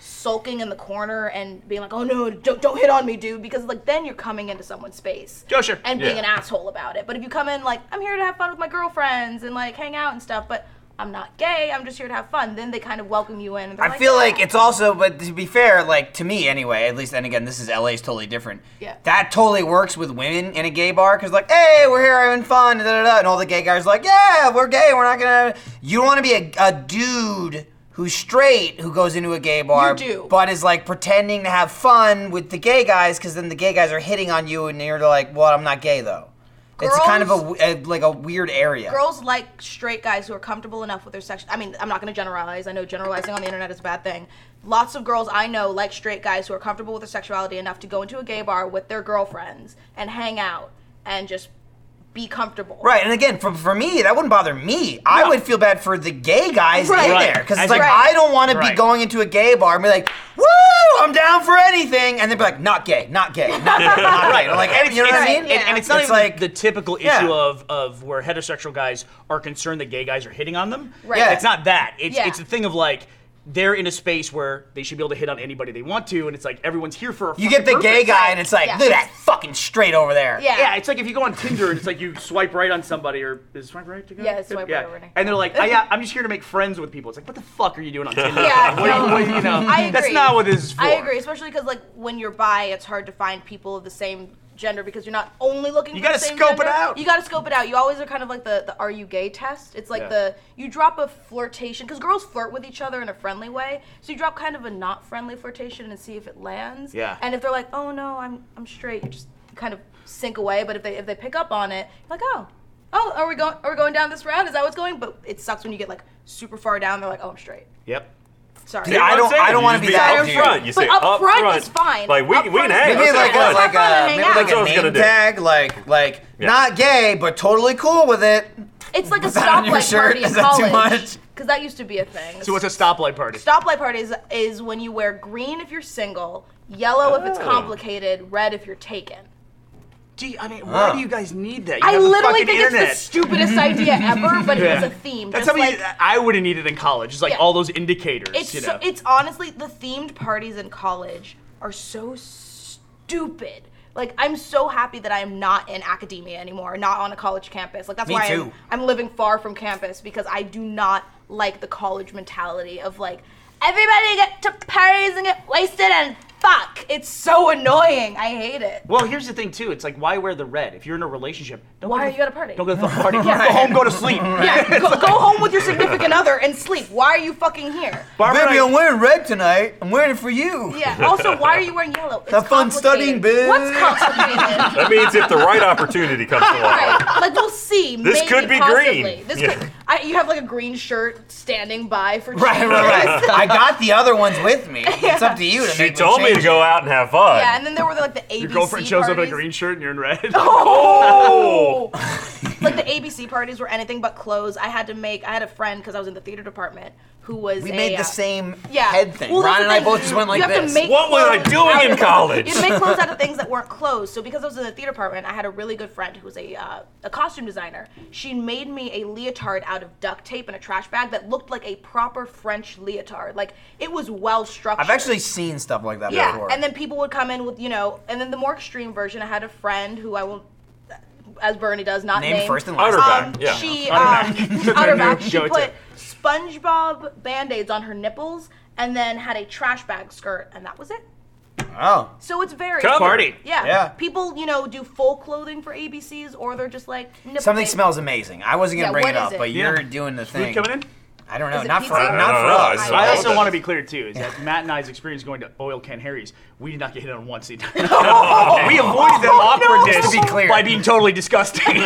Speaker 4: sulking in the corner and being like oh no don't, don't hit on me dude because like then you're coming into someone's space
Speaker 1: Yeah, sure.
Speaker 4: and being
Speaker 3: Yeah.
Speaker 4: an asshole about it but if you come in like i'm here to have fun with my girlfriends and like hang out and stuff but I'm not gay. I'm just here to have fun. Then they kind of welcome you in. And they're
Speaker 2: I feel like
Speaker 4: "Yeah."
Speaker 2: it's also, but to be fair, like to me anyway, at least, and again, this is LA's totally different.
Speaker 4: Yeah.
Speaker 2: That totally works with women in a gay bar because, like, hey, we're here having fun, da, da, da, and all the gay guys are like, yeah, we're gay, we're not gonna. You don't want to be a, a dude who's straight who goes into a gay bar,
Speaker 4: do.
Speaker 2: but is like pretending to have fun with the gay guys because then the gay guys are hitting on you and you're like, well, I'm not gay though. it's kind of a,
Speaker 4: Girls-
Speaker 2: w- a- like a weird area.
Speaker 4: girls like straight guys who are comfortable enough with their sex. I mean, I'm not going to generalize. I know generalizing on the internet is a bad thing. Lots of girls I know like straight guys who are comfortable with their sexuality enough to go into a gay bar with their girlfriends and hang out and just be comfortable.
Speaker 2: Right, and again, for, for me, that wouldn't bother me. I would feel bad for the gay guys
Speaker 4: Right.
Speaker 2: in
Speaker 4: Right.
Speaker 2: there because
Speaker 1: I
Speaker 2: it's like
Speaker 1: think-
Speaker 2: I don't want to
Speaker 1: Right.
Speaker 2: be going into a gay bar and be like, "Woo, I'm down for anything," and they'd be like, "Not gay, not gay, not, gay, not right," or like anything. You know what I
Speaker 4: Right,
Speaker 2: mean?
Speaker 4: yeah.
Speaker 1: and, and it's not
Speaker 2: It's
Speaker 1: even
Speaker 2: like-
Speaker 1: the typical issue
Speaker 2: Yeah.
Speaker 1: of, of where heterosexual guys are concerned that gay guys are hitting on them.
Speaker 4: Right. Yeah.
Speaker 1: It's not that. It's
Speaker 4: Yeah.
Speaker 1: it's a thing of like they're in a space where they should be able to hit on anybody they want to, and it's like everyone's here for a
Speaker 2: You get the
Speaker 1: fucking
Speaker 2: gay
Speaker 1: purpose.
Speaker 2: guy, and it's like,
Speaker 4: Yeah.
Speaker 2: "Look at that fucking straight over there."
Speaker 4: Yeah.
Speaker 1: Yeah, it's like if you go on Tinder and it's like you swipe right on somebody or is swipe right to go?
Speaker 4: Yeah, it's swipe right over there.
Speaker 1: And they're like, oh, yeah, I'm just here to make friends with people. It's like, what the fuck are you doing on Tinder?
Speaker 4: Yeah,
Speaker 1: What are you-
Speaker 4: no.
Speaker 1: what are you- you know,
Speaker 4: I agree.
Speaker 1: That's not what this is for.
Speaker 4: I agree, especially because like when you're bi, it's hard to find people of the same gender because you're not only looking.
Speaker 1: You
Speaker 4: for
Speaker 1: gotta
Speaker 4: the same
Speaker 1: scope it
Speaker 4: gender.
Speaker 1: out.
Speaker 4: You gotta scope it out. You always are kind of like the the are you gay test. It's like
Speaker 1: Yeah.
Speaker 4: the you drop a flirtation because girls flirt with each other in a friendly way, so you drop kind of a not friendly flirtation and see if it lands.
Speaker 1: Yeah.
Speaker 4: And if they're like, oh no, I'm I'm straight, you just kind of sink away. But if they if they pick up on it, you're like oh. Oh, are we going? Are we going down this route? Is that what's going? But it sucks when you get like super far down. They're like, "Oh, I'm straight."
Speaker 1: Yep.
Speaker 4: Sorry.
Speaker 2: Yeah, I don't- I don't wanna be that
Speaker 3: up
Speaker 2: dude.
Speaker 3: front. You
Speaker 4: But
Speaker 3: say
Speaker 4: up
Speaker 3: up
Speaker 4: front
Speaker 3: front,
Speaker 4: is fine.
Speaker 3: Like we,
Speaker 4: Up
Speaker 3: we can
Speaker 4: front
Speaker 3: hang.
Speaker 4: is
Speaker 2: Maybe
Speaker 4: Let's
Speaker 2: like
Speaker 4: go.
Speaker 2: a,
Speaker 3: out.
Speaker 2: like
Speaker 4: Let's
Speaker 2: a
Speaker 4: hang
Speaker 2: maybe
Speaker 4: out.
Speaker 2: like
Speaker 4: That's
Speaker 3: what I
Speaker 2: a
Speaker 3: was gonna
Speaker 2: name
Speaker 3: do.
Speaker 2: tag, like like
Speaker 3: Yeah.
Speaker 2: not gay but totally cool with it.
Speaker 4: It's like a
Speaker 2: that on your
Speaker 4: stoplight
Speaker 2: shirt?
Speaker 4: party in
Speaker 2: Is that too
Speaker 4: college.
Speaker 2: much?
Speaker 4: Because that used to be a thing.
Speaker 1: So what's a stoplight party?
Speaker 4: stoplight party is, is when you wear green if you're single, yellow if it's
Speaker 3: Oh.
Speaker 4: complicated, red if you're taken.
Speaker 1: Gee, I mean, why do you guys need that? You
Speaker 4: I
Speaker 1: have the
Speaker 4: literally
Speaker 1: fucking
Speaker 4: think
Speaker 1: internet.
Speaker 4: it's the stupidest idea ever, but it was
Speaker 1: Yeah.
Speaker 4: a theme.
Speaker 1: That's
Speaker 4: just
Speaker 1: something
Speaker 4: like,
Speaker 1: you- I would have needed in college. Just like
Speaker 4: Yeah.
Speaker 1: all those indicators.
Speaker 4: it's
Speaker 1: you know.
Speaker 4: so, it's honestly the themed parties in college are so stupid. Like I'm so happy that I am not in academia anymore, not on a college campus. Like that's
Speaker 2: Me
Speaker 4: why I'm,
Speaker 2: too.
Speaker 4: I'm living far from campus because I do not like the college mentality of like everybody get to parties and get wasted and fuck. It's so annoying. I hate it.
Speaker 1: well, here's the thing too. It's like why wear the red if you're in a relationship? Don't
Speaker 4: Why
Speaker 1: go
Speaker 4: are
Speaker 1: to
Speaker 4: you at a party?
Speaker 1: Don't go to the fucking party. Go home, go to sleep.
Speaker 4: yeah, go, go home with your significant other and sleep. Why are you fucking here?
Speaker 1: Barbara and
Speaker 2: Baby,
Speaker 1: I-
Speaker 2: I'm wearing red tonight. I'm wearing it for you.
Speaker 4: Yeah. Also, why are you wearing yellow? It's
Speaker 2: Have fun studying,
Speaker 4: complicated.
Speaker 2: bitch.
Speaker 4: What's complicated?
Speaker 3: That means if the right opportunity comes along,
Speaker 4: Right. Like we'll see.
Speaker 3: This
Speaker 4: maybe,
Speaker 3: could be
Speaker 4: possibly.
Speaker 3: green.
Speaker 4: This
Speaker 3: Yeah.
Speaker 4: could. I, you have like a green shirt standing by for.
Speaker 2: Right,
Speaker 4: cheese.
Speaker 2: right, right. I got the other ones with me. It's up to you to
Speaker 3: she
Speaker 2: make
Speaker 3: told me
Speaker 2: change.
Speaker 3: to go out and have fun.
Speaker 4: Yeah, and then there were like the ABC.
Speaker 1: Your girlfriend shows up in
Speaker 4: parties.
Speaker 1: a green shirt and you're in red.
Speaker 4: Oh! like the ABC parties were anything but clothes. I had to make. I had a friend because I was in the theater department who was.
Speaker 2: We
Speaker 4: a,
Speaker 2: made
Speaker 4: uh,
Speaker 2: the same
Speaker 4: yeah.
Speaker 2: head thing.
Speaker 4: Well, that's
Speaker 2: Ron and
Speaker 4: the
Speaker 2: I
Speaker 4: thing.
Speaker 2: both just went
Speaker 4: you
Speaker 2: like
Speaker 4: have
Speaker 2: this.
Speaker 4: To make
Speaker 3: What was I
Speaker 4: clothes
Speaker 3: doing
Speaker 4: out
Speaker 3: in
Speaker 4: of-
Speaker 3: college?
Speaker 4: You'd make clothes out of things that weren't clothes. So because I was in the theater department, I had a really good friend who was a uh, a costume designer. She made me a leotard out of duct tape and a trash bag that looked like a proper French leotard. Like it was well structured.
Speaker 2: I've actually seen stuff like that
Speaker 4: Yeah,
Speaker 2: before.
Speaker 4: and then people would come in with you know, and then the more extreme version. I had a friend who I will, as Bernie does, not
Speaker 2: Name
Speaker 4: name
Speaker 2: first and last.
Speaker 3: Otterback.
Speaker 4: um,
Speaker 3: yeah.
Speaker 4: She um, Otterback. she
Speaker 1: go-to.
Speaker 4: put SpongeBob band-aids on her nipples and then had a trash bag skirt, and that was it.
Speaker 2: Oh,
Speaker 4: So it's very
Speaker 3: Covered.
Speaker 1: Party.
Speaker 4: Yeah.
Speaker 2: Yeah.
Speaker 4: People, you know, do full clothing for ABCs, or they're just like nipple
Speaker 2: something
Speaker 4: band-
Speaker 2: smells amazing. I wasn't gonna
Speaker 4: Yeah,
Speaker 2: bring
Speaker 4: what
Speaker 2: it
Speaker 4: is
Speaker 2: up,
Speaker 4: it?
Speaker 2: but
Speaker 1: Yeah.
Speaker 2: you're doing the
Speaker 1: Food
Speaker 2: thing.
Speaker 1: coming in?
Speaker 2: I don't know.
Speaker 4: Is it
Speaker 2: Not for not
Speaker 4: pizza?
Speaker 2: for
Speaker 3: I don't know.
Speaker 2: us.
Speaker 3: I
Speaker 1: I
Speaker 3: love
Speaker 1: also
Speaker 3: that.
Speaker 1: want to be clear too is that Matt and I's experience going to Oil Can Harry's, we did not get hit on once. either.
Speaker 4: Oh.
Speaker 1: we avoided that awkwardness
Speaker 2: Just to be clear.
Speaker 1: by being totally disgusting.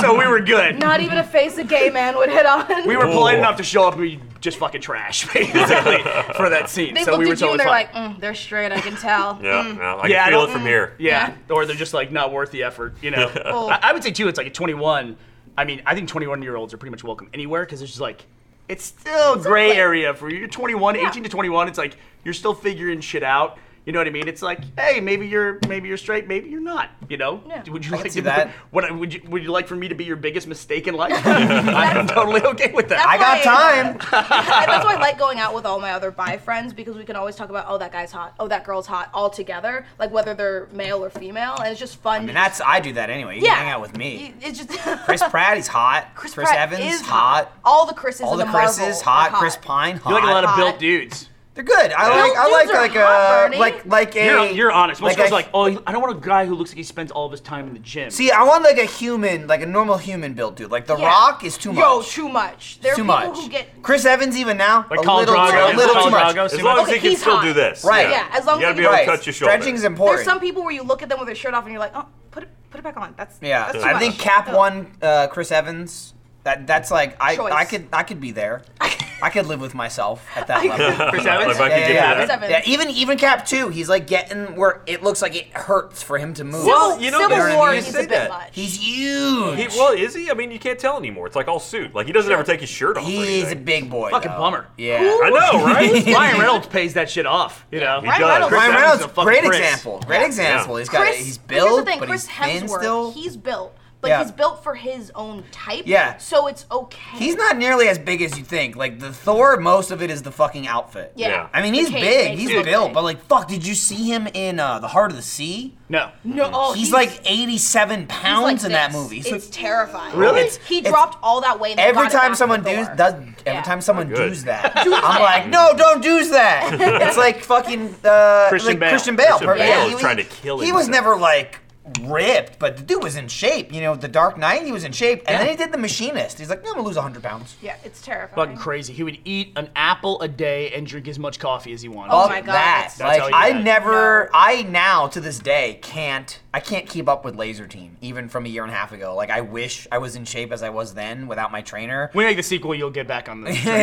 Speaker 1: so we were good.
Speaker 4: Not even a face a gay man would hit on.
Speaker 1: We were polite enough to show up and we just fucking trash basically for that scene.
Speaker 4: they
Speaker 1: so
Speaker 4: looked
Speaker 1: we were
Speaker 4: at you
Speaker 1: totally
Speaker 4: and they're
Speaker 1: fine.
Speaker 4: like, mm, they're straight. I can tell.
Speaker 3: Yeah, yeah, I
Speaker 1: Yeah, I
Speaker 3: can feel
Speaker 1: don't-
Speaker 3: it from here.
Speaker 1: Yeah.
Speaker 4: Yeah.
Speaker 1: Or they're just like not worth the effort, you know.
Speaker 4: Oh.
Speaker 1: I, I would say too, it's like at 21. I mean, I think 21 year olds are pretty much welcome anywhere because it's just like it's still gray
Speaker 4: Exactly.
Speaker 1: area for you. You're 21,
Speaker 4: Yeah.
Speaker 1: 18 to 21. It's like you're still figuring shit out. You know what I mean? It's like, hey, maybe you're maybe you're straight, maybe you're not. You know?
Speaker 4: Yeah.
Speaker 1: Would you
Speaker 2: can
Speaker 1: like
Speaker 2: see
Speaker 1: to
Speaker 2: that.
Speaker 1: What would you would you like for me to be your biggest mistake in life? I'm totally okay with that.
Speaker 2: I got
Speaker 4: Why-
Speaker 2: time.
Speaker 4: And that's why I like going out with all my other bi friends because we can always talk about, oh, that guy's hot, oh, that girl's hot, all together, like whether they're male or female, and it's just fun.
Speaker 2: And that's I do that anyway. You
Speaker 4: yeah,
Speaker 2: can hang out with me.
Speaker 4: It's just
Speaker 2: Chris Pratt, he's hot.
Speaker 4: Chris
Speaker 2: Chris,
Speaker 4: Pratt
Speaker 2: Evans,
Speaker 4: is
Speaker 2: hot.
Speaker 4: All the Chris's,
Speaker 2: All
Speaker 4: in
Speaker 2: the
Speaker 4: Marvel
Speaker 2: Chris's,
Speaker 4: are
Speaker 2: hot. Chris Pine, hot.
Speaker 1: You like a lot of
Speaker 4: Hot.
Speaker 1: built dudes.
Speaker 2: They're good. I like. I
Speaker 4: dudes
Speaker 2: like
Speaker 4: are
Speaker 2: like
Speaker 4: hot,
Speaker 2: a
Speaker 4: Bernie.
Speaker 2: like like a.
Speaker 1: You're, you're honest. Most
Speaker 2: like
Speaker 1: girls
Speaker 2: a-
Speaker 1: are like, oh, I don't want a guy who looks like he spends all of his time in the gym.
Speaker 2: See, I want like a human, like a normal human built dude. Like The
Speaker 4: Yeah.
Speaker 2: Rock is too much.
Speaker 4: Yo, too much. There are
Speaker 2: too
Speaker 4: people
Speaker 2: much.
Speaker 4: who get.
Speaker 2: Chris Evans even now
Speaker 1: like
Speaker 2: a
Speaker 1: Khal
Speaker 2: little,
Speaker 1: Drago,
Speaker 2: too, a little
Speaker 1: Khal
Speaker 2: too much.
Speaker 1: Drago,
Speaker 3: As
Speaker 1: Sue
Speaker 3: long as
Speaker 4: Okay,
Speaker 3: he can
Speaker 4: he's
Speaker 3: still
Speaker 4: hot.
Speaker 3: do this.
Speaker 2: Right.
Speaker 4: Yeah, as long
Speaker 3: you
Speaker 4: as
Speaker 3: gotta
Speaker 4: he
Speaker 3: be
Speaker 4: can-
Speaker 3: able
Speaker 2: Right.
Speaker 3: to touch your shoulder.
Speaker 2: Stretching's important.
Speaker 4: There's some people where you look at them with their shirt off and you're like, oh, put it, put it back on. That's
Speaker 2: yeah,
Speaker 4: That's too
Speaker 2: I think
Speaker 4: much. Oh.
Speaker 2: Cap
Speaker 4: Ugh.
Speaker 2: one, uh, Chris Evans. That that's like I
Speaker 4: Choice.
Speaker 2: I could I could be there. I could live with myself at that
Speaker 4: could-
Speaker 2: level.
Speaker 1: Chris
Speaker 3: Yeah,
Speaker 1: Evans.
Speaker 3: if I could
Speaker 2: Yeah,
Speaker 3: get
Speaker 2: yeah,
Speaker 3: to
Speaker 4: Chris
Speaker 3: that.
Speaker 4: Evans.
Speaker 2: Yeah, even even Cap two, he's like getting where it looks like it hurts for him to move.
Speaker 3: Well,
Speaker 4: Civil,
Speaker 3: you know,
Speaker 2: you know what
Speaker 4: Civil
Speaker 2: I
Speaker 4: War,
Speaker 2: mean?
Speaker 4: he's
Speaker 3: You
Speaker 4: a
Speaker 3: say
Speaker 4: bit
Speaker 3: that.
Speaker 4: much.
Speaker 2: He's huge.
Speaker 3: He, well, is he? I mean, you can't tell anymore. It's like all suit. Like he doesn't ever take his shirt off. or
Speaker 2: he's a
Speaker 3: anything.
Speaker 2: big boy.
Speaker 1: Fucking
Speaker 2: though.
Speaker 1: bummer.
Speaker 2: Yeah.
Speaker 3: I know, right?
Speaker 1: Ryan Reynolds pays that shit off, you know.
Speaker 3: He does. Chris
Speaker 2: Ryan
Speaker 1: Evans
Speaker 2: Reynolds,
Speaker 1: is a fucking
Speaker 2: great
Speaker 1: prince.
Speaker 2: example. Great example. He's got
Speaker 4: Chris,
Speaker 2: he's
Speaker 4: but here's the
Speaker 2: built,
Speaker 4: thing,
Speaker 2: but
Speaker 4: Chris
Speaker 2: he's thin
Speaker 4: Hemsworth,
Speaker 2: still.
Speaker 4: he's built, but
Speaker 2: Yeah.
Speaker 4: he's built for his own type.
Speaker 2: Yeah.
Speaker 4: So it's okay.
Speaker 2: He's not nearly as big as you think. Like the Thor, most of it is the fucking outfit.
Speaker 4: Yeah.
Speaker 3: Yeah.
Speaker 2: I mean,
Speaker 4: The
Speaker 2: he's
Speaker 4: cape
Speaker 2: big.
Speaker 4: makes
Speaker 2: He's
Speaker 4: him look
Speaker 2: built,
Speaker 4: big.
Speaker 2: but like, fuck, did you see him in uh, the Heart of the Sea?
Speaker 1: No.
Speaker 4: no, oh,
Speaker 2: He's, like 87 pounds
Speaker 4: like
Speaker 2: in that
Speaker 4: this.
Speaker 2: movie. He's
Speaker 4: It's
Speaker 2: like-
Speaker 4: terrifying.
Speaker 1: Really?
Speaker 4: It's- he
Speaker 2: it's-
Speaker 4: dropped all that weight. And then
Speaker 2: every
Speaker 4: got it
Speaker 2: time
Speaker 4: back
Speaker 2: someone
Speaker 4: with
Speaker 2: does
Speaker 4: Thor.
Speaker 2: does every
Speaker 4: Yeah.
Speaker 2: time someone
Speaker 3: Not good.
Speaker 2: does that, I'm like, no, don't do that. it's like fucking uh,
Speaker 1: Christian
Speaker 2: like
Speaker 1: Bale.
Speaker 2: Christian Bale.
Speaker 3: Christian
Speaker 2: perfect.
Speaker 3: Bale
Speaker 2: Yeah,
Speaker 3: was trying to kill
Speaker 2: He was
Speaker 3: himself.
Speaker 2: never like ripped, but the dude was in shape. You know, The Dark Knight, he was in shape, and then he did The Machinist. He's like, no, I'm gonna lose 100 pounds.
Speaker 4: Yeah, it's
Speaker 1: Fucking
Speaker 4: terrifying.
Speaker 1: crazy. He would eat an apple a day and drink as much coffee as he wanted.
Speaker 4: Oh
Speaker 2: Fuck
Speaker 4: my God,
Speaker 2: That.
Speaker 4: that's-
Speaker 1: That's
Speaker 2: Like
Speaker 1: how you
Speaker 2: I
Speaker 1: do it.
Speaker 2: never, I now to this day can't, I can't keep up with Laser Team, even from a year and a half ago. Like I wish I was in shape as I was then without my trainer.
Speaker 1: When we make the sequel, you'll get back on this.
Speaker 2: yeah, yeah,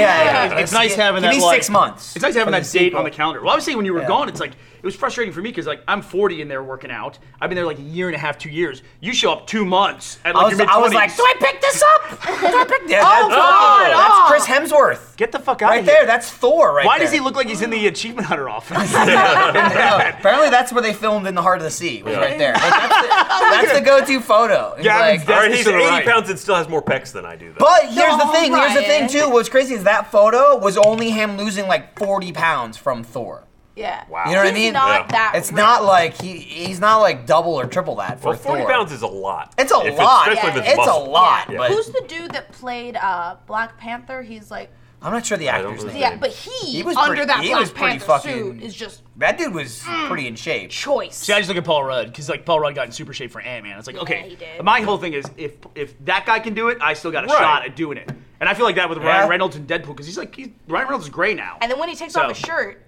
Speaker 2: yeah.
Speaker 1: It's nice having
Speaker 2: Give
Speaker 1: that.
Speaker 2: me
Speaker 1: like-
Speaker 2: six months.
Speaker 1: It's nice having
Speaker 2: for
Speaker 1: that
Speaker 2: the
Speaker 1: date on
Speaker 2: sequel.
Speaker 1: the calendar. Well, I was saying when you were
Speaker 2: Yeah.
Speaker 1: gone, it's like it was frustrating for me because like I'm 40 and there working out. I've been there like a year and a half, two years. You show up two months at like
Speaker 2: I was,
Speaker 1: your
Speaker 2: I was
Speaker 1: mid-twenties.
Speaker 2: like, do I pick this up? Do I pick this? oh,
Speaker 1: God,
Speaker 2: that's Chris Hemsworth.
Speaker 1: get the fuck out
Speaker 2: Right
Speaker 1: of here.
Speaker 2: there, that's Thor. Right
Speaker 1: Why
Speaker 2: there.
Speaker 1: does he look like he's in the achievement hunter office?
Speaker 2: Yeah, apparently, that's where they filmed in the heart of the sea. Was right there. Like, that's the, that's the go-to photo. He's
Speaker 1: Yeah, I mean,
Speaker 2: like-
Speaker 1: that's
Speaker 3: All right,
Speaker 1: the
Speaker 3: he's
Speaker 1: sort of
Speaker 3: 80
Speaker 1: right.
Speaker 3: pounds and still has more pecs than I do. Though.
Speaker 2: But here's the thing. Here's the thing
Speaker 4: Ryan.
Speaker 2: too. What's crazy is that photo was only him losing like 40 pounds from Thor.
Speaker 4: Yeah.
Speaker 3: Wow.
Speaker 2: You know what I
Speaker 4: He's
Speaker 2: mean?
Speaker 4: not
Speaker 3: Yeah.
Speaker 4: that.
Speaker 2: It's
Speaker 4: ripped.
Speaker 2: not like he he's not like double or triple that for
Speaker 3: well, 40
Speaker 2: Thor.
Speaker 3: pounds is a lot.
Speaker 2: It's a
Speaker 3: If
Speaker 2: lot.
Speaker 3: Especially if
Speaker 2: Yeah.
Speaker 3: it's,
Speaker 2: It's a
Speaker 3: muscle.
Speaker 2: lot,
Speaker 3: Yeah.
Speaker 2: but
Speaker 4: Who's the dude that played uh, Black Panther? He's like,
Speaker 2: I'm not sure the
Speaker 3: don't
Speaker 2: actor's
Speaker 3: know his
Speaker 2: name.
Speaker 3: name.
Speaker 4: yeah, but he,
Speaker 2: He was
Speaker 4: under
Speaker 2: pretty-
Speaker 4: that
Speaker 2: he
Speaker 4: Black
Speaker 2: was pretty
Speaker 4: Panther
Speaker 2: fucking-
Speaker 4: suit is just
Speaker 2: That dude was pretty in shape.
Speaker 4: choice.
Speaker 1: See, I just look at Paul Rudd because like Paul Rudd got in super shape for Ant Man. It's like okay,
Speaker 4: he did.
Speaker 1: my whole thing is if if that guy can do it, I still got a
Speaker 3: Right.
Speaker 1: shot at doing it. And I feel like that with
Speaker 2: Yeah.
Speaker 1: Ryan Reynolds and Deadpool because he's like he's, Ryan Reynolds is gray now.
Speaker 4: and then when he takes
Speaker 1: So-
Speaker 4: off his shirt,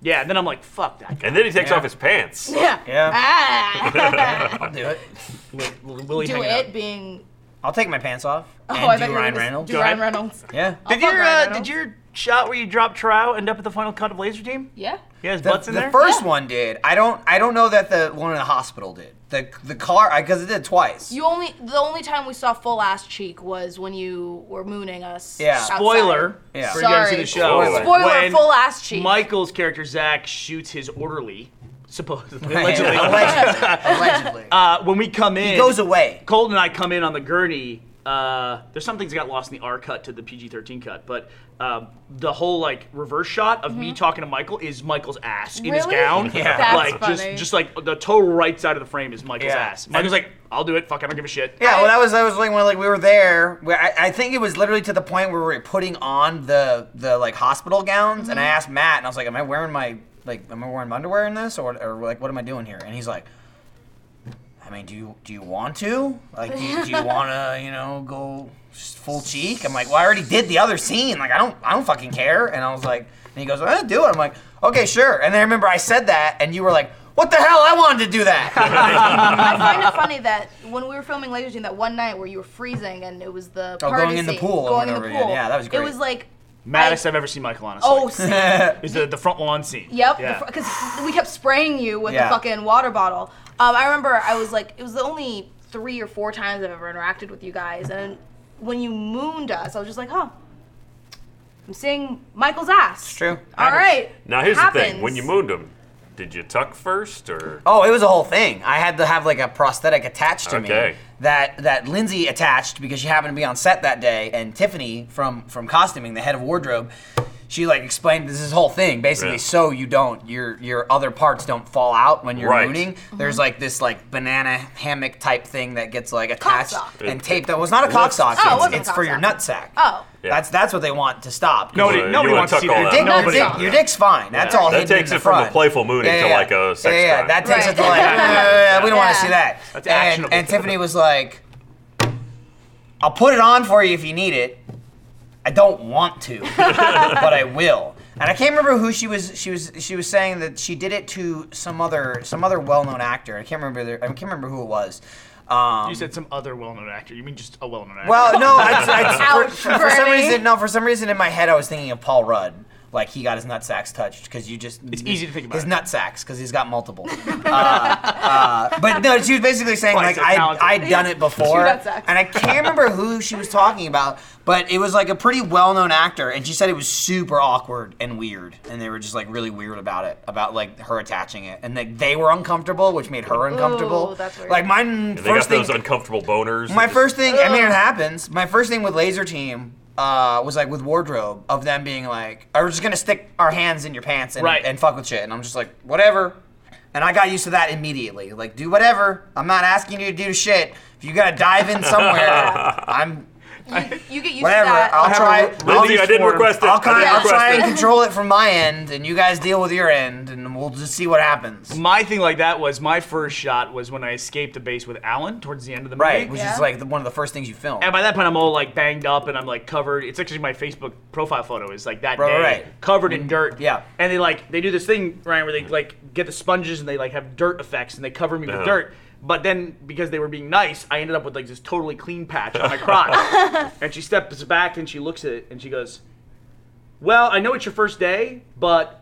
Speaker 1: yeah, and then I'm like fuck that guy.
Speaker 3: And then he takes
Speaker 2: Yeah.
Speaker 3: off his pants.
Speaker 4: yeah,
Speaker 2: Yeah.
Speaker 4: Ah.
Speaker 2: I'll do it.
Speaker 1: Will, will he
Speaker 4: do
Speaker 1: hang
Speaker 4: it
Speaker 1: out?
Speaker 4: being.
Speaker 2: I'll take my pants off.
Speaker 4: Oh,
Speaker 2: and
Speaker 4: I
Speaker 2: do
Speaker 4: bet you were
Speaker 2: Ryan
Speaker 4: gonna s-
Speaker 2: Reynolds.
Speaker 4: Do
Speaker 1: ahead.
Speaker 4: Ryan Reynolds.
Speaker 2: Yeah.
Speaker 1: Did your
Speaker 4: fuck Ryan
Speaker 1: uh,
Speaker 4: Reynolds.
Speaker 1: did your shot where you dropped Trow end up at the final cut of Laser Team?
Speaker 4: Yeah.
Speaker 1: Yeah, his
Speaker 2: The,
Speaker 1: butts in
Speaker 2: the
Speaker 1: there.
Speaker 2: first
Speaker 4: Yeah.
Speaker 2: one did. I don't. I don't know that the one in the hospital did. The the car because it did twice.
Speaker 4: You only the only time we saw full ass cheek was when you were mooning us.
Speaker 2: Yeah.
Speaker 4: outside.
Speaker 1: Spoiler
Speaker 2: Yeah.
Speaker 1: for you guys to see the show.
Speaker 3: Sorry.
Speaker 4: Spoiler,
Speaker 1: When
Speaker 4: full ass cheek.
Speaker 1: Michael's character Zach shoots his orderly, supposedly allegedly.
Speaker 2: allegedly. allegedly.
Speaker 1: Uh, when we come in,
Speaker 2: he goes away.
Speaker 1: Colton and I come in on the gurney. Uh, there's some things that got lost in the R cut to the PG-13 cut, but uh, the whole like reverse shot of me talking to Michael is Michael's ass in his
Speaker 4: Mm-hmm. Really?
Speaker 1: gown.
Speaker 4: Yeah. That's
Speaker 1: like
Speaker 4: funny.
Speaker 1: just just like the total right side of the frame is Michael's
Speaker 2: Yeah.
Speaker 1: ass. Michael's like, I'll do it. Fuck, I don't give a shit.
Speaker 2: Yeah, well, that was that was like when like we were there. Where I, I think it was literally to the point where we were putting on the the like hospital gowns, and I asked Matt, and I was like, "Am I wearing my like am I wearing my underwear in this, or or like what am I doing here?" And he's like, I mean, do you do you want to? Like, do you, do you want to, you know, go s- full cheek? I'm like, well, I already did the other scene. Like, I don't, I don't fucking care. And I was like, and he goes, eh, do it. I'm like, okay, sure. And then I remember I said that, and you were like, what the hell? I wanted to do that.
Speaker 4: I find it funny that when we were filming Laser Tune, that one night where you were freezing and it was the
Speaker 2: Oh,
Speaker 4: party
Speaker 2: going in the
Speaker 4: scene,
Speaker 2: pool over
Speaker 4: going
Speaker 2: and
Speaker 4: in
Speaker 2: over
Speaker 4: the
Speaker 2: again.
Speaker 4: pool.
Speaker 2: Yeah, that was
Speaker 4: It
Speaker 2: great.
Speaker 4: was like,
Speaker 1: Maddest I've ever seen Michael on.
Speaker 4: oh, see,
Speaker 1: is the, the front lawn scene.
Speaker 4: Yep,
Speaker 1: Yeah.
Speaker 4: because we kept spraying you with
Speaker 2: Yeah.
Speaker 4: the fucking water bottle. Um, I remember I was like, it was the only three or four times I've ever interacted with you guys, and when you mooned us, I was just like, huh, I'm seeing Michael's ass. It's
Speaker 2: true.
Speaker 4: All right.
Speaker 3: Now here's
Speaker 4: Happens.
Speaker 3: the thing: when you mooned him, did you tuck first or?
Speaker 2: Oh, it was a whole thing. I had to have like a prosthetic attached to
Speaker 3: Okay.
Speaker 2: me that that Lindsay attached because she happened to be on set that day, and Tiffany from from costuming, the head of wardrobe, she like explained this, this whole thing basically
Speaker 3: Yeah.
Speaker 2: so you don't your your other parts don't fall out when you're
Speaker 3: Right.
Speaker 2: mooning.
Speaker 4: Mm-hmm.
Speaker 2: There's like this like banana hammock type thing that gets like attached
Speaker 4: sock.
Speaker 2: and taped. That was not a cock sock.
Speaker 4: Oh, it
Speaker 2: it's
Speaker 4: wasn't a
Speaker 2: it's
Speaker 4: cock
Speaker 2: for your
Speaker 4: sock.
Speaker 2: nut sack.
Speaker 4: Oh. Yeah.
Speaker 2: That's that's what they want to stop.
Speaker 1: Nobody,
Speaker 3: Uh, you
Speaker 1: nobody
Speaker 3: wanna
Speaker 1: wants to
Speaker 3: tuck
Speaker 1: see
Speaker 3: all
Speaker 1: that.
Speaker 3: that.
Speaker 2: Dick,
Speaker 3: No,
Speaker 1: Nobody.
Speaker 2: dick, your dick's fine. That's all.
Speaker 3: That
Speaker 2: hidden in
Speaker 3: takes
Speaker 2: the
Speaker 3: it from a
Speaker 2: front.
Speaker 3: playful mooning to like a sex
Speaker 2: yeah, yeah.
Speaker 3: crime.
Speaker 2: That takes
Speaker 4: Right.
Speaker 2: it to like uh, we don't want
Speaker 4: Yeah.
Speaker 2: to see that.
Speaker 1: That's
Speaker 2: and,
Speaker 1: actionable.
Speaker 2: and Tiffany was like, "I'll put it on for you if you need it. I don't want to, but I will." And I can't remember who she was. She was she was saying that she did it to some other some other well known actor. I can't remember. Their, I can't remember who it was. Um,
Speaker 1: You said some other well-known actor. You mean just a well-known actor?
Speaker 2: well, no, I, I,
Speaker 4: Ouch,
Speaker 2: for, for some
Speaker 4: Bernie.
Speaker 2: reason, no, for some reason in my head I was thinking of Paul Rudd. Like he got his nut sacks touched because you just
Speaker 1: It's easy to think about
Speaker 2: his
Speaker 1: it.
Speaker 2: nut sacks because he's got multiple. uh, uh, but no, she was basically saying
Speaker 1: Well,
Speaker 2: like
Speaker 1: he's so
Speaker 2: I
Speaker 1: talented.
Speaker 2: I'd done it before,
Speaker 4: Two nut sacks.
Speaker 2: and I can't remember who she was talking about, but it was like a pretty well known actor, and she said it was super awkward and weird, and they were just like really weird about it, about like her attaching it, and like they were uncomfortable, which made her uncomfortable.
Speaker 4: that's weird.
Speaker 2: Like mine
Speaker 3: And they
Speaker 2: first
Speaker 3: got
Speaker 2: thing
Speaker 3: those uncomfortable boners.
Speaker 2: my
Speaker 3: that just-
Speaker 2: first thing, I mean, it happens. My first thing with Laser Team uh, was like with wardrobe of them being like, "Are we just gonna stick our hands in your pants and,
Speaker 1: Right.
Speaker 2: and fuck with shit?" And I'm just like, "Whatever." And I got used to that immediately. Like, do whatever. I'm not asking you to do shit. If you gotta dive in somewhere, I'm
Speaker 4: you, you get used
Speaker 2: whatever.
Speaker 4: to that.
Speaker 2: I'll try.
Speaker 1: have a
Speaker 2: I'll,
Speaker 3: Lindsay, I didn't
Speaker 1: form.
Speaker 3: request it.
Speaker 2: I'll,
Speaker 3: I
Speaker 2: kind,
Speaker 3: didn't
Speaker 2: I'll
Speaker 3: request
Speaker 2: try
Speaker 3: it.
Speaker 2: and control it from my end, and you guys deal with your end, and we'll just see what happens.
Speaker 1: My thing like that was my first shot was when I escaped the base with Alan towards the end of the movie.
Speaker 2: Right, which
Speaker 4: Yeah.
Speaker 2: is like the, one of the first things you film.
Speaker 1: And by that point, I'm all like banged up and I'm like covered. It's actually my Facebook profile photo is like that
Speaker 2: Right,
Speaker 1: day,
Speaker 2: right.
Speaker 1: covered in dirt.
Speaker 2: yeah.
Speaker 1: And they like they do this thing, Ryan, where they like get the sponges and they like have dirt effects and they cover me with
Speaker 3: Uh-huh.
Speaker 1: dirt. But then because they were being nice, I ended up with like this totally clean patch on my crotch. and she steps back and she looks at it and she goes, "Well, I know it's your first day, but."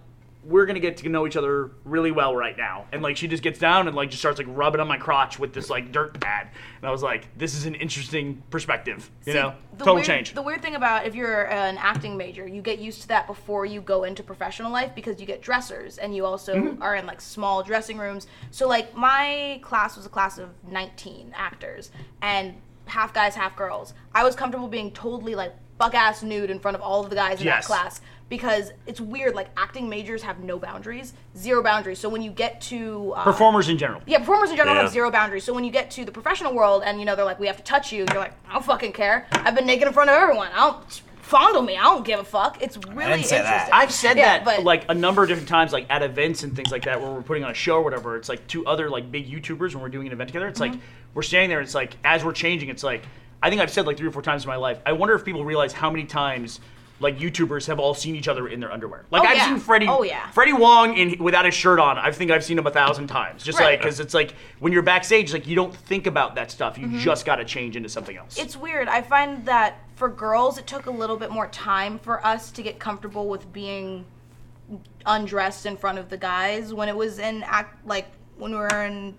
Speaker 1: We're gonna get to know each other really well right now, and like she just gets down and like just starts like rubbing on my crotch with this like dirt pad, and I was like, "This is an interesting perspective, you
Speaker 4: See,
Speaker 1: know,
Speaker 4: the
Speaker 1: total
Speaker 4: weird,
Speaker 1: change."
Speaker 4: The weird thing about if you're uh, an acting major, you get used to that before you go into professional life because you get dressers and you also
Speaker 1: Mm-hmm.
Speaker 4: are in like small dressing rooms. So like my class was a class of 19 actors and half guys, half girls. I was comfortable being totally like buck ass nude in front of all of the guys in
Speaker 1: Yes.
Speaker 4: that class because it's weird like acting majors have no boundaries, zero boundaries. So when you get to uh,
Speaker 1: Performers in general.
Speaker 4: yeah, performers in general
Speaker 3: Yeah.
Speaker 4: have zero boundaries. So when you get to the professional world and you know they're like, we have to touch you, you're like, I don't fucking care. I've been naked in front of everyone. I don't fondle me. I don't give a fuck. It's really
Speaker 2: say
Speaker 4: interesting.
Speaker 2: that.
Speaker 1: I've said
Speaker 4: Yeah,
Speaker 1: that
Speaker 4: but-
Speaker 1: like a number of different times, like at events and things like that, where we're putting on a show or whatever. It's like two other like big YouTubers when we're doing an event together. It's like
Speaker 4: Mm-hmm.
Speaker 1: we're standing there. It's like as we're changing, it's like I think I've said like three or four times in my life. I wonder if people realize how many times like YouTubers have all seen each other in their underwear. Like
Speaker 4: Oh,
Speaker 1: I've
Speaker 4: yeah.
Speaker 1: seen Freddie,
Speaker 4: Oh, yeah.
Speaker 1: Freddie Wong in without his shirt on. I think I've seen him a thousand times. Just
Speaker 4: Right.
Speaker 1: like because it's like when you're backstage, like you don't think about that stuff.
Speaker 4: Mm-hmm.
Speaker 1: You just got to change into something else.
Speaker 4: it's weird. I find that for girls, it took a little bit more time for us to get comfortable with being undressed in front of the guys when it was in act like when we were in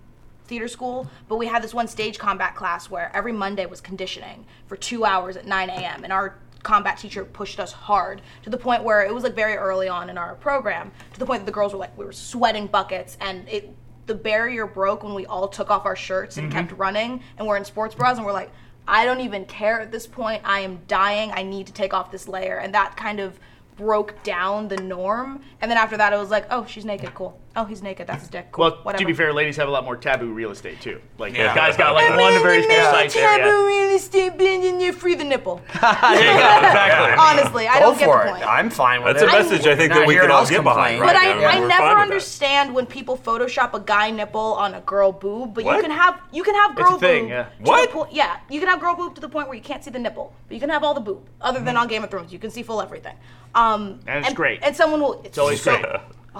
Speaker 4: theater school but we had this one stage combat class where every monday was conditioning for two hours at 9 a.m and our combat teacher pushed us hard to the point where it was like very early on in our program to the point that the girls were like we were sweating buckets and it the barrier broke when we all took off our shirts and kept running and we're in sports bras and we're like i don't even care at this point i am dying i need to take off this layer and that kind of broke down the norm. And then after that, it was like, oh, she's naked, cool. Oh, he's naked. That's his dick. Cool.
Speaker 1: Well,
Speaker 4: Whatever.
Speaker 1: to be fair, ladies have a lot more taboo real estate too. Like
Speaker 3: Yeah.
Speaker 1: guys got like one very precise area.
Speaker 4: taboo real estate being you free the nipple.
Speaker 3: exactly.
Speaker 4: Honestly, I don't
Speaker 2: Go
Speaker 4: get
Speaker 2: for
Speaker 4: the
Speaker 2: it.
Speaker 4: point.
Speaker 2: I'm fine with
Speaker 3: That's a
Speaker 2: it.
Speaker 3: message I think
Speaker 2: Not
Speaker 3: that we
Speaker 2: hearing
Speaker 3: can all
Speaker 2: us
Speaker 3: get behind.
Speaker 2: complain.
Speaker 3: right now,
Speaker 4: but I,
Speaker 3: and
Speaker 4: I
Speaker 3: we're fine
Speaker 4: never
Speaker 3: with
Speaker 4: understand when people Photoshop a guy nipple on a girl boob. But
Speaker 3: What?
Speaker 4: you can have you can have
Speaker 1: a
Speaker 4: girl
Speaker 1: thing,
Speaker 4: boob.
Speaker 1: yeah.
Speaker 4: to
Speaker 3: What?
Speaker 4: the po- yeah, you can have girl boob to the point where you can't see the nipple, but you can have all the boob. Other than on Game of Thrones, you can see full everything. Um,
Speaker 1: And it's great.
Speaker 4: And someone will. It's,
Speaker 1: It's always
Speaker 4: so-
Speaker 1: great.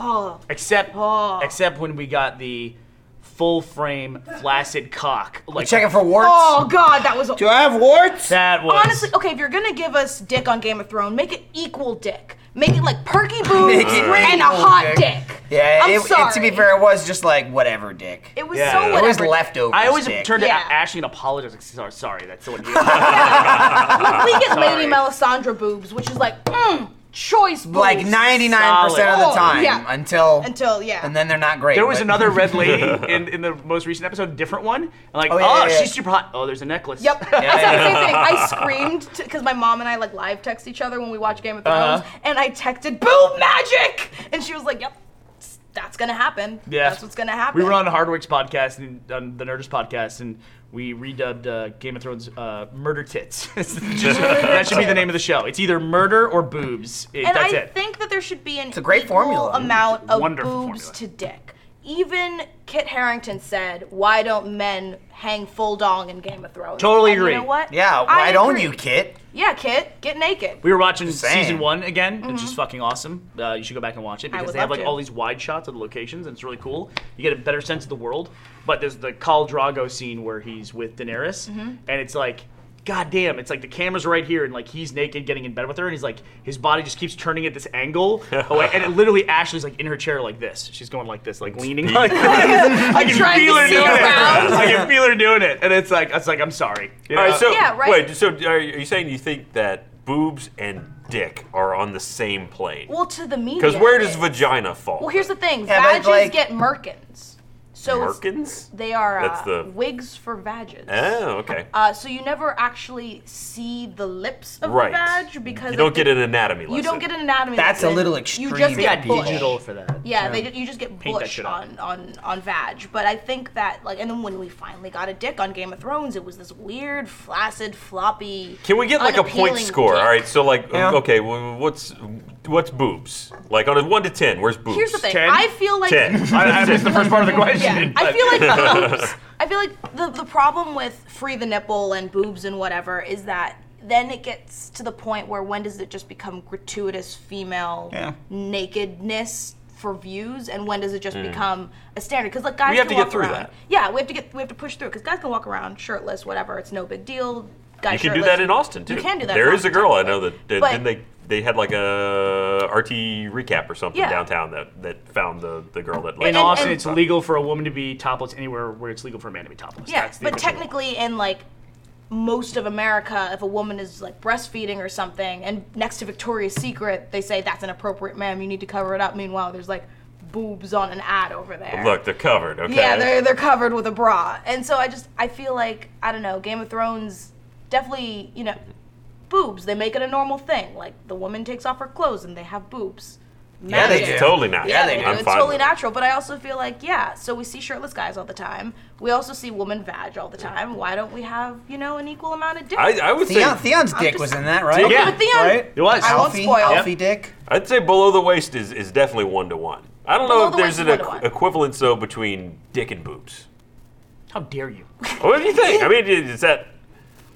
Speaker 4: Oh,
Speaker 1: Except
Speaker 4: Oh.
Speaker 1: except when we got the full frame flaccid cock. Like
Speaker 2: Check it for warts.
Speaker 4: oh God, that was.
Speaker 8: Do I have warts?
Speaker 1: that was
Speaker 4: Honestly, okay, if you're gonna give us dick on Game of Thrones, make it equal dick. Make it like perky boobs and a hot dick.
Speaker 2: Yeah,
Speaker 4: I'm
Speaker 2: it,
Speaker 4: sorry.
Speaker 2: it- to be fair, it was just like whatever, dick.
Speaker 4: it was
Speaker 1: Yeah.
Speaker 4: so
Speaker 1: It
Speaker 4: whatever.
Speaker 2: It was leftovers.
Speaker 1: I always
Speaker 2: dick.
Speaker 1: turned to
Speaker 4: Yeah.
Speaker 1: Ashley and apologized. Like, sorry, sorry, that's someone here.
Speaker 4: We get
Speaker 1: Sorry.
Speaker 4: Lady Melisandre boobs, which is like mm, choice boobs.
Speaker 2: like 99% of
Speaker 4: Solid.
Speaker 2: the time
Speaker 4: Yeah.
Speaker 2: until
Speaker 4: Until yeah.
Speaker 2: and then they're not great.
Speaker 1: There was
Speaker 2: but-
Speaker 1: another red lady in, in the most recent episode, a different one. And like, oh,
Speaker 2: yeah, yeah, yeah.
Speaker 1: she's super hot. Oh, there's a necklace.
Speaker 4: Yep, I said the same thing. I screamed because my mom and I like live text each other when we watch Game of
Speaker 2: Uh-huh.
Speaker 4: Thrones, and I texted "boob magic," and she was like, "Yep, that's gonna happen.
Speaker 1: Yeah.
Speaker 4: That's what's gonna happen."
Speaker 1: We were on Hardwick's podcast and on the Nerdist podcast, and we redubbed uh, Game of Thrones uh, "Murder Tits." It's just- that should be the name of the show. It's either murder or boobs. It-
Speaker 4: And
Speaker 1: that's
Speaker 4: I
Speaker 1: it.
Speaker 4: think that there should be an
Speaker 2: a great
Speaker 4: equal
Speaker 2: formula.
Speaker 4: amount of boobs
Speaker 1: Wonderful formula.
Speaker 4: to dick. Even Kit Harrington said, "Why don't men hang full dong in Game of Thrones?"
Speaker 1: Totally
Speaker 4: And
Speaker 1: agree.
Speaker 4: You know what?
Speaker 2: Yeah,
Speaker 4: I
Speaker 2: why don't
Speaker 4: agree.
Speaker 2: you, Kit?
Speaker 4: Yeah, Kit, get naked.
Speaker 1: we were watching
Speaker 2: saying.
Speaker 1: season one again, which is fucking awesome. Uh, you should go back and watch it because
Speaker 4: Mm-hmm. would
Speaker 1: they have
Speaker 4: love
Speaker 1: like
Speaker 4: to.
Speaker 1: all these wide shots of the locations, and it's really cool. You get a better sense of the world. But there's the Khal Drago scene where he's with Daenerys,
Speaker 4: Mm-hmm.
Speaker 1: and it's like. God damn, it's like the camera's right here and like he's naked getting in bed with her and he's like his body just keeps turning at this angle away and it literally Ashley's like in her chair like this. She's going like this, like leaning like this. I can
Speaker 4: trying to
Speaker 1: feel her
Speaker 4: see
Speaker 1: doing
Speaker 4: around.
Speaker 1: it. I can feel her doing it. And it's like it's like I'm sorry. You
Speaker 3: All
Speaker 1: know?
Speaker 3: right, so
Speaker 4: Yeah, right.
Speaker 3: wait, so are you saying you think that boobs and dick are on the same plane?
Speaker 4: Well, to the media.
Speaker 3: Because where does
Speaker 4: it is.
Speaker 3: vagina fall?
Speaker 4: Well, here's the thing.
Speaker 2: Yeah, but,
Speaker 4: Vages
Speaker 2: like-
Speaker 4: get merkins. So it's-
Speaker 3: Merkins?
Speaker 4: they are uh,
Speaker 3: That's the-
Speaker 4: wigs for vages.
Speaker 3: Oh, okay.
Speaker 4: Uh, so you never actually see the lips of
Speaker 3: right.
Speaker 4: the vag because
Speaker 3: you don't
Speaker 4: of
Speaker 3: get
Speaker 4: the-
Speaker 3: an anatomy lesson.
Speaker 4: You don't get an anatomy.
Speaker 2: That's a
Speaker 4: lesson.
Speaker 2: little
Speaker 4: You
Speaker 2: extreme.
Speaker 4: just
Speaker 1: they got
Speaker 4: get bush.
Speaker 1: digital for that.
Speaker 4: Yeah, they ju- you just get
Speaker 1: Paint that
Speaker 4: bush
Speaker 1: shit up.
Speaker 4: on on on vag. But I think that like, and then when we finally got a dick on Game of Thrones, it was this weird, flaccid, floppy.
Speaker 3: Can we get like a point
Speaker 4: unappealing
Speaker 3: score?
Speaker 4: dick.
Speaker 3: All right, so like, okay, well, what's what's boobs? Like on a one to ten, where's boobs?
Speaker 4: Here's the thing.
Speaker 1: 10?
Speaker 4: I feel like
Speaker 3: Ten.
Speaker 1: I, I missed the first part of the question.
Speaker 4: Yeah, I
Speaker 1: but-
Speaker 4: feel like boobs. I feel like the the problem with free the nipple and boobs and whatever is that then it gets to the point where when does it just become gratuitous female nakedness for views, and when does it just
Speaker 3: Hmm.
Speaker 4: become a standard? Because like guys,
Speaker 3: We have
Speaker 4: can
Speaker 3: to get
Speaker 4: walk
Speaker 3: through
Speaker 4: around.
Speaker 3: that.
Speaker 4: Yeah, we have to get we have to push through because guys can walk around shirtless, whatever. It's no big deal. Guys
Speaker 3: you can do
Speaker 4: shirtless.
Speaker 3: that in Austin too.
Speaker 4: You can do that.
Speaker 3: There
Speaker 4: in
Speaker 3: is a
Speaker 4: Austin,
Speaker 3: girl I know
Speaker 4: technically.
Speaker 3: that, that
Speaker 4: But-
Speaker 3: then they they had like a RT recap or something
Speaker 4: Yeah.
Speaker 3: downtown that that found the the girl that
Speaker 1: In
Speaker 3: like.
Speaker 1: Austin,
Speaker 4: and-
Speaker 1: it's legal for a woman to be topless anywhere where it's legal for a man to be topless.
Speaker 4: Yeah,
Speaker 1: That's the
Speaker 4: but
Speaker 1: official
Speaker 4: technically, in like most of America, if a woman is like breastfeeding or something, and next to Victoria's Secret, they say that's inappropriate, ma'am. You need to cover it up. Meanwhile, there's like boobs on an ad over there.
Speaker 3: Look, they're covered. Okay.
Speaker 4: Yeah, they're they're covered with a bra, and so I just I feel like I don't know. Game of Thrones definitely you know boobs. They make it a normal thing. Like the woman takes off her clothes and they have boobs.
Speaker 2: Yeah, they
Speaker 4: Magic.
Speaker 2: do.
Speaker 3: totally not.
Speaker 4: Yeah, they do.
Speaker 3: I'm
Speaker 4: it's
Speaker 3: fine
Speaker 4: totally
Speaker 3: with it.
Speaker 4: natural. But I also feel like, yeah, so we see shirtless guys all the time. We also see woman vag all the time. Why don't we have, you know, an equal amount of dick?
Speaker 3: I, I would
Speaker 2: Theon,
Speaker 3: say
Speaker 2: Theon's dick
Speaker 4: just-
Speaker 2: was in that, right?
Speaker 4: Okay,
Speaker 1: Yeah.
Speaker 4: but Theon,
Speaker 2: Right?
Speaker 1: It was.
Speaker 4: I won't
Speaker 2: Alfie,
Speaker 4: spoil.
Speaker 2: Alfie dick.
Speaker 3: I'd say below the waist is, is definitely one to one. I don't
Speaker 4: Below
Speaker 3: know if
Speaker 4: the
Speaker 3: there's an
Speaker 4: waist is one to
Speaker 3: equ-
Speaker 4: one.
Speaker 3: equivalence though between dick and boobs.
Speaker 1: How dare you?
Speaker 3: What do you think? I mean, is that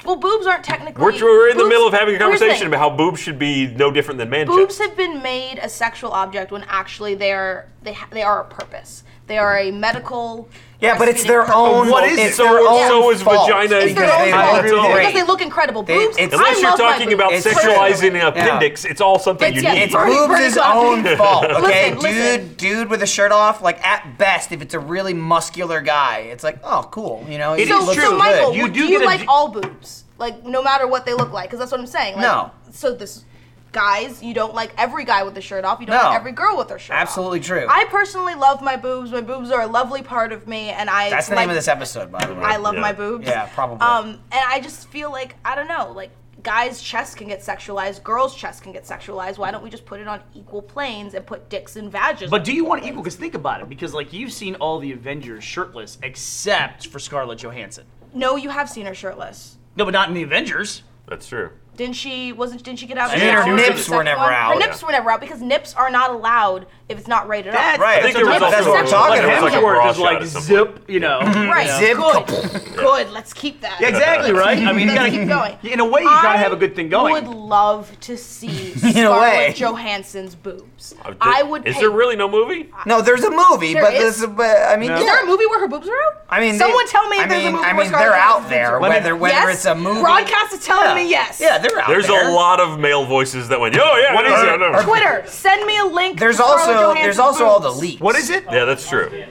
Speaker 4: Well, boobs aren't technically.
Speaker 3: we're, we're in the
Speaker 4: boobs-
Speaker 3: middle of having a
Speaker 4: here's the
Speaker 3: conversation
Speaker 4: thing.
Speaker 3: about how boobs should be no different than man
Speaker 4: boobs
Speaker 3: chest.
Speaker 4: have been made a sexual object when actually they're they ha- they are a purpose. They are a medical.
Speaker 2: Yeah, but it's their
Speaker 4: purpose.
Speaker 2: own.
Speaker 3: What is
Speaker 2: it's
Speaker 3: it?
Speaker 2: Their
Speaker 3: So-
Speaker 2: own
Speaker 3: so is
Speaker 2: fault.
Speaker 3: vagina-
Speaker 4: It's their
Speaker 2: Because
Speaker 4: own
Speaker 2: they
Speaker 4: fault.
Speaker 2: all do
Speaker 3: their
Speaker 4: because
Speaker 2: thing.
Speaker 4: they look incredible. Boobs.
Speaker 2: it's-
Speaker 4: I
Speaker 3: Unless you're
Speaker 4: love my
Speaker 3: talking
Speaker 4: boobs.
Speaker 3: about
Speaker 2: It's
Speaker 3: sexualizing
Speaker 4: personally.
Speaker 3: an appendix, it's all something
Speaker 4: It's-
Speaker 3: you
Speaker 4: yeah,
Speaker 3: need.
Speaker 2: It's
Speaker 4: Bernie- Bernie
Speaker 2: boobs'
Speaker 4: Sanders.
Speaker 2: own fault. Okay,
Speaker 4: Listen, listen.
Speaker 2: dude, dude with a shirt off. Like at best, if it's a really muscular guy, it's like, oh, cool. You know, it
Speaker 4: So,
Speaker 2: looks
Speaker 4: so
Speaker 2: good.
Speaker 4: Michael,
Speaker 1: You
Speaker 4: do,
Speaker 1: do
Speaker 4: you
Speaker 1: get a
Speaker 4: like
Speaker 1: d-
Speaker 4: all boobs? Like, no matter what they look like? Because that's what I'm saying. Like,
Speaker 2: No.
Speaker 4: So this, guys, you don't like every guy with the shirt off. You don't
Speaker 2: No.
Speaker 4: like every girl with her shirt
Speaker 2: Absolutely
Speaker 4: off.
Speaker 2: true.
Speaker 4: I personally love my boobs. My boobs are a lovely part of me, and I.
Speaker 2: That's the
Speaker 4: like,
Speaker 2: name of this episode, by the way.
Speaker 4: I love
Speaker 3: Yeah.
Speaker 4: my boobs.
Speaker 2: Yeah, probably.
Speaker 4: Um, and I just feel like I don't know, like guys' chests can get sexualized, girls' chests can get sexualized. Why don't we just put it on equal planes and put dicks and vaginas?
Speaker 1: But
Speaker 4: on
Speaker 1: do you want
Speaker 4: planes?
Speaker 1: equal? Because think about it. Because like you've seen all the Avengers shirtless except for Scarlett Johansson.
Speaker 4: No, you have seen her shirtless.
Speaker 1: No, but not in the Avengers.
Speaker 3: That's true.
Speaker 4: Didn't she? Wasn't? Didn't she get out?
Speaker 3: She did.
Speaker 4: of
Speaker 3: Her
Speaker 4: the
Speaker 3: nips
Speaker 4: second
Speaker 8: were never
Speaker 4: one?
Speaker 8: out.
Speaker 4: Her nips were never out because nips are not allowed if it's not rated
Speaker 1: That's-
Speaker 4: R.
Speaker 3: Right. I
Speaker 1: That's
Speaker 3: think
Speaker 1: what
Speaker 3: there was
Speaker 1: I'm-
Speaker 3: also
Speaker 8: that's what I'm
Speaker 3: a-
Speaker 8: talking
Speaker 3: like,
Speaker 8: about.
Speaker 3: There was
Speaker 1: Hemsworth
Speaker 3: like
Speaker 1: is like zip, you know.
Speaker 4: Right.
Speaker 8: Zip.
Speaker 4: Good. Good. Let's keep that.
Speaker 1: Yeah, exactly, right? I mean, you gotta
Speaker 4: keep going.
Speaker 1: In a way, you gotta have a good thing going.
Speaker 4: I would love to see
Speaker 8: In a way.
Speaker 4: Scarlett Johansson's boobs. I would.
Speaker 3: Is
Speaker 4: pay- Uh,
Speaker 3: there really no movie?
Speaker 8: No, there's a movie,
Speaker 4: There
Speaker 8: but
Speaker 4: is?
Speaker 8: this. But I mean,
Speaker 4: Is there a movie where her boobs are out?
Speaker 8: I mean,
Speaker 4: someone
Speaker 8: they-
Speaker 4: tell me if
Speaker 8: I
Speaker 4: there's a
Speaker 8: mean,
Speaker 4: movie.
Speaker 8: I
Speaker 4: where
Speaker 8: mean,
Speaker 4: Scarlett
Speaker 8: they're out
Speaker 4: Johansson's
Speaker 8: there.
Speaker 4: boobs are
Speaker 8: Whether whether
Speaker 4: Yes?
Speaker 8: it's a movie,
Speaker 4: Broadcast is telling me yes.
Speaker 8: Yeah, they're out
Speaker 3: There's
Speaker 8: there.
Speaker 3: a lot of male voices that went, oh yeah,
Speaker 1: What
Speaker 3: yeah,
Speaker 1: is
Speaker 3: yeah,
Speaker 1: it?
Speaker 3: no."
Speaker 4: Twitter, send me a link.
Speaker 8: There's
Speaker 4: to Scarlett
Speaker 8: also there's
Speaker 4: Johansson's
Speaker 8: also all the
Speaker 4: boobs.
Speaker 8: leaks.
Speaker 1: What is it?
Speaker 3: Yeah, that's true.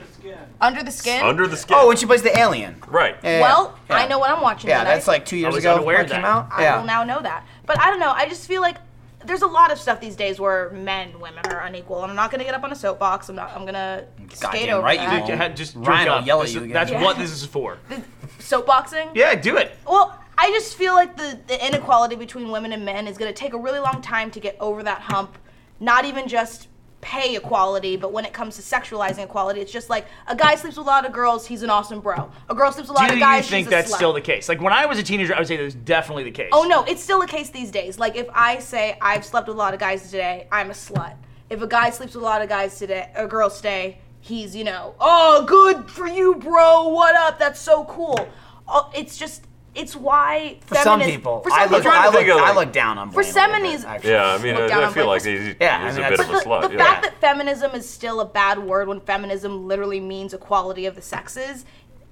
Speaker 4: Under the skin.
Speaker 3: Under the skin.
Speaker 8: Oh, when she plays the alien.
Speaker 3: right.
Speaker 8: Yeah,
Speaker 4: Well,
Speaker 8: yeah.
Speaker 4: I know what I'm watching.
Speaker 8: Yeah,
Speaker 4: tonight.
Speaker 8: that's like two years
Speaker 1: was
Speaker 8: ago.
Speaker 1: unaware
Speaker 8: when
Speaker 1: of
Speaker 8: it came
Speaker 1: that.
Speaker 8: out.
Speaker 4: I
Speaker 8: Yeah.
Speaker 4: will now know that. But I don't know. I just feel like there's a lot of stuff these days where men, women are unequal. And I'm not gonna get up on a soapbox. I'm not. I'm gonna skate
Speaker 8: Goddamn
Speaker 4: over
Speaker 8: right you
Speaker 4: that.
Speaker 8: won't.
Speaker 1: You had- just drink
Speaker 8: Ryan will
Speaker 1: up.
Speaker 8: yell at
Speaker 1: This
Speaker 8: you
Speaker 1: is-
Speaker 8: again.
Speaker 1: That's
Speaker 4: Yeah.
Speaker 1: what this is for.
Speaker 4: Soapboxing.
Speaker 1: Yeah, do it.
Speaker 4: Well, I just feel like the, the inequality between women and men is going to take a really long time to get over that hump. Not even just pay equality, but when it comes to sexualizing equality, it's just like a guy sleeps with a lot of girls, he's an awesome bro. A girl sleeps with a lot
Speaker 1: Do
Speaker 4: of
Speaker 1: you
Speaker 4: guys,
Speaker 1: think
Speaker 4: she's a
Speaker 1: that's
Speaker 4: slut.
Speaker 1: still the case? Like when I was a teenager, I would say that was definitely the case.
Speaker 4: Oh no, it's still a case these days. Like if I say I've slept with a lot of guys today, I'm a slut. If a guy sleeps with a lot of guys today, or girls today, he's you know, oh good for you, bro. What up? That's so cool. Oh, it's just it's why
Speaker 8: For some
Speaker 4: feminis-
Speaker 8: people,
Speaker 4: for some
Speaker 8: I look,
Speaker 4: people-
Speaker 3: trying
Speaker 8: I
Speaker 3: to
Speaker 8: look,
Speaker 3: think of,
Speaker 8: I
Speaker 3: like-
Speaker 8: look down on
Speaker 4: For
Speaker 8: Blaine a little
Speaker 4: semis-
Speaker 8: bit, actually.
Speaker 3: Yeah, I mean,
Speaker 4: Look
Speaker 3: I,
Speaker 4: down
Speaker 3: I
Speaker 4: on
Speaker 3: feel
Speaker 4: Blake.
Speaker 3: like he's,
Speaker 8: Yeah, I
Speaker 3: he's
Speaker 8: mean,
Speaker 3: a bit
Speaker 8: that's-
Speaker 3: of a
Speaker 4: the,
Speaker 3: slut. yeah.
Speaker 4: the fact that feminism is still a bad word when feminism literally means equality of the sexes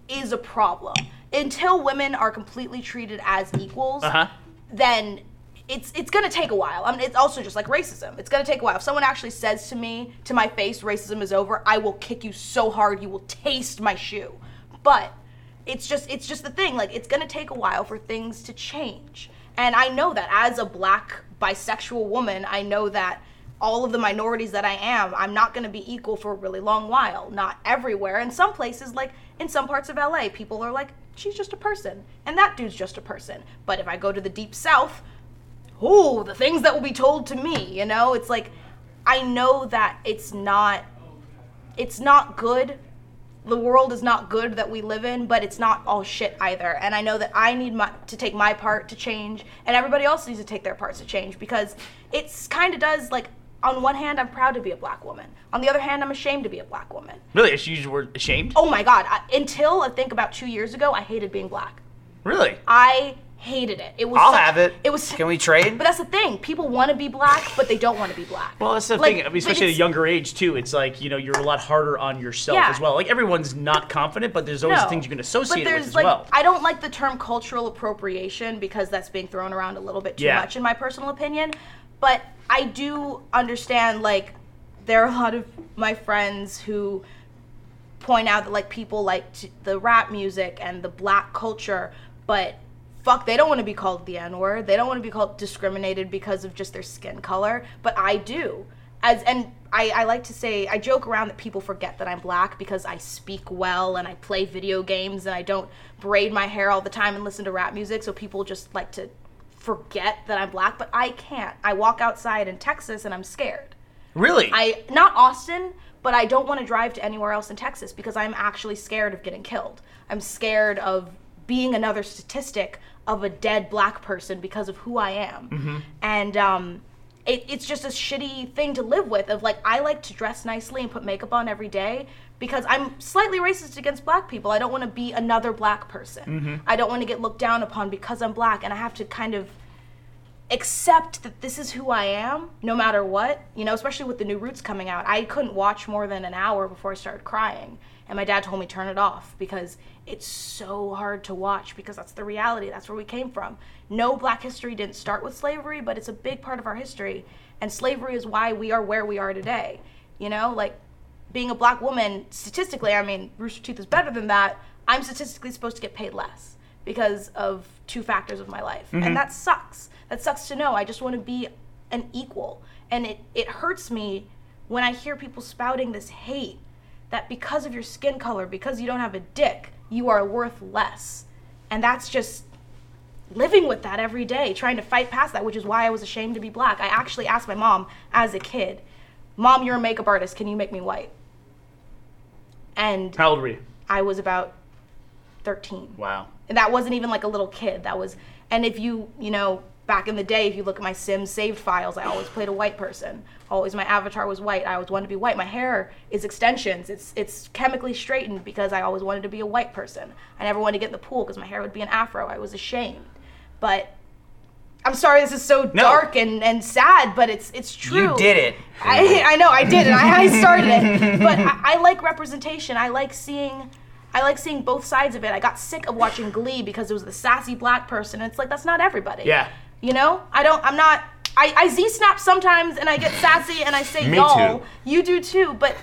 Speaker 4: is a problem. Until women are completely treated as equals,
Speaker 1: Uh-huh.
Speaker 4: then it's it's gonna take a while. I mean, it's also just like racism. It's gonna take a while. If someone actually says to me to my face, "Racism is over," I will kick you so hard you will taste my shoe. But it's just it's just the thing. Like it's gonna take a while for things to change, and I know that as a black bisexual woman, I know that all of the minorities that I am, I'm not going to be equal for a really long while. Not everywhere. In some places, like in some parts of LA, people are like, she's just a person, and that dude's just a person. But if I go to the deep south, ooh, the things that will be told to me, you know? It's like, I know that it's not, it's not good. The world is not good that we live in, but it's not all shit either. And I know that I need my, to take my part to change, and everybody else needs to take their parts to change because it's kind of does like, on one hand, I'm proud to be a black woman. On the other hand, I'm ashamed to be a black woman.
Speaker 1: Really? She used the word ashamed?
Speaker 4: Oh my God. I, until I think about two years ago, I hated being black.
Speaker 1: Really?
Speaker 4: I hated it. It was.
Speaker 8: I'll
Speaker 4: such-
Speaker 8: have it.
Speaker 4: It was.
Speaker 8: Can we trade?
Speaker 4: But that's the thing. People want to be black, but they don't want to be black.
Speaker 1: Well, that's the
Speaker 4: Like,
Speaker 1: thing, I mean,
Speaker 4: like,
Speaker 1: especially at a
Speaker 4: it's-
Speaker 1: younger age too. It's like you know you're a lot harder on yourself
Speaker 4: Yeah.
Speaker 1: as well. Like everyone's not confident, but there's always
Speaker 4: No.
Speaker 1: things you can
Speaker 4: but
Speaker 1: associate it
Speaker 4: there's
Speaker 1: with as
Speaker 4: like,
Speaker 1: well.
Speaker 4: I don't like the term cultural appropriation because that's being thrown around a little bit too
Speaker 1: Yeah.
Speaker 4: much, in my personal opinion. But I do understand, like, there are a lot of my friends who point out that, like, people like t- the rap music and the black culture, but fuck, they don't want to be called the N word. They don't want to be called discriminated because of just their skin color. But I do. As, and I, I like to say I joke around that people forget that I'm black because I speak well and I play video games and I don't braid my hair all the time and listen to rap music. So people just like to forget that I'm black, but I can't. I walk outside in Texas and I'm scared.
Speaker 1: really?
Speaker 4: I not Austin, but I don't want to drive to anywhere else in Texas because I'm actually scared of getting killed. I'm scared of being another statistic of a dead black person because of who I am. And um, it, it's just a shitty thing to live with. Of like, I like to dress nicely and put makeup on every day because I'm slightly racist against black people. I don't want to be another black person. I don't want to get looked down upon because I'm black, and I have to kind of accept that this is who I am, no matter what. You know, especially with the new Roots coming out, I couldn't watch more than an hour before I started crying, and my dad told me turn it off because it's so hard to watch because that's the reality. That's where we came from. No, Black history didn't start with slavery, but it's a big part of our history, and slavery is why we are where we are today. You know, like being a black woman, statistically, I mean, Rooster Teeth is better than that. I'm statistically supposed to get paid less because of two factors of my life. And that sucks. That sucks to know. I just want to be an equal. And it, it hurts me when I hear people spouting this hate that because of your skin color, because you don't have a dick, you are worth less. And that's just living with that every day, trying to fight past that, which is why I was ashamed to be black. I actually asked my mom as a kid, Mom, you're a makeup artist. Can you make me white? And
Speaker 1: How old were you?
Speaker 4: I was about 13.
Speaker 1: Wow.
Speaker 4: And that wasn't even like a little kid. That was, and if you, you know, back in the day, if you look at my Sims saved files, I always played a white person. Always my avatar was white. I always wanted to be white. My hair is extensions. It's it's chemically straightened because I always wanted to be a white person. I never wanted to get in the pool because my hair would be an afro. I was ashamed. But I'm sorry, this is so dark and, and sad, but it's it's true.
Speaker 2: You did it.
Speaker 4: I, I know I did it. I, I started it, but I, I like representation. I like seeing, I like seeing both sides of it. I got sick of watching Glee because it was the sassy black person. It's like that's not everybody.
Speaker 1: Yeah.
Speaker 4: You know, I don't. I'm not. I, I z snap sometimes and I get sassy and I say
Speaker 3: Me
Speaker 4: y'all.
Speaker 3: too.
Speaker 4: You do too, but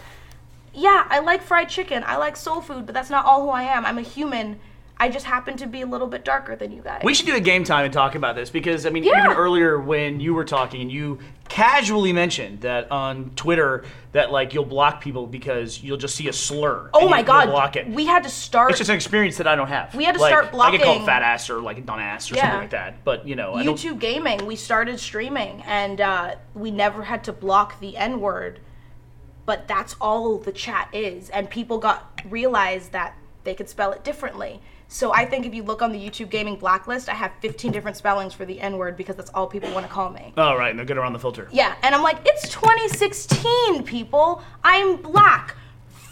Speaker 4: yeah, I like fried chicken. I like soul food, but that's not all who I am. I'm a human. I just happen to be a little bit darker than you guys.
Speaker 1: We should do a game time and talk about this because I mean,
Speaker 4: Yeah.
Speaker 1: even earlier when you were talking and you casually mentioned that on Twitter that like you'll block people because you'll just see a slur.
Speaker 4: oh
Speaker 1: and
Speaker 4: my
Speaker 1: you'll-
Speaker 4: god,
Speaker 1: you'll block it.
Speaker 4: we had to start.
Speaker 1: it's just an experience that I don't have.
Speaker 4: We had to
Speaker 1: Like,
Speaker 4: start
Speaker 1: I get called
Speaker 4: blocking-
Speaker 1: fat ass or like dumb ass or
Speaker 4: Yeah.
Speaker 1: something like that. But you know, I don't.
Speaker 4: YouTube gaming, we started streaming and uh, we never had to block the N word, but that's all the chat is. And people got realized that they could spell it differently. So I think if you look on the YouTube gaming blacklist, I have 15 different spellings for the N word because that's all people want to call me.
Speaker 1: Oh right, and they're good around the filter.
Speaker 4: Yeah, and I'm like, it's 2016, people. I'm black.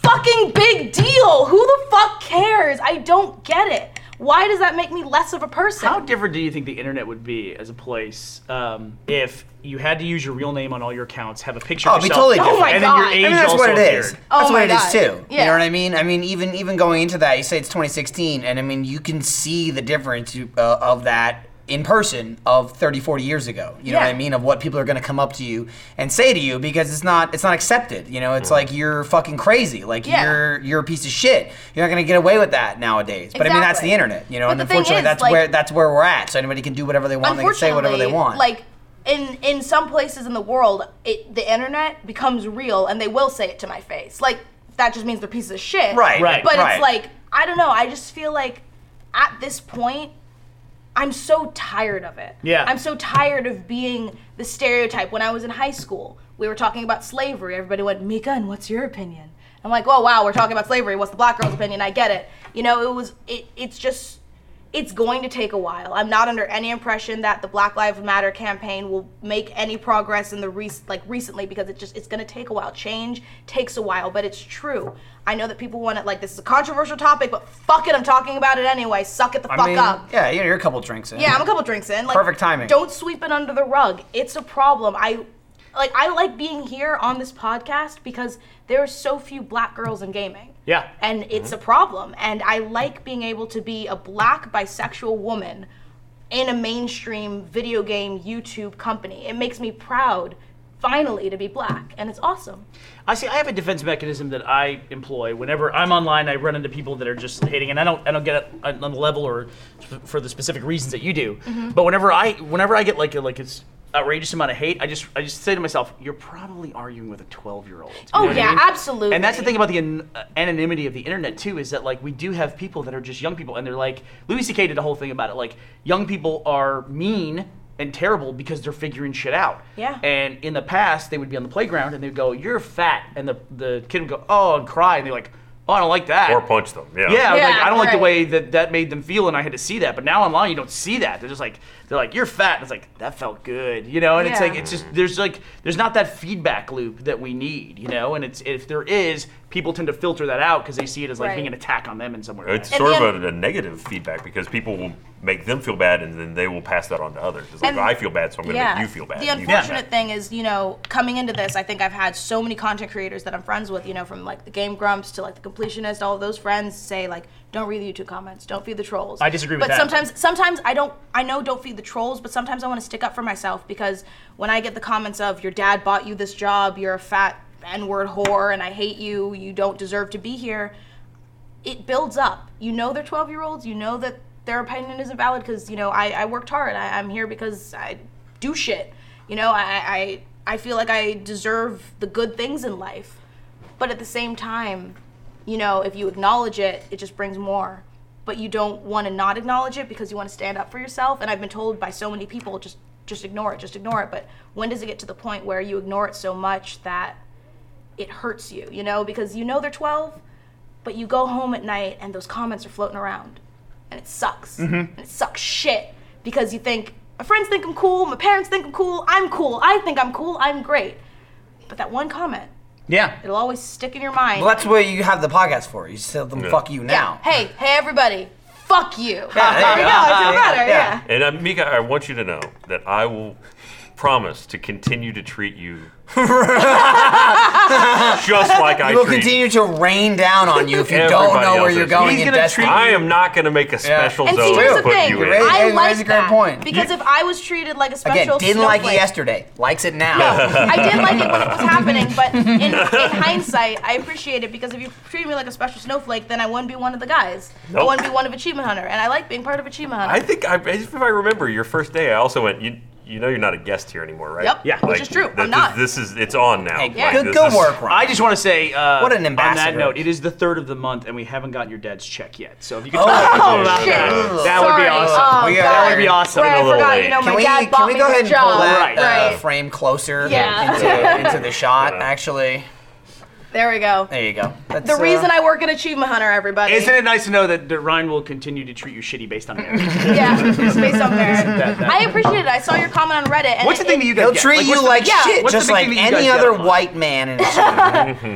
Speaker 4: Fucking big deal. Who the fuck cares? I don't get it. Why does that make me less of a person?
Speaker 1: How different do you think the internet would be as a place um, if you had to use your real name on all your accounts, have a picture
Speaker 2: Oh,
Speaker 1: of
Speaker 2: it'd be
Speaker 1: yourself,
Speaker 2: totally
Speaker 4: Oh my
Speaker 1: and
Speaker 4: God.
Speaker 1: then your
Speaker 4: I
Speaker 1: age
Speaker 4: mean,
Speaker 2: I mean, that's
Speaker 1: also
Speaker 2: what it is.
Speaker 1: appeared?
Speaker 4: Oh
Speaker 2: that's
Speaker 4: my
Speaker 2: what it is
Speaker 4: God.
Speaker 2: too.
Speaker 4: Yeah.
Speaker 2: You know what I mean? I mean, even even going into that, you say it's 2016, and I mean, you can see the difference you- uh, of that in person of 30, 40 years ago. You know what I
Speaker 4: Yeah.
Speaker 2: mean? Of what people are going to come up to you and say to you because it's not it's not accepted. You know, it's like you're fucking crazy. Like
Speaker 4: Yeah.
Speaker 2: you're you're a piece of shit. You're not going to get away with that nowadays. But I mean, that's
Speaker 4: Exactly.
Speaker 2: the internet. You know,
Speaker 4: But
Speaker 2: and
Speaker 4: the thing
Speaker 2: unfortunately,
Speaker 4: is,
Speaker 2: that's
Speaker 4: like-
Speaker 2: where that's where we're at. So anybody can do whatever they want. They can say whatever they want.
Speaker 4: Unfortunately, Like in in some places in the world, it the internet becomes real, and they will say it to my face. Like that just means they're pieces of shit.
Speaker 2: Right,
Speaker 1: Right,
Speaker 4: But
Speaker 2: right.
Speaker 4: it's like I don't know. I just feel like at this point. I'm so tired of it.
Speaker 1: Yeah.
Speaker 4: I'm so tired of being the stereotype. When I was in high school, we were talking about slavery. Everybody went, Mika, and what's your opinion? I'm like, well, wow, we're talking about slavery. What's the black girl's opinion? I get it. You know, it was, it, it's just, it's going to take a while. I'm not under any impression that the Black Lives Matter campaign will make any progress in the rec- like recently because it just it's going to take a while. Change takes a while, but it's true. I know that people want it like this is a controversial topic, but fuck it, I'm talking about it anyway. Suck it the fuck
Speaker 2: I mean,
Speaker 4: up.
Speaker 2: yeah, you're you're a couple drinks in.
Speaker 4: Yeah, I'm a couple drinks in. Like,
Speaker 2: Perfect timing.
Speaker 4: Don't sweep it under the rug. It's a problem. I like I like being here on this podcast because there are so few black girls in gaming.
Speaker 1: Yeah.
Speaker 4: And it's a problem. And I like being able to be a black bisexual woman in a mainstream video game YouTube company. It makes me proud finally to be black and it's awesome.
Speaker 1: I see. I have a defense mechanism that I employ whenever I'm online. I run into people that are just hating, and I don't. I don't get it on on the level or f- for the specific reasons that you do.
Speaker 2: Mm-hmm.
Speaker 1: But whenever I, whenever I get like a, like it's outrageous amount of hate, I just I just say to myself, "You're probably arguing with a 12 year old."
Speaker 4: Oh yeah, absolutely.
Speaker 1: And that's the thing about the an- uh, anonymity of the internet too is that like we do have people that are just young people, and they're like Louis C.K. did a whole thing about it. Like young people are mean and terrible because they're figuring shit out.
Speaker 4: Yeah.
Speaker 1: And in the past, they would be on the playground and they'd go, "You're fat," and the the kid would go, "Oh," and cry, and they're like, "Oh, I don't like that."
Speaker 3: Or punch them. Yeah.
Speaker 1: Yeah, I was like
Speaker 4: Yeah,
Speaker 1: I don't like the
Speaker 4: right.
Speaker 1: way that that made them feel, and I had to see that. But now online, you don't see that. They're just like they're like you're fat, and it's like that felt good, you know. And it's
Speaker 4: Yeah.
Speaker 1: like it's just there's like there's not that feedback loop that we need, you know. And it's if there is, people tend to filter that out because they see it as like
Speaker 4: Right.
Speaker 1: being an attack on them in some way.
Speaker 3: It's
Speaker 4: And
Speaker 3: sort of
Speaker 4: then-
Speaker 3: a, a negative feedback because people will make them feel bad, and then they will pass that on to others. It's like
Speaker 4: And-
Speaker 3: I feel bad, so I'm going to make you feel bad.
Speaker 4: The
Speaker 3: and you feel
Speaker 4: unfortunate
Speaker 3: bad.
Speaker 4: thing is, you know, coming into this, I think I've had so many content creators that I'm friends with, you know, from like the Game Grumps to like the Completionist, all of those friends say like, don't read the YouTube comments, don't feed the trolls.
Speaker 1: I disagree with
Speaker 4: but
Speaker 1: that.
Speaker 4: sometimes, sometimes I don't, I know don't feed the trolls, but sometimes I want to stick up for myself because when I get the comments of your dad bought you this job, you're a fat N-word whore, and I hate you, you don't deserve to be here it builds up. You know they're 12 year olds. You know that their opinion isn't valid because you know I, I worked hard. I, I'm here because I do shit. You know I, I I feel like I deserve the good things in life, but at the same time, you know if you acknowledge it, it just brings more. but you don't want to not acknowledge it because you want to stand up for yourself. And I've been told by so many people just just ignore it, just ignore it. But when does it get to the point where you ignore it so much that it hurts you, you know, because you know they're 12, but you go home at night and those comments are floating around and it sucks.
Speaker 8: Mm-hmm.
Speaker 4: And it sucks shit because you think, my friends think I'm cool, my parents think I'm cool, I'm cool, I think I'm cool, I'm great. But that one comment,
Speaker 1: Yeah.
Speaker 4: it'll always stick in your mind.
Speaker 8: Well, that's what you have the podcast for. You just tell them "fuck you"
Speaker 4: yeah.
Speaker 8: now.
Speaker 4: Hey, hey, everybody, fuck you.
Speaker 8: there you
Speaker 4: There you go, I feel better,
Speaker 8: Yeah.
Speaker 4: yeah.
Speaker 3: And uh, Mika, I want you to know that I will promise to continue to treat you just like I
Speaker 8: It will
Speaker 3: treat.
Speaker 8: continue to rain down on you if you don't
Speaker 3: Everybody
Speaker 8: know where
Speaker 3: else
Speaker 8: you're
Speaker 3: is.
Speaker 8: going
Speaker 3: He's
Speaker 8: in
Speaker 1: gonna
Speaker 8: Destiny.
Speaker 1: treat-
Speaker 3: I am not going to make a special
Speaker 4: And see,
Speaker 3: zone
Speaker 4: here's
Speaker 3: to
Speaker 4: the
Speaker 3: put
Speaker 4: thing.
Speaker 3: you in.
Speaker 8: Right.
Speaker 4: I
Speaker 8: Raise-
Speaker 4: like
Speaker 8: raise a great
Speaker 4: that
Speaker 8: point.
Speaker 4: because if I was treated like a special
Speaker 8: Again, didn't like E it
Speaker 4: snowflake-
Speaker 8: yesterday. Likes it now.
Speaker 4: I did like it when it was happening, but in, in hindsight, I appreciate it because if you treated me like a special snowflake, then I wouldn't be one of the guys. I
Speaker 3: Nope.
Speaker 4: wouldn't be one of Achievement Hunter, and I like being part of Achievement Hunter.
Speaker 3: I think, I, if I remember, your first day, I also went. You, you know, you're not a guest here anymore, right?
Speaker 4: Yep, Yeah. which is true.
Speaker 3: th-
Speaker 4: I'm not.
Speaker 3: This, this is it's on now.
Speaker 8: Hey,
Speaker 4: Yeah.
Speaker 8: good,
Speaker 3: this
Speaker 8: good
Speaker 3: is-
Speaker 8: work, Ron.
Speaker 1: I just want to say, uh,
Speaker 8: What an
Speaker 1: on that
Speaker 8: ambassador.
Speaker 1: note, it is the third of the month, and we haven't gotten your dad's check yet. So if you could
Speaker 8: Oh,
Speaker 1: talk
Speaker 4: oh,
Speaker 1: about
Speaker 4: shit.
Speaker 1: that, that would be
Speaker 4: Sorry.
Speaker 1: awesome.
Speaker 4: Oh,
Speaker 8: We are-
Speaker 4: God.
Speaker 1: that would be awesome.
Speaker 4: Right, I
Speaker 3: Been a little
Speaker 4: forgot. You
Speaker 3: late.
Speaker 4: know, my
Speaker 8: can we,
Speaker 4: dad bought
Speaker 8: can we
Speaker 4: me
Speaker 8: go
Speaker 4: the
Speaker 8: ahead and
Speaker 4: job.
Speaker 8: pull that
Speaker 1: Right.
Speaker 8: uh,
Speaker 4: Right.
Speaker 8: frame closer
Speaker 4: Yeah.
Speaker 8: into, into the shot, actually?
Speaker 4: There we go.
Speaker 8: There you go. That's,
Speaker 4: The
Speaker 8: uh,
Speaker 4: reason I work at Achievement Hunter, everybody.
Speaker 1: Isn't it nice to know that, that Ryan will continue to treat you shitty based on merit?
Speaker 4: Yeah, it's based on merit.
Speaker 1: That- that-
Speaker 4: I appreciate it. I saw your comment on Reddit. And
Speaker 1: what's the
Speaker 4: it-
Speaker 1: thing that you guys
Speaker 8: They'll
Speaker 1: get?
Speaker 8: treat
Speaker 1: what's
Speaker 8: you
Speaker 1: the
Speaker 8: like
Speaker 1: big-
Speaker 4: yeah,
Speaker 8: shit,
Speaker 1: what's the
Speaker 8: just
Speaker 1: big
Speaker 8: like
Speaker 1: thing that you
Speaker 8: any
Speaker 1: guys
Speaker 8: other
Speaker 1: get?
Speaker 8: white man. In a
Speaker 1: What's the,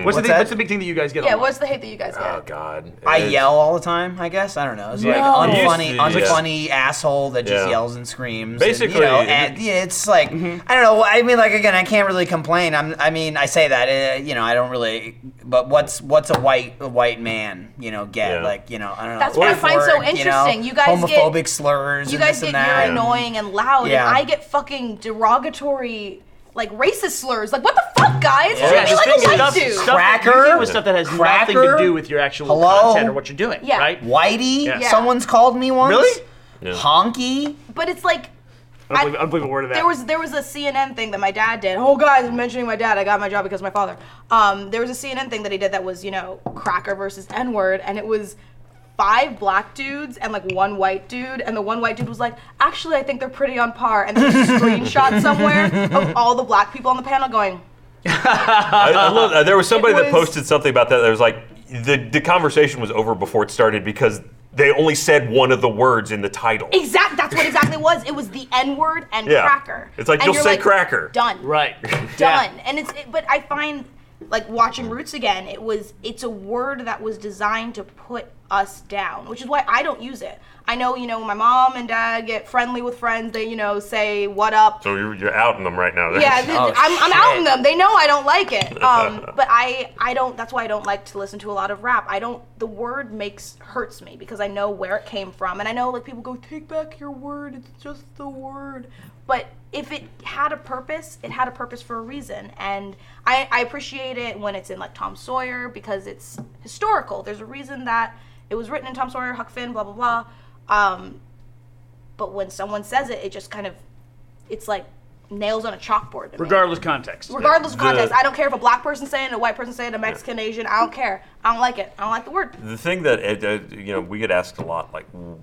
Speaker 8: What's
Speaker 1: thing,
Speaker 8: that?
Speaker 1: what's the big thing that you guys get?
Speaker 4: Yeah,
Speaker 1: online?
Speaker 4: what's the hate that you guys get?
Speaker 3: Oh God.
Speaker 8: I
Speaker 3: It's-
Speaker 8: yell all the time. I guess I don't know. It's
Speaker 3: Yeah.
Speaker 8: like
Speaker 3: No.
Speaker 8: unfunny,
Speaker 3: Used to, yeah.
Speaker 8: unfunny asshole that just
Speaker 3: Yeah.
Speaker 8: yells and screams. and,
Speaker 3: Basically,
Speaker 8: you know,
Speaker 3: it-
Speaker 8: and, yeah, it's like
Speaker 4: Mm-hmm.
Speaker 8: I don't know. I mean, like again, I can't really complain. I'm, I mean, I say that. Uh, you know, I don't really. But what's what's a white a white man? You know, get
Speaker 3: Yeah.
Speaker 8: like you know. I don't know.
Speaker 4: That's what I find so
Speaker 8: word, know,
Speaker 4: interesting. You guys get-
Speaker 8: homophobic slurs.
Speaker 4: You
Speaker 8: and
Speaker 4: guys
Speaker 8: this
Speaker 4: get
Speaker 8: and that.
Speaker 4: you're annoying and loud,
Speaker 8: Yeah.
Speaker 4: and I get fucking derogatory, like racist slurs. Like, what the fuck, guys?
Speaker 8: Yeah,
Speaker 4: Treat
Speaker 1: Yeah,
Speaker 4: me
Speaker 1: just
Speaker 4: like a
Speaker 1: think
Speaker 4: white
Speaker 1: stuff,
Speaker 4: dude.
Speaker 1: stuff that you
Speaker 8: Cracker?
Speaker 1: do with stuff that has nothing
Speaker 8: Cracker?
Speaker 1: to do with your actual
Speaker 8: Hello?
Speaker 1: content or what you're doing,
Speaker 4: Yeah.
Speaker 1: right?
Speaker 8: Whitey,
Speaker 4: Yeah.
Speaker 8: someone's called me once.
Speaker 1: Really?
Speaker 3: Yeah.
Speaker 8: Honky.
Speaker 4: But it's like
Speaker 1: I don't believe, I don't believe a word of that.
Speaker 4: there was there was a CNN thing that my dad did. Oh guys, I'm mentioning my dad. I got my job because of my father. Um, there was a CNN thing that he did that was you know cracker versus N word, and it was five black dudes and like one white dude, and the one white dude was like, actually, I think they're pretty on par, and there's a screenshot somewhere of all the black people on the panel going.
Speaker 3: I, I love, uh, there was somebody that
Speaker 4: was-
Speaker 3: posted something about that. That was like the the conversation was over before it started because they only said one of the words in the title.
Speaker 4: Exact. That's what exactly it was. It was the N word and
Speaker 3: Yeah.
Speaker 4: cracker.
Speaker 3: It's like,
Speaker 4: And
Speaker 3: you'll
Speaker 4: you're
Speaker 3: say cracker.
Speaker 4: Done.
Speaker 1: right.
Speaker 4: done. And it's it, but I find like watching Roots again, it was it's a word that was designed to put us down, which is why I don't use it. I know, you know, my mom and dad get friendly with friends. They, you know, say what up.
Speaker 3: So you're, you're outing them right now.
Speaker 4: Yeah, th-
Speaker 8: Oh,
Speaker 4: I'm, I'm
Speaker 8: shit.
Speaker 4: outing them. They know I don't like it. Um, but I, I don't. That's why I don't like to listen to a lot of rap. I don't. The word makes hurts me because I know where it came from, and I know like people go take back your word. It's just the word. But if it had a purpose, it had a purpose for a reason, and I, I appreciate it when it's in like Tom Sawyer because it's historical. There's a reason that it was written in Tom Sawyer, Huck Finn, blah blah blah. Um, but when someone says it, it just kind of, it's like nails on a chalkboard. to me.
Speaker 1: Regardless context.
Speaker 4: Regardless of
Speaker 3: The-
Speaker 4: context, I don't care if a black person saying it, a white person saying it, a Mexican, Asian. I don't care. I don't like it. I don't like the word.
Speaker 3: the thing that uh, uh, you know we get asked a lot like w-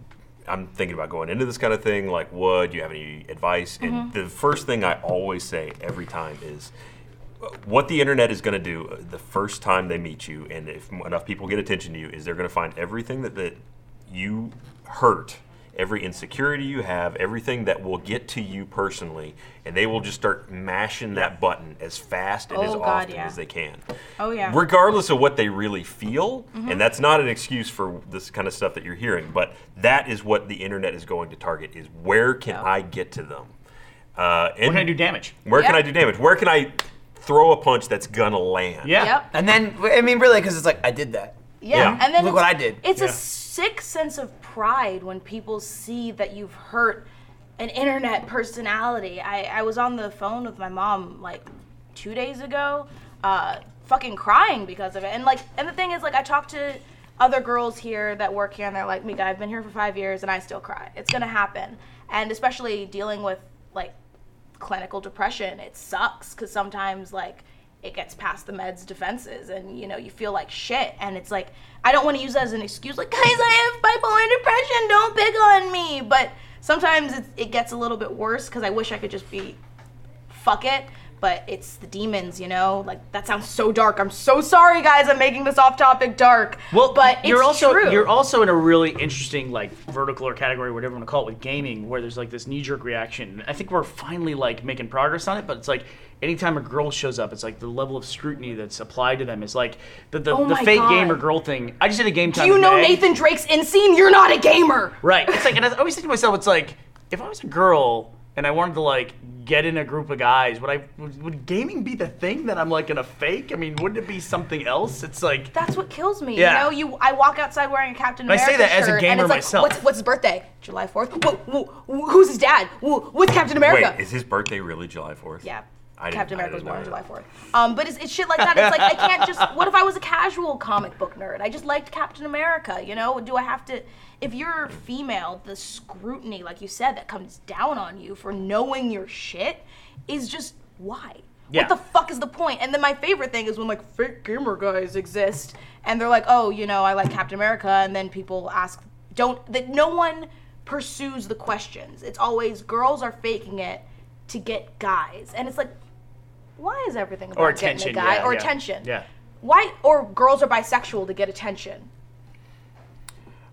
Speaker 3: i'm thinking about going into this kind of thing like what do you have any advice
Speaker 4: Mm-hmm.
Speaker 3: and the first thing i always say every time is uh, what the internet is going to do uh, the first time they meet you and if m- enough people get attention to you is they're going to find everything that, that you hurt every insecurity you have everything that will get to you personally and they will just start mashing that button as fast and as
Speaker 4: Oh, God,
Speaker 3: often
Speaker 4: yeah.
Speaker 3: as they can
Speaker 4: Oh, yeah. Mm-hmm.
Speaker 3: regardless of what they really feel, and that's not an excuse for this kind of stuff that you're hearing, but that is what the internet is going to target: is where can I get to them? Uh, and
Speaker 1: We're going to do damage.
Speaker 3: Where can
Speaker 4: Yeah.
Speaker 3: I do damage? Where can I throw a punch that's gonna land?
Speaker 1: Yeah.
Speaker 4: Yep.
Speaker 8: And then I mean, really, because it's like I did that.
Speaker 4: Yeah.
Speaker 3: Yeah.
Speaker 4: And then
Speaker 8: Look
Speaker 4: it's-
Speaker 8: what I did.
Speaker 4: It's
Speaker 1: Yeah.
Speaker 4: a sick sense of pride when people see that you've hurt an internet personality. I, I was on the phone with my mom like two days ago, uh, fucking crying because of it. And like, and the thing is, like, I talked to other girls here that work here, and they're like, "Mika, I've been here for five years, and I still cry. It's gonna happen." And especially dealing with like clinical depression, it sucks because sometimes like it gets past the med's defenses and you know you feel like shit and it's like i don't want to use that as an excuse like guys i have bipolar depression don't pick on me but sometimes it, it gets a little bit worse because i wish i could just be fuck it but it's the demons you know like that sounds so dark i'm so sorry guys i'm making this off topic dark
Speaker 1: Well,
Speaker 4: but
Speaker 1: you're
Speaker 4: it's
Speaker 1: also
Speaker 4: true.
Speaker 1: you're also in a really interesting like vertical or category, whatever you want to call it, with gaming, where there's like this knee jerk reaction. I think we're finally like making progress on it, but it's like anytime a girl shows up, it's like the level of scrutiny that's applied to them is like the the,
Speaker 4: Oh
Speaker 1: the
Speaker 4: my
Speaker 1: fake
Speaker 4: God.
Speaker 1: gamer girl thing. I just did a game time.
Speaker 4: do you
Speaker 1: with
Speaker 4: know
Speaker 1: Meg.
Speaker 4: nathan drake's in scene you're not a gamer
Speaker 1: Right. It's like, and I always think to myself, it's like, if I was a girl and I wanted to like get in a group of guys, would I would, would gaming be the thing that I'm like gonna fake? I mean, wouldn't it be something else? It's like
Speaker 4: That's what kills me.
Speaker 1: Yeah.
Speaker 4: You know, you I walk outside wearing a Captain
Speaker 1: And I
Speaker 4: America
Speaker 1: say that as a
Speaker 4: shirt, and
Speaker 1: gamer
Speaker 4: it's like,
Speaker 1: myself.
Speaker 4: What's, what's his birthday? July fourth. who's his dad? Whoa, what's Captain America?
Speaker 3: Wait, is his birthday really July 4th?
Speaker 4: yeah.
Speaker 3: I didn't-
Speaker 4: Captain
Speaker 3: I
Speaker 4: America was
Speaker 3: didn't
Speaker 4: born on
Speaker 3: know
Speaker 4: July
Speaker 3: that.
Speaker 4: 4th. Um, but it's, it's shit like that. It's like, I can't just. What if I was a casual comic book nerd? I just liked Captain America, you know? Do I have to. If you're female, the scrutiny, like you said, that comes down on you for knowing your shit is just why?
Speaker 1: Yeah.
Speaker 4: What the fuck is the point? And then my favorite thing is when like fake gamer guys exist and they're like, oh, you know, I like Captain America, and then people ask, don't that no one pursues the questions. It's always girls are faking it to get guys, and it's like, why is everything about
Speaker 1: or
Speaker 4: getting
Speaker 1: attention.
Speaker 4: a guy
Speaker 1: yeah,
Speaker 4: or
Speaker 1: yeah.
Speaker 4: attention?
Speaker 1: Yeah.
Speaker 4: Why or girls are bisexual to get attention?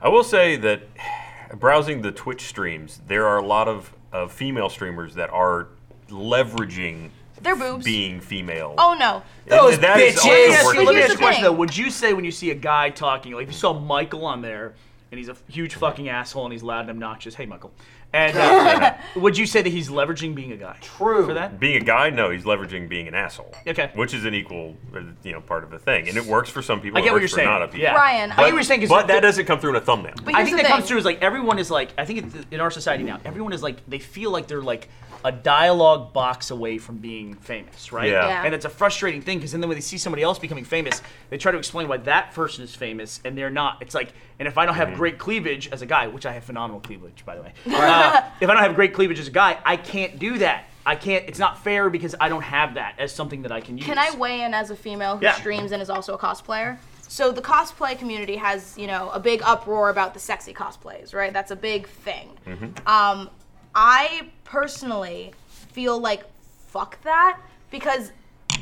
Speaker 3: I will say that browsing the Twitch streams, there are a lot of, of female streamers that are leveraging
Speaker 4: Their boobs.
Speaker 3: being female.
Speaker 4: Oh no.
Speaker 3: And
Speaker 2: Those
Speaker 3: that is
Speaker 2: bitches.
Speaker 3: also
Speaker 1: Let me
Speaker 2: Yes,
Speaker 1: ask you,
Speaker 3: working
Speaker 1: let me ask
Speaker 4: here's
Speaker 1: you
Speaker 4: the
Speaker 1: a question
Speaker 4: thing.
Speaker 1: though. Would you say when you see a guy talking, like if you saw Michael on there and he's a huge fucking asshole and he's loud and obnoxious, hey Michael, and uh, would you say that he's leveraging being a guy? True. For that?
Speaker 3: being a guy, no, he's leveraging being an asshole.
Speaker 1: Okay.
Speaker 3: Which is an equal, uh, you know, part of the thing, and it works for some people.
Speaker 1: I
Speaker 3: it
Speaker 1: get what
Speaker 3: works
Speaker 1: you're
Speaker 3: for
Speaker 1: saying.
Speaker 3: Not a people.
Speaker 1: yeah.
Speaker 4: Brian,
Speaker 1: I
Speaker 4: I-
Speaker 1: get what you're saying. 'cause
Speaker 3: But that
Speaker 1: the-
Speaker 3: doesn't come through in a thumbnail.
Speaker 4: But
Speaker 1: I
Speaker 4: here's
Speaker 1: think
Speaker 4: the
Speaker 1: that comes
Speaker 4: thing.
Speaker 1: through is like everyone is like I think it's in our society now everyone is like they feel like they're like a dialogue box away from being famous, right?
Speaker 3: Yeah. Yeah.
Speaker 1: And it's a frustrating thing because then when they see somebody else becoming famous, they try to explain why that person is famous and they're not. It's like, and if I don't have great cleavage as a guy, which I have phenomenal cleavage by the way, uh, if I don't have great cleavage as a guy, I can't do that. I can't. It's not fair because I don't have that as something that I can use.
Speaker 4: Can I weigh in as a female who
Speaker 1: Yeah.
Speaker 4: streams and is also a cosplayer? So the cosplay community has, you know, a big uproar about the sexy cosplays, right? That's a big thing. Um, I personally feel like fuck that because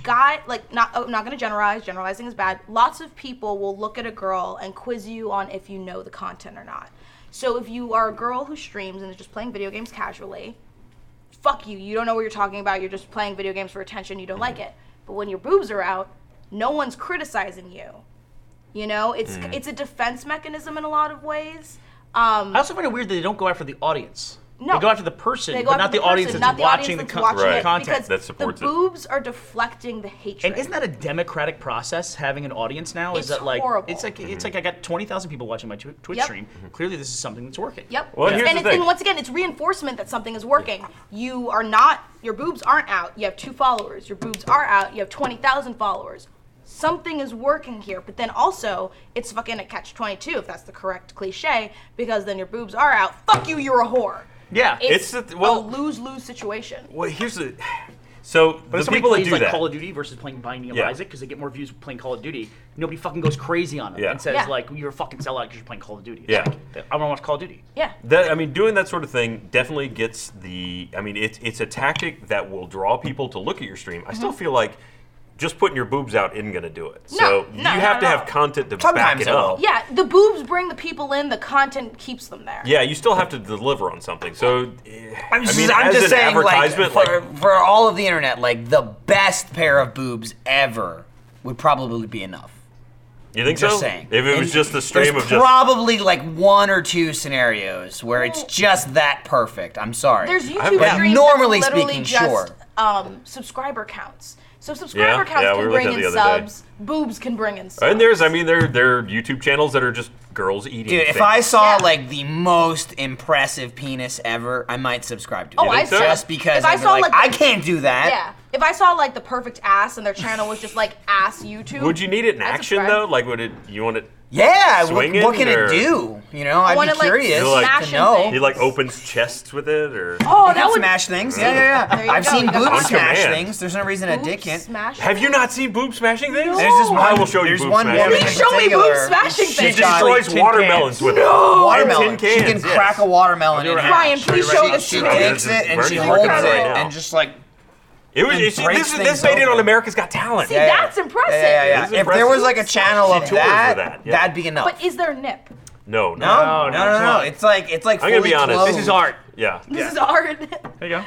Speaker 4: guy like not oh, I'm not going to generalize generalizing is bad lots of people will look at a girl and quiz you on if you know the content or not so if you are a girl who streams and is just playing video games casually fuck you. You don't know what you're talking about. You're just playing video games for attention. You don't like it. But when your boobs are out, no one's criticizing you. You know, it's
Speaker 1: Mm.
Speaker 4: it's a defense mechanism in a lot of ways. Um,
Speaker 1: I also find it weird that they don't go after the audience.
Speaker 4: No.
Speaker 1: They go after the person,
Speaker 4: they go
Speaker 1: but
Speaker 4: after
Speaker 1: not the, audience
Speaker 4: person,
Speaker 1: that's
Speaker 4: not the
Speaker 1: watching
Speaker 4: audience
Speaker 1: the
Speaker 4: that's
Speaker 1: con-
Speaker 4: watching it,
Speaker 1: content.
Speaker 4: because
Speaker 3: that supports
Speaker 4: the
Speaker 3: it.
Speaker 4: boobs are deflecting the hatred.
Speaker 1: And isn't that a democratic process having an audience now?
Speaker 4: It's
Speaker 1: is that like
Speaker 4: horrible.
Speaker 1: it's like
Speaker 3: Mm-hmm.
Speaker 1: it's like I got twenty thousand people watching my Twi- Twitch
Speaker 4: Yep.
Speaker 1: stream. Clearly, this is something that's working.
Speaker 4: Yep.
Speaker 3: Well, here's the
Speaker 4: and, it's, and
Speaker 3: thing.
Speaker 4: once again, it's reinforcement that something is working. You are not, your boobs aren't out. You have two followers. Your boobs are out. You have 20,000 followers. Something is working here. But then also, it's fucking a catch 22, if that's the correct cliche, because then your boobs are out. Fuck you, you're a whore.
Speaker 1: Yeah.
Speaker 4: It's,
Speaker 3: the th- well-
Speaker 4: a lose lose situation.
Speaker 3: Well, here's the. So
Speaker 1: But if
Speaker 3: the
Speaker 1: somebody
Speaker 3: people that
Speaker 1: plays
Speaker 3: do
Speaker 1: like
Speaker 3: that.
Speaker 1: Call of Duty versus playing Binding of
Speaker 3: Yeah.
Speaker 1: Isaac because they get more views playing Call of Duty, nobody fucking goes crazy on them
Speaker 3: Yeah.
Speaker 1: and says
Speaker 4: Yeah.
Speaker 1: like you're a fucking sellout because you're playing Call of Duty. It's
Speaker 3: Yeah.
Speaker 1: like, I want to watch Call of Duty.
Speaker 4: Yeah.
Speaker 3: That I mean, doing that sort of thing definitely gets the. I mean, it's it's a tactic that will draw people to look at your stream. I still feel like just putting your boobs out isn't going to do it. so
Speaker 4: no,
Speaker 3: you
Speaker 4: not
Speaker 3: have to
Speaker 4: at all.
Speaker 3: have content to back
Speaker 2: Sometimes
Speaker 3: it
Speaker 2: it will.
Speaker 3: up.
Speaker 4: Yeah, the boobs bring the people in, the content keeps them there.
Speaker 3: Yeah, you still have to deliver on something. So eh,
Speaker 2: I'm just,
Speaker 3: I mean,
Speaker 2: am
Speaker 3: as
Speaker 2: just
Speaker 3: an
Speaker 2: saying,
Speaker 3: advertisement,
Speaker 2: like,
Speaker 3: like,
Speaker 2: for, for all of the internet, like the best pair of boobs ever would probably be enough.
Speaker 3: you think
Speaker 2: Just
Speaker 3: so?
Speaker 2: saying.
Speaker 3: If it was
Speaker 2: And
Speaker 3: just the stream
Speaker 2: there's
Speaker 3: of just
Speaker 2: probably like one or two scenarios where it's
Speaker 4: Well-
Speaker 2: just that perfect. I'm sorry.
Speaker 4: There's YouTube
Speaker 3: haven't- Yeah,
Speaker 4: streams
Speaker 2: normally
Speaker 4: that's literally
Speaker 2: speaking,
Speaker 4: just
Speaker 2: sure.
Speaker 4: um, subscriber counts. So subscriber
Speaker 3: Yeah,
Speaker 4: counts
Speaker 3: yeah, we
Speaker 4: can
Speaker 3: were
Speaker 4: bring
Speaker 3: looking
Speaker 4: in
Speaker 3: at the other day.
Speaker 4: subs. Boobs can bring in subs.
Speaker 3: and there's I mean there there are YouTube channels that are just girls eating.
Speaker 2: Dude, if
Speaker 3: things.
Speaker 2: I saw
Speaker 4: Yeah.
Speaker 2: like the most impressive penis ever, I might subscribe to it.
Speaker 4: Oh, I
Speaker 3: so?
Speaker 2: just because
Speaker 4: If I
Speaker 2: I'd be
Speaker 4: saw
Speaker 2: like,
Speaker 4: like
Speaker 2: I can't do that.
Speaker 4: yeah. If I saw like the perfect ass and their channel was just like ass YouTube.
Speaker 3: would you need it in
Speaker 4: I'd
Speaker 3: action
Speaker 4: subscribe.
Speaker 3: though? Like would it? You want it?
Speaker 2: Yeah, what,
Speaker 3: Swinging
Speaker 2: what can
Speaker 3: or-
Speaker 2: it do? You know, I'd
Speaker 4: wanna,
Speaker 2: be
Speaker 4: like,
Speaker 2: curious
Speaker 3: smash
Speaker 2: to
Speaker 4: and
Speaker 2: know.
Speaker 4: things.
Speaker 3: He like opens chests with it, or
Speaker 4: Oh, that would.
Speaker 2: smash things. Yeah, yeah,
Speaker 4: There
Speaker 2: yeah.
Speaker 4: you
Speaker 2: I've
Speaker 4: go.
Speaker 2: seen
Speaker 4: You got
Speaker 2: boob
Speaker 4: on
Speaker 2: smash
Speaker 3: command.
Speaker 2: things. There's no reason a dick can't.
Speaker 4: Smash.
Speaker 3: have you not seen boob smashing things?
Speaker 2: There's this one.
Speaker 3: I will show you
Speaker 2: There's
Speaker 3: boob
Speaker 2: one
Speaker 3: smashing
Speaker 2: woman in
Speaker 3: things.
Speaker 4: Show me boob
Speaker 2: particular,
Speaker 4: smashing
Speaker 2: she's
Speaker 3: She
Speaker 4: things.
Speaker 2: got
Speaker 3: destroys
Speaker 1: tin
Speaker 3: watermelons
Speaker 1: cans.
Speaker 3: with no!
Speaker 2: watermelon.
Speaker 3: Tin cans,
Speaker 2: She can
Speaker 3: yes.
Speaker 2: crack a watermelon in half.
Speaker 4: Ryan, please show this
Speaker 2: She
Speaker 4: to me.
Speaker 2: takes it and she
Speaker 3: Bernie's
Speaker 2: holds
Speaker 3: working
Speaker 2: it
Speaker 3: on it right now.
Speaker 2: and just like
Speaker 3: It was.
Speaker 2: and
Speaker 3: It, she,
Speaker 2: breaks
Speaker 3: this is-
Speaker 2: things
Speaker 3: this made it on
Speaker 2: open.
Speaker 3: America's Got Talent.
Speaker 4: See,
Speaker 2: Yeah, yeah.
Speaker 4: that's impressive.
Speaker 2: yeah, yeah,
Speaker 3: This
Speaker 2: yeah. If
Speaker 3: is
Speaker 2: there was
Speaker 3: impressive.
Speaker 2: like a channel
Speaker 3: She
Speaker 2: of
Speaker 3: tours with
Speaker 2: that,
Speaker 3: that, yeah.
Speaker 2: that'd be enough.
Speaker 4: But is there nip?
Speaker 3: No, no.
Speaker 2: no,
Speaker 1: no,
Speaker 2: no, no,
Speaker 1: it's
Speaker 2: no.
Speaker 1: not.
Speaker 2: It's like it's like.
Speaker 3: I'm gonna
Speaker 2: fully
Speaker 3: be honest.
Speaker 2: Closed.
Speaker 1: This is art.
Speaker 3: Yeah.
Speaker 4: This is art.
Speaker 1: There you go.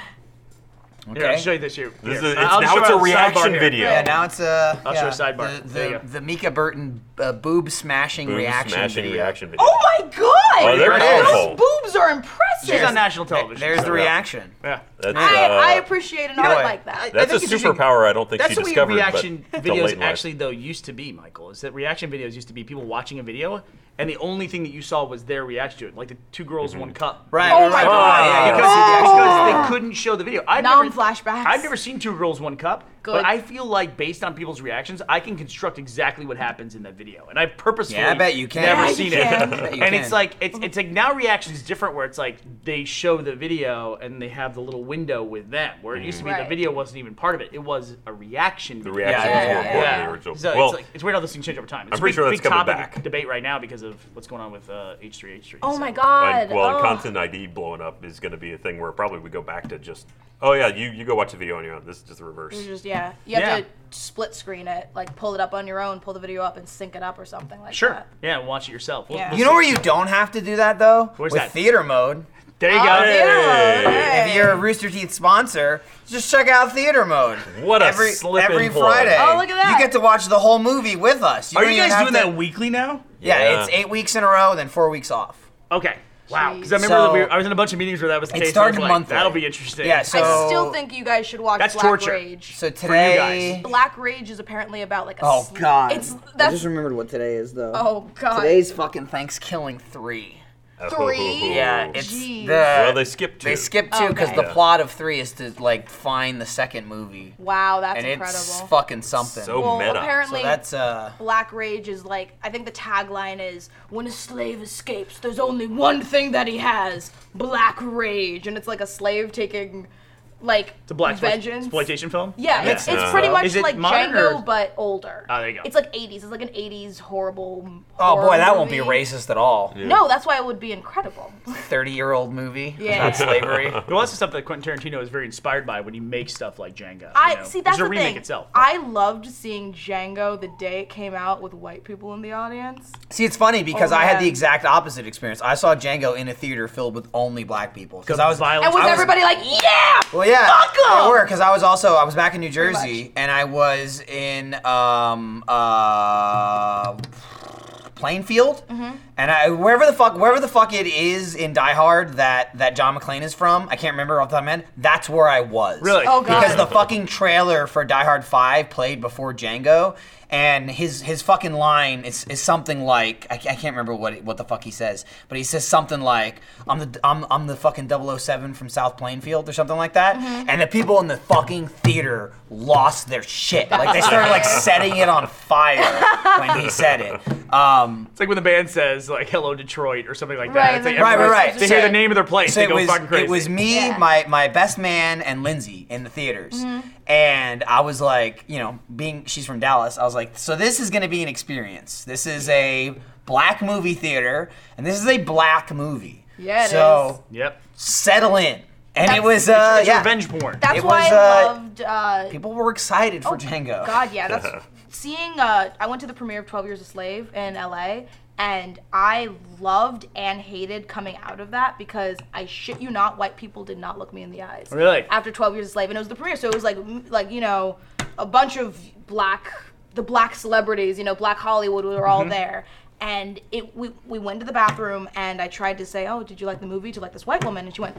Speaker 1: Okay. I'll show you this here.
Speaker 3: This is
Speaker 1: Here.
Speaker 3: a, it's,
Speaker 1: I'll just
Speaker 3: now
Speaker 1: show
Speaker 3: it's
Speaker 1: it
Speaker 3: a
Speaker 1: on the sidebar
Speaker 3: reaction
Speaker 1: here.
Speaker 3: video.
Speaker 2: Yeah, now it's a.
Speaker 1: I'll
Speaker 2: yeah,
Speaker 1: show a sidebar.
Speaker 2: The,
Speaker 1: There you
Speaker 2: the,
Speaker 1: go.
Speaker 2: the Mika Burton uh, boob smashing
Speaker 3: Boob
Speaker 2: reaction.
Speaker 3: smashing
Speaker 2: video.
Speaker 3: reaction video.
Speaker 4: Oh my god!
Speaker 3: Oh, they're
Speaker 4: Those
Speaker 3: powerful.
Speaker 4: boobs are impressive.
Speaker 1: She's on national television.
Speaker 2: There's the
Speaker 1: so-
Speaker 2: reaction.
Speaker 1: Yeah.
Speaker 3: That's,
Speaker 4: I,
Speaker 3: uh,
Speaker 4: I appreciate an art
Speaker 2: what?
Speaker 4: like that.
Speaker 1: I
Speaker 3: That's a
Speaker 1: think it's just-
Speaker 3: superpower. I don't think
Speaker 1: That's
Speaker 3: she
Speaker 1: the way
Speaker 3: discovered. but
Speaker 1: reaction
Speaker 3: it's a late
Speaker 1: videos
Speaker 3: in life.
Speaker 1: actually though used to be, Michael. Is that reaction videos used to be people watching a video and the only thing that you saw was their reaction to it, like the two girls,
Speaker 3: Mm-hmm.
Speaker 1: one cup.
Speaker 2: Right.
Speaker 4: Oh
Speaker 2: right,
Speaker 4: my
Speaker 2: right,
Speaker 4: God.
Speaker 2: Yeah, you don't
Speaker 1: Because,
Speaker 2: see the actual-
Speaker 1: because they couldn't show the video. I've
Speaker 4: Oh. Now
Speaker 1: never,
Speaker 4: I'm flashbacks.
Speaker 1: I've never seen two girls, one cup.
Speaker 4: Good.
Speaker 1: But I feel like based on people's reactions, I can construct exactly what happens in that video, and I purposefully
Speaker 2: Yeah, I bet you can.
Speaker 1: never
Speaker 4: Yeah, you
Speaker 1: seen it.
Speaker 4: can.
Speaker 2: I bet you
Speaker 1: and
Speaker 2: can.
Speaker 1: it's like it's it's like now reactions different where it's like they show the video and they have the little window with them where it used to be the
Speaker 4: Right.
Speaker 1: video wasn't even part of it. It was a reaction.
Speaker 3: the
Speaker 1: video.
Speaker 3: reaction
Speaker 2: Yeah,
Speaker 3: was more
Speaker 2: yeah,
Speaker 3: important
Speaker 1: Yeah.
Speaker 3: than the original.
Speaker 1: So
Speaker 3: well,
Speaker 1: it's, like, it's weird how this things change over time. It's a
Speaker 3: pretty
Speaker 1: big,
Speaker 3: sure that's
Speaker 1: big
Speaker 3: coming
Speaker 1: topic
Speaker 3: back.
Speaker 1: debate right now because of what's going on with uh, H3H3.
Speaker 4: Oh
Speaker 1: so.
Speaker 4: my god.
Speaker 3: and- well, and
Speaker 4: oh.
Speaker 3: content ID blowing up is going to be a thing where probably we go back to just. Oh yeah, you, you go watch the video on your own. This is just the reverse.
Speaker 4: It's just yeah. You have
Speaker 1: Yeah.
Speaker 4: to split screen it, like pull it up on your own, pull the video up and sync it up or something like
Speaker 1: Sure.
Speaker 4: that.
Speaker 1: Yeah, and watch it yourself. We'll-
Speaker 4: Yeah.
Speaker 1: we'll
Speaker 2: You
Speaker 1: see.
Speaker 2: know where you don't have to do that though?
Speaker 1: Where's
Speaker 2: With
Speaker 1: that?
Speaker 2: theater mode.
Speaker 1: There you
Speaker 4: Oh,
Speaker 2: Uh,
Speaker 1: go.
Speaker 4: theater mode.
Speaker 3: Hey.
Speaker 2: If you're a Rooster Teeth sponsor, just check out theater mode.
Speaker 3: What a
Speaker 2: every
Speaker 3: slip
Speaker 2: every
Speaker 3: and plug.
Speaker 2: Friday.
Speaker 4: Oh, look at that.
Speaker 2: You get to watch the whole movie with us.
Speaker 1: Are
Speaker 2: don't
Speaker 1: you
Speaker 2: even
Speaker 1: guys
Speaker 2: have
Speaker 1: doing
Speaker 2: to-
Speaker 1: that uh, weekly now?
Speaker 2: Yeah,
Speaker 3: Yeah.
Speaker 2: it's eight weeks in a row, then four weeks off.
Speaker 1: Okay. Wow. Because I remember that we
Speaker 2: So-
Speaker 1: were, I was in a bunch of meetings where that was the
Speaker 2: It
Speaker 1: case. and I
Speaker 2: started
Speaker 1: was like,
Speaker 2: monthly.
Speaker 1: That'll be interesting.
Speaker 2: Yeah, so-
Speaker 4: I still think you guys should watch
Speaker 1: That's
Speaker 4: Black
Speaker 1: torture.
Speaker 4: Rage.
Speaker 2: So today,
Speaker 1: guys.
Speaker 4: Black Rage is apparently about like a
Speaker 2: Oh,
Speaker 4: sl-
Speaker 2: God.
Speaker 4: It's
Speaker 2: I
Speaker 4: that's
Speaker 2: just remembered what today is though.
Speaker 4: oh god.
Speaker 2: Today's fucking Thanksgiving three.
Speaker 3: Uh,
Speaker 4: Three?
Speaker 2: Yeah, it's
Speaker 4: Oh, Jeez. Oh,
Speaker 2: the
Speaker 3: well they skipped two.
Speaker 2: they skipped two because
Speaker 4: Okay.
Speaker 2: the plot of three is to like find the second movie,
Speaker 4: wow, that's
Speaker 2: and
Speaker 4: incredible.
Speaker 2: it's fucking something.
Speaker 3: So
Speaker 4: well,
Speaker 3: meta.
Speaker 2: So
Speaker 4: apparently
Speaker 2: that's uh.
Speaker 4: Black Rage is like I think the tagline is when a slave escapes, there's only one thing that he has: Black Rage, and it's like a slave taking like
Speaker 1: It's a black exploit-
Speaker 4: vengeance.
Speaker 1: exploitation film?
Speaker 4: Yeah, it's, it's pretty
Speaker 3: Uh,
Speaker 4: much
Speaker 1: is it
Speaker 4: like
Speaker 1: modern
Speaker 4: Django
Speaker 1: or-
Speaker 4: but older.
Speaker 1: Oh, there you go.
Speaker 4: It's like 80s. It's like an 80s horrible.
Speaker 2: Oh boy,
Speaker 4: horror
Speaker 2: that won't be
Speaker 4: movie.
Speaker 2: racist at all.
Speaker 4: No, that's why it would be incredible.
Speaker 2: Thirty-year-old movie
Speaker 4: Yeah.
Speaker 2: about slavery.
Speaker 1: Well, that's the stuff that Quentin Tarantino is very inspired by when he makes stuff like Django. you
Speaker 4: I
Speaker 1: know?
Speaker 4: see. That's
Speaker 1: It's a
Speaker 4: the
Speaker 1: remake
Speaker 4: thing.
Speaker 1: itself.
Speaker 4: I loved seeing Django the day it came out with white people in the audience.
Speaker 2: See, it's funny because
Speaker 4: Oh,
Speaker 2: I had the
Speaker 4: man.
Speaker 2: exact opposite experience. I saw Django in a theater filled with only black people because I was
Speaker 1: violence.
Speaker 4: And was,
Speaker 2: I was-
Speaker 4: everybody like, yeah?
Speaker 2: Well, yeah,
Speaker 4: Fuck 'em!
Speaker 2: they were because I was also I was back in New
Speaker 4: much.
Speaker 2: Jersey and I was in um uh Plainfield
Speaker 4: Mm-hmm.
Speaker 2: and I wherever the fuck wherever the fuck it is in Die Hard that that John McClane is from I can't remember off the top of my head that's where I was
Speaker 1: Really?
Speaker 4: Oh, God.
Speaker 2: because the fucking trailer for Die Hard Five played before Django and his his fucking line is, is something like I, ca- I can't remember what it, what the fuck he says but he says something like I'm the I'm, I'm the fucking 007 from South Plainfield or something like that and the people in the fucking theater lost their shit like they started like setting it on fire when he said it um,
Speaker 1: It's like when the band says like "Hello Detroit" or something like that.
Speaker 4: Right,
Speaker 1: it's
Speaker 4: like-
Speaker 1: like
Speaker 2: Right, right,
Speaker 1: everyone's-
Speaker 2: right.
Speaker 1: They
Speaker 2: So-
Speaker 1: hear the name of their place.
Speaker 2: So
Speaker 1: they
Speaker 2: it
Speaker 1: go
Speaker 2: was,
Speaker 1: fucking crazy.
Speaker 2: it was me,
Speaker 4: Yeah. Mm-hmm.
Speaker 2: my my best man, and Lindsay in the theaters, and I was like, you know, being she's from Dallas, I was like, so this is going to be an experience. This is a black movie theater, and this is a black movie.
Speaker 4: Yeah, it
Speaker 2: so
Speaker 1: Yep.
Speaker 2: settle in, and it
Speaker 4: That's-
Speaker 2: was uh,
Speaker 1: It's
Speaker 2: yeah,
Speaker 1: revenge porn.
Speaker 4: That's
Speaker 2: It
Speaker 4: why
Speaker 2: was,
Speaker 4: I
Speaker 2: uh,
Speaker 4: loved. Uh,
Speaker 2: people were excited for Django.
Speaker 4: Oh, God, yeah, that's seeing. Uh, I went to the premiere of Twelve Years a Slave in L.A. and I loved and hated coming out of that because I shit you not, white people did not look me in the eyes.
Speaker 1: Really?
Speaker 4: After Twelve Years a Slave, and it was the premiere, so it was like, m- like you know, a bunch of black, the black celebrities, you know, black Hollywood were
Speaker 1: Mm-hmm.
Speaker 4: all there. And it, we, we went to the bathroom, and I tried to say, "Oh, did you like the movie?" to like this white woman, and she went,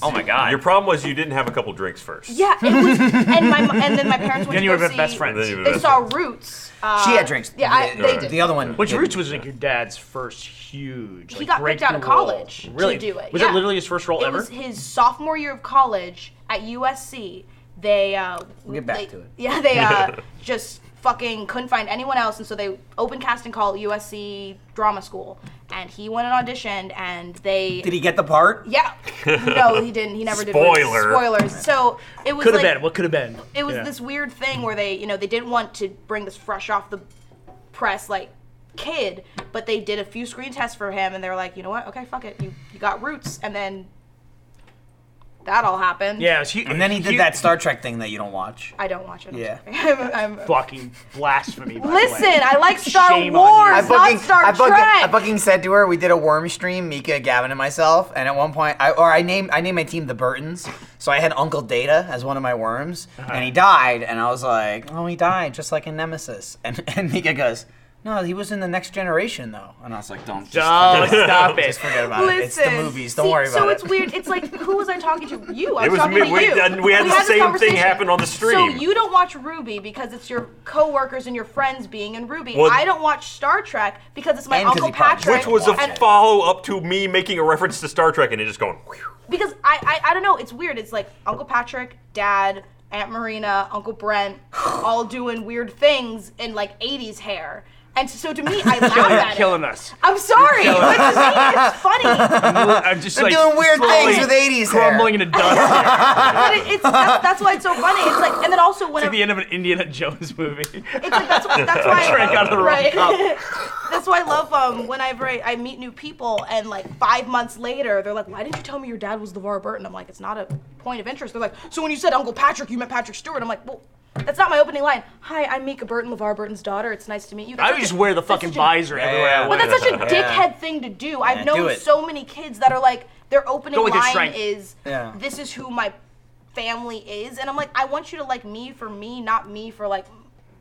Speaker 1: Oh my God.
Speaker 3: Your problem was you didn't have a couple drinks first.
Speaker 4: "Yeah." It was, and my mo- and then my parents went
Speaker 1: Then
Speaker 4: to
Speaker 1: you
Speaker 4: go
Speaker 1: would have been
Speaker 4: see-
Speaker 1: best friends.
Speaker 3: Then you
Speaker 4: They saw Roots. Uh,
Speaker 2: She had drinks.
Speaker 4: Yeah, I,
Speaker 2: The-
Speaker 4: they
Speaker 3: Right.
Speaker 4: did.
Speaker 2: The other one,
Speaker 1: Which
Speaker 2: did-
Speaker 1: Roots was like your dad's first huge. Like,
Speaker 4: got picked
Speaker 1: breakthrough
Speaker 4: out of
Speaker 1: role.
Speaker 4: college to
Speaker 1: Really?
Speaker 4: do it,
Speaker 1: Was
Speaker 4: yeah.
Speaker 1: that literally his first role
Speaker 4: it
Speaker 1: ever?
Speaker 4: was his sophomore year of college at USC. They uh, we'll
Speaker 2: get back
Speaker 4: they,
Speaker 2: to it.
Speaker 4: Yeah, they uh, just fucking couldn't find anyone else, and so they open casting call at USC drama school, and he went and auditioned, and they.
Speaker 2: Did he get the part?
Speaker 4: Yeah. No, he didn't. He never did.
Speaker 3: Spoiler.
Speaker 4: Spoilers. So it was
Speaker 1: Could have
Speaker 4: like
Speaker 1: been. What could have been?
Speaker 4: it was
Speaker 1: Yeah.
Speaker 4: this weird thing where they, you know, they didn't want to bring this fresh off the press like kid, but they did a few screen tests for him, and they were like, you know what? Okay, fuck it. You you got roots, and then that all happened.
Speaker 1: Yeah, it was hu-
Speaker 2: And then he did
Speaker 1: hu-
Speaker 2: that Star Trek thing that you don't watch.
Speaker 4: I don't watch it. I'm
Speaker 2: Yeah.
Speaker 4: sorry. I'm, I'm,
Speaker 1: Fucking blasphemy. by the way.
Speaker 4: listen, I like Star
Speaker 1: Shame on you.
Speaker 4: Wars,
Speaker 1: I
Speaker 4: not Star
Speaker 2: I fucking,
Speaker 4: Trek.
Speaker 2: I fucking said to her, we did a worm stream, Mika, Gavin, and myself, and at one point, I or I named I named my team the Burtons, so I had Uncle Data as one of my worms,
Speaker 1: Uh-huh.
Speaker 2: and he died, and I was like, oh, he died just like in Nemesis, and and Mika goes, no, he was in the Next Generation though, and I was like, don't just
Speaker 1: Oh, stop it.
Speaker 2: just forget about
Speaker 3: Uh,
Speaker 2: it. It's the
Speaker 4: Listen,
Speaker 2: movies. Don't
Speaker 4: see,
Speaker 2: worry about
Speaker 4: so
Speaker 2: it.
Speaker 4: it's weird. It's like who was I talking to? You. I
Speaker 3: It
Speaker 4: was,
Speaker 3: was
Speaker 4: talking
Speaker 3: me.
Speaker 4: to
Speaker 3: We
Speaker 4: you.
Speaker 3: done- we had the same
Speaker 4: this
Speaker 3: thing
Speaker 4: conversation.
Speaker 3: happen on the stream.
Speaker 4: So you don't watch Ruby because it's your coworkers and your friends being in Ruby.
Speaker 3: Well-
Speaker 4: I don't watch Star Trek because it's my
Speaker 2: And 'cause
Speaker 4: uncle
Speaker 2: he probably-
Speaker 4: Patrick.
Speaker 3: Which was a
Speaker 4: and-
Speaker 3: follow up to me making a reference to Star Trek and it just going. whew.
Speaker 4: because I, I I don't know. It's weird. It's like Uncle Patrick, Dad, Aunt Marina, Uncle Brent, all doing weird things in like '80s hair. And so to me, I laugh
Speaker 1: You're
Speaker 4: at
Speaker 1: killing
Speaker 4: it.
Speaker 1: us.
Speaker 4: I'm sorry. But to me, it's funny.
Speaker 1: I'm just like
Speaker 2: doing weird
Speaker 1: slowly
Speaker 2: things with 80s hair.
Speaker 1: Crumbling into dust.
Speaker 4: But it, it's that's, that's why it's so funny. It's like, and then also when
Speaker 1: It's like the end of an Indiana Jones movie.
Speaker 4: It's like that's why that's why
Speaker 1: Drank out of the wrong
Speaker 4: that's why I love um whenever I, I meet new people and like five months later they're like, why didn't you tell me your dad was LeVar Burton? I'm like, it's not a point of interest. They're like, so when you said Uncle Patrick, you meant Patrick Stewart. I'm like, well. That's not my opening line. Hi, I'm Mika Burton, LeVar Burton's daughter. It's nice to meet you. That's
Speaker 1: I would
Speaker 4: such
Speaker 1: just
Speaker 4: a-
Speaker 1: wear the
Speaker 4: that's
Speaker 1: fucking
Speaker 4: such a-
Speaker 1: visor everywhere I
Speaker 2: Yeah.
Speaker 1: went.
Speaker 4: But that's such a dickhead thing to do. I've
Speaker 2: Yeah,
Speaker 4: known
Speaker 2: do it.
Speaker 4: so many kids that are like, their opening
Speaker 1: Go with your
Speaker 4: line
Speaker 1: strength.
Speaker 4: is,
Speaker 2: Yeah.
Speaker 4: "This is who my family is," and I'm like, I want you to like me for me, not me for like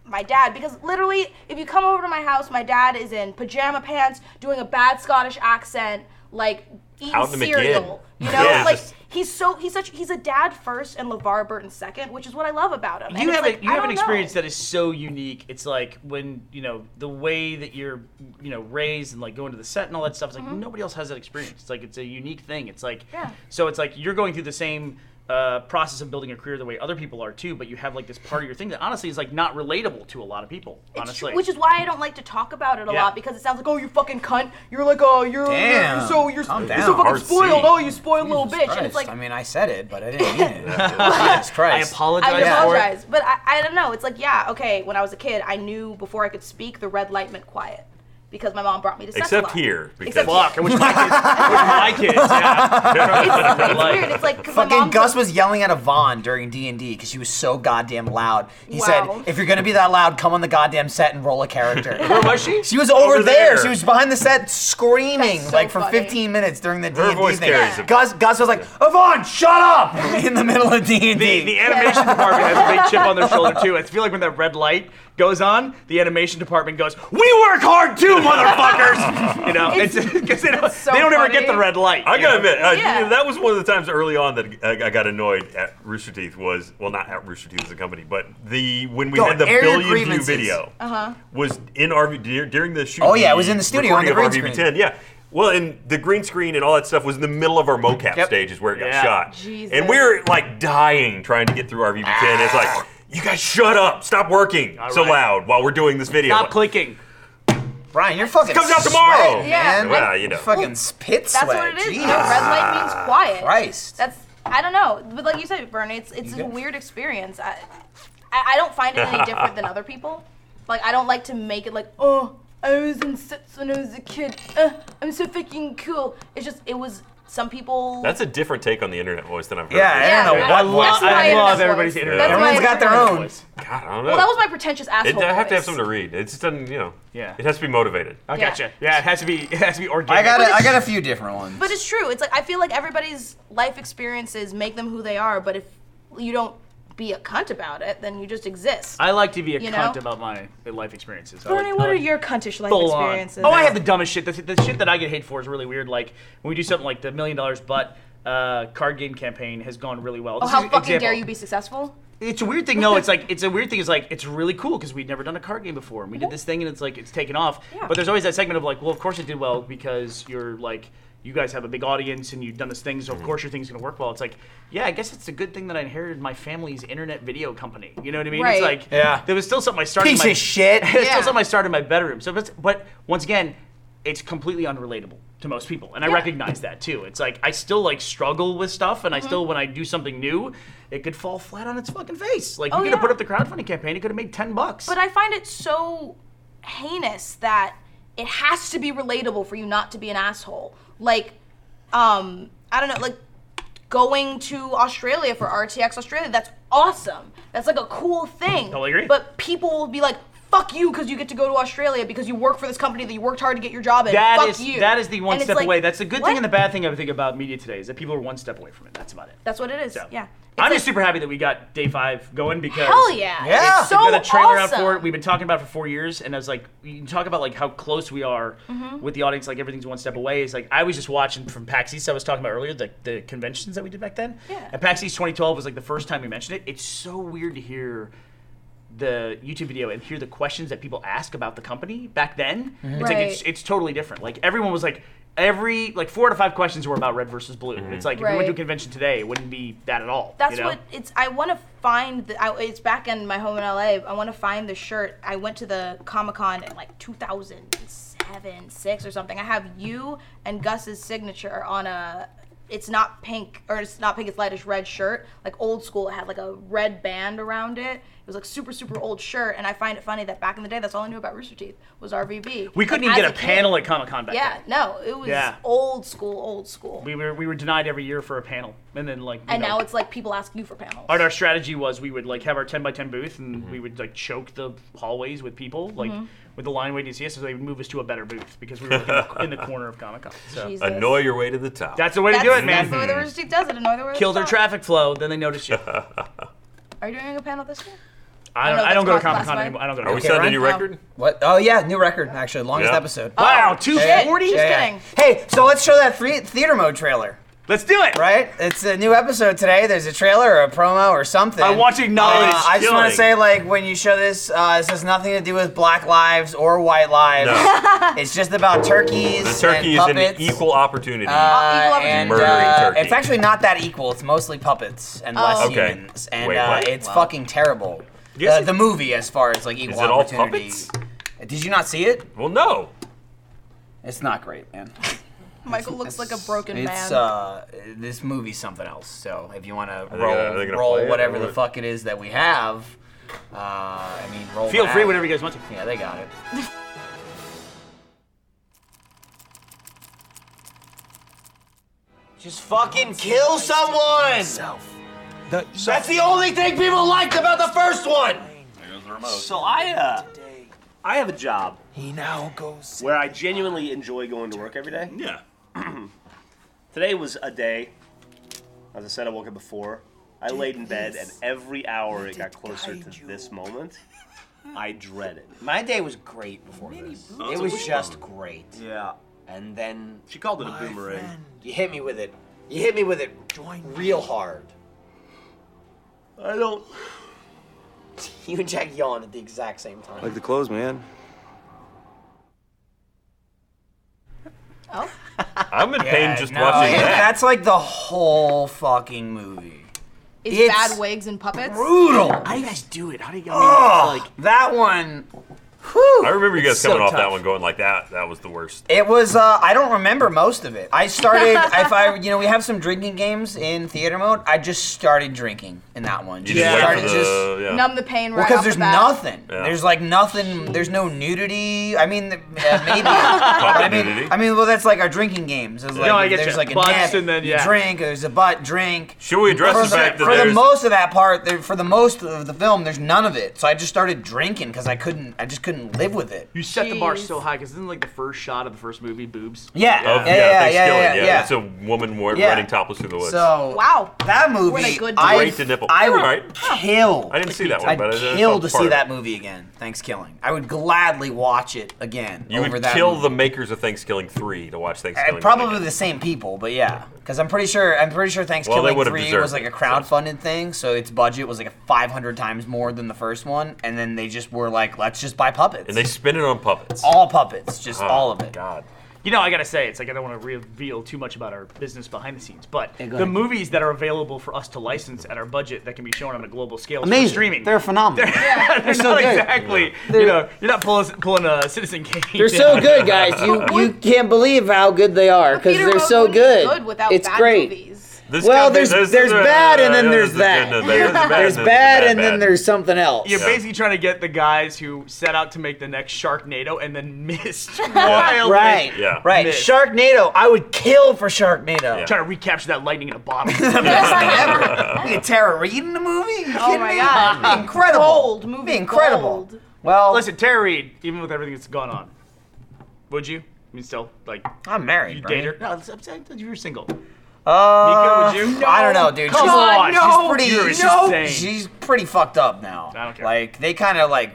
Speaker 4: my dad. Because literally, if you come over to my house, my dad is in pajama pants, doing a bad Scottish accent, like eating
Speaker 3: Out in the
Speaker 4: cereal. You
Speaker 3: McGinn.
Speaker 4: know,
Speaker 3: Yeah.
Speaker 4: like he's so he's such he's a dad first and LeVar Burton second, which is what I love about him.
Speaker 1: you have a, you have an experience that is so unique. It's like when you know the way that you're you know raised and like going to the set and all that stuff. It's like nobody else has that experience. It's like it's a unique thing. It's like
Speaker 4: Mm-hmm. Yeah.
Speaker 1: so it's like you're going through the same. Uh, process of building a career the way other people are too, but you have like this part of your thing that honestly is like not relatable to a lot of people.
Speaker 4: It's true,
Speaker 1: honestly,
Speaker 4: which is why I don't like to talk about it a
Speaker 1: Yeah.
Speaker 4: lot because it sounds like, oh, you fucking cunt. You're like, oh, you're, you're-
Speaker 2: Damn.
Speaker 4: you're so you're,
Speaker 2: Calm
Speaker 4: you're
Speaker 2: down.
Speaker 4: so fucking
Speaker 3: Hard
Speaker 4: spoiled.
Speaker 3: C.
Speaker 4: Oh, you spoiled little bitch.
Speaker 2: Jesus
Speaker 4: And it's
Speaker 2: Christ.
Speaker 4: like,
Speaker 2: I mean, I said it, but I didn't mean it. Jesus
Speaker 1: I
Speaker 2: Christ.
Speaker 1: apologize.
Speaker 4: I
Speaker 1: for it.
Speaker 4: apologize, but I, I don't know. It's like, yeah, okay. When I was a kid, I knew before I could speak, the red light meant quiet because my mom brought me to sets a
Speaker 3: Except
Speaker 4: lot.
Speaker 3: here, because-
Speaker 4: Except
Speaker 1: Fuck. I wish my kids. I wish my kids. Yeah.
Speaker 4: It's weird. It's like 'cause my
Speaker 2: Fucking
Speaker 4: mom's
Speaker 2: Gus was yelling at Yvonne during D and D because she was so goddamn loud. He
Speaker 4: Wow.
Speaker 2: said, "If you're gonna be that loud, come on the goddamn set and roll a character."
Speaker 1: Where was she?
Speaker 2: she was over,
Speaker 3: Over
Speaker 2: there.
Speaker 3: there.
Speaker 2: She was behind the set screaming
Speaker 4: That's so
Speaker 2: like for
Speaker 4: funny.
Speaker 2: 15 minutes during the D
Speaker 3: Her
Speaker 2: and D
Speaker 3: voice
Speaker 2: thing.
Speaker 3: carries a-
Speaker 2: Gus Gus was like, "Yvonne, shut up!" in the middle of D and
Speaker 1: The, the
Speaker 2: D.
Speaker 1: animation department has a big chip on their shoulder too. I feel like when that red light goes on, the animation department goes, "We work hard too, motherfuckers." You know, it's because they don't,
Speaker 4: so
Speaker 1: they don't ever get
Speaker 4: funny.
Speaker 1: the red light.
Speaker 3: I
Speaker 1: you
Speaker 3: gotta
Speaker 1: know?
Speaker 3: admit, uh,
Speaker 4: Yeah.
Speaker 3: you know, that was one of the times early on that I, I got annoyed at Rooster Teeth was well, not at Rooster Teeth as a company, but the when we
Speaker 2: Go,
Speaker 3: had the
Speaker 2: air your
Speaker 3: billion view
Speaker 2: Oh, grievances.
Speaker 3: video
Speaker 4: Uh-huh.
Speaker 3: was in RV dur- during the shoot.
Speaker 2: Oh, yeah, it was in the studio on
Speaker 3: recording
Speaker 2: the
Speaker 3: of
Speaker 2: green
Speaker 3: RVB10. Yeah. Well, and the green screen and all that stuff was in the middle of our mocap stages where it got
Speaker 1: Yeah.
Speaker 3: shot,
Speaker 4: Jesus.
Speaker 3: and we were like dying trying to get through RVB10. It's like. You guys, shut up! Stop working so
Speaker 1: right.
Speaker 3: loud while we're doing this video.
Speaker 1: Stop clicking.
Speaker 2: Brian, you're fucking.
Speaker 3: Comes out tomorrow.
Speaker 2: sweating,
Speaker 4: Yeah,
Speaker 2: man.
Speaker 3: well, you know.
Speaker 2: Fucking spit
Speaker 4: That's
Speaker 2: sweat.
Speaker 4: what it is. You
Speaker 2: Jesus
Speaker 4: know, red light means quiet.
Speaker 2: Christ.
Speaker 4: That's I don't know, but like you said, Bernie, it's it's a
Speaker 2: Yeah.
Speaker 4: weird experience. I, I I don't find it any different than other people. Like I don't like to make it like oh I was in sets when I was a kid. Uh, I'm so fucking cool. It's just it was some people.
Speaker 3: That's a different take on the internet voice than I've heard.
Speaker 2: Yeah, I don't know
Speaker 4: Yeah.
Speaker 2: what.
Speaker 4: That's
Speaker 1: lo-
Speaker 4: my
Speaker 1: I
Speaker 4: internet
Speaker 1: love
Speaker 4: voice.
Speaker 1: everybody's internet.
Speaker 4: That's my
Speaker 2: Everyone's got their
Speaker 4: internet
Speaker 2: own.
Speaker 4: voice.
Speaker 3: God, I don't know.
Speaker 4: Well, that was my pretentious
Speaker 3: It,
Speaker 4: asshole.
Speaker 3: I have to have
Speaker 4: voice.
Speaker 3: something to read. It just doesn't, you know.
Speaker 1: Yeah.
Speaker 3: It has to be motivated.
Speaker 1: I
Speaker 4: Yeah.
Speaker 1: gotcha. Yeah, it has to be. It has to be organic.
Speaker 2: I got a, I got a few different ones.
Speaker 4: But it's true. It's like I feel like everybody's life experiences make them who they are. But if you don't be a cunt about it, then you just exist.
Speaker 1: I like to be a
Speaker 4: You
Speaker 1: cunt
Speaker 4: know?
Speaker 1: about my life experiences. I
Speaker 4: Bernie,
Speaker 1: like-
Speaker 4: what
Speaker 1: I
Speaker 4: are
Speaker 1: like-
Speaker 4: your cuntish life
Speaker 1: full on.
Speaker 4: experiences?
Speaker 1: Oh, I have the dumbest shit. The, the shit that I get hate for is really weird. Like when we do something like the million dollars butt uh, card game campaign has gone really well.
Speaker 4: Oh,
Speaker 1: This
Speaker 4: how
Speaker 1: is an
Speaker 4: fucking
Speaker 1: example.
Speaker 4: dare you be successful?
Speaker 1: It's a weird thing. No, it's like it's a weird thing. It's like it's really cool because we'd never done a card game before, and we did this thing, and it's like it's taken off.
Speaker 4: Mm-hmm. Yeah.
Speaker 1: But there's always that segment of like, well, of course it did well because you're like. You guys have a big audience and you've done this thing, so
Speaker 2: Mm-hmm.
Speaker 1: of course your thing's gonna work well. It's like, yeah, I guess it's a good thing that I inherited my family's internet video company. You know what I mean?
Speaker 4: Right.
Speaker 1: It's like,
Speaker 2: Yeah.
Speaker 1: there was still something I started. in
Speaker 2: Piece
Speaker 1: my,
Speaker 2: of shit.
Speaker 1: it's
Speaker 4: Yeah.
Speaker 1: still something I started in my bedroom. So, but, but once again, it's completely unrelatable to most people, and I recognize that too. It's like I still like struggle with stuff, and I
Speaker 4: Mm-hmm.
Speaker 1: still when I do something new, it could fall flat on its fucking face. Like
Speaker 4: Oh,
Speaker 1: you could have
Speaker 4: yeah.
Speaker 1: put up the crowdfunding campaign, it could have made ten bucks.
Speaker 4: But I find it so heinous that it has to be relatable for you not to be an asshole. Like, um, I don't know, like going to Australia for RTX Australia, that's awesome. That's like a cool thing.
Speaker 1: Totally agree.
Speaker 4: But people will be like, fuck you because you get to go to Australia because you work for this company that you worked hard to get your job in.
Speaker 1: That
Speaker 4: fuck
Speaker 1: is
Speaker 4: you.
Speaker 1: that is the one
Speaker 4: And it's
Speaker 1: step
Speaker 4: like,
Speaker 1: away. That's the good
Speaker 4: what?
Speaker 1: thing and the bad thing I think about media today is that people are one step away from it. That's about it.
Speaker 4: That's what it is.
Speaker 1: So,
Speaker 4: Yeah. It's
Speaker 1: I'm just
Speaker 4: like,
Speaker 1: super happy that we got day five going because
Speaker 4: Hell yeah.
Speaker 2: Yeah.
Speaker 4: It's
Speaker 2: They
Speaker 4: so
Speaker 1: we got a trailer
Speaker 4: awesome.
Speaker 1: out for it. We've been talking about it for four years, and I was like, you can talk about like how close we are
Speaker 4: Mm-hmm.
Speaker 1: with the audience. Like everything's one step away. It's like I was just watching from PAX East. I was talking about earlier the, the conventions that we did back then.
Speaker 4: Yeah.
Speaker 1: And PAX East 2012 was like the first time we mentioned it. It's so weird to hear the YouTube video and hear the questions that people ask about the company back then. It's like it's,
Speaker 4: Right.
Speaker 1: it's totally different. Like everyone was like. Every like four out of five questions were about red versus blue. It's like if we went to a
Speaker 4: Right.
Speaker 1: convention today, it wouldn't be that at all.
Speaker 4: That's
Speaker 1: you know?
Speaker 4: what it's. I want to find. The, I, it's back in my home in LA. I want to find the shirt. I went to the Comic Con in like 2007, six or something. I have you and Gus's signature on a. It's not pink, or it's not pink. It's lightish red shirt, like old school. It had like a red band around it. It was like super, super old shirt. And I find it funny that back in the day, that's all I knew about Rooster Teeth was RVB.
Speaker 1: we couldn't
Speaker 4: Like,
Speaker 1: even get a
Speaker 4: as kid-
Speaker 1: panel at Comic Con back then.
Speaker 4: Yeah, no, it was
Speaker 1: Yeah.
Speaker 4: old school, old school.
Speaker 1: we were we were denied every year for a panel, and then like you
Speaker 4: and
Speaker 1: know,
Speaker 4: now it's like people ask you for panels.
Speaker 1: our, our strategy was we would like have our ten by ten booth, and
Speaker 3: Mm-hmm.
Speaker 1: we would like choke the hallways with people, like
Speaker 4: Mm-hmm.
Speaker 1: with the line waiting to see us, so they would move us to a better booth because we were like, in, the, in the corner of Comic Con. So
Speaker 4: Jesus.
Speaker 3: Annoy your way to the top.
Speaker 1: that's the way
Speaker 4: That's,
Speaker 1: to do it,
Speaker 4: that's
Speaker 1: man.
Speaker 4: the way the
Speaker 2: Hmm.
Speaker 4: Rooster Teeth does it. Another way.
Speaker 1: Kill their
Speaker 4: trap.
Speaker 1: traffic flow, then they notice you.
Speaker 4: Are you doing a panel this year?
Speaker 1: I don't.
Speaker 4: know
Speaker 1: I don't
Speaker 4: that's
Speaker 1: go to Comic Con
Speaker 4: not classified.
Speaker 1: anymore. I don't go to.
Speaker 3: Are we
Speaker 1: Comic-Con.
Speaker 3: setting a
Speaker 2: Ryan?
Speaker 3: new record?
Speaker 2: What? Oh yeah, new record actually. Longest
Speaker 3: Yeah.
Speaker 4: Oh,
Speaker 2: episode.
Speaker 1: Wow, two forty.
Speaker 4: Just kidding.
Speaker 2: Hey, so let's show that free theater mode trailer,
Speaker 1: Let's do it.
Speaker 2: right? It's a new episode today. There's a trailer or a promo or something.
Speaker 1: I want to acknowledge
Speaker 2: Uh, I just want to say, like, when you show this, uh, this has nothing to do with black lives or white lives.
Speaker 3: No.
Speaker 2: It's just about turkeys.
Speaker 3: The turkey is
Speaker 2: and
Speaker 3: an
Speaker 2: puppets.
Speaker 3: equal opportunity.
Speaker 4: Equal
Speaker 2: Uh,
Speaker 4: opportunity.
Speaker 2: and
Speaker 3: Murdering
Speaker 2: uh,
Speaker 3: turkey.
Speaker 2: it's actually not that equal. It's mostly puppets and less
Speaker 4: Oh.
Speaker 3: Okay.
Speaker 2: humans, and
Speaker 3: Wait,
Speaker 2: uh,
Speaker 3: what?
Speaker 2: it's fucking terrible.
Speaker 3: Yes,
Speaker 2: The,
Speaker 3: it-
Speaker 2: the movie, as far as like equal
Speaker 3: it all
Speaker 2: opportunity.
Speaker 3: puppets?
Speaker 2: Did you not see it?
Speaker 3: well, no.
Speaker 2: It's not great, man.
Speaker 4: Michael looks like a broken
Speaker 2: it's,
Speaker 4: man.
Speaker 2: uh, this movie's something else. So if you want to
Speaker 3: they gonna- are they
Speaker 2: roll,
Speaker 3: gonna
Speaker 2: roll
Speaker 3: play it,
Speaker 2: whatever
Speaker 3: or
Speaker 2: the
Speaker 3: what?
Speaker 2: fuck it is that we have, uh, I mean, roll.
Speaker 1: Feel
Speaker 2: that.
Speaker 1: free, whatever you guys want to.
Speaker 2: Yeah, they got it.
Speaker 9: Just fucking kill someone! That's the only thing people liked about the first one!
Speaker 6: So I, uh, I have a job. He now goes where I genuinely enjoy going to work every day.
Speaker 3: Yeah.
Speaker 6: Today was a day. As I said, I woke up before. I laid in bed, and every hour it got closer to this moment. I dread it.
Speaker 9: My day was great before this. It was just great.
Speaker 6: Yeah.
Speaker 9: And then
Speaker 6: She called it a boomerang.
Speaker 9: you hit me with it. You hit me with it real hard.
Speaker 6: I don't.
Speaker 9: You and Jack yawned at the exact same time.
Speaker 10: Like the clothes, man.
Speaker 4: oh,
Speaker 3: I'm in pain just
Speaker 2: no,
Speaker 3: watching
Speaker 2: yeah,
Speaker 3: that.
Speaker 2: That's like the whole fucking movie.
Speaker 4: is
Speaker 2: It's-
Speaker 4: bad wigs and puppets?
Speaker 2: Brutal.
Speaker 1: How do you guys do it? How do you guys? like,
Speaker 2: That one.
Speaker 3: I remember you guys coming
Speaker 2: so
Speaker 3: off that
Speaker 2: tough.
Speaker 3: one going like that. That was the worst.
Speaker 2: It was. Uh, I don't remember most of it. I started. if I, you know, we have some drinking games in theater mode. I just started drinking in that one.
Speaker 3: You
Speaker 2: Just
Speaker 3: just wait
Speaker 2: started
Speaker 3: for the-
Speaker 2: just.
Speaker 3: yeah.
Speaker 4: Numb the pain right
Speaker 2: Well,
Speaker 4: off
Speaker 2: because
Speaker 4: the
Speaker 2: there's
Speaker 4: bat.
Speaker 2: nothing.
Speaker 3: Yeah.
Speaker 2: There's like nothing. There's no nudity. I mean, th- uh, maybe. but I mean,
Speaker 3: nudity.
Speaker 2: I mean, well, that's like our drinking games. It's like,
Speaker 1: No, I get
Speaker 2: there's
Speaker 1: you.
Speaker 2: like a
Speaker 1: Butts
Speaker 2: net,
Speaker 1: and then,
Speaker 2: you
Speaker 1: yeah.
Speaker 2: drink. There's a butt drink.
Speaker 3: Should we address
Speaker 2: For
Speaker 3: the fact
Speaker 2: the,
Speaker 3: that
Speaker 2: for the
Speaker 3: there's
Speaker 2: most of that part, there, for the most of the film, there's none of it. So I just started drinking because I couldn't. I just couldn't live with it.
Speaker 1: you set the bar
Speaker 4: Jeez.
Speaker 1: so high because isn't like the first shot of the first movie boobs?
Speaker 2: Yeah.
Speaker 3: of
Speaker 2: yeah, yeah, yeah, yeah,
Speaker 3: Thanksgiving?
Speaker 2: yeah, yeah.
Speaker 3: It's a woman wa-
Speaker 2: Yeah.
Speaker 3: running topless through the woods.
Speaker 2: So
Speaker 4: Wow.
Speaker 2: that
Speaker 4: What
Speaker 2: movie,
Speaker 4: a good
Speaker 2: I
Speaker 3: Great to nipple.
Speaker 2: I would
Speaker 3: All right.
Speaker 2: kill.
Speaker 3: I didn't see that one,
Speaker 2: I'd
Speaker 3: but I- I
Speaker 2: kill
Speaker 3: saw
Speaker 2: to
Speaker 3: part
Speaker 2: see
Speaker 3: of it.
Speaker 2: that movie again. Thanksgiving. I would gladly watch it again.
Speaker 3: You
Speaker 2: over
Speaker 3: would
Speaker 2: that
Speaker 3: kill
Speaker 2: movie.
Speaker 3: the makers of Thanksgiving three to watch
Speaker 2: And Uh,
Speaker 3: Thanksgiving.
Speaker 2: probably
Speaker 3: again.
Speaker 2: the same people, but yeah, because I'm pretty sure I'm pretty sure Thanksgiving
Speaker 3: would've
Speaker 2: Three
Speaker 3: deserved
Speaker 2: was like a
Speaker 3: it, so.
Speaker 2: crowdfunded thing, so its budget was like 500 times more than the first one, and then they just were like, let's just buy puppets,
Speaker 3: and they spin it on puppets.
Speaker 2: all puppets, just all of it.
Speaker 3: Oh God.
Speaker 1: You know, I gotta say, it's like I don't want to reveal too much about our business behind the scenes, but
Speaker 2: go
Speaker 1: the
Speaker 2: ahead.
Speaker 1: movies that are available for us to license at our budget that can be shown on a global scale is for
Speaker 2: Amazing.
Speaker 1: streaming.
Speaker 2: They're phenomenal.
Speaker 1: they're
Speaker 7: so
Speaker 1: not
Speaker 7: good.
Speaker 1: exactly. You know, you're not pulling pulling a Citizen Kane.
Speaker 11: They're so good, guys. You you can't believe how good they are because
Speaker 4: Peter
Speaker 11: they're
Speaker 4: Rogue
Speaker 11: so
Speaker 4: wouldn't be
Speaker 11: good.
Speaker 4: good without
Speaker 11: it's
Speaker 4: bad
Speaker 11: great.
Speaker 4: movies.
Speaker 3: This
Speaker 11: Well,
Speaker 3: guy-
Speaker 11: there's- there's
Speaker 3: uh,
Speaker 11: bad and then
Speaker 3: yeah,
Speaker 11: there's
Speaker 3: good,
Speaker 11: that.
Speaker 3: no, there's bad,
Speaker 11: There's
Speaker 3: no,
Speaker 11: bad, and then there's something else.
Speaker 1: You're
Speaker 3: Yeah.
Speaker 1: basically trying to get the guys who set out to make the next Sharknado and then missed. wildly.
Speaker 2: Right.
Speaker 3: Yeah.
Speaker 2: Right.
Speaker 1: Miss.
Speaker 2: Sharknado. I would kill for Sharknado.
Speaker 1: Trying to recapture that lightning in a bottle.
Speaker 2: We get Tara Reid in the movie? Are you
Speaker 4: Oh
Speaker 2: kidding
Speaker 4: my
Speaker 2: me?
Speaker 4: god.
Speaker 2: Incredible.
Speaker 4: Gold movie.
Speaker 2: Be incredible.
Speaker 4: gold.
Speaker 2: Well,
Speaker 1: Listen, Tara Reid, even with everything that's gone on, would you? I mean, still, like,
Speaker 2: I'm married.
Speaker 1: you
Speaker 2: Bernie.
Speaker 1: date her? No, I'm saying that you were single.
Speaker 2: Uh,
Speaker 1: Mika, would you?
Speaker 2: I don't know, dude.
Speaker 1: Come
Speaker 2: she's,
Speaker 1: on,
Speaker 2: she's
Speaker 1: no.
Speaker 2: pretty.
Speaker 1: You're insane.
Speaker 2: she's pretty fucked up now.
Speaker 1: I don't care.
Speaker 2: Like they kind of like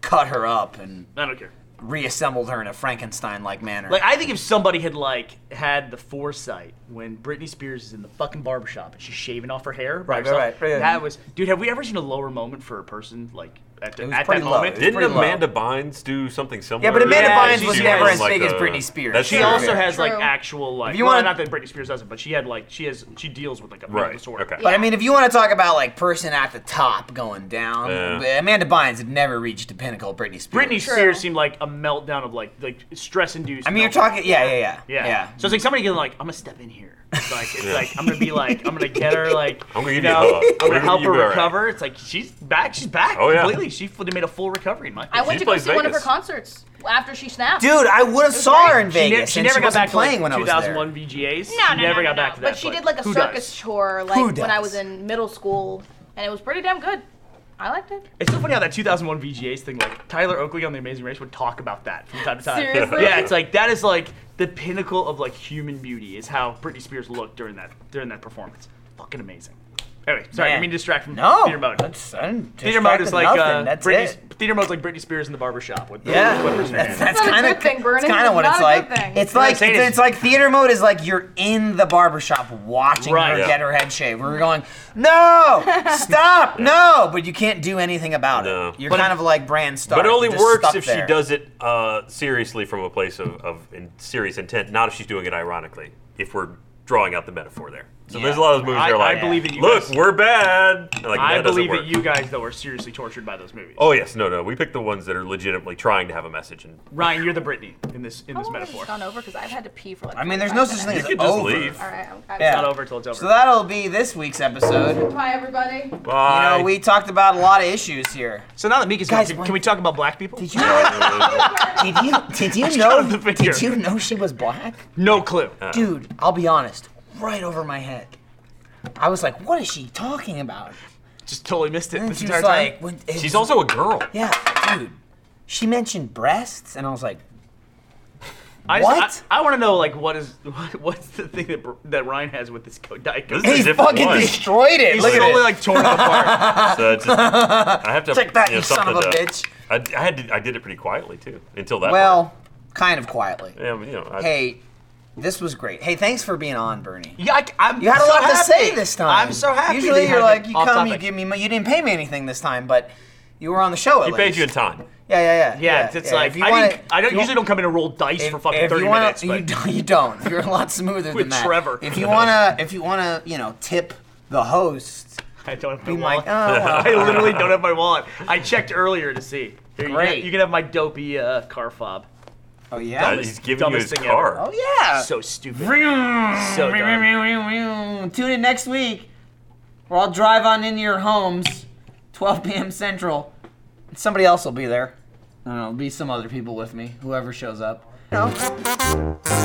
Speaker 2: cut her up and
Speaker 1: I don't care.
Speaker 2: reassembled her in a Frankenstein-like manner.
Speaker 1: Like I think if somebody had like had the foresight when Britney Spears is in the fucking barbershop and she's shaving off her hair, by
Speaker 2: Right, right,
Speaker 1: herself,
Speaker 2: right, right, yeah.
Speaker 1: that was dude. Have we ever seen a lower moment for a person like at, the,
Speaker 2: was
Speaker 1: at that
Speaker 2: pretty low.
Speaker 1: moment?
Speaker 2: It was
Speaker 3: Didn't
Speaker 2: pretty low.
Speaker 3: Amanda Bynes do something similar?
Speaker 2: yeah, but Amanda
Speaker 1: Yeah,
Speaker 2: Bynes
Speaker 1: she-
Speaker 2: was
Speaker 1: she
Speaker 2: never
Speaker 1: was
Speaker 2: as
Speaker 3: like
Speaker 2: big as
Speaker 3: a-
Speaker 2: Britney Spears.
Speaker 3: that's
Speaker 1: She
Speaker 3: true.
Speaker 1: also has
Speaker 4: True.
Speaker 1: like actual like.
Speaker 2: you
Speaker 1: well,
Speaker 2: wanna-
Speaker 1: not that Britney Spears doesn't, but she had like she has she deals with like a mental
Speaker 3: Right.
Speaker 1: disorder.
Speaker 3: Okay.
Speaker 2: But I mean, if you want to talk about like person at the top going down,
Speaker 3: Yeah.
Speaker 2: Amanda Bynes had never reached the pinnacle of Britney Spears.
Speaker 1: Britney Spears seemed like a meltdown of like like stress induced.
Speaker 2: I mean, you're talking. Yeah, yeah, yeah.
Speaker 1: Yeah. So it's like somebody going like, I'm gonna step in here. It's like it's like I'm gonna be like I'm gonna get her like
Speaker 3: I'm gonna give
Speaker 1: you
Speaker 3: you a
Speaker 1: know,
Speaker 3: hug.
Speaker 1: I'm gonna
Speaker 3: You're-
Speaker 1: help
Speaker 3: you'll
Speaker 1: her
Speaker 3: be all right.
Speaker 1: recover. It's like she's back. She's back
Speaker 3: Oh, yeah.
Speaker 1: completely. She fully made a full recovery. In my
Speaker 4: I
Speaker 1: opinion.
Speaker 3: She
Speaker 4: went to go see
Speaker 3: plays
Speaker 4: one of her
Speaker 3: Vegas.
Speaker 4: concerts after she snapped.
Speaker 2: Dude, I would have saw her in
Speaker 1: She ne-
Speaker 2: Vegas,
Speaker 1: she
Speaker 2: and
Speaker 1: never
Speaker 2: she
Speaker 1: got
Speaker 2: wasn't
Speaker 1: back
Speaker 2: playing
Speaker 1: to
Speaker 2: when
Speaker 1: like
Speaker 2: I was there.
Speaker 1: 2001 VGAs.
Speaker 4: No,
Speaker 1: she
Speaker 4: no,
Speaker 1: never
Speaker 4: no,
Speaker 1: got
Speaker 4: no,
Speaker 1: back
Speaker 4: no.
Speaker 1: to that.
Speaker 4: But she did like a
Speaker 1: who
Speaker 4: circus
Speaker 1: Does?
Speaker 4: tour,
Speaker 2: Who
Speaker 4: like when I was
Speaker 2: does?
Speaker 4: in middle school, and it was pretty damn good. I liked it.
Speaker 1: It's so funny how that 2001 VGAs thing, like Tyler Oakley on The Amazing Race, would talk about that from time to time.
Speaker 4: Seriously?
Speaker 1: Yeah, it's like that is like the pinnacle of like human beauty is how Britney Spears looked during that during that performance. Fucking amazing. Anyway, sorry, I
Speaker 2: Man.
Speaker 1: mean to distract from
Speaker 2: No,
Speaker 1: theater mode.
Speaker 2: that's I didn't
Speaker 1: Theater mode
Speaker 2: distract
Speaker 1: is
Speaker 2: with
Speaker 1: like uh,
Speaker 2: nothing. that's
Speaker 1: Britney,
Speaker 2: it.
Speaker 1: theater mode's like Britney Spears in the barbershop with
Speaker 2: Yeah.
Speaker 1: the Whippers
Speaker 2: That's,
Speaker 1: fan.
Speaker 2: that's
Speaker 4: It's not a
Speaker 2: kind
Speaker 4: good thing,
Speaker 2: of
Speaker 4: Bernie.
Speaker 2: that's kind
Speaker 4: It's
Speaker 2: of what
Speaker 4: not
Speaker 2: it's
Speaker 4: a good
Speaker 2: like.
Speaker 4: thing.
Speaker 2: It's
Speaker 1: What I'm
Speaker 2: like
Speaker 1: saying
Speaker 2: it's,
Speaker 1: is-
Speaker 2: it's like theater mode is like you're in the barbershop watching
Speaker 1: Right.
Speaker 2: her
Speaker 1: Yeah.
Speaker 2: get her head shaved. We're going, no, stop, no, but you can't do anything about
Speaker 3: No.
Speaker 2: it. You're
Speaker 1: But
Speaker 2: kind
Speaker 1: if-
Speaker 2: of like brand star.
Speaker 3: But it only
Speaker 2: You're just
Speaker 3: works
Speaker 2: stuck
Speaker 3: if
Speaker 2: there.
Speaker 3: she does it uh, seriously from a place of, of in serious intent, not if she's doing it ironically, if we're drawing out the metaphor there. So there's a lot of those movies that
Speaker 1: I,
Speaker 3: are like,
Speaker 1: I believe that you
Speaker 3: look,
Speaker 1: guys,
Speaker 3: we're bad. And, Like,
Speaker 1: I
Speaker 3: that doesn't
Speaker 1: believe
Speaker 3: work.
Speaker 1: that you guys though are seriously tortured by those movies.
Speaker 3: Oh, yes, no, no. We picked the ones that are legitimately trying to have a message. And
Speaker 1: Ryan, you're the Britney in this in
Speaker 4: How
Speaker 1: this
Speaker 4: long has
Speaker 1: metaphor.
Speaker 4: this gone over? Because I've had to pee for like.
Speaker 2: I mean, there's no such thing
Speaker 3: you
Speaker 2: as
Speaker 3: could just
Speaker 2: over.
Speaker 3: leave.
Speaker 4: All right, I'm, I'm
Speaker 2: Yeah.
Speaker 1: Not over till it's over.
Speaker 2: So that'll be this week's episode.
Speaker 4: Bye, everybody.
Speaker 2: You
Speaker 3: Bye.
Speaker 2: know, we talked about a lot of issues here.
Speaker 1: So now that Mika's
Speaker 2: Guys,
Speaker 1: gone, can,
Speaker 2: one-
Speaker 1: can we talk about black people?
Speaker 2: Did you know? did you did you
Speaker 1: got the
Speaker 2: know?
Speaker 1: finger.
Speaker 2: Did you know she was black?
Speaker 1: No clue.
Speaker 2: Dude, I'll be honest, right over my head. I was like, what is she talking about?
Speaker 1: Just totally missed it
Speaker 2: And
Speaker 1: this
Speaker 2: she
Speaker 1: entire
Speaker 2: was
Speaker 1: time.
Speaker 2: like, when, it
Speaker 3: She's
Speaker 2: was-
Speaker 3: also a girl.
Speaker 2: yeah, dude. She mentioned breasts, and I was like,
Speaker 1: I just-
Speaker 2: What?
Speaker 1: I, want to know like what is what's the thing that Br- that Ryan has with this co- Diet Coke?
Speaker 3: This is a different
Speaker 2: fucking
Speaker 3: one.
Speaker 2: destroyed it.
Speaker 1: He's
Speaker 2: Look at
Speaker 1: totally
Speaker 2: it.
Speaker 1: like torn apart.
Speaker 3: So it's just- I have to
Speaker 2: Check that,
Speaker 3: you know,
Speaker 2: you son of a
Speaker 3: something to-
Speaker 2: bitch.
Speaker 3: I, I had to, I did it pretty quietly too until that.
Speaker 2: Well, kind of quietly.
Speaker 3: part. yeah, but, you know, I,
Speaker 2: Hey, this was great. Hey, thanks for being on, Bernie.
Speaker 1: Yeah, I, am
Speaker 2: You had a
Speaker 1: so
Speaker 2: lot to
Speaker 1: happy.
Speaker 2: say this time.
Speaker 1: I'm so happy.
Speaker 2: Usually
Speaker 1: they
Speaker 2: you're
Speaker 1: had
Speaker 2: like,
Speaker 1: it
Speaker 2: you
Speaker 1: off
Speaker 2: come, you
Speaker 1: topic.
Speaker 2: give me, money. you didn't pay me anything this time, but you were on the show at
Speaker 3: he
Speaker 2: least.
Speaker 3: paid you in time.
Speaker 2: Yeah, yeah, yeah.
Speaker 1: Yeah, it's, it's like
Speaker 2: If you
Speaker 1: I,
Speaker 2: wanna-
Speaker 1: didn't, I don't
Speaker 2: if you
Speaker 1: usually don't come in and roll dice for fucking
Speaker 2: if
Speaker 1: thirty
Speaker 2: you wanna,
Speaker 1: minutes.
Speaker 2: You
Speaker 1: but-
Speaker 2: don't, you don't. You're a lot smoother
Speaker 1: With
Speaker 2: than that.
Speaker 1: Trevor.
Speaker 2: If you wanna, if you wanna, you know, tip the host,
Speaker 1: I don't have my
Speaker 2: be
Speaker 1: wallet.
Speaker 2: like, oh, well,
Speaker 1: I literally don't have my wallet. I checked earlier to see. Here, you can- You,
Speaker 2: Great.
Speaker 1: can, have my dopey uh, car fob.
Speaker 2: oh
Speaker 3: Uh,
Speaker 2: yeah,
Speaker 3: he's giving you
Speaker 1: dumbest
Speaker 3: his
Speaker 1: thing ever.
Speaker 3: car.
Speaker 2: oh yeah.
Speaker 1: So stupid. so dumb.
Speaker 2: Tune in next week, where I'll drive on into your homes, 12 p.m. Central. Somebody else will be there. I don't know. It'll be some other people with me. Whoever shows up. No.